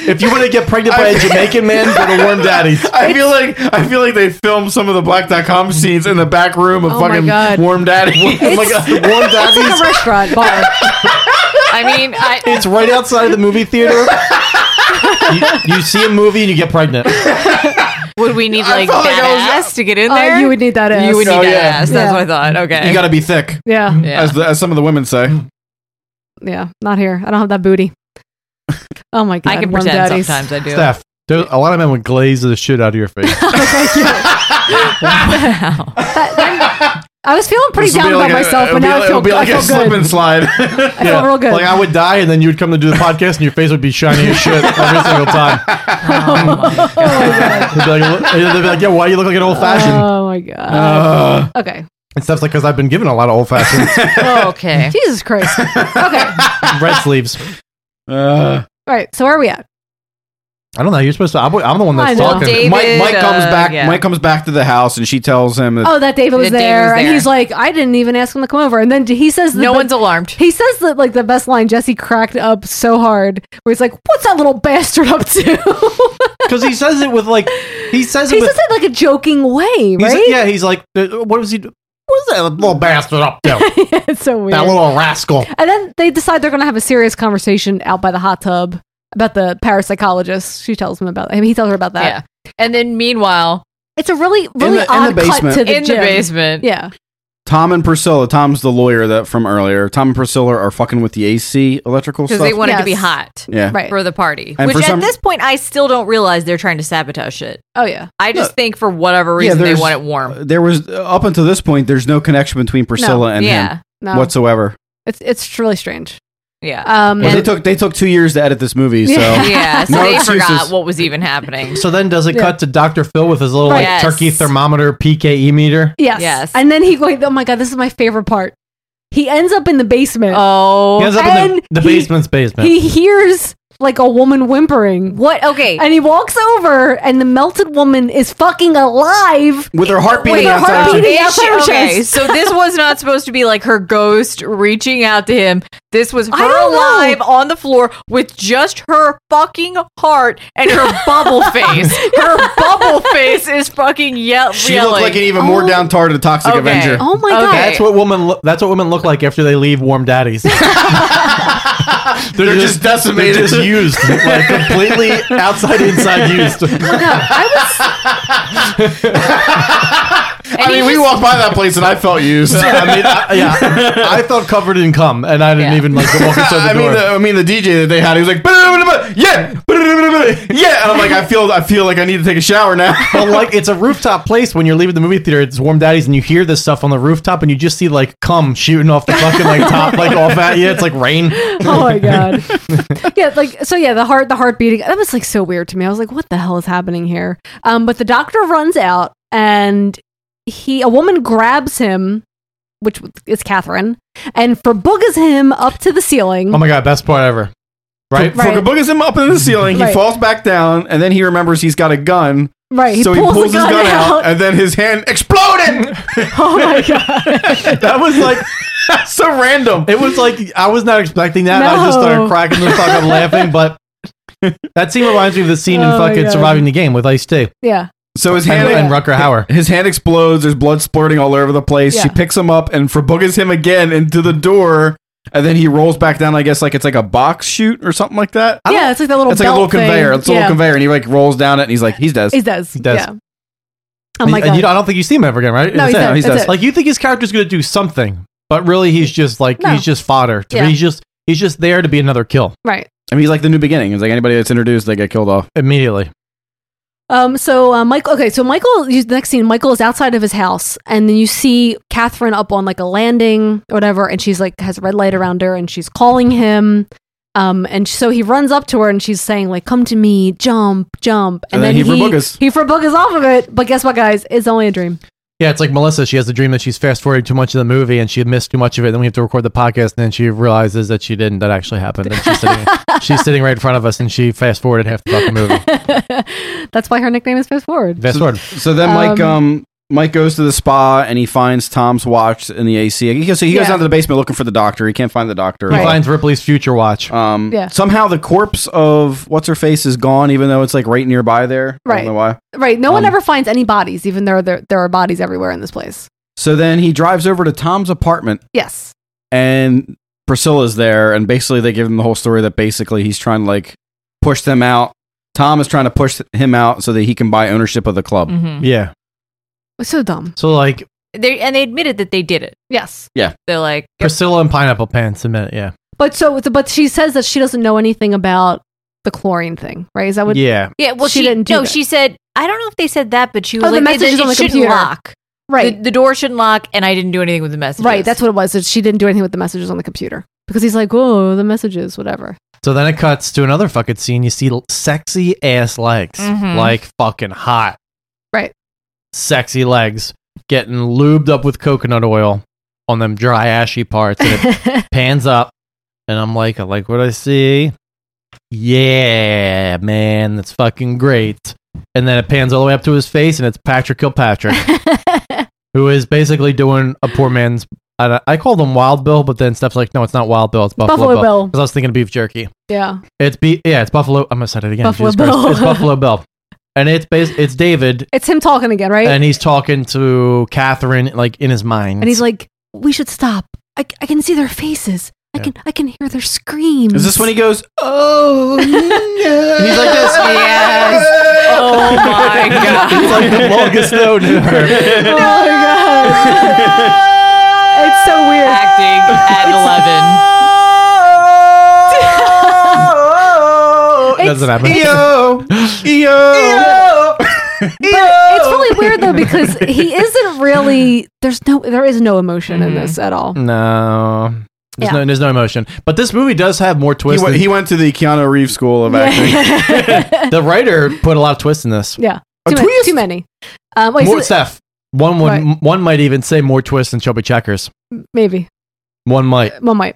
[SPEAKER 10] if you want to get pregnant by a Jamaican man, go to Warm Daddy's.
[SPEAKER 17] I feel like I feel like they filmed some of the black.com scenes in the back room of
[SPEAKER 7] Oh my God.
[SPEAKER 17] fucking Warm Daddy.
[SPEAKER 7] Oh my God, Warm
[SPEAKER 17] Warm Daddy.
[SPEAKER 2] It's like a restaurant bar.
[SPEAKER 7] I mean, I,
[SPEAKER 10] It's right outside of the movie theater. You, you see a movie and you get pregnant.
[SPEAKER 7] would we need like
[SPEAKER 18] felt
[SPEAKER 7] that
[SPEAKER 18] like I was-
[SPEAKER 7] ass to get in
[SPEAKER 2] Uh,
[SPEAKER 7] there?
[SPEAKER 2] you would need that ass.
[SPEAKER 7] You would need
[SPEAKER 11] Oh,
[SPEAKER 7] that
[SPEAKER 11] yeah.
[SPEAKER 7] ass. That's
[SPEAKER 2] Yeah.
[SPEAKER 7] what I thought. Okay.
[SPEAKER 11] You got to be thick,
[SPEAKER 2] yeah,
[SPEAKER 7] Yeah.
[SPEAKER 11] as, the, as some of the women say.
[SPEAKER 2] yeah, not here. I don't have that booty. Oh my god,
[SPEAKER 7] I can
[SPEAKER 2] Warm
[SPEAKER 7] pretend
[SPEAKER 2] daddies.
[SPEAKER 7] sometimes I do.
[SPEAKER 10] Steph, there- a lot of men would glaze the shit out of your face.
[SPEAKER 7] Oh
[SPEAKER 2] I was feeling pretty
[SPEAKER 17] This will
[SPEAKER 2] down
[SPEAKER 17] be
[SPEAKER 2] about
[SPEAKER 17] like a-
[SPEAKER 2] myself,
[SPEAKER 17] it'll
[SPEAKER 2] but
[SPEAKER 17] be
[SPEAKER 2] now
[SPEAKER 17] like-
[SPEAKER 2] I feel,
[SPEAKER 17] it'll be like
[SPEAKER 2] I
[SPEAKER 17] a
[SPEAKER 2] feel
[SPEAKER 17] slip
[SPEAKER 2] good.
[SPEAKER 17] and slide.
[SPEAKER 2] I feel real good.
[SPEAKER 10] Like I would die, and then you would come to do the podcast, and your face would be shiny as shit every single time.
[SPEAKER 2] Oh,
[SPEAKER 10] they'd, be like, they'd be like, "Yeah, why you look like an old fashioned?"
[SPEAKER 2] oh my god.
[SPEAKER 10] Uh.
[SPEAKER 2] okay.
[SPEAKER 10] and stuff's like, "Cause I've been given a lot of old fashions,
[SPEAKER 7] okay.
[SPEAKER 2] Jesus Christ. Okay.
[SPEAKER 10] red sleeves." Uh.
[SPEAKER 2] All right. So where are we at?
[SPEAKER 10] I don't know. You're supposed to. I'm, I'm the one
[SPEAKER 2] I
[SPEAKER 10] that's
[SPEAKER 2] know.
[SPEAKER 10] talking.
[SPEAKER 7] David,
[SPEAKER 11] Mike, Mike comes
[SPEAKER 7] uh,
[SPEAKER 11] back.
[SPEAKER 7] yeah.
[SPEAKER 11] Mike comes back to the house, and she tells him. That,
[SPEAKER 2] Oh, that David was,
[SPEAKER 7] That David was
[SPEAKER 2] there, and
[SPEAKER 7] there.
[SPEAKER 2] he's like, I didn't even ask him to come over. And then he says, the-
[SPEAKER 7] No one's alarmed.
[SPEAKER 2] He says that like the best line Jesse cracked up so hard, where he's like, "What's that little bastard up to?"
[SPEAKER 10] because he says it with like he says it
[SPEAKER 2] he
[SPEAKER 10] with
[SPEAKER 2] says it like a joking way,
[SPEAKER 10] he's-
[SPEAKER 2] right?
[SPEAKER 10] yeah. He's like, uh, "What was he? do- What is that little bastard up to?
[SPEAKER 2] it's so weird.
[SPEAKER 10] that little rascal."
[SPEAKER 2] and then they decide they're going to have a serious conversation out by the hot tub about the parapsychologist. She tells him about. I mean, he tells her about that.
[SPEAKER 7] Yeah. And then meanwhile,
[SPEAKER 2] It's a really, really
[SPEAKER 11] the- in
[SPEAKER 2] odd
[SPEAKER 11] the
[SPEAKER 2] cut
[SPEAKER 11] basement.
[SPEAKER 2] to the
[SPEAKER 7] in
[SPEAKER 2] gym.
[SPEAKER 7] the basement.
[SPEAKER 2] Yeah.
[SPEAKER 11] Tom and Priscilla. Tom's the lawyer that from earlier. Tom and Priscilla are fucking with the AC electrical
[SPEAKER 7] Because
[SPEAKER 11] stuff.
[SPEAKER 7] they wanted to be
[SPEAKER 2] Yes.
[SPEAKER 7] hot
[SPEAKER 11] yeah,
[SPEAKER 2] Right.
[SPEAKER 7] for the party.
[SPEAKER 11] And
[SPEAKER 7] Which
[SPEAKER 11] for
[SPEAKER 7] at
[SPEAKER 11] some-
[SPEAKER 7] this point, I still don't realize they're trying to sabotage it.
[SPEAKER 2] Oh yeah.
[SPEAKER 7] I just think for whatever
[SPEAKER 11] Yeah,
[SPEAKER 7] reason they
[SPEAKER 11] there's-
[SPEAKER 7] want it warm.
[SPEAKER 11] There was uh, up until this point. There's no connection between Priscilla and
[SPEAKER 7] yeah.
[SPEAKER 11] him
[SPEAKER 2] No.
[SPEAKER 11] whatsoever.
[SPEAKER 2] it's it's really strange.
[SPEAKER 7] Yeah.
[SPEAKER 2] Um.
[SPEAKER 11] Well, they
[SPEAKER 2] and-
[SPEAKER 11] took they took two years to edit this movie, so
[SPEAKER 7] yeah. So
[SPEAKER 11] No
[SPEAKER 7] they
[SPEAKER 11] excuses.
[SPEAKER 7] forgot what was even happening.
[SPEAKER 10] So then, does it
[SPEAKER 2] Yeah.
[SPEAKER 10] cut to Doctor Phil with his little like
[SPEAKER 7] Yes.
[SPEAKER 10] turkey thermometer PKE meter?
[SPEAKER 2] Yes.
[SPEAKER 7] Yes.
[SPEAKER 2] And then he going, oh my god, this is my favorite part. He ends up in the basement.
[SPEAKER 7] Oh.
[SPEAKER 10] He ends up in
[SPEAKER 2] and
[SPEAKER 10] the, the
[SPEAKER 2] he-
[SPEAKER 10] basement's basement.
[SPEAKER 2] he hears like a woman whimpering.
[SPEAKER 7] What? Okay.
[SPEAKER 2] And he walks over, and the melted woman is fucking alive.
[SPEAKER 11] with her heart beating
[SPEAKER 2] her
[SPEAKER 11] outside.
[SPEAKER 2] heart
[SPEAKER 11] of-
[SPEAKER 2] beating-
[SPEAKER 7] Is
[SPEAKER 2] outside
[SPEAKER 7] she-
[SPEAKER 2] her
[SPEAKER 7] okay,
[SPEAKER 2] chest.
[SPEAKER 7] so this was not supposed to be like her ghost reaching out to him. This was
[SPEAKER 2] I don't
[SPEAKER 7] her
[SPEAKER 2] know.
[SPEAKER 7] alive on the floor with just her fucking heart and her bubble face. Her bubble face is fucking yell-
[SPEAKER 11] She
[SPEAKER 7] yelling.
[SPEAKER 11] looked like an even more downtarded toxic
[SPEAKER 7] Okay.
[SPEAKER 11] Avenger.
[SPEAKER 2] Oh my god.
[SPEAKER 7] Okay.
[SPEAKER 10] That's what women. Lo- that's what women look like after they leave warm daddies. they're,
[SPEAKER 11] They're just decimated.
[SPEAKER 10] They're just used, like completely outside inside used.
[SPEAKER 11] I mean, we walked by that place and I felt used.
[SPEAKER 10] I mean, I, yeah, I felt covered in cum, and I didn't
[SPEAKER 7] Yeah.
[SPEAKER 10] even like walk inside
[SPEAKER 11] I
[SPEAKER 10] the door.
[SPEAKER 11] mean, the, I mean, the DJ that they had, he was like, yeah, yeah, and I'm like, I feel, I feel like I need to take a shower now.
[SPEAKER 10] but like, it's a rooftop place. When you're leaving the movie theater, it's warm daddies, and you hear this stuff on the rooftop, and you just see like cum shooting off the fucking like top, like off at you. It's like rain.
[SPEAKER 2] Oh my god. yeah, like so yeah, the heart the heart beating. That was like so weird to me. I was like, what the hell is happening here? Um but the doctor runs out and he a woman grabs him, which is Catherine, and forboogas him up to the ceiling.
[SPEAKER 10] Oh my god, best part ever. Right?
[SPEAKER 2] Right.
[SPEAKER 11] Kabugas him up in the ceiling, he
[SPEAKER 2] Right.
[SPEAKER 11] falls back down, and then he remembers he's got a gun.
[SPEAKER 2] right. He
[SPEAKER 11] so
[SPEAKER 2] pulls,
[SPEAKER 11] he pulls
[SPEAKER 2] the gun,
[SPEAKER 11] his gun out,
[SPEAKER 2] out.
[SPEAKER 11] and then his hand exploded.
[SPEAKER 2] oh my god.
[SPEAKER 10] That was like
[SPEAKER 11] so random.
[SPEAKER 10] It was like I was not expecting that. and I just
[SPEAKER 2] No.
[SPEAKER 10] started cracking the fuck up laughing, but that scene reminds me of the scene
[SPEAKER 2] Oh
[SPEAKER 10] in
[SPEAKER 2] my
[SPEAKER 10] fucking
[SPEAKER 2] God. Oh
[SPEAKER 10] surviving the game with Ice T
[SPEAKER 2] Yeah.
[SPEAKER 11] So his
[SPEAKER 10] and,
[SPEAKER 11] hand
[SPEAKER 10] and Rucker Hauer.
[SPEAKER 11] His hand explodes. There's blood splurting all over the place. She
[SPEAKER 2] Yeah.
[SPEAKER 11] picks him up and forboogas him again into the door, and then he rolls back down. I guess like it's like a box chute or something like that. I don't-
[SPEAKER 2] Yeah, it's like that little
[SPEAKER 11] it's like a
[SPEAKER 2] belt
[SPEAKER 11] little conveyor.
[SPEAKER 2] thing.
[SPEAKER 11] It's a little
[SPEAKER 2] Yeah.
[SPEAKER 11] conveyor, and he like rolls down it, and he's like, he's dead.
[SPEAKER 2] He does.
[SPEAKER 10] He does.
[SPEAKER 2] Yeah. Oh my
[SPEAKER 10] and you
[SPEAKER 2] god.
[SPEAKER 10] don't- I don't think you see him ever again, right?
[SPEAKER 2] No,
[SPEAKER 10] That's
[SPEAKER 2] he's
[SPEAKER 10] it.
[SPEAKER 2] dead.
[SPEAKER 11] he's
[SPEAKER 2] That's
[SPEAKER 11] dead.
[SPEAKER 2] it.
[SPEAKER 10] Like you think his character's gonna do something, But really, he's just like
[SPEAKER 18] No.
[SPEAKER 10] he's just fodder. To-
[SPEAKER 18] Yeah.
[SPEAKER 10] He's just he's just there to be another kill.
[SPEAKER 2] Right.
[SPEAKER 11] I mean, he's like the new beginning. It's like anybody that's introduced, they get killed off
[SPEAKER 10] immediately.
[SPEAKER 2] Um, so uh, Michael, okay, so Michael, you- the next scene, Michael is outside of his house, and then you see Catherine up on like a landing or whatever, and she's like has a red light around her, and she's calling him. Um, and so he runs up to her, and she's saying like, "Come to me, jump, jump,"
[SPEAKER 10] And then he
[SPEAKER 2] he
[SPEAKER 10] forbuggers.
[SPEAKER 2] he forbuggers off of it. But guess what, guys? It's only a dream.
[SPEAKER 10] Yeah, it's like Melissa. She has a dream that she's fast forwarding too much of the movie and she missed too much of it. Then we have to record the podcast, and then she realizes that she didn't. That actually happened. And she's sitting, she's sitting right in front of us, and she fast forwarded half the fucking movie.
[SPEAKER 2] That's why her nickname is Fast Forward.
[SPEAKER 10] Fast forward.
[SPEAKER 11] So then Mike um Mike goes to the spa and he finds Tom's watch in the AC. He goes, so he goes
[SPEAKER 2] Yeah.
[SPEAKER 11] down to the basement looking for the doctor. He can't find the doctor.
[SPEAKER 10] He finds Ripley's future watch.
[SPEAKER 11] Um,
[SPEAKER 2] Yeah.
[SPEAKER 11] Somehow the corpse of what's her face is gone, even though it's like right nearby there. I
[SPEAKER 2] Right.
[SPEAKER 11] don't know why.
[SPEAKER 2] Right. No one
[SPEAKER 11] Um,
[SPEAKER 2] ever finds any bodies, even though there there are bodies everywhere in this place.
[SPEAKER 11] So then he drives over to Tom's apartment
[SPEAKER 2] Yes.
[SPEAKER 11] and Priscilla's there, and basically they give him the whole story that basically he's trying to like push them out. Tom is trying to push him out so that he can buy ownership of the club.
[SPEAKER 2] Mm-hmm.
[SPEAKER 18] Mhm.
[SPEAKER 10] Yeah.
[SPEAKER 2] It's Oh. so dumb.
[SPEAKER 10] So like
[SPEAKER 18] They and they admitted that they did it.
[SPEAKER 2] Yes.
[SPEAKER 11] Yeah.
[SPEAKER 18] They're like,
[SPEAKER 10] Priscilla and Pineapple Pants. A minute. Yeah.
[SPEAKER 2] But so, but she says that she doesn't know anything about the chlorine thing, right? Is that what?
[SPEAKER 10] Yeah.
[SPEAKER 18] yeah. Well, she,
[SPEAKER 2] didn't do
[SPEAKER 18] No,
[SPEAKER 2] that.
[SPEAKER 18] she said. I don't know if they said that, but she was
[SPEAKER 2] Oh, the
[SPEAKER 18] like,
[SPEAKER 2] message
[SPEAKER 18] it,
[SPEAKER 2] is on
[SPEAKER 18] it
[SPEAKER 2] the
[SPEAKER 18] shouldn't
[SPEAKER 2] computer.
[SPEAKER 18] lock.
[SPEAKER 2] Right.
[SPEAKER 18] The, the door shouldn't lock, and I didn't do anything with the message.
[SPEAKER 2] right. That's what it was. That she didn't do anything with the messages on the computer because he's like, "Whoa, the messages, whatever."
[SPEAKER 10] So then it cuts to another fucking scene. You see l- sexy ass legs,
[SPEAKER 2] Mhm.
[SPEAKER 10] like fucking hot,
[SPEAKER 2] Right.
[SPEAKER 10] sexy legs, getting lubed up with coconut oil on them dry ashy parts, and it pans up, and I'm like, I like what I see. Yeah, man, that's fucking great. And then it pans all the way up to his face, and it's Patrick Kilpatrick, who is basically doing a poor man's. I, I called him Wild Bill, but then Steph's like, no, it's not Wild Bill, it's Buffalo,
[SPEAKER 2] Buffalo Bill.
[SPEAKER 10] Because I was thinking of beef jerky.
[SPEAKER 2] Yeah.
[SPEAKER 10] It's be yeah, it's Buffalo. I'm gonna say it again.
[SPEAKER 2] Buffalo
[SPEAKER 10] Jesus Christ.
[SPEAKER 2] Bill.
[SPEAKER 10] It's Buffalo Bill, and it's bas- it's David,
[SPEAKER 2] It's him talking again, right?
[SPEAKER 10] and he's talking to Catherine like in his mind,
[SPEAKER 2] And he's like, "We should stop. I, c- I can see their faces. I can I can hear their screams."
[SPEAKER 11] Is this when he goes?
[SPEAKER 2] "Oh"?
[SPEAKER 11] he's like this.
[SPEAKER 18] Yes.
[SPEAKER 2] Oh
[SPEAKER 18] my god.
[SPEAKER 10] it's like the longest known to her.
[SPEAKER 2] oh my god. it's so weird.
[SPEAKER 18] Acting at eleven.
[SPEAKER 11] Oh,
[SPEAKER 2] It's-
[SPEAKER 10] Doesn't happen.
[SPEAKER 11] Yo, "Oh."
[SPEAKER 2] But it's really weird though because he isn't really there's no there is no emotion
[SPEAKER 18] Mm-hmm.
[SPEAKER 2] in this at all.
[SPEAKER 10] No. There's,
[SPEAKER 2] Yeah.
[SPEAKER 10] no, there's no emotion, but this movie does have more
[SPEAKER 11] He
[SPEAKER 10] twists.
[SPEAKER 11] went,
[SPEAKER 10] than-
[SPEAKER 11] he went to the Keanu Reeves School of Acting.
[SPEAKER 10] the writer put a lot of twists in this.
[SPEAKER 2] Yeah, too, ma- too many. Um, wait,
[SPEAKER 10] more
[SPEAKER 2] so-
[SPEAKER 10] stuff. One would, one might even say more twists than Chubby Checkers.
[SPEAKER 2] maybe
[SPEAKER 10] One might.
[SPEAKER 2] one might.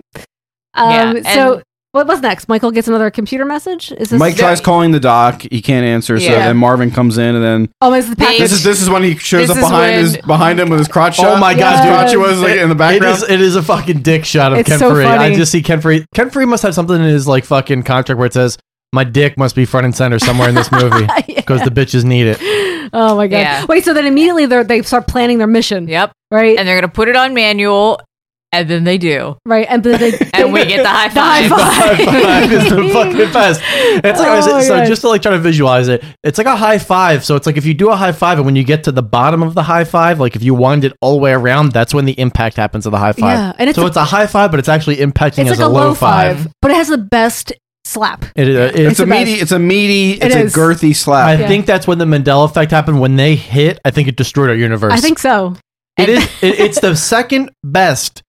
[SPEAKER 2] Um,
[SPEAKER 18] Yeah,
[SPEAKER 2] so what was next? Michael gets another computer message. Is this
[SPEAKER 11] Mike tries calling the doc. He can't answer. So
[SPEAKER 2] Yeah.
[SPEAKER 11] then Marvin comes in, and then
[SPEAKER 2] Oh, is the package?
[SPEAKER 11] this is this is when he shows
[SPEAKER 2] This
[SPEAKER 11] up
[SPEAKER 2] is
[SPEAKER 11] behind
[SPEAKER 2] when-
[SPEAKER 11] his behind him with his crotch.
[SPEAKER 10] Oh
[SPEAKER 11] shot.
[SPEAKER 10] my God!
[SPEAKER 11] his
[SPEAKER 10] dude.
[SPEAKER 11] crotch was like in the
[SPEAKER 10] It-
[SPEAKER 11] background.
[SPEAKER 10] It is, it is a fucking dick shot of
[SPEAKER 2] It's
[SPEAKER 10] Ken
[SPEAKER 2] so
[SPEAKER 10] Free.
[SPEAKER 2] funny.
[SPEAKER 10] I just see Ken Free. Ken Free must have something in his like fucking contract where it says, "My dick must be front and center somewhere in this movie because the bitches need it."
[SPEAKER 2] oh my god!
[SPEAKER 18] Yeah.
[SPEAKER 2] Wait, so then immediately they they start planning their mission.
[SPEAKER 18] Yep.
[SPEAKER 2] Right.
[SPEAKER 18] And they're gonna put it on manual, and then they do.
[SPEAKER 2] Right, and but they,
[SPEAKER 18] And we get the high five.
[SPEAKER 10] High five is the fucking best. It's like
[SPEAKER 18] Oh my
[SPEAKER 10] so
[SPEAKER 18] God.
[SPEAKER 10] just to like try to visualize it. It's like a high five. So it's like if you do a high five and when you get to the bottom of the high five, like if you wind it all the way around, that's when the impact happens of the high five.
[SPEAKER 2] Yeah, and it's
[SPEAKER 10] so
[SPEAKER 2] a-
[SPEAKER 10] it's a high five, but it's actually impacting
[SPEAKER 2] it's like
[SPEAKER 10] as
[SPEAKER 2] a low
[SPEAKER 10] five.
[SPEAKER 2] five, but it has the best slap.
[SPEAKER 10] It, uh, it's,
[SPEAKER 11] It's a meaty. It's a meaty.
[SPEAKER 2] It
[SPEAKER 11] It's
[SPEAKER 2] is.
[SPEAKER 11] a girthy slap.
[SPEAKER 10] I
[SPEAKER 2] Yeah.
[SPEAKER 10] think that's when the Mandela effect happened. When they hit, I think it destroyed our universe.
[SPEAKER 2] I think so.
[SPEAKER 10] it is. It, it's the second best.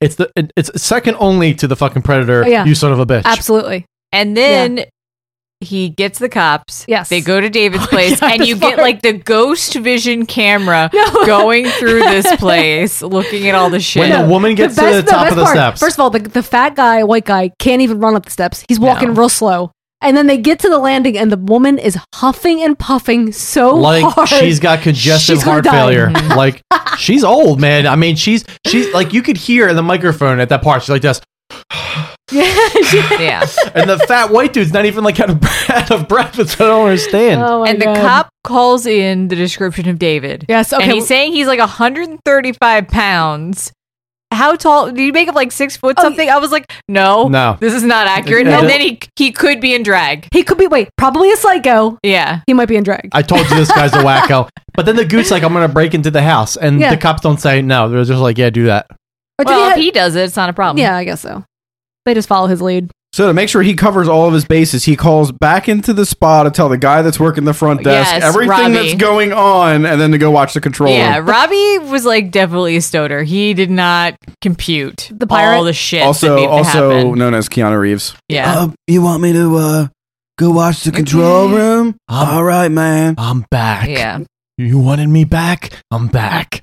[SPEAKER 10] It's the. it- it's second only to the fucking predator.
[SPEAKER 18] Yeah.
[SPEAKER 10] You son of a bitch.
[SPEAKER 2] Absolutely.
[SPEAKER 18] And then he gets the cops. Yes. Oh They go to David's place,
[SPEAKER 7] God,
[SPEAKER 18] and
[SPEAKER 7] this
[SPEAKER 18] you
[SPEAKER 7] part.
[SPEAKER 18] get like the ghost vision camera going through this place, looking at all the shit.
[SPEAKER 10] When the woman gets to the top of the
[SPEAKER 2] part,
[SPEAKER 10] steps.
[SPEAKER 2] First of all, the, the fat guy, white guy, can't even run up the steps. He's walking real slow. And then they get to the landing, and the woman is huffing and puffing so
[SPEAKER 10] like
[SPEAKER 2] hard.
[SPEAKER 10] she's got congestive
[SPEAKER 2] She's gonna
[SPEAKER 10] heart
[SPEAKER 2] die.
[SPEAKER 10] failure. like she's old, man. I mean, she's she's like you could hear in the microphone at that part. She's like this,
[SPEAKER 18] yeah.
[SPEAKER 10] and the fat white dude's not even like out of, out of breath. It's I don't understand.
[SPEAKER 2] Oh
[SPEAKER 18] and the cop calls in the description of David.
[SPEAKER 2] Yes,
[SPEAKER 18] And
[SPEAKER 2] okay.
[SPEAKER 18] he's saying he's like 135 pounds. How tall? Do you make him like six foot
[SPEAKER 2] Oh,
[SPEAKER 18] something? I was like, no,
[SPEAKER 2] No.
[SPEAKER 18] this is not accurate.
[SPEAKER 2] No.
[SPEAKER 18] And then he he could be in drag.
[SPEAKER 2] He could be wait, probably a psycho.
[SPEAKER 18] Yeah,
[SPEAKER 2] he might be in drag.
[SPEAKER 10] I told you this guy's a wacko. But then the goot's like, I'm gonna break into the house, and
[SPEAKER 2] Yeah.
[SPEAKER 10] the cops don't say no. They're just like, yeah, do that.
[SPEAKER 2] Or did
[SPEAKER 7] well,
[SPEAKER 2] he
[SPEAKER 7] if
[SPEAKER 2] ha-
[SPEAKER 7] he does it, it's not a problem.
[SPEAKER 2] Yeah, I guess so. They just follow his lead.
[SPEAKER 11] So to make sure he covers all of his bases, he calls back into the spa to tell the guy that's working the front desk
[SPEAKER 7] Yes,
[SPEAKER 11] everything
[SPEAKER 7] Robbie.
[SPEAKER 11] that's going on, and then to go watch the controller.
[SPEAKER 7] Yeah, Robbie was like definitely a stoner. He did not compute the
[SPEAKER 11] pirate?
[SPEAKER 7] all the shit. that
[SPEAKER 11] also,
[SPEAKER 7] needed to
[SPEAKER 11] also
[SPEAKER 7] happen.
[SPEAKER 11] known as Keanu Reeves.
[SPEAKER 7] yeah.
[SPEAKER 11] Um,
[SPEAKER 7] Mm-hmm.
[SPEAKER 11] you want me to uh, go watch the
[SPEAKER 10] control
[SPEAKER 11] room? All right, man.
[SPEAKER 10] I'm back.
[SPEAKER 7] Yeah.
[SPEAKER 10] You wanted me back? I'm back.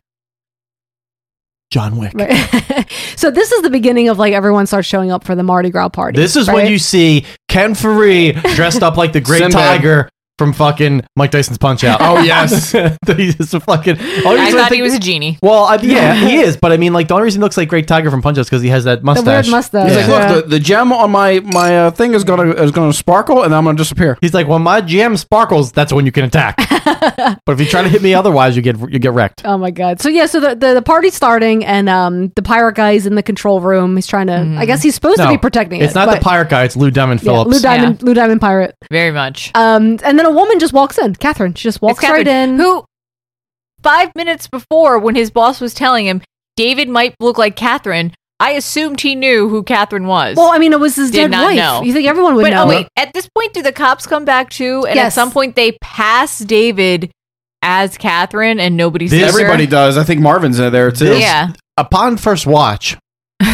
[SPEAKER 10] John Wick.
[SPEAKER 2] Right. so this is the beginning of like everyone starts showing up for the Mardi Gras party.
[SPEAKER 10] This is
[SPEAKER 2] right?
[SPEAKER 10] when you see Ken Faree dressed up like the Great
[SPEAKER 2] Sinbad.
[SPEAKER 10] Tiger from fucking Mike Tyson's Punch Out.
[SPEAKER 11] Oh, yes.
[SPEAKER 10] he's just a fucking. all you
[SPEAKER 7] I
[SPEAKER 10] really
[SPEAKER 7] thought
[SPEAKER 10] think-
[SPEAKER 7] he was a genie.
[SPEAKER 10] Well, I, yeah, he is. But I mean, like the only reason he looks like Great Tiger from Punch Out is because he has that mustache.
[SPEAKER 2] mustache,
[SPEAKER 11] He's like,
[SPEAKER 10] Yeah.
[SPEAKER 11] look, the, the gem on my my uh, thing is gonna is gonna sparkle, and I'm gonna disappear.
[SPEAKER 10] He's like, when my gem sparkles, that's when you can attack. but if you try to hit me otherwise, you get you get wrecked.
[SPEAKER 2] Oh my god! So yeah, so the, the the party's starting, and um, the pirate guy's in the control room. He's trying to. I guess he's supposed to
[SPEAKER 10] Mm-hmm. No,
[SPEAKER 2] be protecting
[SPEAKER 10] It's
[SPEAKER 2] it,
[SPEAKER 10] not the
[SPEAKER 2] but-
[SPEAKER 10] pirate guy. It's Lou Diamond
[SPEAKER 2] Yeah,
[SPEAKER 10] Phillips.
[SPEAKER 2] Lou Diamond, Lou Diamond pirate.
[SPEAKER 7] Very much.
[SPEAKER 2] Um, and then a woman just walks in. Catherine. She just walks
[SPEAKER 7] It's
[SPEAKER 2] right
[SPEAKER 7] Catherine,
[SPEAKER 2] in.
[SPEAKER 7] Who five minutes before when his boss was telling him David might look like Catherine, I assumed he knew who Catherine was.
[SPEAKER 2] Well, I mean, it was his
[SPEAKER 7] Did
[SPEAKER 2] dead
[SPEAKER 7] not
[SPEAKER 2] wife.
[SPEAKER 7] know.
[SPEAKER 2] You think everyone would
[SPEAKER 7] but
[SPEAKER 2] know?
[SPEAKER 7] oh wait, at this point do the cops come back too? And
[SPEAKER 2] Yes.
[SPEAKER 7] at some point they pass David as Catherine and nobody
[SPEAKER 11] This-
[SPEAKER 7] sees her?
[SPEAKER 11] everybody does. I think Marvin's in there too.
[SPEAKER 7] This- Yeah.
[SPEAKER 10] Upon first watch,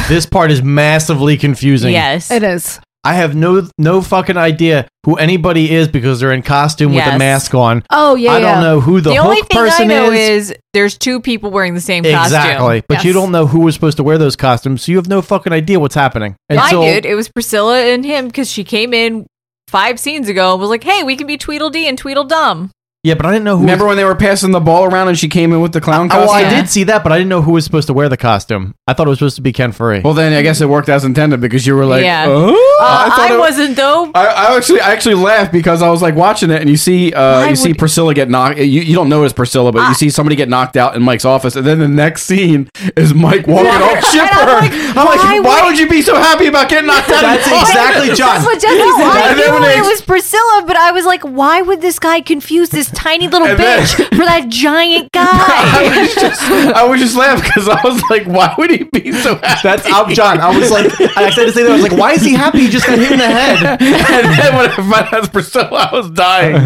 [SPEAKER 10] this part is massively confusing.
[SPEAKER 7] Yes.
[SPEAKER 2] It is.
[SPEAKER 10] I have no no fucking idea who anybody is because they're in costume with a
[SPEAKER 7] Yes.
[SPEAKER 10] mask on.
[SPEAKER 2] Oh yeah.
[SPEAKER 10] I don't
[SPEAKER 7] yeah.
[SPEAKER 10] know who the,
[SPEAKER 7] the
[SPEAKER 10] hook
[SPEAKER 7] only thing
[SPEAKER 10] person
[SPEAKER 7] I know
[SPEAKER 10] is.
[SPEAKER 7] is. there's two people wearing the same costume.
[SPEAKER 10] Exactly, but you don't know who was supposed to wear those costumes, so you have no fucking idea what's happening.
[SPEAKER 7] I did. It was Priscilla and him because she came in five scenes ago and was like, "Hey, we can be Tweedledee and Tweedledum."
[SPEAKER 10] yeah, but I didn't know who.
[SPEAKER 11] Remember when they were passing the ball around and she came in with the clown
[SPEAKER 10] oh,
[SPEAKER 11] costume?
[SPEAKER 10] I did see that, but I didn't know who was supposed to wear the costume. I thought it was supposed to be Ken Furry.
[SPEAKER 11] Well, then I guess it worked as intended because you were like,
[SPEAKER 7] yeah,
[SPEAKER 18] uh-huh.
[SPEAKER 10] "Uh-huh?"
[SPEAKER 11] oh.
[SPEAKER 7] Uh,
[SPEAKER 11] I thought
[SPEAKER 7] I,
[SPEAKER 11] it-
[SPEAKER 7] wasn't though.
[SPEAKER 11] I, I actually I actually laughed because I was like watching it and you see uh, you
[SPEAKER 7] would-
[SPEAKER 11] see Priscilla get knocked you, you don't know it's Priscilla but you see somebody get knocked out in Mike's office and then the next scene is Mike walking
[SPEAKER 2] Yeah.
[SPEAKER 11] off
[SPEAKER 2] And
[SPEAKER 11] shipper
[SPEAKER 2] I'm like,
[SPEAKER 11] I'm like
[SPEAKER 2] why
[SPEAKER 11] why, would you be so happy about getting knocked out
[SPEAKER 10] That's
[SPEAKER 11] in the office?"
[SPEAKER 10] exactly John.
[SPEAKER 18] That's what Jesse said. I
[SPEAKER 11] And then when
[SPEAKER 18] knew
[SPEAKER 11] they
[SPEAKER 18] it
[SPEAKER 11] ex-
[SPEAKER 18] was Priscilla, but I was like, why would this guy confuse this tiny little
[SPEAKER 11] And then-
[SPEAKER 18] bitch for that giant guy?
[SPEAKER 11] I was just I was just laughing because I was like why would he be so happy
[SPEAKER 10] That's I'm John. I was like, I said to say that. I was like, why is he happy? He just got hit in the head.
[SPEAKER 11] and then when I found out it's Priscilla I was dying Um,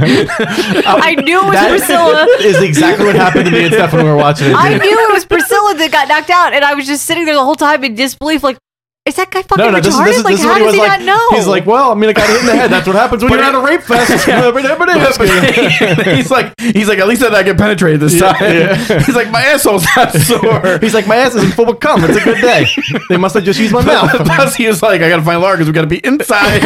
[SPEAKER 18] I knew it was
[SPEAKER 10] That
[SPEAKER 7] uh,
[SPEAKER 18] Priscilla.
[SPEAKER 10] is exactly what happened to me and Steph when we were watching it.
[SPEAKER 18] I knew it was Priscilla that got knocked out, and I was just sitting there the whole time in disbelief, like, is that guy fucking
[SPEAKER 10] no, no,
[SPEAKER 18] retarded?
[SPEAKER 10] this is, this is,
[SPEAKER 18] like,
[SPEAKER 10] this is
[SPEAKER 18] how
[SPEAKER 10] what
[SPEAKER 18] does
[SPEAKER 10] he was
[SPEAKER 18] he
[SPEAKER 10] like.
[SPEAKER 18] not know?
[SPEAKER 10] He's like, well, I mean, I got hit in the head. That's what happens when
[SPEAKER 11] But
[SPEAKER 10] you're at
[SPEAKER 11] it-
[SPEAKER 10] a rape fest.
[SPEAKER 11] he's like, he's like, at least I didn't get penetrated this
[SPEAKER 10] Yeah,
[SPEAKER 11] time.
[SPEAKER 10] yeah.
[SPEAKER 11] He's like, my asshole's not sore.
[SPEAKER 10] He's like, my ass isn't full of cum. It's a good day. They must have just used my mouth.
[SPEAKER 11] Plus, he was like, I gotta find Laura because we gotta be inside.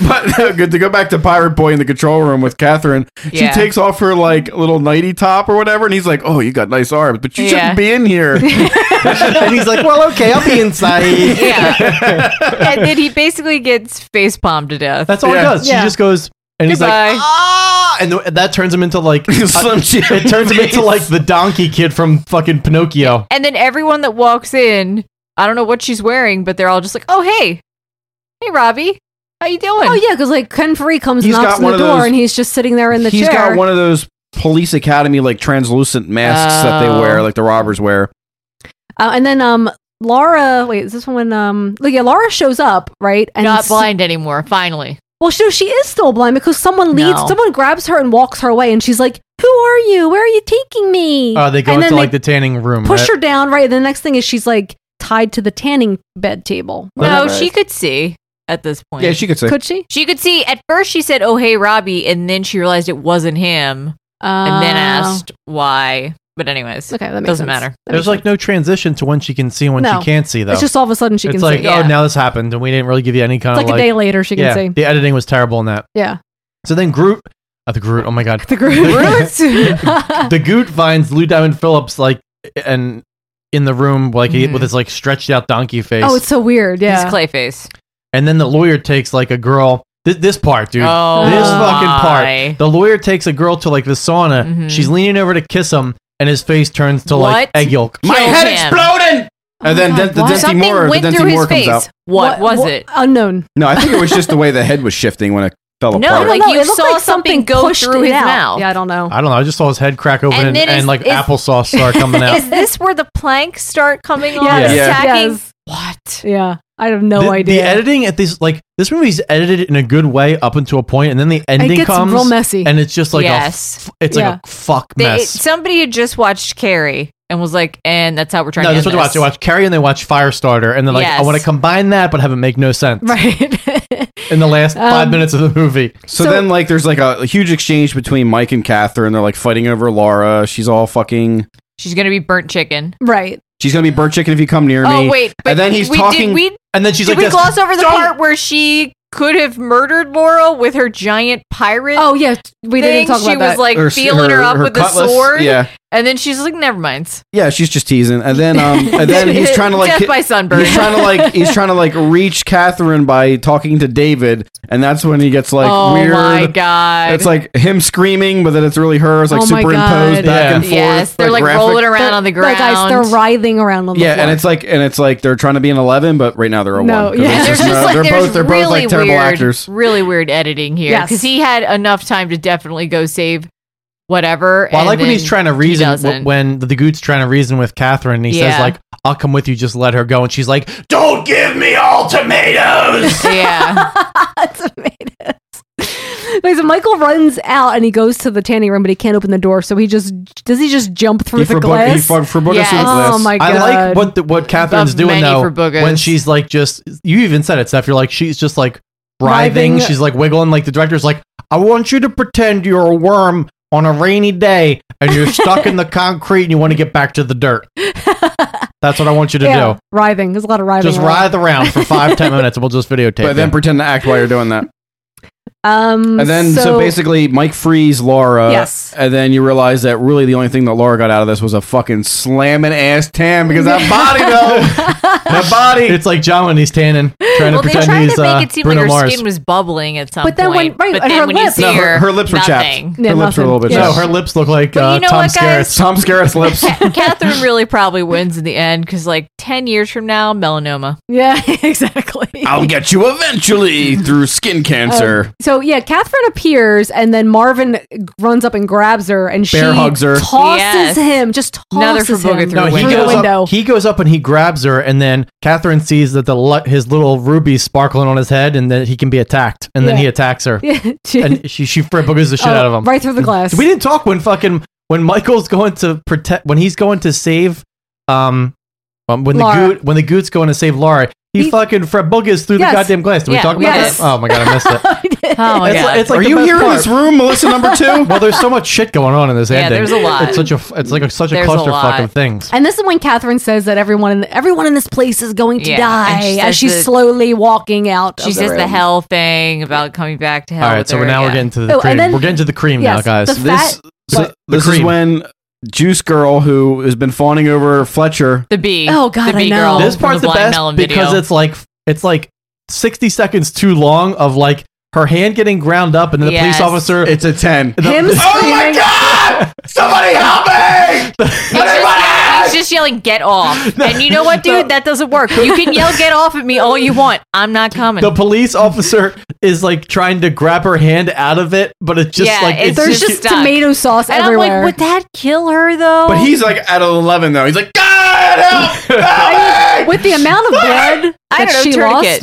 [SPEAKER 11] but uh, good to go back to Pirate Boy in the control room with Catherine.
[SPEAKER 7] Yeah.
[SPEAKER 11] She takes off her like little nighty top or whatever, and he's like, Oh, you got nice arms, but you
[SPEAKER 7] Yeah.
[SPEAKER 11] shouldn't be in here.
[SPEAKER 10] and he's like, well, okay, I'll be inside.
[SPEAKER 7] yeah, and then he basically gets face palmed to death.
[SPEAKER 10] That's all he does.
[SPEAKER 7] Yeah.
[SPEAKER 10] She just goes, and he's
[SPEAKER 7] Goodbye.
[SPEAKER 10] like, ah, and th- that turns him into like, uh,
[SPEAKER 11] Slim Jim
[SPEAKER 10] it turns him into
[SPEAKER 11] face.
[SPEAKER 10] like the donkey kid from fucking Pinocchio.
[SPEAKER 7] and then everyone that walks in, I don't know what she's wearing, but they're all just like, "Oh, hey, hey, Robbie, how you doing?"
[SPEAKER 2] Oh yeah, because like Ken Free comes
[SPEAKER 11] He's
[SPEAKER 2] knocks
[SPEAKER 11] got
[SPEAKER 2] on the
[SPEAKER 11] one
[SPEAKER 2] door
[SPEAKER 11] of those-
[SPEAKER 2] and he's just sitting there in the
[SPEAKER 11] He's
[SPEAKER 2] chair.
[SPEAKER 11] got one of those police academy like translucent masks that they wear,
[SPEAKER 7] Oh.
[SPEAKER 11] like the robbers wear.
[SPEAKER 2] Uh, and then um, Laura, wait, is this when um, like, yeah, Laura shows up, right? And
[SPEAKER 7] Not
[SPEAKER 2] s-
[SPEAKER 7] blind anymore. Finally,
[SPEAKER 2] Well, she she is still blind because someone leads,
[SPEAKER 7] No.
[SPEAKER 2] someone grabs her and walks her away, and she's like, "Who are you? Where are you taking me?"
[SPEAKER 11] Oh,
[SPEAKER 10] Uh, they go
[SPEAKER 2] and
[SPEAKER 10] into
[SPEAKER 2] then
[SPEAKER 10] like
[SPEAKER 2] they
[SPEAKER 10] the tanning room.
[SPEAKER 2] push
[SPEAKER 10] right?
[SPEAKER 2] her down, right? And the next thing is she's like tied to the tanning bed table.
[SPEAKER 7] no,
[SPEAKER 11] Right.
[SPEAKER 7] she could see at this point.
[SPEAKER 11] Yeah, she could say.
[SPEAKER 2] Could she?
[SPEAKER 7] She could see at first she said, Oh, hey, Robbie. And then she realized it wasn't him and then
[SPEAKER 2] Uh,
[SPEAKER 7] asked why. But, anyways,
[SPEAKER 2] Okay, that makes
[SPEAKER 7] doesn't
[SPEAKER 2] sense.
[SPEAKER 7] matter.
[SPEAKER 2] That
[SPEAKER 10] There's
[SPEAKER 2] makes
[SPEAKER 10] like no transition to when she can see and when
[SPEAKER 2] No.
[SPEAKER 10] she can't see though.
[SPEAKER 2] It's just all of a sudden she
[SPEAKER 10] it's
[SPEAKER 2] can
[SPEAKER 10] like,
[SPEAKER 2] see.
[SPEAKER 10] oh, now this happened, and we didn't really give you any kind
[SPEAKER 2] It's
[SPEAKER 10] of
[SPEAKER 2] like a
[SPEAKER 10] like
[SPEAKER 2] day later she can
[SPEAKER 10] yeah,
[SPEAKER 2] see.
[SPEAKER 10] The editing was terrible in that.
[SPEAKER 2] Yeah,
[SPEAKER 10] So then Groot, uh, the Groot, oh my god,
[SPEAKER 2] the Groots.
[SPEAKER 10] the Groot finds Lou Diamond Phillips like and in the room like he-
[SPEAKER 7] Mhm.
[SPEAKER 10] with his like stretched out donkey face.
[SPEAKER 2] oh, it's so weird. Yeah,
[SPEAKER 7] He's Clayface.
[SPEAKER 10] and then the lawyer takes like a girl. This, this part, dude.
[SPEAKER 7] Oh,
[SPEAKER 10] this
[SPEAKER 7] my.
[SPEAKER 10] fucking part. The lawyer takes a girl to like the sauna.
[SPEAKER 7] Mhm.
[SPEAKER 10] She's leaning over to kiss him, and his face turns to like
[SPEAKER 7] What?
[SPEAKER 10] egg yolk.
[SPEAKER 11] My
[SPEAKER 7] Killed
[SPEAKER 11] head
[SPEAKER 7] him.
[SPEAKER 11] exploding. And then
[SPEAKER 2] Oh God,
[SPEAKER 11] Den- the
[SPEAKER 2] why?
[SPEAKER 11] Dempsey
[SPEAKER 7] Something
[SPEAKER 11] Moore, the
[SPEAKER 7] went
[SPEAKER 11] Dempsey
[SPEAKER 7] through
[SPEAKER 11] Moore
[SPEAKER 7] his
[SPEAKER 11] comes
[SPEAKER 7] face.
[SPEAKER 11] out.
[SPEAKER 7] What, was it?
[SPEAKER 2] Unknown.
[SPEAKER 11] No, I think it was just the way the head was shifting when it
[SPEAKER 7] No,
[SPEAKER 11] fell apart.
[SPEAKER 7] like
[SPEAKER 2] No,
[SPEAKER 7] you
[SPEAKER 2] it looked
[SPEAKER 7] saw
[SPEAKER 2] like something
[SPEAKER 7] something go
[SPEAKER 2] pushed
[SPEAKER 7] through
[SPEAKER 2] it
[SPEAKER 7] his
[SPEAKER 2] out.
[SPEAKER 7] mouth.
[SPEAKER 2] Yeah, I don't know.
[SPEAKER 10] I don't know. I just saw his head crack open
[SPEAKER 7] And
[SPEAKER 10] and,
[SPEAKER 7] then
[SPEAKER 10] and,
[SPEAKER 7] is-
[SPEAKER 10] like
[SPEAKER 7] is-
[SPEAKER 10] applesauce start coming out.
[SPEAKER 7] Is this where the planks start coming on?
[SPEAKER 2] Yes.
[SPEAKER 10] Yeah.
[SPEAKER 7] Attacking?
[SPEAKER 2] Yes. What? Yeah. I have no
[SPEAKER 10] the,
[SPEAKER 2] idea.
[SPEAKER 10] The editing at this, like this movie's edited in a good way up until a point, and then the ending
[SPEAKER 2] gets
[SPEAKER 10] comes
[SPEAKER 2] real messy.
[SPEAKER 10] and it's just like
[SPEAKER 7] Yes.
[SPEAKER 10] a, f- it's
[SPEAKER 7] Yeah.
[SPEAKER 10] like a fuck
[SPEAKER 7] They-
[SPEAKER 10] mess.
[SPEAKER 7] somebody had just watched Carrie and was like, and that's how we're trying
[SPEAKER 10] No,
[SPEAKER 7] to
[SPEAKER 10] that's
[SPEAKER 7] end
[SPEAKER 10] what they watch. They
[SPEAKER 7] this.
[SPEAKER 10] watch Carrie and they watch Firestarter, and they're like, I
[SPEAKER 7] Yes.
[SPEAKER 10] want to combine that, but have it make no sense.
[SPEAKER 2] Right.
[SPEAKER 10] in the last five
[SPEAKER 2] Um,
[SPEAKER 10] minutes of the movie.
[SPEAKER 11] So, then, like, there's like a, a huge exchange between Mike and Catherine. They're like fighting over Laura. She's all fucking.
[SPEAKER 7] She's gonna be burnt chicken.
[SPEAKER 2] Right.
[SPEAKER 11] She's gonna be burnt chicken if you come near
[SPEAKER 7] Oh
[SPEAKER 11] me.
[SPEAKER 7] wait, but
[SPEAKER 11] and then he's
[SPEAKER 7] we
[SPEAKER 11] talking.
[SPEAKER 7] Did, we,
[SPEAKER 10] and then she's
[SPEAKER 7] did
[SPEAKER 11] like,
[SPEAKER 7] we
[SPEAKER 11] this,
[SPEAKER 7] gloss over the part where she could have murdered Laura with her giant pirate?
[SPEAKER 2] Oh yeah, we
[SPEAKER 7] thing.
[SPEAKER 2] didn't talk about
[SPEAKER 7] She was
[SPEAKER 2] that.
[SPEAKER 7] like
[SPEAKER 11] Her-
[SPEAKER 7] feeling her,
[SPEAKER 11] her-
[SPEAKER 7] up
[SPEAKER 11] her
[SPEAKER 7] with
[SPEAKER 11] cutlass,
[SPEAKER 7] a sword.
[SPEAKER 11] yeah.
[SPEAKER 7] and then she's like, never mind.
[SPEAKER 11] Yeah, she's just teasing, and then um, and then he's trying to like
[SPEAKER 7] Death
[SPEAKER 11] hit-
[SPEAKER 7] by sunburn.
[SPEAKER 11] He's trying to like he's trying to like reach Catherine by talking to David, and that's when he gets like
[SPEAKER 7] oh
[SPEAKER 11] weird.
[SPEAKER 7] my god!
[SPEAKER 11] It's like him screaming, but then it's really her. It's like
[SPEAKER 2] Oh my God.
[SPEAKER 11] superimposed back
[SPEAKER 2] Yeah.
[SPEAKER 11] and forth.
[SPEAKER 7] Yes, they're, like,
[SPEAKER 11] graphic.
[SPEAKER 7] rolling around on the
[SPEAKER 2] Right, guys,
[SPEAKER 7] ground.
[SPEAKER 2] they're writhing around on the
[SPEAKER 11] Yeah,
[SPEAKER 2] floor.
[SPEAKER 11] and it's like and it's like they're trying to be an eleven, but right now they're a
[SPEAKER 2] No,
[SPEAKER 11] one. 'cause
[SPEAKER 2] yeah.
[SPEAKER 11] it's
[SPEAKER 2] They're
[SPEAKER 11] just no- they're
[SPEAKER 7] there's
[SPEAKER 11] both they're both like terrible
[SPEAKER 7] weird,
[SPEAKER 11] actors.
[SPEAKER 7] Really weird editing here
[SPEAKER 2] Yes.
[SPEAKER 7] because he had enough time to definitely go save whatever.
[SPEAKER 10] Well, I
[SPEAKER 7] and
[SPEAKER 10] like when he's
[SPEAKER 7] then
[SPEAKER 10] trying to
[SPEAKER 7] he
[SPEAKER 10] reason
[SPEAKER 7] doesn't.
[SPEAKER 10] w- when the, the goot's trying to reason with Catherine, and he says
[SPEAKER 7] Yeah.
[SPEAKER 10] like, "I'll come with you, just let her go," and she's like, "Don't give me ultimatums."
[SPEAKER 7] yeah.
[SPEAKER 2] Like, so Michael runs out and he goes to the tanning room, but he can't open the door. So he just does he just jump through
[SPEAKER 11] He
[SPEAKER 2] the
[SPEAKER 11] forbo-
[SPEAKER 2] glass?
[SPEAKER 11] he for- forbooked us through the glass.
[SPEAKER 2] Oh my god!
[SPEAKER 10] I like what the, what Catherine's
[SPEAKER 7] Of many
[SPEAKER 10] doing though.
[SPEAKER 7] for boogers.
[SPEAKER 10] When she's like, just you even said it, Steph. You're like, she's just like writhing.
[SPEAKER 2] Writhing.
[SPEAKER 10] She's like wiggling. Like the director's like, I want you to pretend you're a worm on a rainy day and you're stuck in the concrete and you want to get back to the dirt. That's what I want you to
[SPEAKER 2] yeah,
[SPEAKER 10] do.
[SPEAKER 2] writhing. There's a lot of writhing.
[SPEAKER 10] Just
[SPEAKER 2] around.
[SPEAKER 10] writhe around for five ten minutes and we'll just videotape.
[SPEAKER 11] But then
[SPEAKER 10] you.
[SPEAKER 11] pretend to act while you're doing that.
[SPEAKER 2] Um,
[SPEAKER 11] And then, so, basically, Mike frees Laura.
[SPEAKER 2] Yes.
[SPEAKER 11] And then you realize that really the only thing that Laura got out of this was a fucking slamming ass tan because that body, though. that body.
[SPEAKER 10] It's like John when he's tanning, trying
[SPEAKER 7] Well,
[SPEAKER 10] to
[SPEAKER 7] they tried
[SPEAKER 10] pretend he's
[SPEAKER 7] to make
[SPEAKER 10] uh,
[SPEAKER 7] it seem
[SPEAKER 10] Bruno
[SPEAKER 7] like her
[SPEAKER 10] Mars.
[SPEAKER 7] skin was bubbling at some
[SPEAKER 2] But then when-
[SPEAKER 7] point.
[SPEAKER 2] right,
[SPEAKER 7] but
[SPEAKER 2] and
[SPEAKER 7] then
[SPEAKER 2] her
[SPEAKER 7] when
[SPEAKER 2] lips-
[SPEAKER 7] you
[SPEAKER 11] No,
[SPEAKER 7] see
[SPEAKER 11] her,
[SPEAKER 7] her,
[SPEAKER 11] her lips were
[SPEAKER 7] nothing.
[SPEAKER 11] chapped. her lips were a little bit
[SPEAKER 10] no,
[SPEAKER 11] chapped.
[SPEAKER 10] her lips look like
[SPEAKER 7] But
[SPEAKER 10] uh,
[SPEAKER 7] you know
[SPEAKER 10] Tom
[SPEAKER 7] what, guys?
[SPEAKER 10] Skerritt's.
[SPEAKER 11] Tom Skerritt's lips.
[SPEAKER 7] Catherine really probably wins in the end because, like, ten years from now, melanoma.
[SPEAKER 2] yeah, exactly.
[SPEAKER 11] I'll get you eventually through skin cancer.
[SPEAKER 2] um, So yeah, Catherine appears, and then Marvin runs up and grabs her, and
[SPEAKER 11] Bear
[SPEAKER 2] she
[SPEAKER 11] hugs her.
[SPEAKER 2] tosses
[SPEAKER 7] Yes.
[SPEAKER 2] him, just
[SPEAKER 7] Another
[SPEAKER 2] tosses
[SPEAKER 7] Fubuga
[SPEAKER 2] him
[SPEAKER 7] through a
[SPEAKER 10] he
[SPEAKER 7] window.
[SPEAKER 2] the
[SPEAKER 10] goes,
[SPEAKER 2] window.
[SPEAKER 10] up, he goes up and he grabs her, and then Catherine sees that the li- his little ruby sparkling on his head, and that he can be attacked, and then
[SPEAKER 2] Yeah.
[SPEAKER 10] he attacks her,
[SPEAKER 2] Yeah, she-
[SPEAKER 10] and she she boogers the shit
[SPEAKER 2] oh,
[SPEAKER 10] out of him.
[SPEAKER 2] right through the glass.
[SPEAKER 10] We didn't talk when fucking when Michael's going to protect when he's going to save um um, when
[SPEAKER 2] Laura.
[SPEAKER 10] the goot when the goot's going to save Laura, he,
[SPEAKER 2] He-
[SPEAKER 10] fucking Fred boogers through
[SPEAKER 2] Yes.
[SPEAKER 10] the goddamn glass. Did
[SPEAKER 7] Yeah,
[SPEAKER 10] we talk about
[SPEAKER 7] yes.
[SPEAKER 10] that? Oh my god, I missed it.
[SPEAKER 7] Oh my
[SPEAKER 10] It's
[SPEAKER 7] god!
[SPEAKER 10] like- it's like
[SPEAKER 11] Are
[SPEAKER 10] the
[SPEAKER 11] you
[SPEAKER 10] best
[SPEAKER 11] here in
[SPEAKER 10] part.
[SPEAKER 11] this room, Melissa number two?
[SPEAKER 10] Well, there's so much shit going on in this
[SPEAKER 7] Yeah,
[SPEAKER 10] ending.
[SPEAKER 7] there's a lot.
[SPEAKER 10] It's such a it's like a, such a
[SPEAKER 7] There's a
[SPEAKER 10] clusterfuck
[SPEAKER 7] lot.
[SPEAKER 10] of things.
[SPEAKER 2] And this is when Catherine says that everyone in everyone in this place is going to
[SPEAKER 7] Yeah, and
[SPEAKER 2] die
[SPEAKER 7] she
[SPEAKER 2] as
[SPEAKER 7] says
[SPEAKER 2] she's
[SPEAKER 7] that-
[SPEAKER 2] slowly walking out.
[SPEAKER 7] she
[SPEAKER 2] of
[SPEAKER 7] says
[SPEAKER 2] the,
[SPEAKER 7] the
[SPEAKER 2] room.
[SPEAKER 7] hell thing about coming back to hell.
[SPEAKER 10] All right,
[SPEAKER 7] with
[SPEAKER 10] so
[SPEAKER 7] her,
[SPEAKER 10] now
[SPEAKER 7] yeah.
[SPEAKER 10] we're getting to the
[SPEAKER 2] Oh, and
[SPEAKER 10] cream.
[SPEAKER 2] then-
[SPEAKER 10] we're getting to the cream
[SPEAKER 2] yes,
[SPEAKER 10] now, guys.
[SPEAKER 2] the
[SPEAKER 11] This,
[SPEAKER 10] So-
[SPEAKER 11] so
[SPEAKER 10] the
[SPEAKER 11] this is
[SPEAKER 10] cream.
[SPEAKER 11] when Juice Girl, who has been fawning over Fletcher,
[SPEAKER 7] the bee.
[SPEAKER 2] Oh, God,
[SPEAKER 7] the
[SPEAKER 2] I
[SPEAKER 7] bee
[SPEAKER 2] know.
[SPEAKER 7] Girl
[SPEAKER 10] this
[SPEAKER 7] from
[SPEAKER 10] part's the,
[SPEAKER 7] Blind
[SPEAKER 10] best
[SPEAKER 7] Melon video.
[SPEAKER 10] because it's like it's like 60 seconds too long of like her hand getting ground up and then the
[SPEAKER 7] Yes.
[SPEAKER 10] police officer
[SPEAKER 11] it's a 10.
[SPEAKER 10] the- Oh
[SPEAKER 2] Him screaming.
[SPEAKER 11] God! Somebody help me!
[SPEAKER 7] He's just, he's just yelling, "Get off!" and you know what, dude? That doesn't work. You can yell, "Get off!" at me all you want. I'm not coming.
[SPEAKER 10] the police officer is like trying to grab her hand out of it, but it's just
[SPEAKER 7] Yeah,
[SPEAKER 10] like
[SPEAKER 7] it's
[SPEAKER 10] it's
[SPEAKER 2] There's
[SPEAKER 7] just
[SPEAKER 2] just
[SPEAKER 7] stuck.
[SPEAKER 2] tomato sauce
[SPEAKER 7] and
[SPEAKER 2] everywhere.
[SPEAKER 7] I'm like, would that kill her though?
[SPEAKER 11] But he's like at an 11, though. He's like, God, help! help me!"
[SPEAKER 2] With the amount of blood
[SPEAKER 7] I
[SPEAKER 2] that
[SPEAKER 7] don't know,
[SPEAKER 2] she
[SPEAKER 7] tourniquet.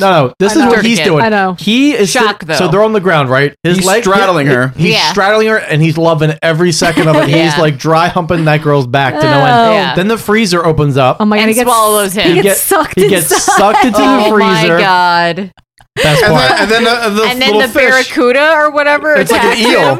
[SPEAKER 2] lost,
[SPEAKER 10] no, no. This
[SPEAKER 2] I
[SPEAKER 10] is
[SPEAKER 2] know.
[SPEAKER 10] what he's
[SPEAKER 7] Tourniquet.
[SPEAKER 10] doing.
[SPEAKER 2] I know.
[SPEAKER 10] He is
[SPEAKER 7] Shock, though.
[SPEAKER 10] So they're on the ground, right? His
[SPEAKER 11] He's
[SPEAKER 10] leg-
[SPEAKER 11] straddling her.
[SPEAKER 10] He's
[SPEAKER 7] Yeah.
[SPEAKER 10] straddling her, and he's loving every second of it.
[SPEAKER 7] Yeah.
[SPEAKER 10] He's like dry humping that girl's back to no
[SPEAKER 2] Oh.
[SPEAKER 10] end.
[SPEAKER 7] Yeah.
[SPEAKER 10] Then the freezer opens up.
[SPEAKER 2] oh my god,
[SPEAKER 7] and
[SPEAKER 2] he gets,
[SPEAKER 7] swallows him.
[SPEAKER 2] He
[SPEAKER 10] He
[SPEAKER 2] gets
[SPEAKER 10] get-
[SPEAKER 2] sucked.
[SPEAKER 10] he gets
[SPEAKER 2] inside.
[SPEAKER 10] sucked into the
[SPEAKER 7] oh my
[SPEAKER 10] freezer.
[SPEAKER 7] god!
[SPEAKER 10] Best
[SPEAKER 11] And
[SPEAKER 10] part.
[SPEAKER 11] then, and then uh, the, the
[SPEAKER 7] And then
[SPEAKER 11] little
[SPEAKER 7] the
[SPEAKER 11] fish.
[SPEAKER 7] barracuda or whatever.
[SPEAKER 11] It's like an
[SPEAKER 7] attacks
[SPEAKER 11] eel.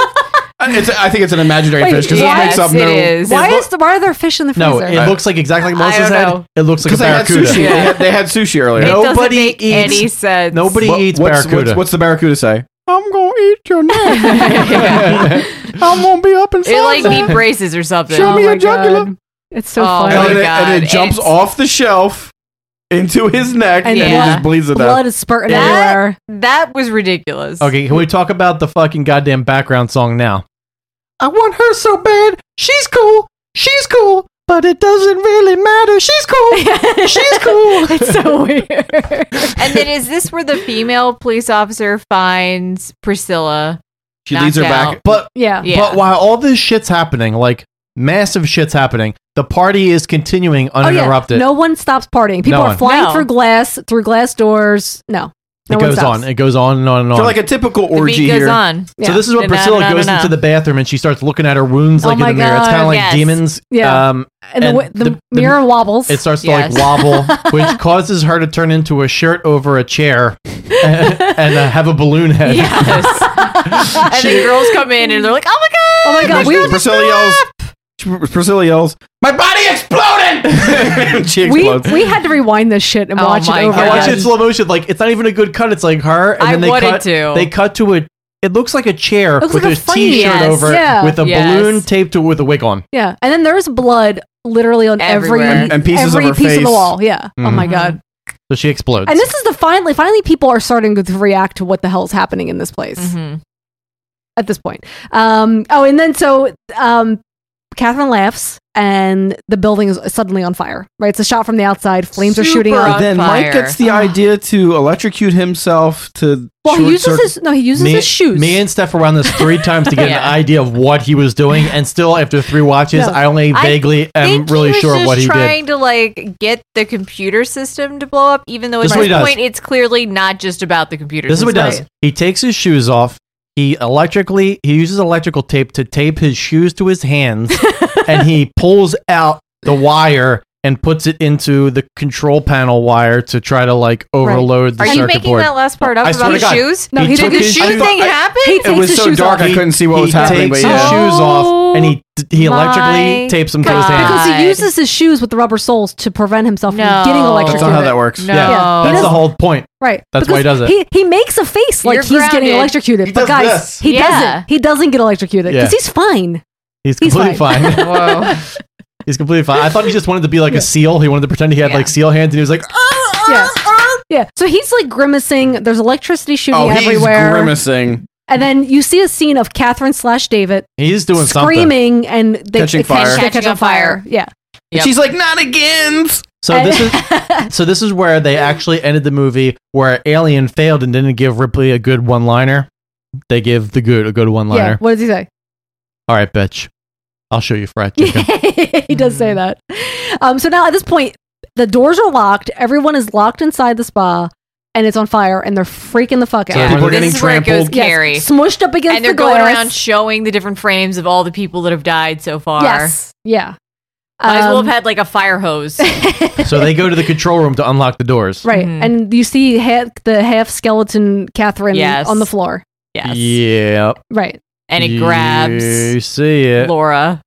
[SPEAKER 7] him.
[SPEAKER 11] It's, I think it's an imaginary
[SPEAKER 2] Wait,
[SPEAKER 11] fish because
[SPEAKER 2] yes,
[SPEAKER 11] it makes up
[SPEAKER 7] it
[SPEAKER 11] no.
[SPEAKER 7] is.
[SPEAKER 2] Why is the, why are there fish in the
[SPEAKER 10] no,
[SPEAKER 2] freezer?
[SPEAKER 10] it looks like exactly like Melissa's
[SPEAKER 7] don't
[SPEAKER 10] head.
[SPEAKER 7] know.
[SPEAKER 10] It looks like a
[SPEAKER 11] Because they had sushi.
[SPEAKER 10] barracuda.
[SPEAKER 11] They, had, they had sushi earlier.
[SPEAKER 7] It doesn't
[SPEAKER 10] Nobody
[SPEAKER 7] make
[SPEAKER 10] eats-
[SPEAKER 7] any sense.
[SPEAKER 10] Nobody
[SPEAKER 11] What-
[SPEAKER 10] eats
[SPEAKER 11] what's,
[SPEAKER 10] barracuda.
[SPEAKER 11] What's, what's the barracuda say? I'm gonna eat your neck. I'm gonna be up inside.
[SPEAKER 7] It like
[SPEAKER 11] there.
[SPEAKER 7] need braces or something.
[SPEAKER 11] Show
[SPEAKER 2] oh
[SPEAKER 11] me
[SPEAKER 2] my
[SPEAKER 11] your jugular.
[SPEAKER 2] God. It's so
[SPEAKER 7] Oh, my
[SPEAKER 11] and,
[SPEAKER 2] funny.
[SPEAKER 11] then it,
[SPEAKER 7] God,
[SPEAKER 11] and it jumps
[SPEAKER 7] it's-
[SPEAKER 11] off the shelf into his neck,
[SPEAKER 2] And
[SPEAKER 11] and, he
[SPEAKER 7] yeah.
[SPEAKER 11] just bleeds it
[SPEAKER 2] Blood
[SPEAKER 11] out.
[SPEAKER 2] is spurting
[SPEAKER 7] That-
[SPEAKER 2] everywhere.
[SPEAKER 7] That was ridiculous.
[SPEAKER 10] Okay, can we talk about the fucking goddamn background song now? I want her so bad. She's cool. She's cool. but it doesn't really matter. She's cool. She's cool.
[SPEAKER 18] it's so weird. and then is this where the female police officer finds Priscilla?
[SPEAKER 11] She leads her
[SPEAKER 18] knocked
[SPEAKER 11] back-
[SPEAKER 18] out?
[SPEAKER 10] But
[SPEAKER 18] yeah,
[SPEAKER 10] But while all this shit's happening, like massive shit's happening, the party is continuing uninterrupted.
[SPEAKER 2] Oh, No one stops partying. People
[SPEAKER 10] No
[SPEAKER 2] are
[SPEAKER 10] one.
[SPEAKER 2] flying
[SPEAKER 10] No.
[SPEAKER 2] through glass through glass doors. No, no
[SPEAKER 10] it
[SPEAKER 2] one
[SPEAKER 10] goes
[SPEAKER 2] stops.
[SPEAKER 10] on. It goes on and on and on.
[SPEAKER 11] So like a typical
[SPEAKER 2] beat
[SPEAKER 11] orgy
[SPEAKER 2] goes
[SPEAKER 11] here.
[SPEAKER 2] on. Yeah.
[SPEAKER 10] So this is where
[SPEAKER 2] Na-
[SPEAKER 10] Priscilla
[SPEAKER 2] na- na-
[SPEAKER 10] goes
[SPEAKER 2] na- na.
[SPEAKER 10] into the bathroom and she starts looking at her wounds
[SPEAKER 2] Oh
[SPEAKER 10] like
[SPEAKER 2] my
[SPEAKER 10] in the mirror. It's
[SPEAKER 2] God,
[SPEAKER 10] kind of like
[SPEAKER 2] yes.
[SPEAKER 10] demons.
[SPEAKER 2] Yeah.
[SPEAKER 10] Um,
[SPEAKER 2] and, the, w- the, mirror wobbles.
[SPEAKER 10] it starts to
[SPEAKER 2] Yes.
[SPEAKER 10] like wobble, which causes her to turn into a shirt over a chair and, and, uh, have a balloon head.
[SPEAKER 18] and then girls come in and they're like, "Oh my god!
[SPEAKER 2] Oh my god! We
[SPEAKER 11] Priscilla yells. Priscilla yells. My body exploding. she
[SPEAKER 2] we,
[SPEAKER 11] explodes.
[SPEAKER 2] we had to rewind this shit
[SPEAKER 7] Oh
[SPEAKER 2] and watch it over.
[SPEAKER 10] I watch it
[SPEAKER 2] again.
[SPEAKER 10] in slow motion. Like it's not even a good cut. It's like her, and
[SPEAKER 2] I
[SPEAKER 10] then they
[SPEAKER 2] wanted
[SPEAKER 10] cut.
[SPEAKER 2] to.
[SPEAKER 10] They cut to a. It looks like a chair
[SPEAKER 2] Looks
[SPEAKER 10] with
[SPEAKER 2] like a
[SPEAKER 10] a
[SPEAKER 2] frame.
[SPEAKER 10] t-shirt
[SPEAKER 2] Yes.
[SPEAKER 10] over, it,
[SPEAKER 2] Yeah.
[SPEAKER 10] with a
[SPEAKER 2] Yes.
[SPEAKER 10] balloon taped to with a wig on.
[SPEAKER 2] Yeah, and then there's blood literally on
[SPEAKER 10] Everywhere.
[SPEAKER 2] every
[SPEAKER 10] And- and pieces
[SPEAKER 2] every
[SPEAKER 10] of her
[SPEAKER 2] piece of
[SPEAKER 10] face.
[SPEAKER 2] the wall. Yeah. Oh my
[SPEAKER 10] Mhm.
[SPEAKER 2] god!
[SPEAKER 10] So she explodes.
[SPEAKER 2] And this is the finally finally people are starting to react to what the hell's happening in this place. At this point, um, oh, and then so um, Catherine laughs, and the building is suddenly on fire. Right, it's a shot from the outside. Flames are shooting out.
[SPEAKER 11] Then Mike gets the idea to electrocute himself to.
[SPEAKER 2] Well, he
[SPEAKER 11] short
[SPEAKER 2] uses
[SPEAKER 11] circuit-
[SPEAKER 2] his no. He uses
[SPEAKER 10] me,
[SPEAKER 2] his shoes.
[SPEAKER 10] Me and Steph were on this three times to get
[SPEAKER 2] Yeah.
[SPEAKER 10] an idea of what he was doing, and still after three watches,
[SPEAKER 2] No.
[SPEAKER 10] I only
[SPEAKER 18] I
[SPEAKER 10] vaguely am
[SPEAKER 18] think he
[SPEAKER 10] really
[SPEAKER 18] was
[SPEAKER 10] sure of
[SPEAKER 18] just
[SPEAKER 10] what he did.
[SPEAKER 18] trying to like get the computer system to blow up, even though at
[SPEAKER 10] This is what
[SPEAKER 18] this
[SPEAKER 10] he does.
[SPEAKER 18] point it's clearly not just about the computer.
[SPEAKER 10] This is what he
[SPEAKER 18] system.
[SPEAKER 10] does. He takes his shoes off. He electrically he uses electrical tape to tape his shoes to his hands, and he pulls out the wire and puts it into the control panel wire to try to like overload
[SPEAKER 18] Are
[SPEAKER 10] the
[SPEAKER 18] you
[SPEAKER 10] circuit
[SPEAKER 18] making
[SPEAKER 10] board.
[SPEAKER 18] that last part up
[SPEAKER 10] I swear
[SPEAKER 18] about
[SPEAKER 10] to
[SPEAKER 18] his
[SPEAKER 10] God,
[SPEAKER 18] shoes?
[SPEAKER 10] he took
[SPEAKER 18] the
[SPEAKER 10] his
[SPEAKER 18] shoe
[SPEAKER 10] shoes-
[SPEAKER 18] thing happen?
[SPEAKER 11] It was so dark I couldn't see what
[SPEAKER 10] He
[SPEAKER 11] was happening.
[SPEAKER 10] takes
[SPEAKER 11] but yeah.
[SPEAKER 10] his shoes off and he
[SPEAKER 18] Oh
[SPEAKER 10] he
[SPEAKER 2] My
[SPEAKER 10] electrically tapes them to his hands.
[SPEAKER 2] because he uses his shoes with the rubber soles to prevent himself from getting
[SPEAKER 18] Oh.
[SPEAKER 2] electrocuted.
[SPEAKER 10] That's not how that works. Yeah,
[SPEAKER 2] Yeah. He
[SPEAKER 10] that's the
[SPEAKER 2] doesn't-
[SPEAKER 10] whole point.
[SPEAKER 2] Right.
[SPEAKER 10] That's why he
[SPEAKER 2] Because
[SPEAKER 10] does it.
[SPEAKER 2] He, he makes a face like
[SPEAKER 18] You're
[SPEAKER 2] he's
[SPEAKER 18] grounded.
[SPEAKER 2] getting electrocuted.
[SPEAKER 18] He
[SPEAKER 2] but
[SPEAKER 18] does
[SPEAKER 2] guys,
[SPEAKER 18] this.
[SPEAKER 2] he
[SPEAKER 18] Yeah.
[SPEAKER 2] doesn't. He doesn't get electrocuted because
[SPEAKER 10] Yeah.
[SPEAKER 2] he's fine.
[SPEAKER 10] He's
[SPEAKER 2] He's
[SPEAKER 10] completely
[SPEAKER 2] fine.
[SPEAKER 10] fine. He's completely fine. I thought he just wanted to be like a seal. He wanted to pretend he had like seal hands, and he was like,
[SPEAKER 2] yeah. yeah. So he's like grimacing. There's electricity shooting
[SPEAKER 11] Oh, he's
[SPEAKER 2] everywhere.
[SPEAKER 11] grimacing.
[SPEAKER 2] And then you see a scene of Catherine slash David
[SPEAKER 10] He's doing something.
[SPEAKER 2] screaming and they
[SPEAKER 10] Catching
[SPEAKER 2] they
[SPEAKER 10] fire.
[SPEAKER 2] catch- they
[SPEAKER 10] Catching
[SPEAKER 2] catch on fire. Yeah.
[SPEAKER 11] And She's like, not again.
[SPEAKER 10] So this is so this is where they actually ended the movie where Alien failed and didn't give Ripley a good one liner. They give the good a good one
[SPEAKER 2] Yeah.
[SPEAKER 10] liner.
[SPEAKER 2] What does he say?
[SPEAKER 10] All right, bitch. I'll show you fried chicken.
[SPEAKER 2] he does
[SPEAKER 10] Mm-hmm.
[SPEAKER 2] say that. Um, so now at this point, the doors are locked. Everyone is locked inside the spa, and it's on fire, and they're freaking the fuck
[SPEAKER 10] So
[SPEAKER 2] out.
[SPEAKER 10] people are This getting
[SPEAKER 18] This is where it goes Carrie.
[SPEAKER 2] Yes, smushed up against
[SPEAKER 18] and they're
[SPEAKER 2] the
[SPEAKER 18] going
[SPEAKER 2] glass.
[SPEAKER 18] around showing the different frames of all the people that have died so far.
[SPEAKER 2] Yes, yeah.
[SPEAKER 18] Might as well
[SPEAKER 2] Um,
[SPEAKER 18] have had like a fire hose.
[SPEAKER 10] so they go to the control room to unlock the doors.
[SPEAKER 2] Right, and you see half, the half skeleton Catherine
[SPEAKER 18] Yes.
[SPEAKER 2] on the floor.
[SPEAKER 18] Yes.
[SPEAKER 10] Yep.
[SPEAKER 2] Right.
[SPEAKER 18] And it grabs
[SPEAKER 10] You see it.
[SPEAKER 18] Laura.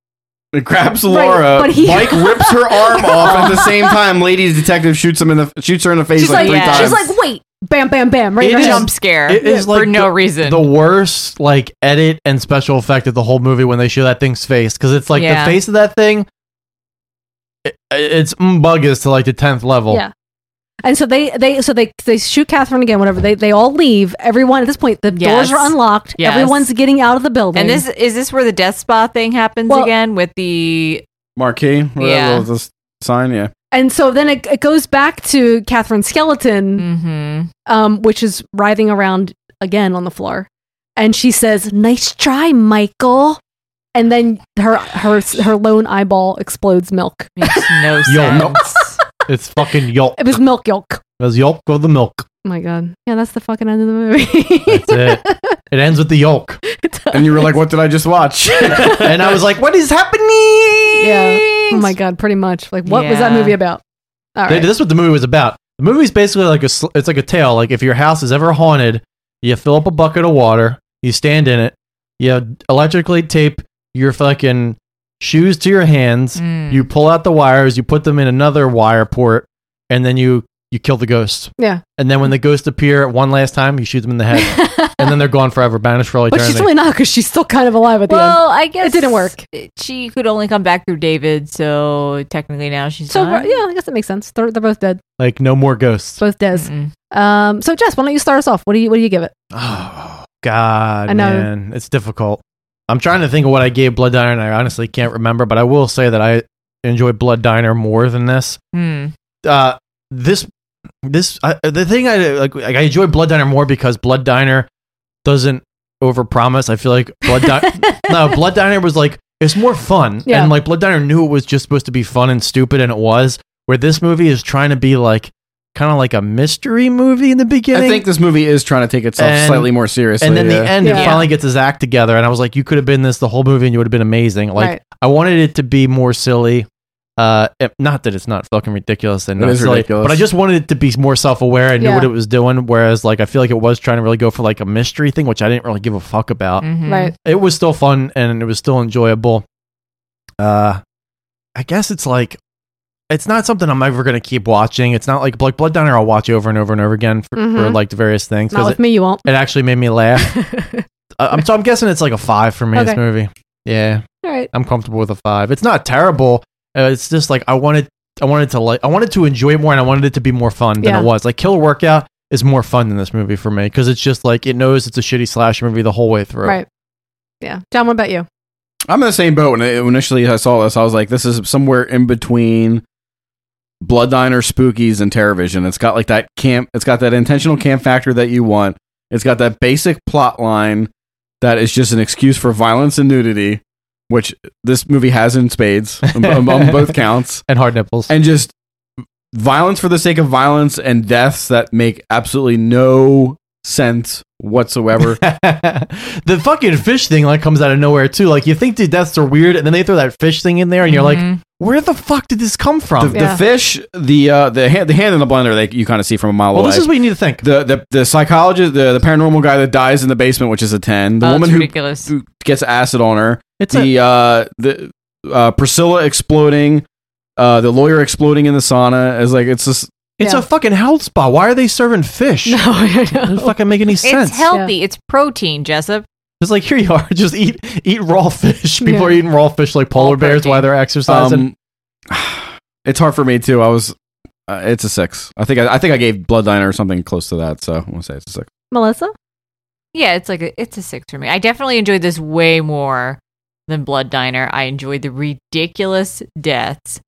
[SPEAKER 11] It grabs
[SPEAKER 18] Right,
[SPEAKER 11] Laura.
[SPEAKER 18] but he-
[SPEAKER 11] Mike rips her arm off at the same time. Ladies detective shoots him in the shoots her in the face
[SPEAKER 2] She's
[SPEAKER 11] like,
[SPEAKER 2] like,
[SPEAKER 11] three times.
[SPEAKER 2] she's like, wait, bam, bam, bam, right?
[SPEAKER 10] It
[SPEAKER 2] in her
[SPEAKER 10] is-
[SPEAKER 2] chest.
[SPEAKER 10] It is like
[SPEAKER 18] for no
[SPEAKER 10] the-
[SPEAKER 18] reason.
[SPEAKER 10] The worst like edit and special effect of the whole movie when they show that thing's face because it's like
[SPEAKER 18] Yeah.
[SPEAKER 10] the face of that thing. It, it's mbuggers to like the tenth level.
[SPEAKER 2] Yeah. And so they they so they they shoot Catherine again. Whatever they they all leave. Everyone at this point, the
[SPEAKER 18] Yes.
[SPEAKER 2] doors are unlocked.
[SPEAKER 18] Yes.
[SPEAKER 2] Everyone's getting out of the building.
[SPEAKER 18] And this is this where the death spa thing happens again with the
[SPEAKER 11] marquee. whatever
[SPEAKER 18] Yeah.
[SPEAKER 11] was this sign. Yeah.
[SPEAKER 2] and so then it, it goes back to Catherine's skeleton,
[SPEAKER 18] Mm-hmm.
[SPEAKER 2] um, which is writhing around again on the floor, and she says, "Nice try, Michael." And then her her her lone eyeball explodes milk.
[SPEAKER 18] no
[SPEAKER 10] Yolk. it's fucking yolk.
[SPEAKER 2] It was milk yolk.
[SPEAKER 10] It was yolk of the milk.
[SPEAKER 2] Oh my god! Yeah, that's the fucking end of the movie.
[SPEAKER 10] That's it. it ends with the yolk.
[SPEAKER 11] And you were like, what did I just watch?
[SPEAKER 10] and I was like, what is happening?
[SPEAKER 2] yeah. Oh my god! Pretty much. Like, what was that
[SPEAKER 10] Yeah.
[SPEAKER 2] movie about? All
[SPEAKER 10] They-
[SPEAKER 2] right.
[SPEAKER 10] This is what the movie was about. The movie's basically like a sl- it's like a tale. Like if your house is ever haunted, you fill up a bucket of water, you stand in it, you electrically tape your fucking shoes to your hands,
[SPEAKER 2] Mm.
[SPEAKER 10] you pull out the wires, you put them in another wire port, and then you you kill the ghost.
[SPEAKER 2] Yeah.
[SPEAKER 10] And then when the ghosts appear one last time, you shoot them in the head, and then they're gone forever, banished for all
[SPEAKER 2] But
[SPEAKER 10] eternity.
[SPEAKER 2] she's really not because she's still kind of alive at the end.
[SPEAKER 18] Well, I guess
[SPEAKER 2] it didn't work.
[SPEAKER 18] She could only come back through David, so technically now she's
[SPEAKER 2] So
[SPEAKER 18] done.
[SPEAKER 2] yeah, I guess it makes sense. They're, they're both dead.
[SPEAKER 10] like no more ghosts.
[SPEAKER 2] Both dead. Um. So Jess, why don't you start us off? What do you What do you give it?
[SPEAKER 10] God,
[SPEAKER 2] I know.
[SPEAKER 10] man, it's difficult. I'm trying to think of what I gave Blood Diner, and I honestly can't remember. But I will say that I enjoy Blood Diner more than this.
[SPEAKER 18] Hmm.
[SPEAKER 10] Uh, this this I, the thing I like, like. I enjoy Blood Diner more because Blood Diner doesn't overpromise. I feel like Blood Diner. no, Blood Diner was like it's more fun,
[SPEAKER 18] Yeah.
[SPEAKER 10] and like Blood Diner knew it was just supposed to be fun and stupid, and it was. Where this movie is trying to be like kind of like a mystery movie in the beginning.
[SPEAKER 11] I think this movie is trying to take itself
[SPEAKER 10] And-
[SPEAKER 11] slightly more seriously.
[SPEAKER 10] And then
[SPEAKER 11] yeah.
[SPEAKER 10] the end, it finally gets his act together. And I was like, you could have been this the whole movie and you would have been amazing. Like,
[SPEAKER 11] Right.
[SPEAKER 10] I wanted it to be more silly. Uh, it- not that it's not fucking ridiculous and
[SPEAKER 11] It
[SPEAKER 10] not
[SPEAKER 11] is
[SPEAKER 10] silly,
[SPEAKER 11] ridiculous.
[SPEAKER 10] but I just wanted it to be more self-aware and knew
[SPEAKER 19] Yeah.
[SPEAKER 10] what it was doing. Whereas, like, I feel like it was trying to really go for like a mystery thing, which I didn't really give a fuck about.
[SPEAKER 19] Mhm. Right.
[SPEAKER 10] It was still fun and it was still enjoyable. Uh, I guess it's like it's not something I'm ever gonna keep watching. It's not like like Blood Diner. I'll watch over and over and over again for, for
[SPEAKER 2] Mhm.
[SPEAKER 10] like the various things.
[SPEAKER 2] Not
[SPEAKER 10] 'cause
[SPEAKER 2] with
[SPEAKER 10] it-
[SPEAKER 2] me, you won't.
[SPEAKER 10] It actually made me laugh. Uh, I'm, so I'm guessing it's like a five for me. This
[SPEAKER 2] Okay.
[SPEAKER 10] movie, yeah,
[SPEAKER 2] All right.
[SPEAKER 10] I'm comfortable with a five. It's not terrible. Uh, it's just like I wanted, I wanted to like, I wanted to enjoy it more, and I wanted it to be more fun than
[SPEAKER 19] Yeah.
[SPEAKER 10] it was. Like Killer Workout is more fun than this movie for me because it's just like it knows it's a shitty slasher movie the whole way through.
[SPEAKER 2] Right. Yeah. John, what about you?
[SPEAKER 11] I'm in the same boat. When I- initially I saw this, I was like, this is somewhere in between Blood Diner, Spookies, and Terrorvision. It's got like that camp, it's got that intentional camp factor that you want. It's got that basic plot line that is just an excuse for violence and nudity, which this movie has in spades on, on- on both counts.
[SPEAKER 10] And hard nipples.
[SPEAKER 11] And just violence for the sake of violence and deaths that make absolutely no sense whatsoever.
[SPEAKER 10] The fucking fish thing like comes out of nowhere too. Like you think the deaths are weird, and then they throw that fish thing in there, and you're like, where the fuck did this come from?
[SPEAKER 11] The, the fish, the uh, the hand, the hand in the blender that you kind of see from a mile
[SPEAKER 10] Well,
[SPEAKER 11] away.
[SPEAKER 10] this is what you need to think.
[SPEAKER 11] The the the psychologist, the, the paranormal guy that dies in the basement, which is a ten. The
[SPEAKER 10] Oh,
[SPEAKER 11] woman
[SPEAKER 10] that's
[SPEAKER 11] who,
[SPEAKER 10] ridiculous.
[SPEAKER 11] who gets acid on her.
[SPEAKER 10] It's
[SPEAKER 11] the uh, the uh, Priscilla exploding. Uh, the lawyer exploding in the sauna is like it's just
[SPEAKER 10] It's a fucking health spa. Why are they serving fish? No,
[SPEAKER 2] I
[SPEAKER 10] know. Doesn't fucking make any sense.
[SPEAKER 7] It's healthy. It's protein, Jessup.
[SPEAKER 10] It's like here you are, just eat eat raw fish. People are eating raw fish like polar bears while they're exercising.
[SPEAKER 11] Um, it's hard for me too. I was. Uh, it's a six. I think I, I think I gave Blood Diner or something close to that. So I'm gonna say it's a six.
[SPEAKER 2] Melissa?
[SPEAKER 7] Yeah, it's like a, it's a six for me. I definitely enjoyed this way more than Blood Diner. I enjoyed the ridiculous deaths,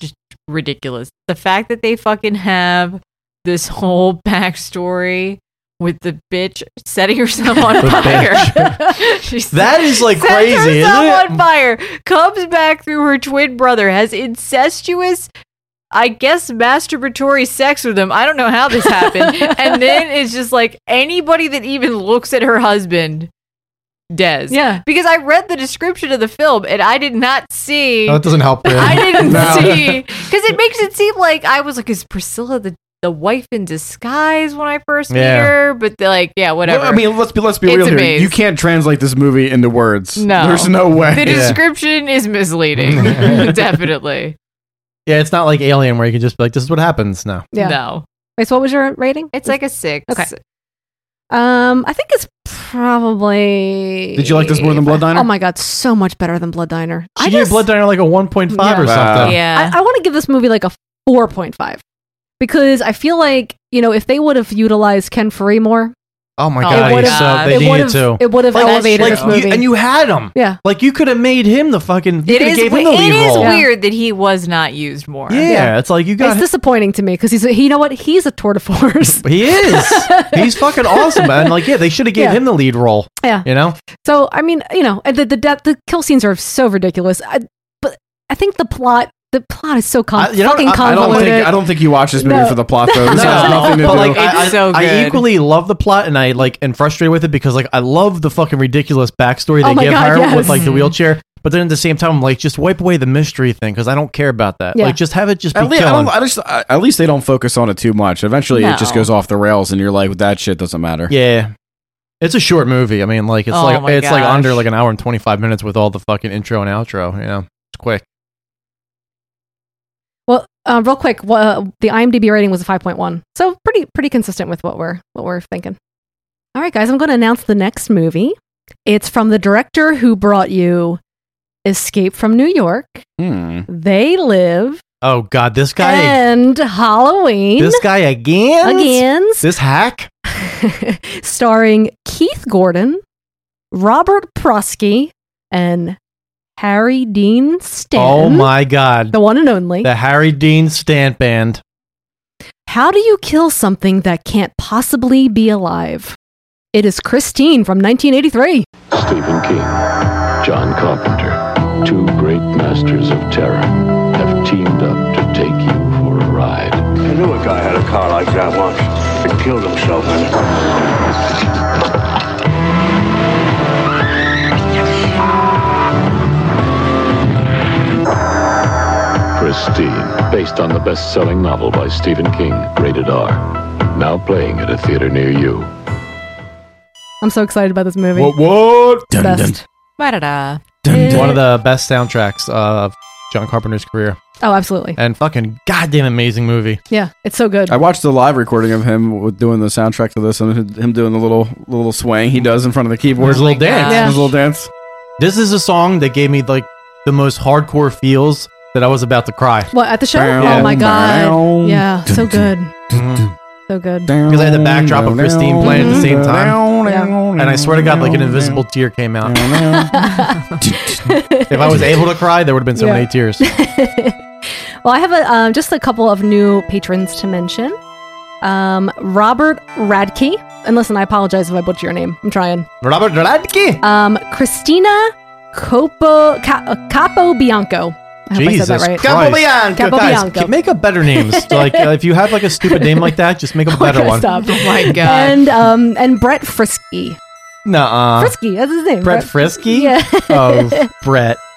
[SPEAKER 7] just ridiculous. The fact that they fucking have this whole backstory with the bitch setting herself on
[SPEAKER 10] The
[SPEAKER 7] fire. She
[SPEAKER 10] That is, like,
[SPEAKER 7] sets
[SPEAKER 10] crazy, isn't
[SPEAKER 7] herself
[SPEAKER 10] it?
[SPEAKER 7] on fire. Comes back through her twin brother. Has incestuous. I guess masturbatory sex with him. I don't know how this happened. and then it's just like anybody that even looks at her husband, Des. Yeah. Because I read the description of the film and I did not see.
[SPEAKER 11] Oh,
[SPEAKER 10] No, that doesn't help. really.
[SPEAKER 7] I didn't
[SPEAKER 10] No.
[SPEAKER 7] see. Because it makes it seem like I was like, is Priscilla the, the wife in disguise when I first met
[SPEAKER 11] Yeah.
[SPEAKER 7] her? But they're like, yeah, whatever.
[SPEAKER 11] Well, I mean, let's be let's be
[SPEAKER 7] It's
[SPEAKER 11] real
[SPEAKER 7] a
[SPEAKER 11] here.
[SPEAKER 7] maze.
[SPEAKER 11] You can't translate this movie into words.
[SPEAKER 7] no.
[SPEAKER 11] there's no way.
[SPEAKER 7] The description is misleading. Definitely.
[SPEAKER 10] Yeah, it's not like Alien where you can just be like, "This is what happens." No,
[SPEAKER 2] Yeah.
[SPEAKER 7] No.
[SPEAKER 2] Wait, so what was your rating?
[SPEAKER 7] It's like a six.
[SPEAKER 2] Okay. Um, I think it's probably.
[SPEAKER 10] Did you like this more than Blood Diner?
[SPEAKER 2] Oh my god, so much better than Blood Diner.
[SPEAKER 10] she gave Blood Diner like a one point five or
[SPEAKER 11] Wow.
[SPEAKER 10] something.
[SPEAKER 2] Yeah. Uh, I, I want to give this movie like a 4.5 because I feel like, you know, if they would have utilized Ken Furry more,
[SPEAKER 10] Oh
[SPEAKER 2] It
[SPEAKER 10] my god,
[SPEAKER 2] would've-
[SPEAKER 10] he's so they
[SPEAKER 2] it
[SPEAKER 10] needed
[SPEAKER 2] would've-
[SPEAKER 10] to.
[SPEAKER 2] it would've
[SPEAKER 10] Like-
[SPEAKER 2] elevated
[SPEAKER 10] like
[SPEAKER 2] this
[SPEAKER 10] you-
[SPEAKER 2] movie.
[SPEAKER 10] and you had him.
[SPEAKER 2] Yeah,
[SPEAKER 10] like you could have made him the fucking. You
[SPEAKER 7] It
[SPEAKER 10] could have
[SPEAKER 7] is,
[SPEAKER 10] gave him
[SPEAKER 7] we-
[SPEAKER 10] the
[SPEAKER 7] it
[SPEAKER 10] lead
[SPEAKER 7] is
[SPEAKER 10] role.
[SPEAKER 7] weird that he was not used more.
[SPEAKER 10] Yeah, it's like you got.
[SPEAKER 2] it's disappointing to me because he's, a, he- you know what? He's a tour de force.
[SPEAKER 10] he is. he's fucking awesome, man. Like, yeah, they should have gave
[SPEAKER 2] Yeah.
[SPEAKER 10] him the lead role.
[SPEAKER 2] Yeah.
[SPEAKER 10] you know.
[SPEAKER 2] So I mean, you know, the the depth, the kill scenes are so ridiculous. I, but I think the plot, the plot is so com-
[SPEAKER 11] I, you know,
[SPEAKER 2] fucking
[SPEAKER 11] I, I don't
[SPEAKER 2] convoluted.
[SPEAKER 11] think I don't think you watch this movie
[SPEAKER 2] No.
[SPEAKER 11] for the plot though. This
[SPEAKER 10] No.
[SPEAKER 11] has nothing to
[SPEAKER 10] but
[SPEAKER 11] do.
[SPEAKER 10] like I,
[SPEAKER 11] I,
[SPEAKER 10] I- I equally love the plot and I like am frustrated with it because like I love the fucking ridiculous backstory
[SPEAKER 2] Oh
[SPEAKER 10] they
[SPEAKER 2] my
[SPEAKER 10] give
[SPEAKER 2] God,
[SPEAKER 10] her
[SPEAKER 2] yes.
[SPEAKER 10] with like the wheelchair. But then at the same time, I'm like, just wipe away the mystery thing because I don't care about that.
[SPEAKER 11] Yeah.
[SPEAKER 10] Uh, Like, just have it just be
[SPEAKER 11] at, least, I
[SPEAKER 10] killing.
[SPEAKER 11] don't, I just, I, at least they don't focus on it too much. Eventually, it just
[SPEAKER 10] No.
[SPEAKER 11] goes off the rails, and you're like, that shit doesn't matter.
[SPEAKER 10] yeah, it's a short movie. I mean, like it's
[SPEAKER 11] Oh
[SPEAKER 10] like
[SPEAKER 11] my
[SPEAKER 10] it's like
[SPEAKER 11] gosh.
[SPEAKER 10] under like an hour and 25 minutes with all the fucking intro and outro. You know, it's quick.
[SPEAKER 2] Well, uh, real quick, wha- uh, the IMDb rating was a 5.1, so pretty pretty consistent with what we're what we're thinking. All right, guys, I'm going to announce the next movie. It's from the director who brought you Escape from New York, They Live,
[SPEAKER 10] Oh God, this guy,
[SPEAKER 2] and Halloween.
[SPEAKER 10] this guy again,
[SPEAKER 2] Again.
[SPEAKER 10] this hack.
[SPEAKER 2] starring Keith Gordon, Robert Prosky, and Harry Dean Stanton.
[SPEAKER 10] Oh my god.
[SPEAKER 2] The one and only.
[SPEAKER 10] The Harry Dean Stant Band.
[SPEAKER 2] How do you kill something that can't possibly be alive? It is Christine from 1983.
[SPEAKER 19] Stephen King, John Carpenter, two great masters of terror, have teamed up to take you for a ride.
[SPEAKER 20] I knew a guy had a car like that once and killed himself in it.
[SPEAKER 19] Christine, based on the best-selling novel by Stephen King, rated R. Now playing at a theater near you.
[SPEAKER 2] I'm so excited about this movie.
[SPEAKER 10] What? what?
[SPEAKER 2] Dun, dun. Best.
[SPEAKER 18] Ba-da-da.
[SPEAKER 10] One of the best soundtracks of John Carpenter's career.
[SPEAKER 2] Oh, absolutely.
[SPEAKER 10] And fucking goddamn amazing movie.
[SPEAKER 2] Yeah, it's so good.
[SPEAKER 11] I watched the live recording of him with- doing the soundtrack to this and him doing the little little swaying he does in front of the keyboard.
[SPEAKER 10] His little dance.
[SPEAKER 11] His little dance.
[SPEAKER 10] This is a song that gave me like the most hardcore feels that I was about to cry.
[SPEAKER 2] What at the show?
[SPEAKER 10] Yeah.
[SPEAKER 2] Oh my god!
[SPEAKER 10] Bow.
[SPEAKER 2] Yeah, so good,
[SPEAKER 10] Mhm.
[SPEAKER 2] so good.
[SPEAKER 10] Because I had the backdrop of Christine playing at the same time.
[SPEAKER 2] Yeah.
[SPEAKER 10] And I swear to God, like an invisible tear came out. if I was able to cry, there would have been so
[SPEAKER 2] Yeah.
[SPEAKER 10] many tears.
[SPEAKER 2] Well, I have a, um, just a couple of new patrons to mention. Um, Robert Radke, and listen, I apologize if I butcher your name. I'm trying.
[SPEAKER 10] Robert Radke.
[SPEAKER 2] Um, Christina Copo Ca- Capo Bianco. I hope I said
[SPEAKER 10] Jesus
[SPEAKER 2] that right.
[SPEAKER 10] Christ.
[SPEAKER 2] Capo
[SPEAKER 10] Guys,
[SPEAKER 2] Bianco.
[SPEAKER 10] ca- make up better names. like, uh, if you have like a stupid name like that, just make up a better
[SPEAKER 2] Okay,
[SPEAKER 10] one.
[SPEAKER 2] stop.
[SPEAKER 18] Oh my God.
[SPEAKER 2] And um, and Brett Frisky.
[SPEAKER 10] Nuh-uh.
[SPEAKER 2] Frisky, that's his name.
[SPEAKER 10] Uh, Brett Frisky?
[SPEAKER 2] Yeah.
[SPEAKER 10] Oh, Brett.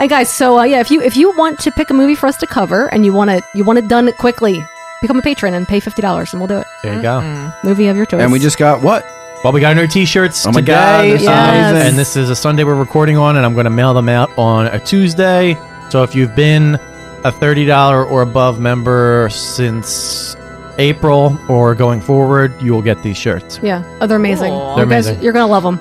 [SPEAKER 2] And guys, so uh, yeah, if you if you want to pick a movie for us to cover and you want it you want it done quickly, become a patron and pay fifty dollars and we'll do it.
[SPEAKER 10] There you go.
[SPEAKER 2] Movie of your choice.
[SPEAKER 11] And we just got what?
[SPEAKER 10] Well, we got new T-shirts
[SPEAKER 11] Oh my
[SPEAKER 10] today,
[SPEAKER 11] God, they're so
[SPEAKER 10] um,
[SPEAKER 11] amazing.
[SPEAKER 10] and this is a Sunday we're recording on, and I'm going to mail them out on a Tuesday. So if you've been a thirty dollar or above member since April or going forward, you will get these shirts.
[SPEAKER 2] yeah, oh, they're amazing.
[SPEAKER 10] Aw.
[SPEAKER 2] you
[SPEAKER 10] They're
[SPEAKER 2] guys,
[SPEAKER 10] amazing.
[SPEAKER 2] you're gonna love them.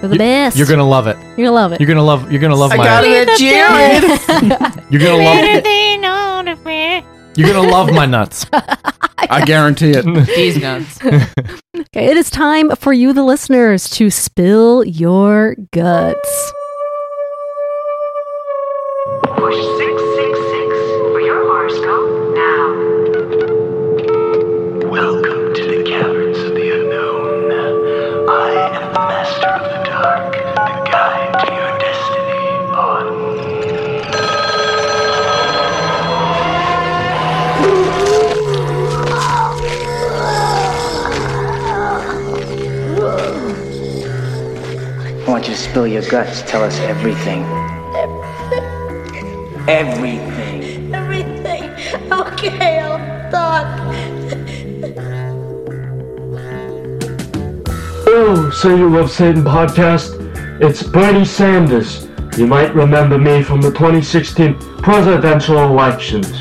[SPEAKER 2] They're the best.
[SPEAKER 10] You're gonna love it.
[SPEAKER 2] You're gonna love it.
[SPEAKER 10] You're gonna love. You're gonna love my. You're gonna love.
[SPEAKER 18] they know of me?
[SPEAKER 10] You're gonna love my nuts.
[SPEAKER 11] I guarantee it.
[SPEAKER 18] These nuts.
[SPEAKER 2] Okay, it is time for you, the listeners, to spill your guts.
[SPEAKER 1] Push 666 for your horoscope now. Welcome to the caverns of the unknown. I am the master of the dark, the guide to your destiny on.
[SPEAKER 21] I want you to spill your guts. Tell us everything. Everything.
[SPEAKER 22] Everything. Okay, I'll talk.
[SPEAKER 13] Oh, so you love Satan podcast? It's Bernie Sanders. You might remember me from the 2016 presidential elections.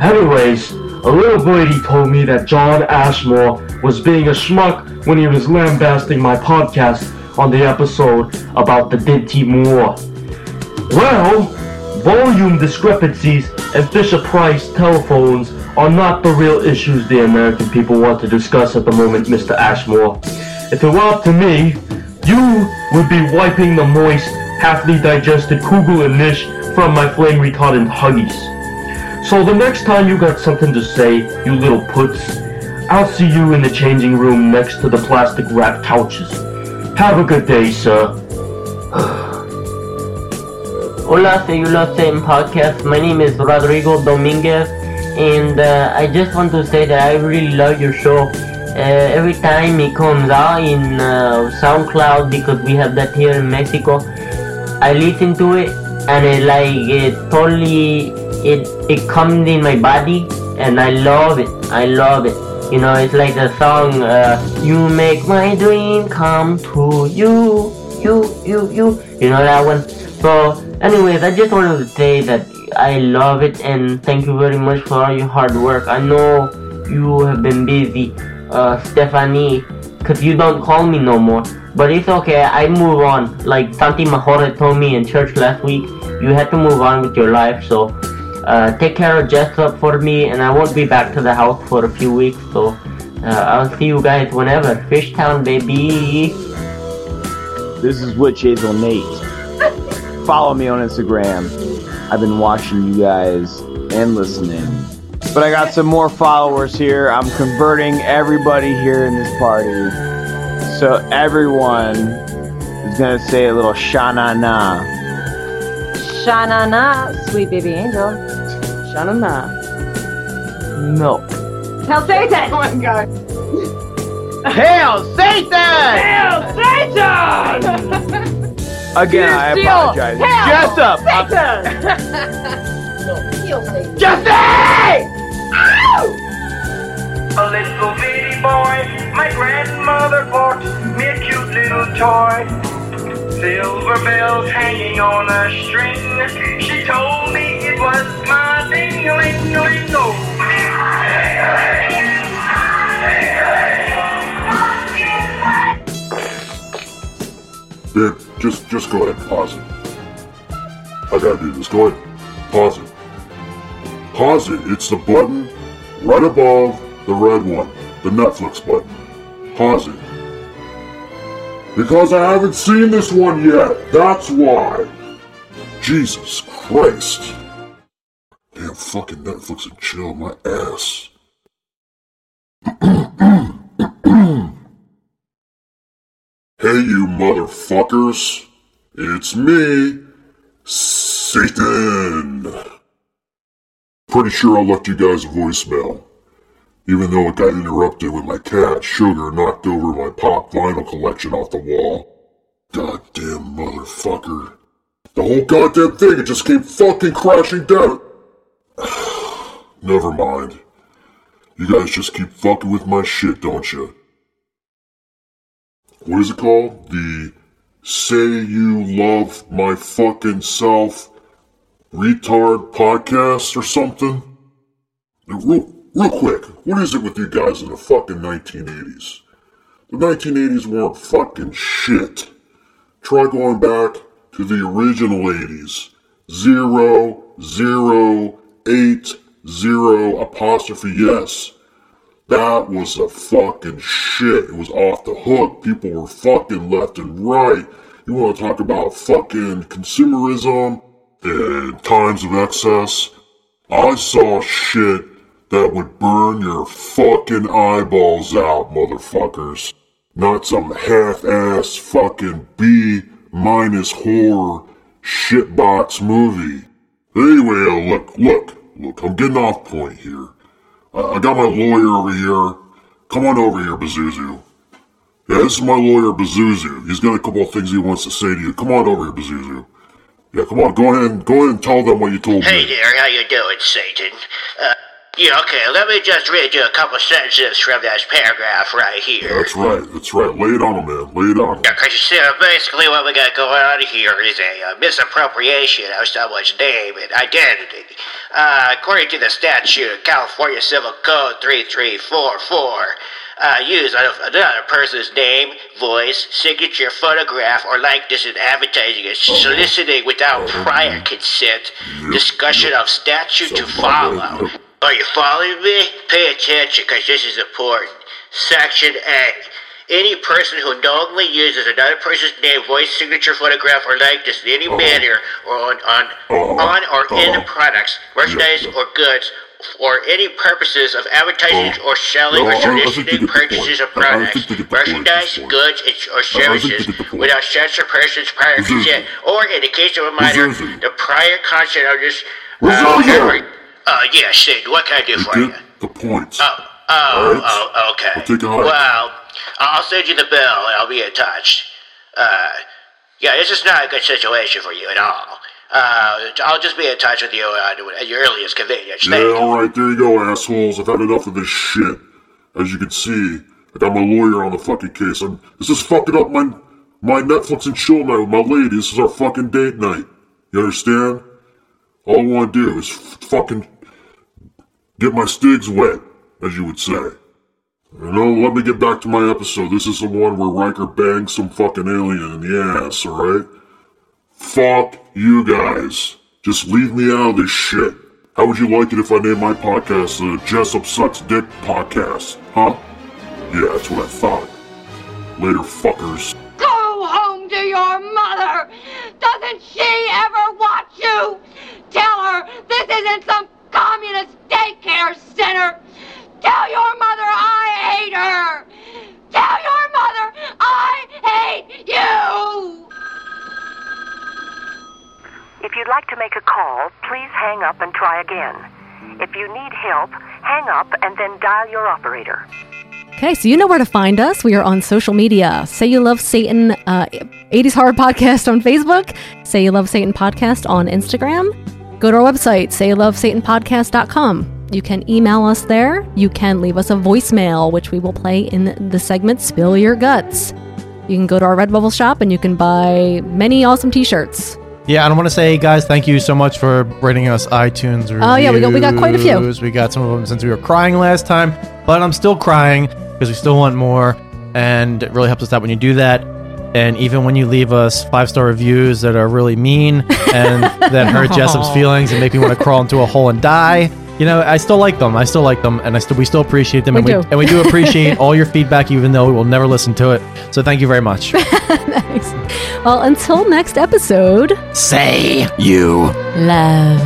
[SPEAKER 13] Anyways, a little birdie told me that John Ashmore was being a schmuck when he was lambasting my podcast on the episode about the Dinty Moore. Well, volume discrepancies and Fisher Price telephones are not the real issues the American people want to discuss at the moment, Mr. Ashmore. If it were up to me, you would be wiping the moist, halfly digested kugel and nish from my flame retardant huggies. So the next time you got something to say, you little puts, I'll see you in the changing room next to the plastic wrapped couches. Have a good day, sir.
[SPEAKER 23] Hola, Segulo Same Podcast. My name is Rodrigo Dominguez, and uh, I just want to say that I really love your show. Uh, every time it comes out in uh, SoundCloud, because we have that here in Mexico, I listen to it, and it like it totally it it comes in my body, and I love it. I love it. You know, it's like the song uh, "You Make My Dream Come True." You, you, you, you. You know that one. So, anyways, I just wanted to say that I love it and thank you very much for all your hard work. I know you have been busy, uh, Stephanie, because you don't call me no more. But it's okay, I move on. Like Santi Mahore told me in church last week, you had to move on with your life. So, uh, take care of Jessup for me, and I won't be back to the house for a few weeks. So, uh, I'll see you guys whenever. Fishtown, baby.
[SPEAKER 24] This is what Hazel Nate.
[SPEAKER 4] follow me on Instagram. I've been watching you guys and listening. But I got some more followers here. I'm converting everybody here in this party. So everyone is going to say a little shana na.
[SPEAKER 6] Shana na, sweet baby angel. Shana na.
[SPEAKER 4] Milk.
[SPEAKER 6] Hell Satan! Oh my god.
[SPEAKER 4] Hail Satan!
[SPEAKER 6] Hail Satan!
[SPEAKER 4] Again, I
[SPEAKER 6] Steal.
[SPEAKER 4] apologize.
[SPEAKER 6] Hail
[SPEAKER 4] Jessup! I'm-
[SPEAKER 6] Satan! Heal Satan.
[SPEAKER 4] Jesse!
[SPEAKER 21] A little bitty boy, my grandmother bought me a cute little toy. Silver bells hanging on a string. She told me it was my ding-a-ling-a-ling.
[SPEAKER 16] Yeah, just just go ahead, pause it. I gotta do this. Go ahead, pause it. Pause it. It's the button right above the red one, the Netflix button. Pause it. Because I haven't seen this one yet. That's why. Jesus Christ. Damn fucking Netflix and chill my ass. Hey, you motherfuckers. It's me, Satan. Pretty sure I left you guys a voicemail. Even though it got interrupted when my cat, Sugar, knocked over my pop vinyl collection off the wall. Goddamn motherfucker. The whole goddamn thing, it just came fucking crashing down. Never mind. You guys just keep fucking with my shit, don't you? what is it called? The Say You Love My Fucking Self Retard Podcast or something? Now, real, real quick, what is it with you guys in the fucking 1980s? The 1980s weren't fucking shit. Try going back to the original 80s. Zero, zero, eight, zero, apostrophe yes. That was a fucking shit. It was off the hook. People were fucking left and right. You want to talk about fucking consumerism and times of excess? I saw shit that would burn your fucking eyeballs out, motherfuckers. Not some half-ass fucking B minus horror shitbox movie. Anyway, uh, look, look, look, I'm getting off point here. I I got my lawyer over here. Come on over here, Bazuzu. Yeah, this is my lawyer, Bazuzu. He's got a couple of things he wants to say to you. Come on over here, Bazuzu. Yeah, come on. Go ahead and go ahead and tell them what you told
[SPEAKER 9] Hey
[SPEAKER 16] me.
[SPEAKER 9] there, how you doing, Satan? Uh, yeah, okay, let me just read you a couple sentences from this paragraph right here.
[SPEAKER 16] That's right. That's right. Lay it on him, man. Lay it on him.
[SPEAKER 9] Because you see, uh, basically what we got going on here is a uh, misappropriation of someone's name and identity. Uh, according to the statute, California Civil Code 3344, uh, use of another person's name, voice, signature, photograph, or likeness in advertising is soliciting without prior consent, discussion of statute to follow. Are you following me? Pay attention, because this is important. Section A. Any person who knowingly uses another person's name, voice, signature, photograph, or likeness in
[SPEAKER 16] Uh-huh.
[SPEAKER 9] any manner or on, on, on or in products, merchandise, or goods, for any purposes of advertising or selling
[SPEAKER 16] Uh-huh. No, I- I
[SPEAKER 9] or
[SPEAKER 16] think you
[SPEAKER 9] soliciting
[SPEAKER 16] get the point.
[SPEAKER 9] purchases
[SPEAKER 16] I- I
[SPEAKER 9] of
[SPEAKER 16] think
[SPEAKER 9] products,
[SPEAKER 16] you get the point at this
[SPEAKER 9] merchandise,
[SPEAKER 16] point.
[SPEAKER 9] goods, and- or
[SPEAKER 16] I- I think you get
[SPEAKER 9] services
[SPEAKER 16] the point.
[SPEAKER 9] without such a person's prior consent, or in the case of a minor, the prior consent of this.
[SPEAKER 16] Resilio!
[SPEAKER 9] Uh, yeah, Sid, what can I do for you?
[SPEAKER 16] Get the points.
[SPEAKER 9] Oh,
[SPEAKER 16] Alright.
[SPEAKER 9] oh, okay.
[SPEAKER 16] I'll take it home.
[SPEAKER 9] Well, I'll send you the bill and I'll be in touch. Uh, yeah, this is not a good situation for you at all. Uh, I'll just be in touch with you uh, at your earliest convenience.
[SPEAKER 16] Yeah, alright, there you go, assholes. I've had enough of this shit. As you can see, I got my lawyer on the fucking case. I'm, this is fucking up my my Netflix and chill night with my lady. This is our fucking date night. You understand? All I want to do is f- fucking get my stigs wet, as you would say. You know, let me get back to my episode. This is the one where Riker bangs some fucking alien in the ass, alright? Fuck you guys. Just leave me out of this shit. How would you like it if I named my podcast the Jessup Sucks Dick Podcast? Huh? Yeah, that's what I thought. Later, fuckers.
[SPEAKER 22] Go home to your mother! Doesn't she
[SPEAKER 5] If you'd like to make a call, please hang up and try again. If you need help, hang up and then dial your operator.
[SPEAKER 2] Okay, so you know where to find us. We are on social media. Say You Love Satan uh, 80s Horror Podcast on Facebook, Say You Love Satan Podcast on Instagram. Go to our website, sayyoulovesatanpodcast.com. You can email us there. You can leave us a voicemail, which we will play in the segment Spill Your Guts. You can go to our Redbubble shop and you can buy many awesome t shirts.
[SPEAKER 10] Yeah, and I want to say, guys, thank you so much for rating us iTunes reviews.
[SPEAKER 2] Oh, yeah, we got- we got quite a few.
[SPEAKER 10] We got some of them since we were crying last time, but I'm still crying because we still want more, and it really helps us out when you do that. And even when you leave us five star reviews that are really mean and that hurt Jessup's
[SPEAKER 17] Aw.
[SPEAKER 10] feelings and make me want to crawl into a hole and die, you know, I still like them. I still like them, and I still we still appreciate them,
[SPEAKER 2] We
[SPEAKER 10] and we
[SPEAKER 2] do.
[SPEAKER 10] and we do appreciate all your feedback, even though we will never listen to it. So thank you very much.
[SPEAKER 2] Well, until next episode,
[SPEAKER 10] Say you.
[SPEAKER 2] love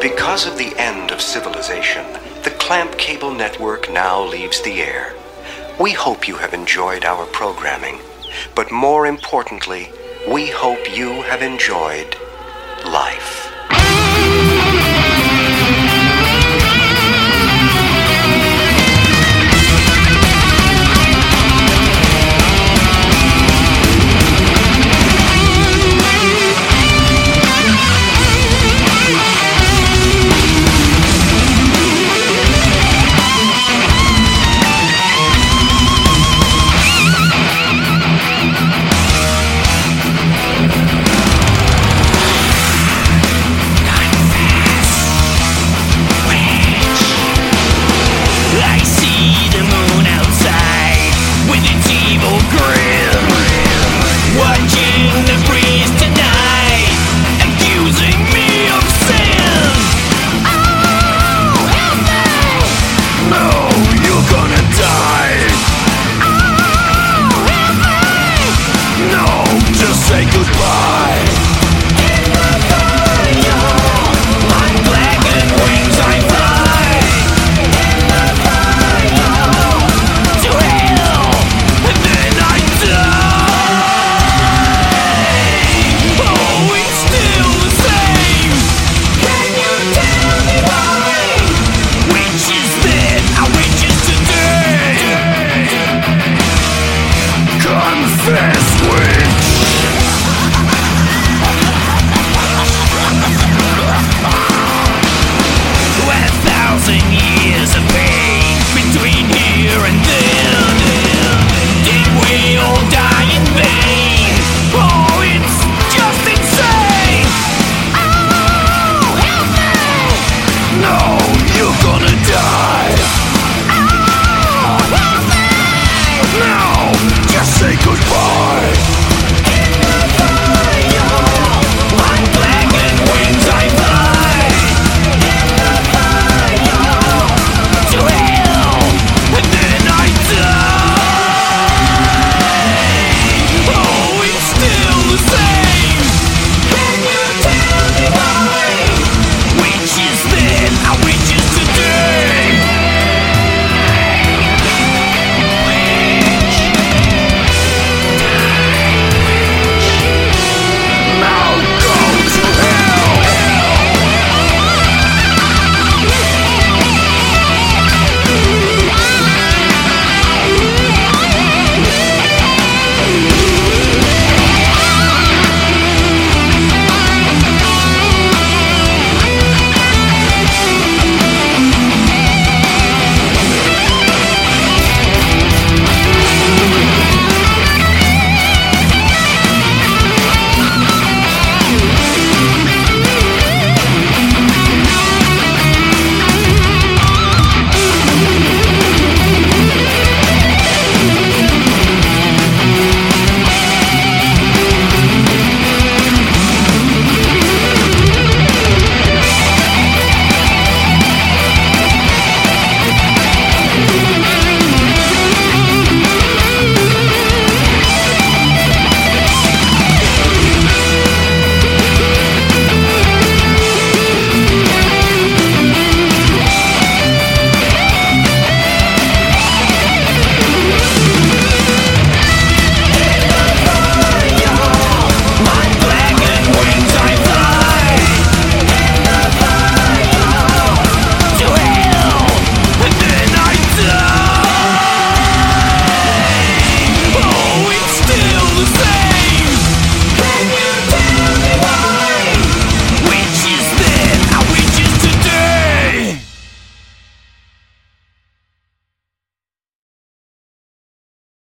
[SPEAKER 8] Because of the end of civilization, the Clamp Cable Network now leaves the air. We hope you have enjoyed our programming, but more importantly, we hope you have enjoyed life.
[SPEAKER 13] Oh, Oh, Oh, Oh,